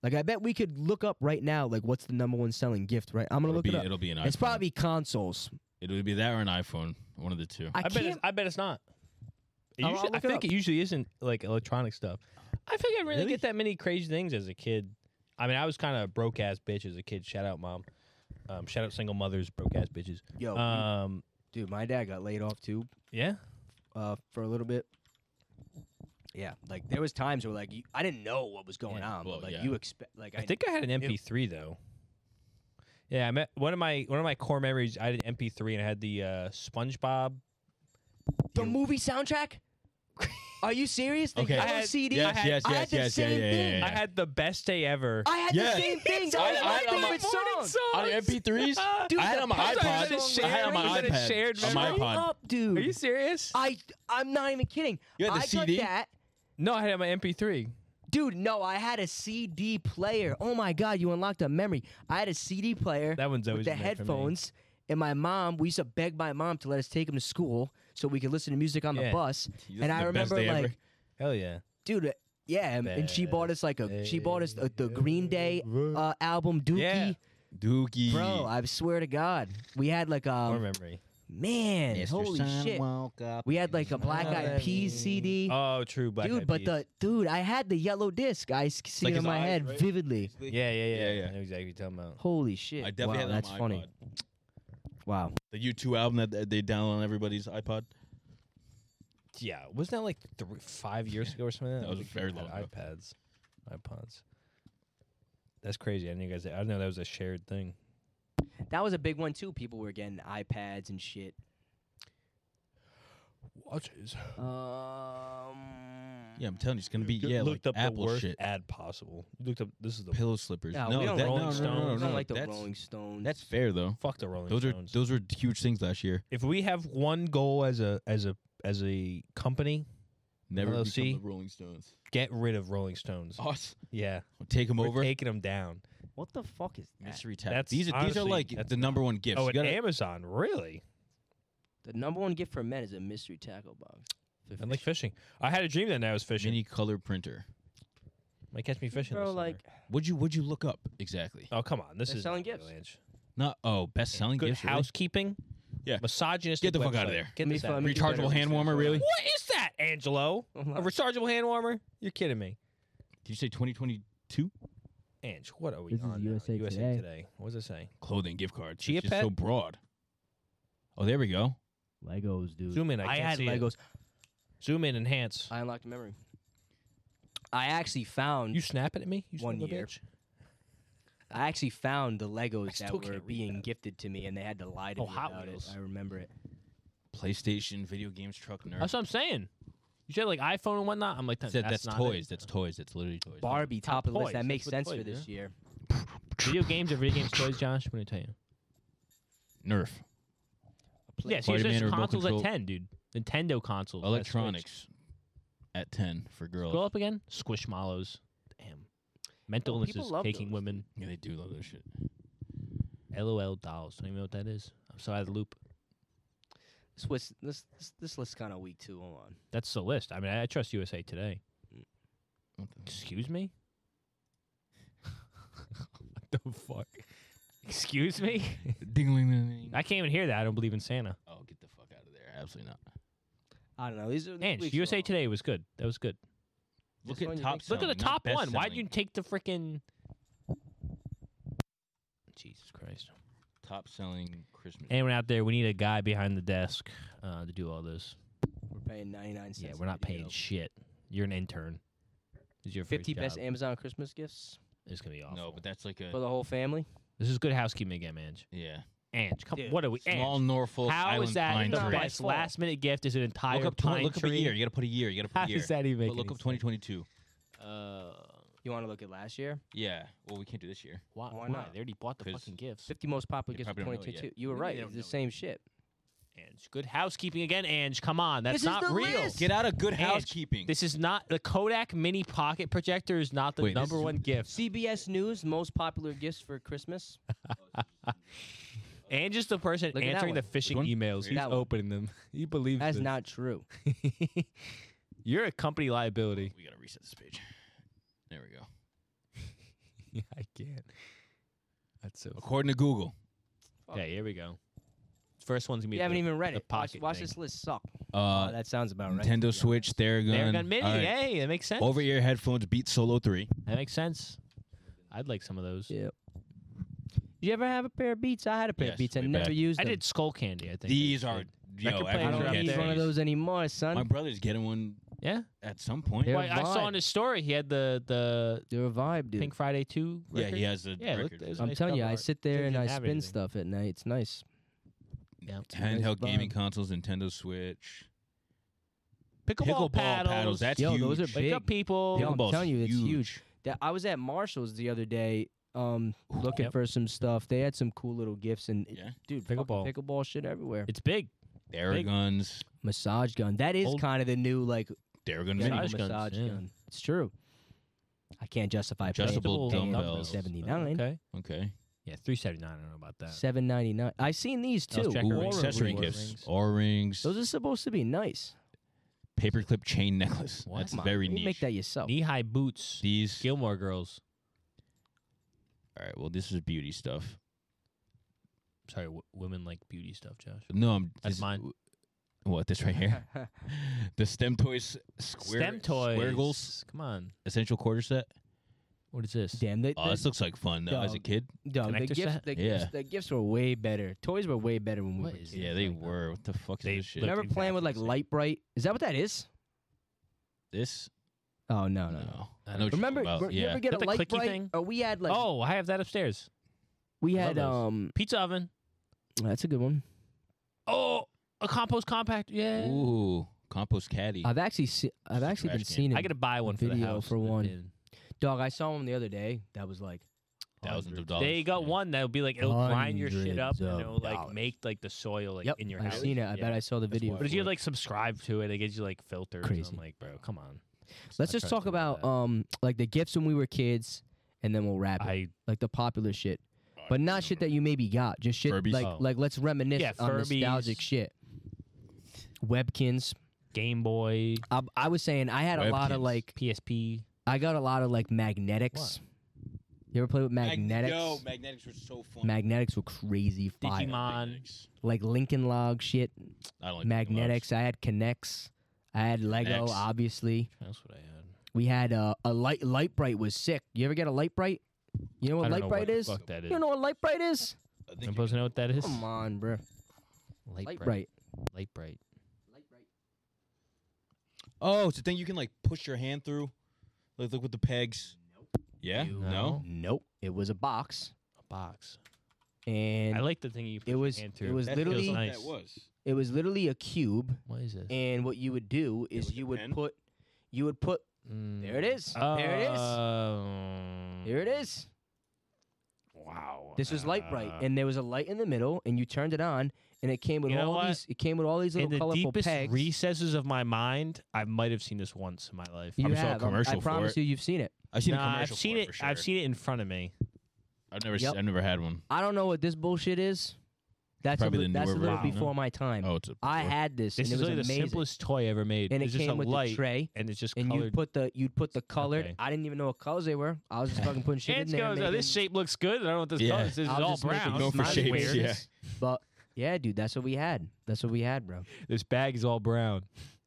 Speaker 1: like I bet we could look up right now like what's the number one selling gift right I'm gonna
Speaker 3: It'll
Speaker 1: look
Speaker 3: be,
Speaker 1: it up
Speaker 3: It'll be an iPhone.
Speaker 1: it's probably consoles
Speaker 3: It'll be that or an iPhone. One of the two.
Speaker 1: I,
Speaker 2: I, bet.
Speaker 1: can't
Speaker 2: It's, I bet it's not. It
Speaker 1: I'll-
Speaker 2: usually-
Speaker 1: I'll
Speaker 2: I
Speaker 1: look it
Speaker 2: think
Speaker 1: up.
Speaker 2: it usually isn't like electronic stuff. I think I really,
Speaker 3: Really?
Speaker 2: get that many crazy things as a kid. I mean, I was kind of a broke ass bitch as a kid. Shout out mom. Um, shout out single mothers, broke ass bitches.
Speaker 1: yo
Speaker 3: Uh,
Speaker 2: Um,
Speaker 1: Dude, my dad got laid off too
Speaker 2: yeah.
Speaker 1: uh, for a little bit. Yeah, like there was times where like you, I didn't know what was going on,
Speaker 3: well,
Speaker 1: but like
Speaker 3: yeah.
Speaker 1: you expect like I,
Speaker 2: I think I had an
Speaker 1: Ew.
Speaker 2: MP3 though. Yeah, I met one of my one of my core memories. I had an MP3 and I had the uh, SpongeBob.
Speaker 1: the movie soundtrack. Are you serious? The
Speaker 3: Okay.
Speaker 1: yellow
Speaker 2: I had-
Speaker 1: CD.
Speaker 3: yes,
Speaker 1: I had,
Speaker 3: yes,
Speaker 1: I had
Speaker 3: yes,
Speaker 1: the
Speaker 3: yes, yeah,
Speaker 1: same
Speaker 3: yeah, yeah,
Speaker 1: thing.
Speaker 3: yeah.
Speaker 2: I had the best day ever.
Speaker 1: I had
Speaker 3: Yeah.
Speaker 1: the same thing.
Speaker 2: I
Speaker 1: I had
Speaker 2: had
Speaker 1: my
Speaker 2: it on
Speaker 1: favorite
Speaker 2: my morning
Speaker 1: songs.
Speaker 2: song.
Speaker 3: on the MP3s.
Speaker 1: Dude,
Speaker 3: I had
Speaker 1: the
Speaker 3: on my
Speaker 1: Pixar
Speaker 3: iPod.
Speaker 1: song
Speaker 3: I had on
Speaker 1: was
Speaker 3: my
Speaker 1: in a
Speaker 3: iPad.
Speaker 2: shared
Speaker 3: on my
Speaker 1: Shut
Speaker 2: memory?
Speaker 3: iPod.
Speaker 1: up, dude.
Speaker 2: Are you serious?
Speaker 1: I I'm not even kidding.
Speaker 3: You had the
Speaker 1: I got
Speaker 3: CD?
Speaker 1: that.
Speaker 2: no, I had my MP3.
Speaker 1: Dude, no, I had a CD player. Oh my god, you unlocked a memory. I had a CD player.
Speaker 2: That one's always
Speaker 1: with the
Speaker 2: been there for me.
Speaker 1: headphones. And my mom, we used to beg my mom to let us take him to school so we could listen to music on the
Speaker 2: Yeah.
Speaker 1: bus.
Speaker 3: Jesus,
Speaker 1: and I
Speaker 3: the best
Speaker 1: remember
Speaker 3: day
Speaker 1: like,
Speaker 3: ever.
Speaker 2: Hell yeah.
Speaker 1: dude, uh, yeah, and, and she bought us like a she bought us uh, the Green Day uh, album Dookie.
Speaker 2: Yeah.
Speaker 3: Dookie.
Speaker 1: Bro, I swear to God, we had like
Speaker 2: Core
Speaker 1: a
Speaker 2: memory.
Speaker 1: man, holy shit. We had like a Black Eyed Peas CD.
Speaker 2: Oh, true. Black
Speaker 1: dude,
Speaker 2: Eyed
Speaker 1: but
Speaker 2: Peas.
Speaker 1: the dude, I had the yellow disc. I s- see
Speaker 3: like
Speaker 1: it in
Speaker 3: his
Speaker 1: my
Speaker 3: eyes,
Speaker 1: head
Speaker 3: right?
Speaker 1: vividly.
Speaker 2: yeah, yeah, yeah,
Speaker 3: Yeah,
Speaker 2: yeah.
Speaker 3: yeah.
Speaker 2: I know exactly what you're talking about.
Speaker 1: Holy shit!
Speaker 3: I definitely
Speaker 1: wow,
Speaker 3: had that
Speaker 1: that's
Speaker 3: on my
Speaker 1: funny.
Speaker 3: iPod.
Speaker 1: Wow.
Speaker 3: The U2 album that- that they download on everybody's iPod.
Speaker 2: Yeah, wasn't that like three, five years ago or something? like
Speaker 3: That was
Speaker 2: Like,
Speaker 3: very
Speaker 2: people had
Speaker 3: long ago.
Speaker 2: iPads, iPods. That's crazy. I didn't guys. I didn't know that was a shared thing.
Speaker 1: That was a big one too. People were getting iPads and shit.
Speaker 2: Watches.
Speaker 1: Um.
Speaker 3: Yeah, I'm telling you, it's gonna be yeah, like
Speaker 2: looked up
Speaker 3: Apple
Speaker 2: the worst
Speaker 3: shit.
Speaker 2: ad possible. You looked up. This is the
Speaker 3: Pillow slippers.
Speaker 1: No,
Speaker 3: no,
Speaker 1: we don't
Speaker 3: that,
Speaker 1: Rolling
Speaker 3: no, no,
Speaker 1: Stones.
Speaker 3: No, no,
Speaker 1: we
Speaker 3: no,
Speaker 1: don't like the
Speaker 3: that's,
Speaker 1: Rolling Stones.
Speaker 3: That's fair though.
Speaker 2: fuck the Rolling
Speaker 3: Those are
Speaker 2: Stones.
Speaker 3: those were huge things last year.
Speaker 2: if we have one goal as a as a as a company,
Speaker 3: Never
Speaker 7: LLC?
Speaker 3: become the Rolling Stones.
Speaker 7: Get rid of Rolling
Speaker 2: Oh.
Speaker 7: Stones.
Speaker 3: Us.
Speaker 7: Yeah,
Speaker 3: Take them
Speaker 7: we're
Speaker 3: over.
Speaker 7: taking them down.
Speaker 1: What the fuck is that?
Speaker 3: Mystery tech.
Speaker 7: That's
Speaker 3: these are these are
Speaker 7: honestly-
Speaker 3: like
Speaker 7: that's
Speaker 3: the number one gifts.
Speaker 7: oh,
Speaker 3: you
Speaker 7: at
Speaker 3: gotta-
Speaker 7: Amazon, really?
Speaker 1: The number one gift for men is a mystery tackle box. For
Speaker 7: And like
Speaker 1: fish.
Speaker 7: fishing. I had a dream that night I was fishing.
Speaker 3: mini color printer.
Speaker 7: Might catch me fishing.
Speaker 1: bro,
Speaker 7: this
Speaker 1: like
Speaker 3: What'd you What'd you look up exactly?
Speaker 7: summer. oh come on, this
Speaker 1: They're
Speaker 7: is
Speaker 1: selling
Speaker 7: an
Speaker 1: gifts.
Speaker 7: avalanche.
Speaker 3: Not oh, best selling
Speaker 7: Good
Speaker 3: gifts. really?
Speaker 7: housekeeping.
Speaker 3: Yeah.
Speaker 7: misogynist.
Speaker 3: Get the fuck outta there.
Speaker 7: Get
Speaker 1: Let me
Speaker 7: this
Speaker 1: fi-
Speaker 7: out.
Speaker 1: let me do
Speaker 7: Recharge-
Speaker 1: better
Speaker 3: Rechargeable
Speaker 1: with
Speaker 3: hand
Speaker 1: this.
Speaker 3: warmer, really?
Speaker 7: What is that, Angelo? A
Speaker 1: I'm not-
Speaker 7: rechargeable hand warmer? You're kidding me,
Speaker 3: Did you say 2022
Speaker 7: Ange. What are we
Speaker 1: This is
Speaker 7: on now?
Speaker 1: USA
Speaker 7: USA
Speaker 1: Today.
Speaker 7: What does it say?
Speaker 3: clothing gift cards?
Speaker 7: Chia
Speaker 3: It's just so
Speaker 7: pet?
Speaker 3: broad. Oh, there we go.
Speaker 1: Legos, dude.
Speaker 7: Zoom in. I,
Speaker 1: I,
Speaker 7: can't
Speaker 1: had
Speaker 7: see it.
Speaker 1: Legos.
Speaker 7: Zoom in. Enhance.
Speaker 1: I unlocked memory. I actually found
Speaker 7: You snapping at me? You
Speaker 1: One
Speaker 7: son of a
Speaker 1: year.
Speaker 7: bitch?
Speaker 1: I actually found the Legos that
Speaker 7: still
Speaker 1: were
Speaker 7: can't read
Speaker 1: being gifted to me, and they had to lie to
Speaker 7: Oh,
Speaker 1: me
Speaker 7: Hot
Speaker 1: about
Speaker 7: Wheels.
Speaker 1: it. I remember it.
Speaker 3: PlayStation, video games, truck nerd.
Speaker 2: That's what I'm saying. You said like iPhone and whatnot. I'm like,
Speaker 3: Said that's,
Speaker 2: not
Speaker 3: toys.
Speaker 2: It.
Speaker 3: That's toys. That's literally toys.
Speaker 1: Barbie, top of the list.
Speaker 7: toys.
Speaker 1: That makes
Speaker 7: That's
Speaker 1: sense
Speaker 7: what
Speaker 1: for
Speaker 7: toys,
Speaker 1: this year.
Speaker 2: Video games or video games toys, Josh? What do I tell you?
Speaker 3: Nerf.
Speaker 2: Yeah,
Speaker 3: Party
Speaker 2: see, it's
Speaker 3: Man,
Speaker 2: just
Speaker 3: remote
Speaker 2: consoles at
Speaker 3: control.
Speaker 2: ten, dude. Nintendo consoles. at Switch.
Speaker 3: Electronics at 10 for girls.
Speaker 2: Scroll up again. Squishmallows. Damn. Mental
Speaker 1: Oh, people
Speaker 2: illnesses
Speaker 1: love
Speaker 2: taking
Speaker 1: those.
Speaker 2: women.
Speaker 3: Yeah, they do love this shit.
Speaker 2: LOL dolls. Don't even know what that is. I'm so out of the loop.
Speaker 1: This was this this, this list's kind of weak too. Hold on.
Speaker 2: That's the list. I mean, I, I trust USA Today.
Speaker 3: What the-
Speaker 2: Excuse me. what the fuck? Excuse me.
Speaker 3: Ding-a-ling-a-ling.
Speaker 2: I can't even hear that. I don't believe in Santa.
Speaker 3: Oh, get the fuck out of there. Absolutely not.
Speaker 1: I don't know. These are these
Speaker 2: And
Speaker 1: weeks
Speaker 2: USA
Speaker 1: long.
Speaker 2: Today was good. That was good.
Speaker 3: Look
Speaker 1: This one
Speaker 3: at
Speaker 1: you
Speaker 3: top
Speaker 1: think-
Speaker 2: Look at
Speaker 3: selling,
Speaker 2: the
Speaker 3: not
Speaker 2: top one. Why'd
Speaker 3: best-selling.
Speaker 2: you take the freaking? Jesus Christ!
Speaker 3: Top selling Christmas.
Speaker 2: Anyone out there? We need a guy behind the desk uh, to do all this.
Speaker 1: We're paying 99 cents.
Speaker 2: yeah, we're not
Speaker 1: a
Speaker 2: paying
Speaker 1: video.
Speaker 2: shit. You're an intern. This is your first
Speaker 1: 50 best
Speaker 2: job.
Speaker 1: Amazon Christmas gifts
Speaker 2: It's gonna be awful.
Speaker 3: No, but that's like
Speaker 1: for
Speaker 3: a.
Speaker 1: the whole family.
Speaker 2: this is good housekeeping again, Ange.
Speaker 3: Yeah.
Speaker 2: Ange, come.
Speaker 1: Dude,
Speaker 2: What are we?
Speaker 3: Small
Speaker 2: Ange,
Speaker 3: Norfolk
Speaker 2: how
Speaker 3: Island
Speaker 2: is that
Speaker 3: pine
Speaker 2: the
Speaker 1: tree.
Speaker 2: best
Speaker 1: Small.
Speaker 2: last minute gift? Is an entire
Speaker 3: Look up, tw-
Speaker 2: pine
Speaker 3: look up a
Speaker 2: tree?
Speaker 3: year. You gotta put a year. You gotta put
Speaker 2: How
Speaker 3: a year.
Speaker 2: does that even make
Speaker 3: But look
Speaker 2: any
Speaker 3: up 2022.
Speaker 2: sense? Uh,
Speaker 1: You want to look at last year?
Speaker 3: Yeah. Well, we can't do this year.
Speaker 2: why,
Speaker 1: Why
Speaker 2: why?
Speaker 1: not?
Speaker 2: They already bought the
Speaker 3: 'Cause
Speaker 2: fucking gifts.
Speaker 1: 50 most popular
Speaker 3: They
Speaker 1: gifts of
Speaker 3: probably don't know it
Speaker 1: 2022.
Speaker 3: yet.
Speaker 1: You were
Speaker 3: What do you mean
Speaker 1: right.
Speaker 3: they don't
Speaker 1: It's the
Speaker 3: know it?
Speaker 1: same shit.
Speaker 2: Ange, good housekeeping again, Ange. Come on, that's
Speaker 1: This is
Speaker 2: not
Speaker 1: the
Speaker 2: real.
Speaker 1: list.
Speaker 3: Get out of good
Speaker 2: Ange,
Speaker 3: housekeeping.
Speaker 2: This is not the Kodak Mini Pocket Projector is not the
Speaker 3: Wait, this
Speaker 2: number
Speaker 3: is-
Speaker 2: one gift.
Speaker 1: CBS News most popular gifts for Christmas.
Speaker 2: Ange is the person
Speaker 1: Look at that
Speaker 2: answering the
Speaker 1: one.
Speaker 2: phishing
Speaker 3: one?
Speaker 2: emails. He's
Speaker 1: That one.
Speaker 2: opening them. He believes
Speaker 1: That's
Speaker 2: this.
Speaker 1: not true.
Speaker 2: You're a company liability.
Speaker 3: we gotta reset this page. There we go.
Speaker 2: I can't. That's so.
Speaker 3: According to Google.
Speaker 2: Okay, Oh, here we go. First one's gonna be.
Speaker 1: You haven't
Speaker 2: the-
Speaker 1: even read
Speaker 2: the
Speaker 1: it. Watch,
Speaker 2: pocket
Speaker 1: watch
Speaker 2: thing.
Speaker 1: this list suck.
Speaker 3: Uh,
Speaker 1: oh, that sounds about right.
Speaker 3: Nintendo Switch, Theragun.
Speaker 2: Theragun Mini.
Speaker 3: All right.
Speaker 2: Hey, that makes sense.
Speaker 3: Over ear headphones, Beat Solo 3.
Speaker 2: That makes sense. I'd like some of those.
Speaker 1: Yeah. Did you ever have a pair of Beats? I had a pair
Speaker 3: Yes,
Speaker 1: of Beats. I
Speaker 3: way
Speaker 1: never
Speaker 3: back.
Speaker 1: used
Speaker 2: I
Speaker 1: them.
Speaker 2: did Skull Candy. I think
Speaker 3: These are, yo,
Speaker 2: Record
Speaker 1: I
Speaker 2: players
Speaker 3: everyone
Speaker 2: are out
Speaker 1: don't
Speaker 3: gets
Speaker 1: need
Speaker 2: there.
Speaker 1: one of
Speaker 3: these.
Speaker 1: those anymore,
Speaker 3: My
Speaker 1: son.
Speaker 3: brother's getting one
Speaker 2: Yeah.
Speaker 3: at some point.
Speaker 1: They're
Speaker 2: Well, I saw
Speaker 1: mine.
Speaker 2: in his story he had the the
Speaker 1: They're a vibe, dude.
Speaker 2: Pink Friday two.
Speaker 3: yeah,
Speaker 2: Record.
Speaker 3: he has the
Speaker 2: Yeah, look,
Speaker 3: record.
Speaker 2: there's-
Speaker 1: I'm
Speaker 2: nice
Speaker 1: telling you,
Speaker 2: cover
Speaker 1: I
Speaker 2: art.
Speaker 1: sit there
Speaker 2: Didn't
Speaker 1: and I
Speaker 2: have
Speaker 1: spin
Speaker 2: anything.
Speaker 1: stuff at night. It's nice.
Speaker 2: yeah.
Speaker 3: Handheld
Speaker 1: Nice
Speaker 3: gaming
Speaker 1: vibe.
Speaker 3: consoles, Nentendo Switch.
Speaker 2: Pickleball,
Speaker 3: Pickleball paddles. That's
Speaker 1: Yo,
Speaker 3: huge.
Speaker 1: those are
Speaker 2: Wake
Speaker 1: big.
Speaker 2: up, people.
Speaker 1: Yo, I'm
Speaker 3: Pickleball's
Speaker 1: telling you, it's
Speaker 3: huge.
Speaker 1: huge. That I was at Marshalls the other day, um, looking
Speaker 2: Yep.
Speaker 1: for some stuff. They had some cool little gifts and
Speaker 3: Yeah.
Speaker 1: dude, fucking
Speaker 2: Pickleball.
Speaker 1: pickleball shit everywhere.
Speaker 2: It's big.
Speaker 3: Theraguns.
Speaker 1: massage gun. That is
Speaker 2: Old-
Speaker 1: kind of the new like
Speaker 3: Theragun
Speaker 1: general
Speaker 3: Mini.
Speaker 2: Massage guns,
Speaker 1: massage
Speaker 2: yeah.
Speaker 1: gun. It's true. I can't justify paying
Speaker 3: Adjustable
Speaker 1: damn
Speaker 3: dumbbells.
Speaker 1: seventy nine,
Speaker 2: Okay.
Speaker 3: Okay.
Speaker 2: Yeah, three seventy nine. I don't know about that.
Speaker 1: seven ninety nine. I seen these
Speaker 2: I was
Speaker 1: too.
Speaker 2: checking
Speaker 3: Ooh,
Speaker 2: Aura
Speaker 3: accessory
Speaker 2: rings.
Speaker 3: gifts.
Speaker 2: Rings.
Speaker 3: Aura rings.
Speaker 1: Those are supposed to be nice.
Speaker 3: Paperclip chain necklace.
Speaker 2: What?
Speaker 3: That's
Speaker 1: Come on,
Speaker 3: very
Speaker 1: you
Speaker 3: neat.
Speaker 1: make that yourself.
Speaker 2: Knee high boots.
Speaker 3: These.
Speaker 2: Gilmore Girls.
Speaker 3: All right. Well, this is beauty stuff.
Speaker 2: Sorry, w- women like beauty stuff, Josh.
Speaker 3: No, I'm.
Speaker 2: That's
Speaker 3: this-
Speaker 2: mine.
Speaker 3: What? This right here. the STEM toys. Square,
Speaker 2: Stem toys.
Speaker 3: Square goals.
Speaker 2: Come on.
Speaker 3: Essential quarter set.
Speaker 2: What is this?
Speaker 1: Damn, the,
Speaker 3: Oh, this
Speaker 1: the,
Speaker 3: looks like fun though. As a
Speaker 1: Dog.
Speaker 3: kid.
Speaker 1: dog, the
Speaker 2: connector
Speaker 1: gifts,
Speaker 2: set?
Speaker 1: the,
Speaker 3: Yeah.
Speaker 1: gifts, the gifts were way better. Toys were way better when we
Speaker 2: What
Speaker 1: were
Speaker 2: is
Speaker 1: kids.
Speaker 2: it?
Speaker 3: Yeah,
Speaker 2: It's
Speaker 3: they
Speaker 2: like-
Speaker 3: were. What the fuck is
Speaker 2: They
Speaker 3: this shit?
Speaker 2: look-
Speaker 1: Remember playing with like
Speaker 2: Exactly.
Speaker 1: light bright? Is that what that is?
Speaker 3: This?
Speaker 1: Oh no, no,
Speaker 3: No.
Speaker 1: no.
Speaker 3: I know what you're
Speaker 1: Remember,
Speaker 3: talking about.
Speaker 1: re- you
Speaker 3: yeah.
Speaker 1: ever get
Speaker 2: Is
Speaker 1: a
Speaker 2: that the
Speaker 1: light
Speaker 2: clicky
Speaker 1: bright?
Speaker 2: thing?
Speaker 1: Or we had like
Speaker 2: oh, I have that upstairs.
Speaker 1: we
Speaker 2: I love
Speaker 1: had
Speaker 2: those.
Speaker 1: um.
Speaker 2: Pizza oven.
Speaker 1: That's a good one.
Speaker 2: Oh, a compost compact. Yeah.
Speaker 3: Ooh, compost caddy.
Speaker 1: I've actually se- I've
Speaker 3: Just a
Speaker 1: actually been
Speaker 3: trash can.
Speaker 1: seen.
Speaker 2: I
Speaker 1: in-
Speaker 2: gotta buy one for the
Speaker 1: Video
Speaker 2: house.
Speaker 1: for
Speaker 2: and
Speaker 1: one.
Speaker 2: then-
Speaker 1: Dog, I saw one the other day that was like
Speaker 3: thousands of dollars.
Speaker 2: They got one that'll be like it'll grind your shit up
Speaker 1: Hundreds
Speaker 2: and
Speaker 1: of
Speaker 2: it'll like
Speaker 1: dollars.
Speaker 2: make like the soil like
Speaker 1: yep,
Speaker 2: in your
Speaker 1: I've
Speaker 2: house.
Speaker 1: seen it. I
Speaker 2: Yeah.
Speaker 1: bet I saw the video.
Speaker 3: wild.
Speaker 2: But if you like subscribe to it, it gives you like filters. And
Speaker 1: Crazy.
Speaker 2: I'm like, bro, come on.
Speaker 1: Let's just talk about um like the gifts when we were kids, and then we'll wrap it.
Speaker 2: I
Speaker 1: like the popular shit, but not shit that you maybe got. Just shit
Speaker 3: Furbies?
Speaker 1: like
Speaker 2: Oh.
Speaker 1: like let's reminisce
Speaker 2: Yeah,
Speaker 1: on nostalgic
Speaker 2: Furbies.
Speaker 1: shit. Webkins.
Speaker 2: Game Boy,
Speaker 1: I, I was saying I had a lot of
Speaker 3: Webkins.
Speaker 1: like
Speaker 2: PSP.
Speaker 1: I got a lot of like magnetics. You ever play with magnetics?
Speaker 3: Yo, magnetics were so fun.
Speaker 1: magnetics were crazy fire.
Speaker 2: Digimon.
Speaker 1: Like Lincoln Log shit,
Speaker 3: I don't like
Speaker 1: magnetics. I had Connects. I had Lego,
Speaker 3: Kinects.
Speaker 1: obviously.
Speaker 2: That's what I had.
Speaker 1: We had uh, a light. Light bright was sick. You ever get a light bright? You know
Speaker 2: I
Speaker 1: what
Speaker 2: don't
Speaker 1: light
Speaker 2: know
Speaker 1: bright
Speaker 2: what
Speaker 1: is?
Speaker 2: The fuck that
Speaker 1: You
Speaker 2: is.
Speaker 1: don't know what light bright is?
Speaker 3: Digimon. I
Speaker 2: I'm
Speaker 3: think you-
Speaker 2: supposed to know what that is.
Speaker 1: Come on, bro. Light bright.
Speaker 2: Light bright.
Speaker 3: Oh, it's a thing you can like push your hand through. Like look with the pegs. Yeah?
Speaker 2: You-
Speaker 3: No?
Speaker 1: Nope. It was a box,
Speaker 2: A box.
Speaker 1: and
Speaker 2: I like the thing you. Put
Speaker 1: it was
Speaker 2: Your hand
Speaker 1: it
Speaker 2: through.
Speaker 1: was
Speaker 3: That feels
Speaker 1: literally
Speaker 3: like
Speaker 2: nice.
Speaker 3: that was.
Speaker 1: it was literally a cube,
Speaker 2: What is this?
Speaker 1: and what you would do
Speaker 3: Yeah,
Speaker 1: is
Speaker 3: with the
Speaker 1: you would
Speaker 3: pen?
Speaker 1: put you would put
Speaker 2: Mm.
Speaker 1: there it is there it is
Speaker 2: Um,
Speaker 1: here it is.
Speaker 2: Wow.
Speaker 1: This was light bright,
Speaker 2: Uh,
Speaker 1: and there was a light in the middle, and you turned it on, and it came with
Speaker 2: You know
Speaker 1: all
Speaker 2: what?
Speaker 1: these. It came with all these
Speaker 2: in
Speaker 1: little
Speaker 2: the
Speaker 1: colorful
Speaker 2: deepest
Speaker 1: pegs.
Speaker 2: recesses of my mind, I might have seen this once in my life.
Speaker 1: you
Speaker 3: I saw a
Speaker 1: have. I'm-
Speaker 3: commercial
Speaker 1: I
Speaker 3: for
Speaker 1: promise
Speaker 3: it.
Speaker 1: you, you've seen it.
Speaker 3: I've seen a
Speaker 2: Nah,
Speaker 3: commercial
Speaker 2: I've seen
Speaker 3: for it,
Speaker 2: it.
Speaker 3: for sure.
Speaker 2: I've seen it in front of me.
Speaker 3: I've never
Speaker 1: Yep.
Speaker 3: se- I've never had one.
Speaker 1: I don't know what this bullshit is. That's
Speaker 3: Probably
Speaker 1: a,
Speaker 3: the
Speaker 1: li- that's a
Speaker 3: newer
Speaker 1: little
Speaker 2: version, no?
Speaker 1: before my time.
Speaker 3: Oh, it's a
Speaker 1: I
Speaker 3: before.
Speaker 1: had this, and
Speaker 2: This is
Speaker 1: it was
Speaker 2: really
Speaker 1: amazing.
Speaker 2: the simplest toy ever made.
Speaker 1: and it
Speaker 2: it's just a
Speaker 1: came with
Speaker 2: light,
Speaker 1: the tray,
Speaker 2: and it's just
Speaker 1: and you
Speaker 2: colored.
Speaker 1: put the you'd put the colored.
Speaker 2: Okay.
Speaker 1: I didn't even know what colors they were. I was just fucking putting shit in
Speaker 2: Chance
Speaker 1: there.
Speaker 2: goes, oh, this
Speaker 1: making-
Speaker 2: shape looks good. I don't know what this
Speaker 3: Yeah.
Speaker 2: color is. This is
Speaker 1: I'll
Speaker 2: all
Speaker 1: just make it
Speaker 2: brown.
Speaker 3: Known for
Speaker 2: Mine's
Speaker 3: shapes,
Speaker 2: weird.
Speaker 3: yeah.
Speaker 1: But yeah, dude, that's what we had. That's what we had, bro.
Speaker 2: This bag is all brown.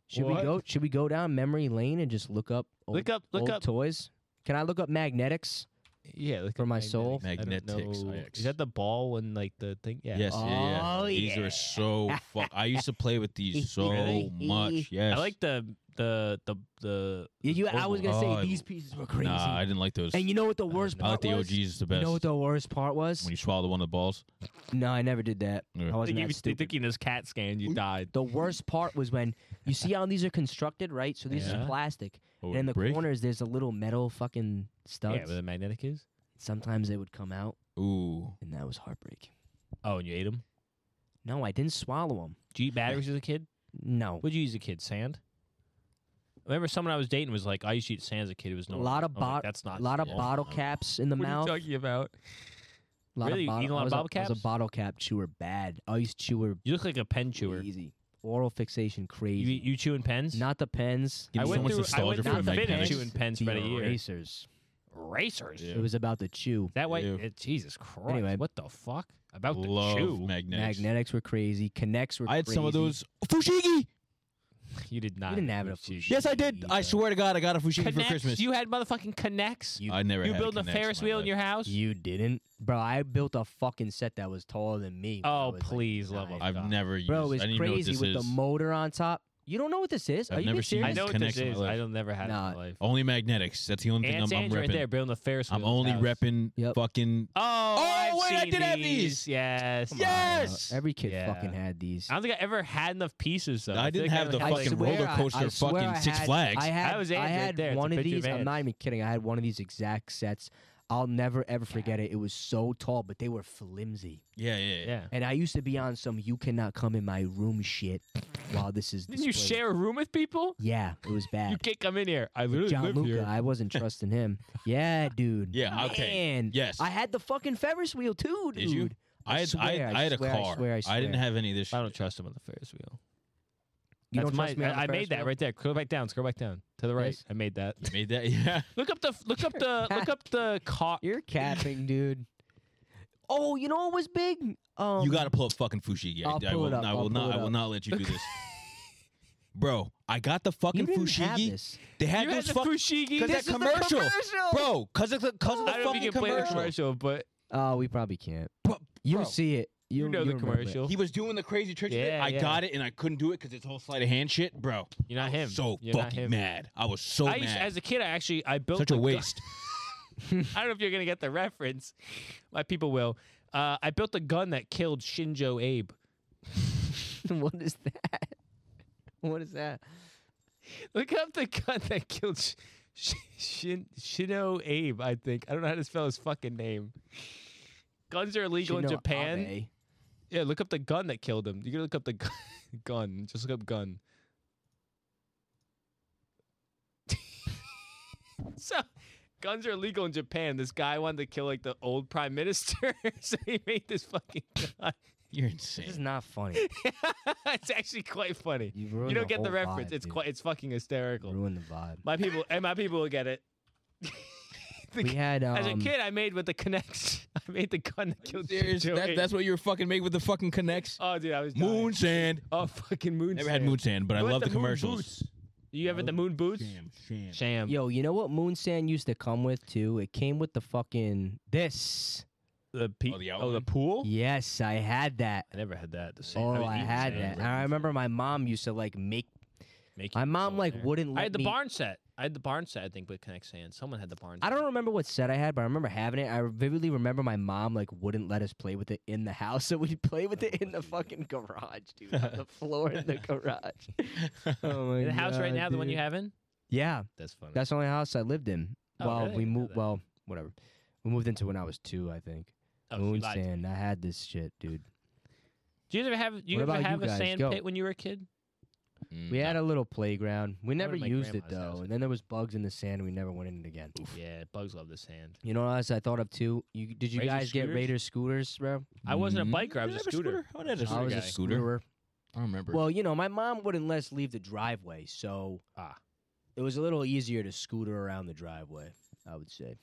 Speaker 1: Should
Speaker 2: What?
Speaker 1: we go? Should we go down memory lane and just look up old,
Speaker 2: Look up, look
Speaker 1: old
Speaker 2: up.
Speaker 1: toys? Can I look up magnetics?
Speaker 2: Yeah, look
Speaker 1: For
Speaker 2: up
Speaker 1: my soul.
Speaker 2: magnetics. I don't
Speaker 3: Magnetics,
Speaker 2: know-
Speaker 3: IX.
Speaker 2: Is that the ball when like the thing? Yeah.
Speaker 3: Yes, yeah, yeah.
Speaker 1: Oh,
Speaker 3: These
Speaker 1: yeah.
Speaker 3: are so fuck. I used to play with these so
Speaker 1: Really?
Speaker 3: much. Yes.
Speaker 2: I like the the the the.
Speaker 1: Yeah, you, I
Speaker 2: oval.
Speaker 1: was gonna say
Speaker 3: Oh, I-
Speaker 1: these pieces were crazy.
Speaker 3: Nah, I didn't like those.
Speaker 1: and you know what the worst
Speaker 3: I like
Speaker 1: part
Speaker 3: the
Speaker 1: was?
Speaker 3: OGs the best.
Speaker 1: You know what the worst part was?
Speaker 3: when you swallow one of the balls.
Speaker 1: No, I never did that.
Speaker 3: Yeah.
Speaker 1: I
Speaker 2: They
Speaker 1: wasn't
Speaker 2: give
Speaker 1: that
Speaker 2: you they
Speaker 1: stupid.
Speaker 2: took you in this cat scan. You died.
Speaker 1: The worst part was when you see how these are constructed, right? So these
Speaker 2: Yeah.
Speaker 1: is plastic,
Speaker 3: Oh,
Speaker 1: and in the
Speaker 3: brick?
Speaker 1: corners there's a little metal fucking
Speaker 2: Yeah,
Speaker 1: studs.
Speaker 2: where the magnetic is.
Speaker 1: Sometimes they would come out,
Speaker 3: Ooh.
Speaker 1: and that was heartbreaking.
Speaker 2: Oh, and you ate them.
Speaker 1: No, I didn't swallow them.
Speaker 2: Did you eat batteries as a kid?
Speaker 1: No,
Speaker 2: What'd you use as a kid? Sand. I remember someone I was dating was like, I used to eat sand as a kid. It was
Speaker 1: a
Speaker 2: no.
Speaker 1: lot of
Speaker 2: I'm like,
Speaker 1: bot,
Speaker 2: Oh, That's not.
Speaker 1: lot of
Speaker 2: cool."
Speaker 1: bottle caps in the
Speaker 2: What
Speaker 1: mouth.
Speaker 2: are you talking about?
Speaker 1: lot
Speaker 2: Really?
Speaker 1: of
Speaker 2: You
Speaker 1: bottle,
Speaker 2: eating a lot
Speaker 1: I
Speaker 2: of
Speaker 1: was
Speaker 2: bottle
Speaker 1: I was
Speaker 2: caps?
Speaker 1: a bottle cap chewer bad. I used to chewer
Speaker 2: You look like a pen chewer. You,
Speaker 1: crazy. Oral fixation crazy.
Speaker 2: you chewing pens?
Speaker 1: Not the pens.
Speaker 3: Give
Speaker 2: I
Speaker 3: me so
Speaker 2: went
Speaker 3: much
Speaker 2: through. I went
Speaker 3: nostalgia
Speaker 2: through
Speaker 3: for
Speaker 2: a
Speaker 1: the
Speaker 2: fit of
Speaker 1: mechanics.
Speaker 2: chewing pens
Speaker 1: the
Speaker 2: for about a year.
Speaker 1: erasers.
Speaker 2: Racers.
Speaker 3: Yeah.
Speaker 1: It was about the chew.
Speaker 2: That way,
Speaker 3: Ew.
Speaker 2: it, Jesus Christ!
Speaker 1: Anyway.
Speaker 2: what the fuck about
Speaker 3: Love
Speaker 2: the chew?
Speaker 3: magnetics.
Speaker 1: Magnetics were crazy. Connects were.
Speaker 3: I had some of
Speaker 1: crazy.
Speaker 3: those fushigi.
Speaker 2: You did not.
Speaker 1: didn't have it
Speaker 2: a
Speaker 1: at
Speaker 2: fushigi.
Speaker 1: Fushigi.
Speaker 3: Yes, I did. I swear to God, I got a fushigi for
Speaker 2: Connects.
Speaker 3: Christmas.
Speaker 2: You had motherfucking connects. You,
Speaker 3: I never. had
Speaker 2: build a
Speaker 3: Kinects in
Speaker 2: Ferris
Speaker 3: my
Speaker 2: wheel
Speaker 3: life.
Speaker 2: in your house.
Speaker 1: You didn't, bro. I built a fucking set that was taller than me. when I
Speaker 2: oh
Speaker 1: was, like,
Speaker 2: please, love
Speaker 1: nine.
Speaker 2: of
Speaker 3: I've
Speaker 2: God.
Speaker 3: never used.
Speaker 1: Bro,
Speaker 3: I
Speaker 1: it's
Speaker 3: didn't even know what
Speaker 1: crazy
Speaker 3: this
Speaker 1: with the
Speaker 3: is.
Speaker 1: motor on top. You don't know what this is?
Speaker 3: I've
Speaker 1: Are you
Speaker 3: never
Speaker 1: being
Speaker 3: seen
Speaker 1: serious?
Speaker 2: I know what this
Speaker 3: Connects in my
Speaker 2: is.
Speaker 3: life.
Speaker 2: I don't never had it
Speaker 1: Nah.
Speaker 2: in my life.
Speaker 3: Only magnetics. That's the only thing I'm,
Speaker 2: Aunt
Speaker 3: I'm
Speaker 2: Sam's
Speaker 3: repping.
Speaker 2: right there, building the Ferris wheel.
Speaker 3: I'm
Speaker 2: in his
Speaker 3: only
Speaker 2: house.
Speaker 3: repping
Speaker 1: Yep.
Speaker 3: fucking.
Speaker 2: Oh, I've
Speaker 3: wait, I
Speaker 2: seen
Speaker 3: did have these.
Speaker 2: Yes,
Speaker 3: Come on.
Speaker 1: I know.
Speaker 3: Yes!
Speaker 1: Uh, Every kid
Speaker 2: Yeah.
Speaker 1: fucking had these.
Speaker 2: I don't think I ever had enough pieces though.
Speaker 3: I
Speaker 2: feel
Speaker 3: didn't
Speaker 2: like
Speaker 3: have
Speaker 2: only
Speaker 3: the
Speaker 2: had,
Speaker 3: fucking
Speaker 2: like,
Speaker 3: roller
Speaker 1: I-
Speaker 3: coaster
Speaker 1: I swear
Speaker 3: fucking
Speaker 1: I
Speaker 3: Six
Speaker 1: had-
Speaker 3: Flags.
Speaker 1: I had,
Speaker 2: was
Speaker 1: I
Speaker 2: it right
Speaker 1: had
Speaker 2: there. It's a
Speaker 1: one of
Speaker 2: picture
Speaker 1: these.
Speaker 2: of
Speaker 1: I'm
Speaker 2: ants.
Speaker 1: not even kidding. I had one of these exact sets. I'll never ever forget it. It was so tall, but they were flimsy.
Speaker 3: Yeah, yeah, yeah.
Speaker 2: Yeah.
Speaker 1: And I used to be on some "you cannot come in my room" shit. While this is
Speaker 2: Didn't you
Speaker 1: displayed.
Speaker 2: share a room with people?
Speaker 1: Yeah, it was bad.
Speaker 2: You can't come in here. I literally
Speaker 1: John
Speaker 2: live
Speaker 1: Luca.
Speaker 2: here.
Speaker 1: I wasn't trusting him. Yeah, dude.
Speaker 3: Yeah, okay.
Speaker 1: Man,
Speaker 3: Yes.
Speaker 1: I had the fucking Ferris wheel too, dude.
Speaker 3: Did you? I had, I,
Speaker 1: swear,
Speaker 3: had-
Speaker 1: I
Speaker 3: I had a
Speaker 1: swear, I
Speaker 3: car.
Speaker 1: swear, I
Speaker 3: didn't
Speaker 1: swear.
Speaker 3: have any of this.
Speaker 2: I
Speaker 3: Shit.
Speaker 2: don't trust him on the Ferris wheel.
Speaker 1: You
Speaker 2: That's
Speaker 1: don't trust
Speaker 2: my-
Speaker 1: me on the
Speaker 2: I, I
Speaker 1: Ferris
Speaker 2: made that
Speaker 1: wheel?
Speaker 2: right there. Go back down. Scroll back down to the right.
Speaker 1: Yes.
Speaker 2: I made that.
Speaker 3: Made that. Yeah.
Speaker 2: look up the look up the look up the car.
Speaker 1: You're capping, dude. Oh, you know what was big? Um,
Speaker 3: you got to pull up fucking Fushigi. I,
Speaker 1: I'll
Speaker 3: I
Speaker 1: pull
Speaker 3: will,
Speaker 1: it up,
Speaker 3: I
Speaker 1: I'll
Speaker 3: will not.
Speaker 1: pull it
Speaker 3: I will
Speaker 1: up.
Speaker 3: not let you do this, bro. I got the
Speaker 1: you
Speaker 3: fucking
Speaker 1: didn't have
Speaker 3: Fushigi.
Speaker 1: this.
Speaker 3: They had
Speaker 2: you had
Speaker 3: those
Speaker 2: the
Speaker 3: fucking.
Speaker 2: Fushigi.
Speaker 3: Cause
Speaker 2: This
Speaker 3: that
Speaker 2: is the
Speaker 3: commercial,
Speaker 2: commercial.
Speaker 3: bro. Cause of the cause of the
Speaker 2: I don't know
Speaker 3: fucking
Speaker 2: if you can play the
Speaker 3: commercial.
Speaker 2: commercial, but
Speaker 1: Oh, we probably can't.
Speaker 3: Bro,
Speaker 1: You
Speaker 3: bro,
Speaker 1: see it. You,
Speaker 2: you know the
Speaker 1: remember it.
Speaker 2: commercial.
Speaker 3: He was doing the crazy church. shit.
Speaker 2: Yeah,
Speaker 3: I
Speaker 2: yeah.
Speaker 3: got it, and I couldn't do it because it's whole sleight of hand shit, bro.
Speaker 2: You're not him.
Speaker 3: So
Speaker 2: You're not
Speaker 3: fucking
Speaker 2: him.
Speaker 3: mad. I was so
Speaker 2: I
Speaker 3: mad.
Speaker 2: used, as a kid, I actually I built
Speaker 3: Such a
Speaker 2: the gu-
Speaker 3: waste.
Speaker 2: I don't know if you're gonna get the reference. My people will. Uh, I built a gun that killed Shinjo Abe.
Speaker 1: what is that? What is that?
Speaker 2: Look up the gun that killed Sh- Sh- Shin Shino Abe, I think. I don't know how to spell his fucking name. Guns are illegal in
Speaker 1: Shino
Speaker 2: Japan.
Speaker 1: Abe.
Speaker 2: Yeah, look up the gun that killed him. You can look up the gun. gun. Just look up gun. so, guns are illegal in Japan. This guy wanted to kill like the old prime minister, so he made this fucking gun.
Speaker 3: You're
Speaker 1: This is
Speaker 3: insane.
Speaker 1: not funny.
Speaker 2: it's actually quite funny.
Speaker 1: You, ruined
Speaker 2: You don't get the
Speaker 1: whole
Speaker 2: reference.
Speaker 1: vibe,
Speaker 2: it's
Speaker 1: dude.
Speaker 2: quite. It's fucking hysterical.
Speaker 1: ruined the vibe.
Speaker 2: My people and my people will get it. The
Speaker 1: We
Speaker 2: ki-
Speaker 1: had um,
Speaker 2: As a kid, I made with the connects. I made the gun that killed
Speaker 3: Serious?
Speaker 2: Joe
Speaker 3: That,
Speaker 2: Abe.
Speaker 3: that's what you were fucking made with the fucking connects.
Speaker 2: Oh, dude, I was dying.
Speaker 3: Moon sand.
Speaker 2: Oh, fucking moon.
Speaker 3: Never had
Speaker 2: sand.
Speaker 3: moon sand, but I
Speaker 2: What's
Speaker 3: love
Speaker 2: the
Speaker 3: the
Speaker 2: moon
Speaker 3: commercials.
Speaker 2: You ever the moon boots?
Speaker 3: sham.
Speaker 2: Sham.
Speaker 1: yo, you know what Moon Sand used to come with too? It came with the fucking this.
Speaker 2: The pe-
Speaker 3: Oh,
Speaker 2: oh,
Speaker 3: the
Speaker 2: the,
Speaker 3: outline?
Speaker 2: pool.
Speaker 1: Yes, I had that.
Speaker 2: I never had that. The sand.
Speaker 1: Oh,
Speaker 2: haven't
Speaker 1: I
Speaker 2: eaten
Speaker 1: had
Speaker 2: sand.
Speaker 1: that. And I remember my mom used to like make.
Speaker 2: Make
Speaker 1: My
Speaker 2: it
Speaker 1: mom
Speaker 2: go
Speaker 1: like
Speaker 2: there.
Speaker 1: wouldn't let
Speaker 2: I had the
Speaker 1: me.
Speaker 2: barn set. I had the barn set. I think with Connect Sand. Someone had the barn.
Speaker 1: I
Speaker 2: set.
Speaker 1: don't remember what set I had, but I remember having it. I vividly remember my mom like wouldn't let us play with it in the house, so we'd play with it in the fucking garage, dude, on the floor in the garage. oh my
Speaker 2: the house right
Speaker 1: God,
Speaker 2: now. The one you
Speaker 1: dude.
Speaker 2: have in.
Speaker 1: Yeah,
Speaker 2: That's funny.
Speaker 1: that's the only house I lived in.
Speaker 2: Oh,
Speaker 1: well,
Speaker 2: really?
Speaker 1: we
Speaker 2: I didn't know
Speaker 1: moved.
Speaker 2: that.
Speaker 1: Well, whatever. We moved into when I was two, I think.
Speaker 2: oh, she
Speaker 1: Moon
Speaker 2: lied to me.
Speaker 1: sand. I had this shit, dude.
Speaker 2: Do you ever have? Do you
Speaker 1: What
Speaker 2: ever
Speaker 1: about you
Speaker 2: have a
Speaker 1: guys?
Speaker 2: sand
Speaker 1: Go. Mm.
Speaker 2: pit when you were a kid?
Speaker 3: Mm,
Speaker 1: We had a little playground. We never
Speaker 2: my
Speaker 1: used it
Speaker 2: grandma's house,
Speaker 1: though,
Speaker 2: I
Speaker 1: and then there was bugs in the sand. We never went in it again.
Speaker 2: Yeah, bugs love the sand.
Speaker 1: You know what else I thought of too? You did you
Speaker 2: Razor
Speaker 1: guys get
Speaker 2: scooters?
Speaker 1: Raider scooters, bro?
Speaker 2: I wasn't a
Speaker 1: Mm-hmm.
Speaker 3: Mm.
Speaker 2: biker. I was
Speaker 3: You
Speaker 2: a
Speaker 3: have a
Speaker 2: scooter.
Speaker 3: scooter? I had a
Speaker 1: I
Speaker 3: Scooter
Speaker 1: was
Speaker 3: guy.
Speaker 1: a scooterer.
Speaker 3: I don't remember.
Speaker 1: Well, you know, my mom wouldn't let us leave the driveway, so
Speaker 2: Ah.
Speaker 1: it was a little easier to scooter around the driveway. I would say.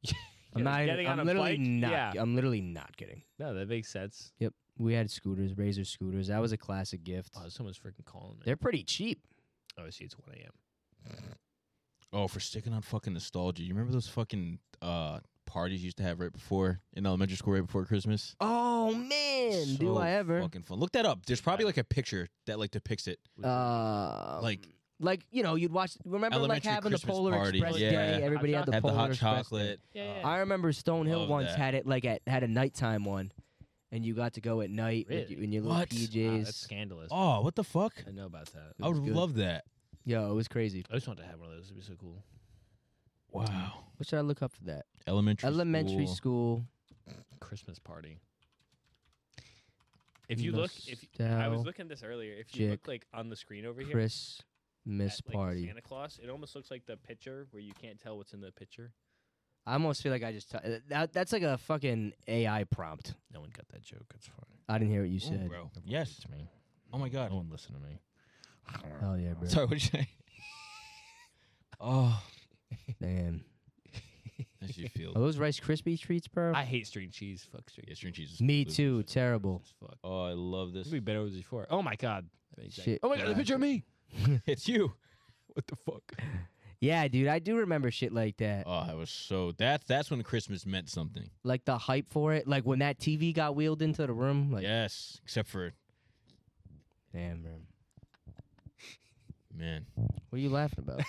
Speaker 2: Yeah,
Speaker 1: I'm not. even-
Speaker 2: getting
Speaker 1: I'm
Speaker 2: on a
Speaker 1: literally
Speaker 2: bike?
Speaker 1: not.
Speaker 2: Yeah.
Speaker 1: I'm literally not kidding.
Speaker 2: No, that makes sense.
Speaker 1: We had scooters, Razor scooters. That was a classic gift.
Speaker 2: Oh, someone's freaking calling me.
Speaker 1: They're pretty cheap.
Speaker 2: Oh, I see. It's one a.m.
Speaker 3: oh, for sticking on fucking nostalgia. You remember those fucking uh, parties you used to have right before in elementary school, right before Christmas?
Speaker 1: Oh man, do
Speaker 3: So
Speaker 1: I ever?
Speaker 3: Fucking fun. Look that up. There's probably like a picture that like depicts it.
Speaker 1: Uh,
Speaker 3: Like
Speaker 1: like you know, you'd watch. Remember, like
Speaker 3: Elementary
Speaker 1: having
Speaker 3: Christmas
Speaker 1: the Polar
Speaker 3: party,
Speaker 1: Express
Speaker 3: yeah.
Speaker 1: day. Everybody had
Speaker 2: Hot
Speaker 1: the
Speaker 3: had the
Speaker 1: Polar
Speaker 3: hot
Speaker 1: Express day.
Speaker 3: chocolate.
Speaker 2: Yeah, yeah.
Speaker 1: I remember Stonehill
Speaker 3: Love
Speaker 1: once
Speaker 3: that.
Speaker 1: had it like at had a nighttime one, and you got to go at night with
Speaker 2: Really?
Speaker 1: you, in your little
Speaker 3: What? Ah,
Speaker 2: Wow,
Speaker 1: PJs.
Speaker 2: that's scandalous.
Speaker 3: Oh, what the fuck?
Speaker 2: I know about that.
Speaker 3: I would
Speaker 1: was good.
Speaker 3: love that.
Speaker 1: Yo, it was crazy.
Speaker 2: I just want to have one of those. It'd be so cool.
Speaker 3: Wow.
Speaker 1: What should I look up for that?
Speaker 3: Elementary.
Speaker 1: Elementary school.
Speaker 2: Christmas party. If you look, if I was looking at this earlier, if you look
Speaker 1: Nostalgic
Speaker 2: like on the screen over here, at,
Speaker 1: Christmas
Speaker 2: like,
Speaker 1: party.
Speaker 2: Santa Claus, it almost looks like the picture where you can't tell what's in the picture.
Speaker 1: I almost feel like I just t- uh, that, that's like a fucking AI prompt.
Speaker 2: No one got that joke. It's fine.
Speaker 1: I didn't hear what you
Speaker 3: Ooh,
Speaker 1: said.
Speaker 3: bro. Yes.
Speaker 2: It's me.
Speaker 3: Oh my
Speaker 2: No
Speaker 3: god. Uh,
Speaker 2: one listened to me.
Speaker 1: Oh yeah, bro.
Speaker 3: Sorry, what did you say? oh,
Speaker 1: Damn.
Speaker 3: that should
Speaker 1: Are
Speaker 3: feel.
Speaker 1: those Rice Krispie treats, bro?
Speaker 2: I hate string cheese. Fuck string
Speaker 3: Yeah,
Speaker 2: cheese.
Speaker 3: string cheese. is
Speaker 1: Me
Speaker 3: delicious.
Speaker 1: too. Terrible.
Speaker 2: It's Fuck.
Speaker 3: Oh, I love this.
Speaker 2: We've been over this before. Oh my god. I mean, exactly-
Speaker 1: Shit.
Speaker 2: Oh my god. The picture of me.
Speaker 3: it's you.
Speaker 2: What the fuck?
Speaker 1: Yeah, dude, I do remember shit like that.
Speaker 3: Oh, I was so that that's when Christmas meant something.
Speaker 1: Like the hype for it. Like when that TV got wheeled into the room. Like,
Speaker 3: yes, except for
Speaker 1: damn, bro.
Speaker 3: man,
Speaker 1: What are you laughing about?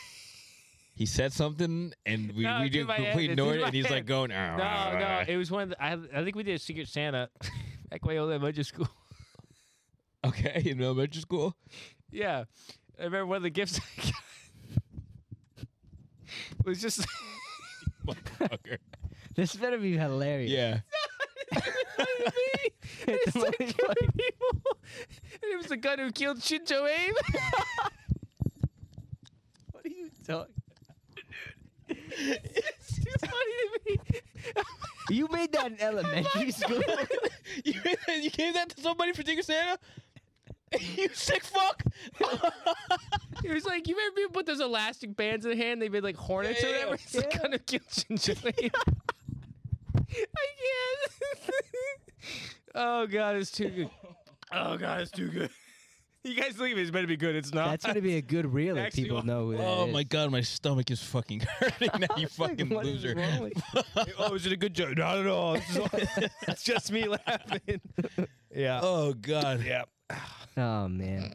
Speaker 3: he said something and we
Speaker 2: No,
Speaker 3: we
Speaker 2: it's in
Speaker 3: did
Speaker 2: my head.
Speaker 3: we
Speaker 2: It's
Speaker 3: ignored
Speaker 2: in
Speaker 3: it
Speaker 2: my
Speaker 3: and he's like
Speaker 2: head.
Speaker 3: going "Ah,
Speaker 2: No, no. It was one of the. I, I think we did a Secret Santa back when I was in elementary school.
Speaker 3: okay in elementary school.
Speaker 2: Yeah. I remember one of the gifts I got was just
Speaker 3: Motherfucker.
Speaker 1: this better be hilarious.
Speaker 3: yeah.
Speaker 2: and it started killing people. And it was the gun who killed Shinjo Abe.
Speaker 1: What are you talking?
Speaker 2: it's too funny to me.
Speaker 1: You made that in elementary school.
Speaker 3: you, you gave that to somebody for Secret Santa? you sick fuck.
Speaker 2: It was like you remember people put those elastic bands in their hand, they made like hornets
Speaker 3: Yeah, yeah,
Speaker 2: or whatever. It's the gun who killed Shinjo Abe. I can't. oh god, it's too good. Oh god, it's too good. You guys think it's better be good. It's not.
Speaker 1: That's gonna be a good reel if
Speaker 2: Actually,
Speaker 1: people know who that
Speaker 3: oh
Speaker 1: is.
Speaker 3: my god, my stomach is fucking hurting now. You fucking
Speaker 1: What is
Speaker 3: loser.
Speaker 1: wrong with
Speaker 2: oh, is it a good joke? Not at all. It's just, it's just me laughing. Yeah.
Speaker 3: Oh god. Yeah.
Speaker 1: Oh man.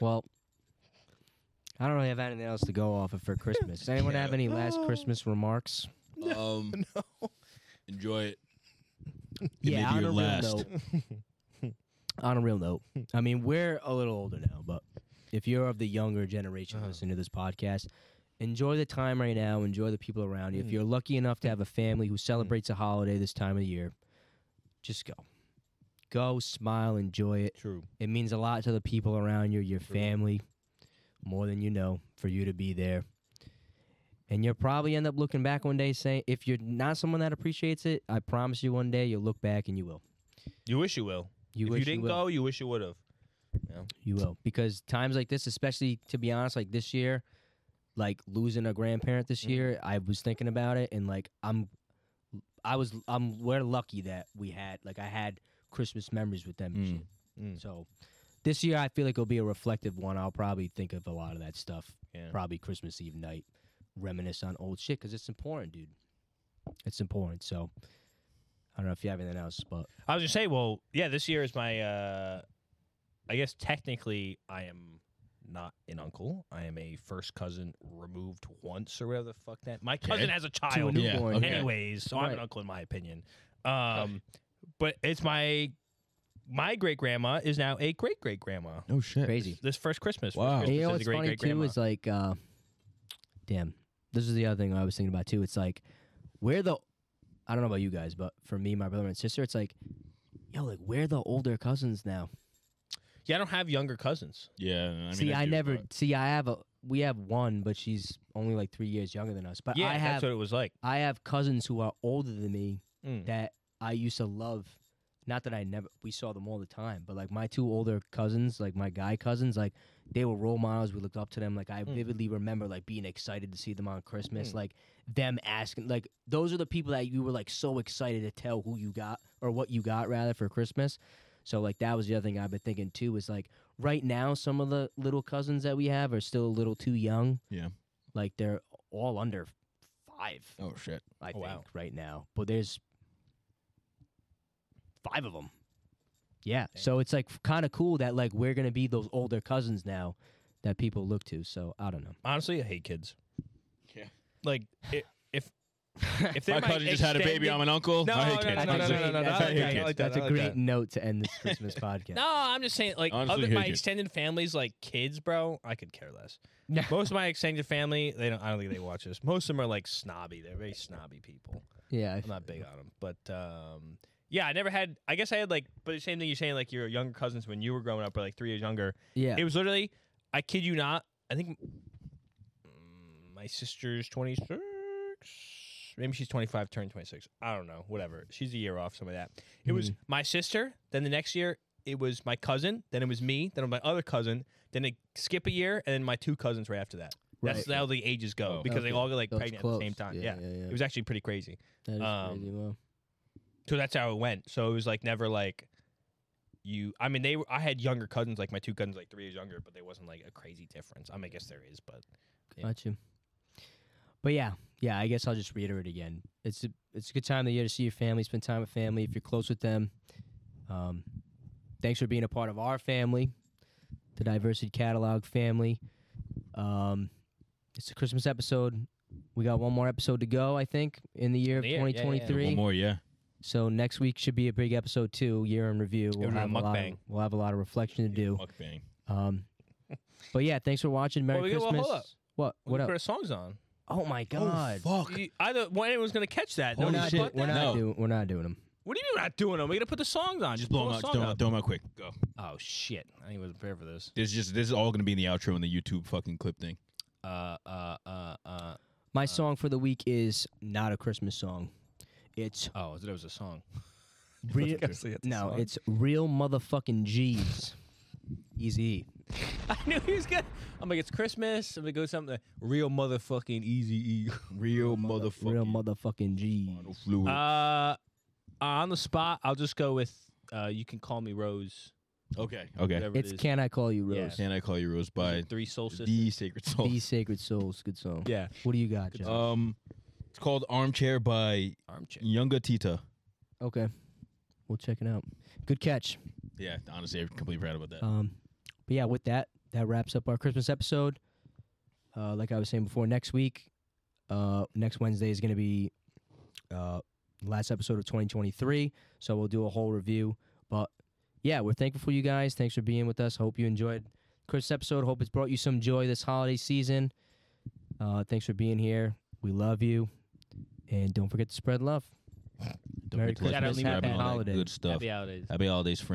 Speaker 1: Well, I don't really have anything else to go off of for Christmas. Does anyone have
Speaker 3: Yeah.
Speaker 1: any last Christmas remarks?
Speaker 3: um, Enjoy it. maybe
Speaker 1: yeah, on
Speaker 3: your
Speaker 1: a
Speaker 3: last.
Speaker 1: real note. on a real note, I Uh-huh. mean, we're a little older now, but if you're of the younger generation listening to this podcast enjoy the time right now. Enjoy the people around you. If you're lucky enough to have a family who celebrates a holiday this time of year, just go. Go, smile, enjoy it.
Speaker 3: True.
Speaker 1: It means a lot to the people around you, your family, more than you know, for you to be there. And you'll probably end up looking back one day saying, if you're not someone that appreciates it, I promise you one day you'll look back and you will.
Speaker 2: You wish you will.
Speaker 1: You
Speaker 2: if
Speaker 1: wish
Speaker 2: you didn't
Speaker 1: will.
Speaker 2: go, you wish you would have.
Speaker 1: You will. Because times like this, especially to be honest, like this year, like losing a grandparent
Speaker 2: Mm-hmm.
Speaker 1: this year, I was thinking about it and like I'm I was I'm we're lucky that we had like I had Christmas memories with them and
Speaker 3: Mm.
Speaker 1: shit.
Speaker 2: Mm.
Speaker 1: So this year I feel like it'll be a reflective one. I'll probably think of a lot of that stuff.
Speaker 2: Yeah.
Speaker 1: Probably Christmas Eve night, reminisce on old shit because it's important, dude. It's important. So I don't know if you have anything else, but
Speaker 2: I was gonna say, well, yeah, this year is my. uh I guess technically, I am not an uncle. I am a first cousin removed once or whatever the fuck that. My cousin
Speaker 3: Okay.
Speaker 2: has a child,
Speaker 3: Yeah,
Speaker 1: newborn.
Speaker 3: okay.
Speaker 2: anyways, so I'm an
Speaker 1: Right.
Speaker 2: uncle in my opinion. Um, but it's my my great grandma is now a great great grandma.
Speaker 3: Oh shit.
Speaker 1: crazy.
Speaker 2: This first Christmas,
Speaker 3: Wow.
Speaker 2: first
Speaker 1: And
Speaker 2: Christmas
Speaker 1: you know
Speaker 2: is
Speaker 1: what's
Speaker 2: a great
Speaker 1: funny
Speaker 2: great
Speaker 1: too
Speaker 2: grandma.
Speaker 1: is like, uh, damn, this is the other thing I was thinking about too. It's like, we're the, I don't know about you guys, but for me, my brother and sister, it's like, yo, like we're the older cousins now.
Speaker 2: yeah, I don't have younger cousins.
Speaker 3: Yeah. I mean,
Speaker 1: see, I
Speaker 3: do,
Speaker 1: never,
Speaker 3: but-
Speaker 1: see, I have a, we have one, but she's only like three years younger than us. But
Speaker 2: yeah,
Speaker 1: I have,
Speaker 2: that's what it was like.
Speaker 1: I have cousins who are older than me
Speaker 2: Mm.
Speaker 1: that I used to love. Not that I never we saw them all the time, but like my two older cousins, like my guy cousins, like they were role models. We looked up to them. Like I vividly remember like being excited to see them on Christmas. Like them asking like those are the people that you were like so excited to tell who you got or what you got rather for Christmas. So like that was the other thing I've been thinking too is like right now some of the little cousins that we have are still a little too young.
Speaker 3: Yeah.
Speaker 1: Like they're all under five.
Speaker 3: Oh shit.
Speaker 1: I
Speaker 2: Oh,
Speaker 1: think
Speaker 2: wow.
Speaker 1: right now. But there's five of them. Yeah. So it's like kind of cool that like we're gonna be those older cousins now that people look to. So I don't know.
Speaker 2: Honestly, I hate kids.
Speaker 3: Yeah.
Speaker 2: Like i- if if they're
Speaker 3: My cousin just had a baby. I'm an uncle.
Speaker 2: No,
Speaker 3: I hate
Speaker 2: no,
Speaker 3: kids.
Speaker 2: no, no,
Speaker 1: That's
Speaker 2: no,
Speaker 1: a
Speaker 2: no,
Speaker 1: great-
Speaker 2: no,
Speaker 1: that's a
Speaker 2: I like that,
Speaker 1: great-
Speaker 2: I like that,
Speaker 1: That's
Speaker 2: I
Speaker 1: a
Speaker 2: like
Speaker 1: great
Speaker 2: that.
Speaker 1: note to end this Christmas podcast.
Speaker 2: No, I'm just saying, like,
Speaker 3: Honestly,
Speaker 2: other,
Speaker 3: hate
Speaker 2: my
Speaker 3: it.
Speaker 2: extended family's like kids, bro. I could care less.
Speaker 1: Yeah.
Speaker 2: Most of my extended family, they don't. I don't think they watch this. Most of them are like snobby. They're very snobby people.
Speaker 1: Yeah. I
Speaker 2: I'm not big on them, but um, yeah, I never had. I guess I had like, but the same thing you're saying, like your younger cousins when you were growing up, or like three years younger.
Speaker 1: yeah.
Speaker 2: It was literally, I kid you not. I think mm, my sister's 26. Maybe she's 25, turned 26. I don't know. Whatever. She's a year off, some of that. It was
Speaker 1: Hmm.
Speaker 2: my sister. Then the next year, it was my cousin. Then it was me. Then my other cousin. Then it skip a year, and then my two cousins were after that. That's
Speaker 1: Right.
Speaker 2: how the ages go
Speaker 3: Oh.
Speaker 2: because they
Speaker 1: Okay.
Speaker 2: all get like
Speaker 1: So it's
Speaker 2: pregnant at
Speaker 1: close.
Speaker 2: the same time.
Speaker 1: Yeah.
Speaker 2: Yeah,
Speaker 1: yeah,
Speaker 2: It was actually pretty crazy.
Speaker 1: That is
Speaker 2: um,
Speaker 1: crazy. Wow.
Speaker 2: So that's how it went. So it was like never like you. I mean, they. Were, I had younger cousins, like my two cousins, like three years younger, but there wasn't like a crazy difference. I mean, I guess there is, but yeah.
Speaker 1: Gotcha. But yeah, yeah, I guess I'll just reiterate again. It's a, it's a good time of the year to see your family, spend time with family if you're close with them. Um, thanks for being a part of our family, the Diversity Catalog family. Um, it's a Christmas episode. We got one more episode to go, I think, in the year of
Speaker 2: The year, yeah, yeah, yeah. One
Speaker 1: 2023.
Speaker 3: One more, yeah.
Speaker 1: So next week should be a big episode too, year in review. We'll
Speaker 2: be a
Speaker 1: have a lot. Of,
Speaker 2: mukbang.
Speaker 1: we'll have a lot of reflection to do.
Speaker 3: Mukbang.
Speaker 1: Um, but yeah, thanks for watching. Merry
Speaker 2: Well, we got- well,
Speaker 1: Christmas.
Speaker 2: hold up.
Speaker 1: What?
Speaker 2: we
Speaker 1: What
Speaker 2: can
Speaker 1: up?
Speaker 2: put our songs on.
Speaker 1: Oh my god.
Speaker 3: Fuck.
Speaker 2: You- I don't. Well, anyone's gonna catch that.
Speaker 1: we're
Speaker 2: No,
Speaker 1: not,
Speaker 2: fuck
Speaker 1: do- we're
Speaker 2: that.
Speaker 3: No.
Speaker 1: not doing we're not doing them.
Speaker 2: What do you mean we're not doing them? We gotta put the songs on.
Speaker 3: Just blow them out. Just
Speaker 2: Just
Speaker 3: throw 'em out. Throw 'em out quick. Go.
Speaker 2: Oh shit! I think I wasn't prepared for this.
Speaker 3: This is just this is all gonna be in the outro in the YouTube fucking clip thing.
Speaker 2: Uh, uh, uh, uh.
Speaker 1: My song for the week is not a Christmas song. It's
Speaker 2: Oh, I thought it was a song.
Speaker 1: real.
Speaker 2: Obviously, it's a
Speaker 1: no,
Speaker 2: song.
Speaker 1: it's real motherfucking G's. Easy.
Speaker 2: I knew he was gonna. I'm like, it's Christmas. I'm gonna go something real motherfucking easy. E.
Speaker 3: Real motherfucker.
Speaker 1: Real motherfucking G's.
Speaker 3: fluid.
Speaker 2: Uh, on the spot, I'll just go with. Uh, you can call me Rose.
Speaker 3: okay. Okay.
Speaker 2: Whatever
Speaker 1: It's
Speaker 2: it is.
Speaker 1: Can I Call You
Speaker 2: Yeah.
Speaker 1: Rose?
Speaker 3: Can I call you Rose
Speaker 2: Is
Speaker 3: by
Speaker 2: it Three Soul
Speaker 3: the
Speaker 2: Sisters.
Speaker 3: Sacred Soul?
Speaker 1: These Sacred Souls. Good song.
Speaker 2: Yeah,
Speaker 1: What do you got, John?
Speaker 3: Um, it's called Armchair by
Speaker 2: armchair.
Speaker 3: Younga Tita.
Speaker 1: okay. We'll check it out. Good catch.
Speaker 3: Yeah, honestly, I'm completely proud about that.
Speaker 2: Uh,
Speaker 1: Um, but yeah, with that, that wraps up our Christmas episode. Uh, like I was saying before, next week, uh, next Wednesday is going to be uh, last episode of 2023. So we'll do a whole review. But yeah, we're thankful for you guys. Thanks for being with us. Hope you enjoyed Christmas episode. Hope it's brought you some joy this holiday season. Uh, thanks for being here. We love you, and don't forget to spread love.
Speaker 3: Don't
Speaker 1: Merry
Speaker 3: forget to like,
Speaker 2: Christmas,
Speaker 3: subscribe,
Speaker 2: happy
Speaker 3: and all that
Speaker 1: holidays.
Speaker 3: Good stuff.
Speaker 2: Happy holidays.
Speaker 3: Happy holidays, friends.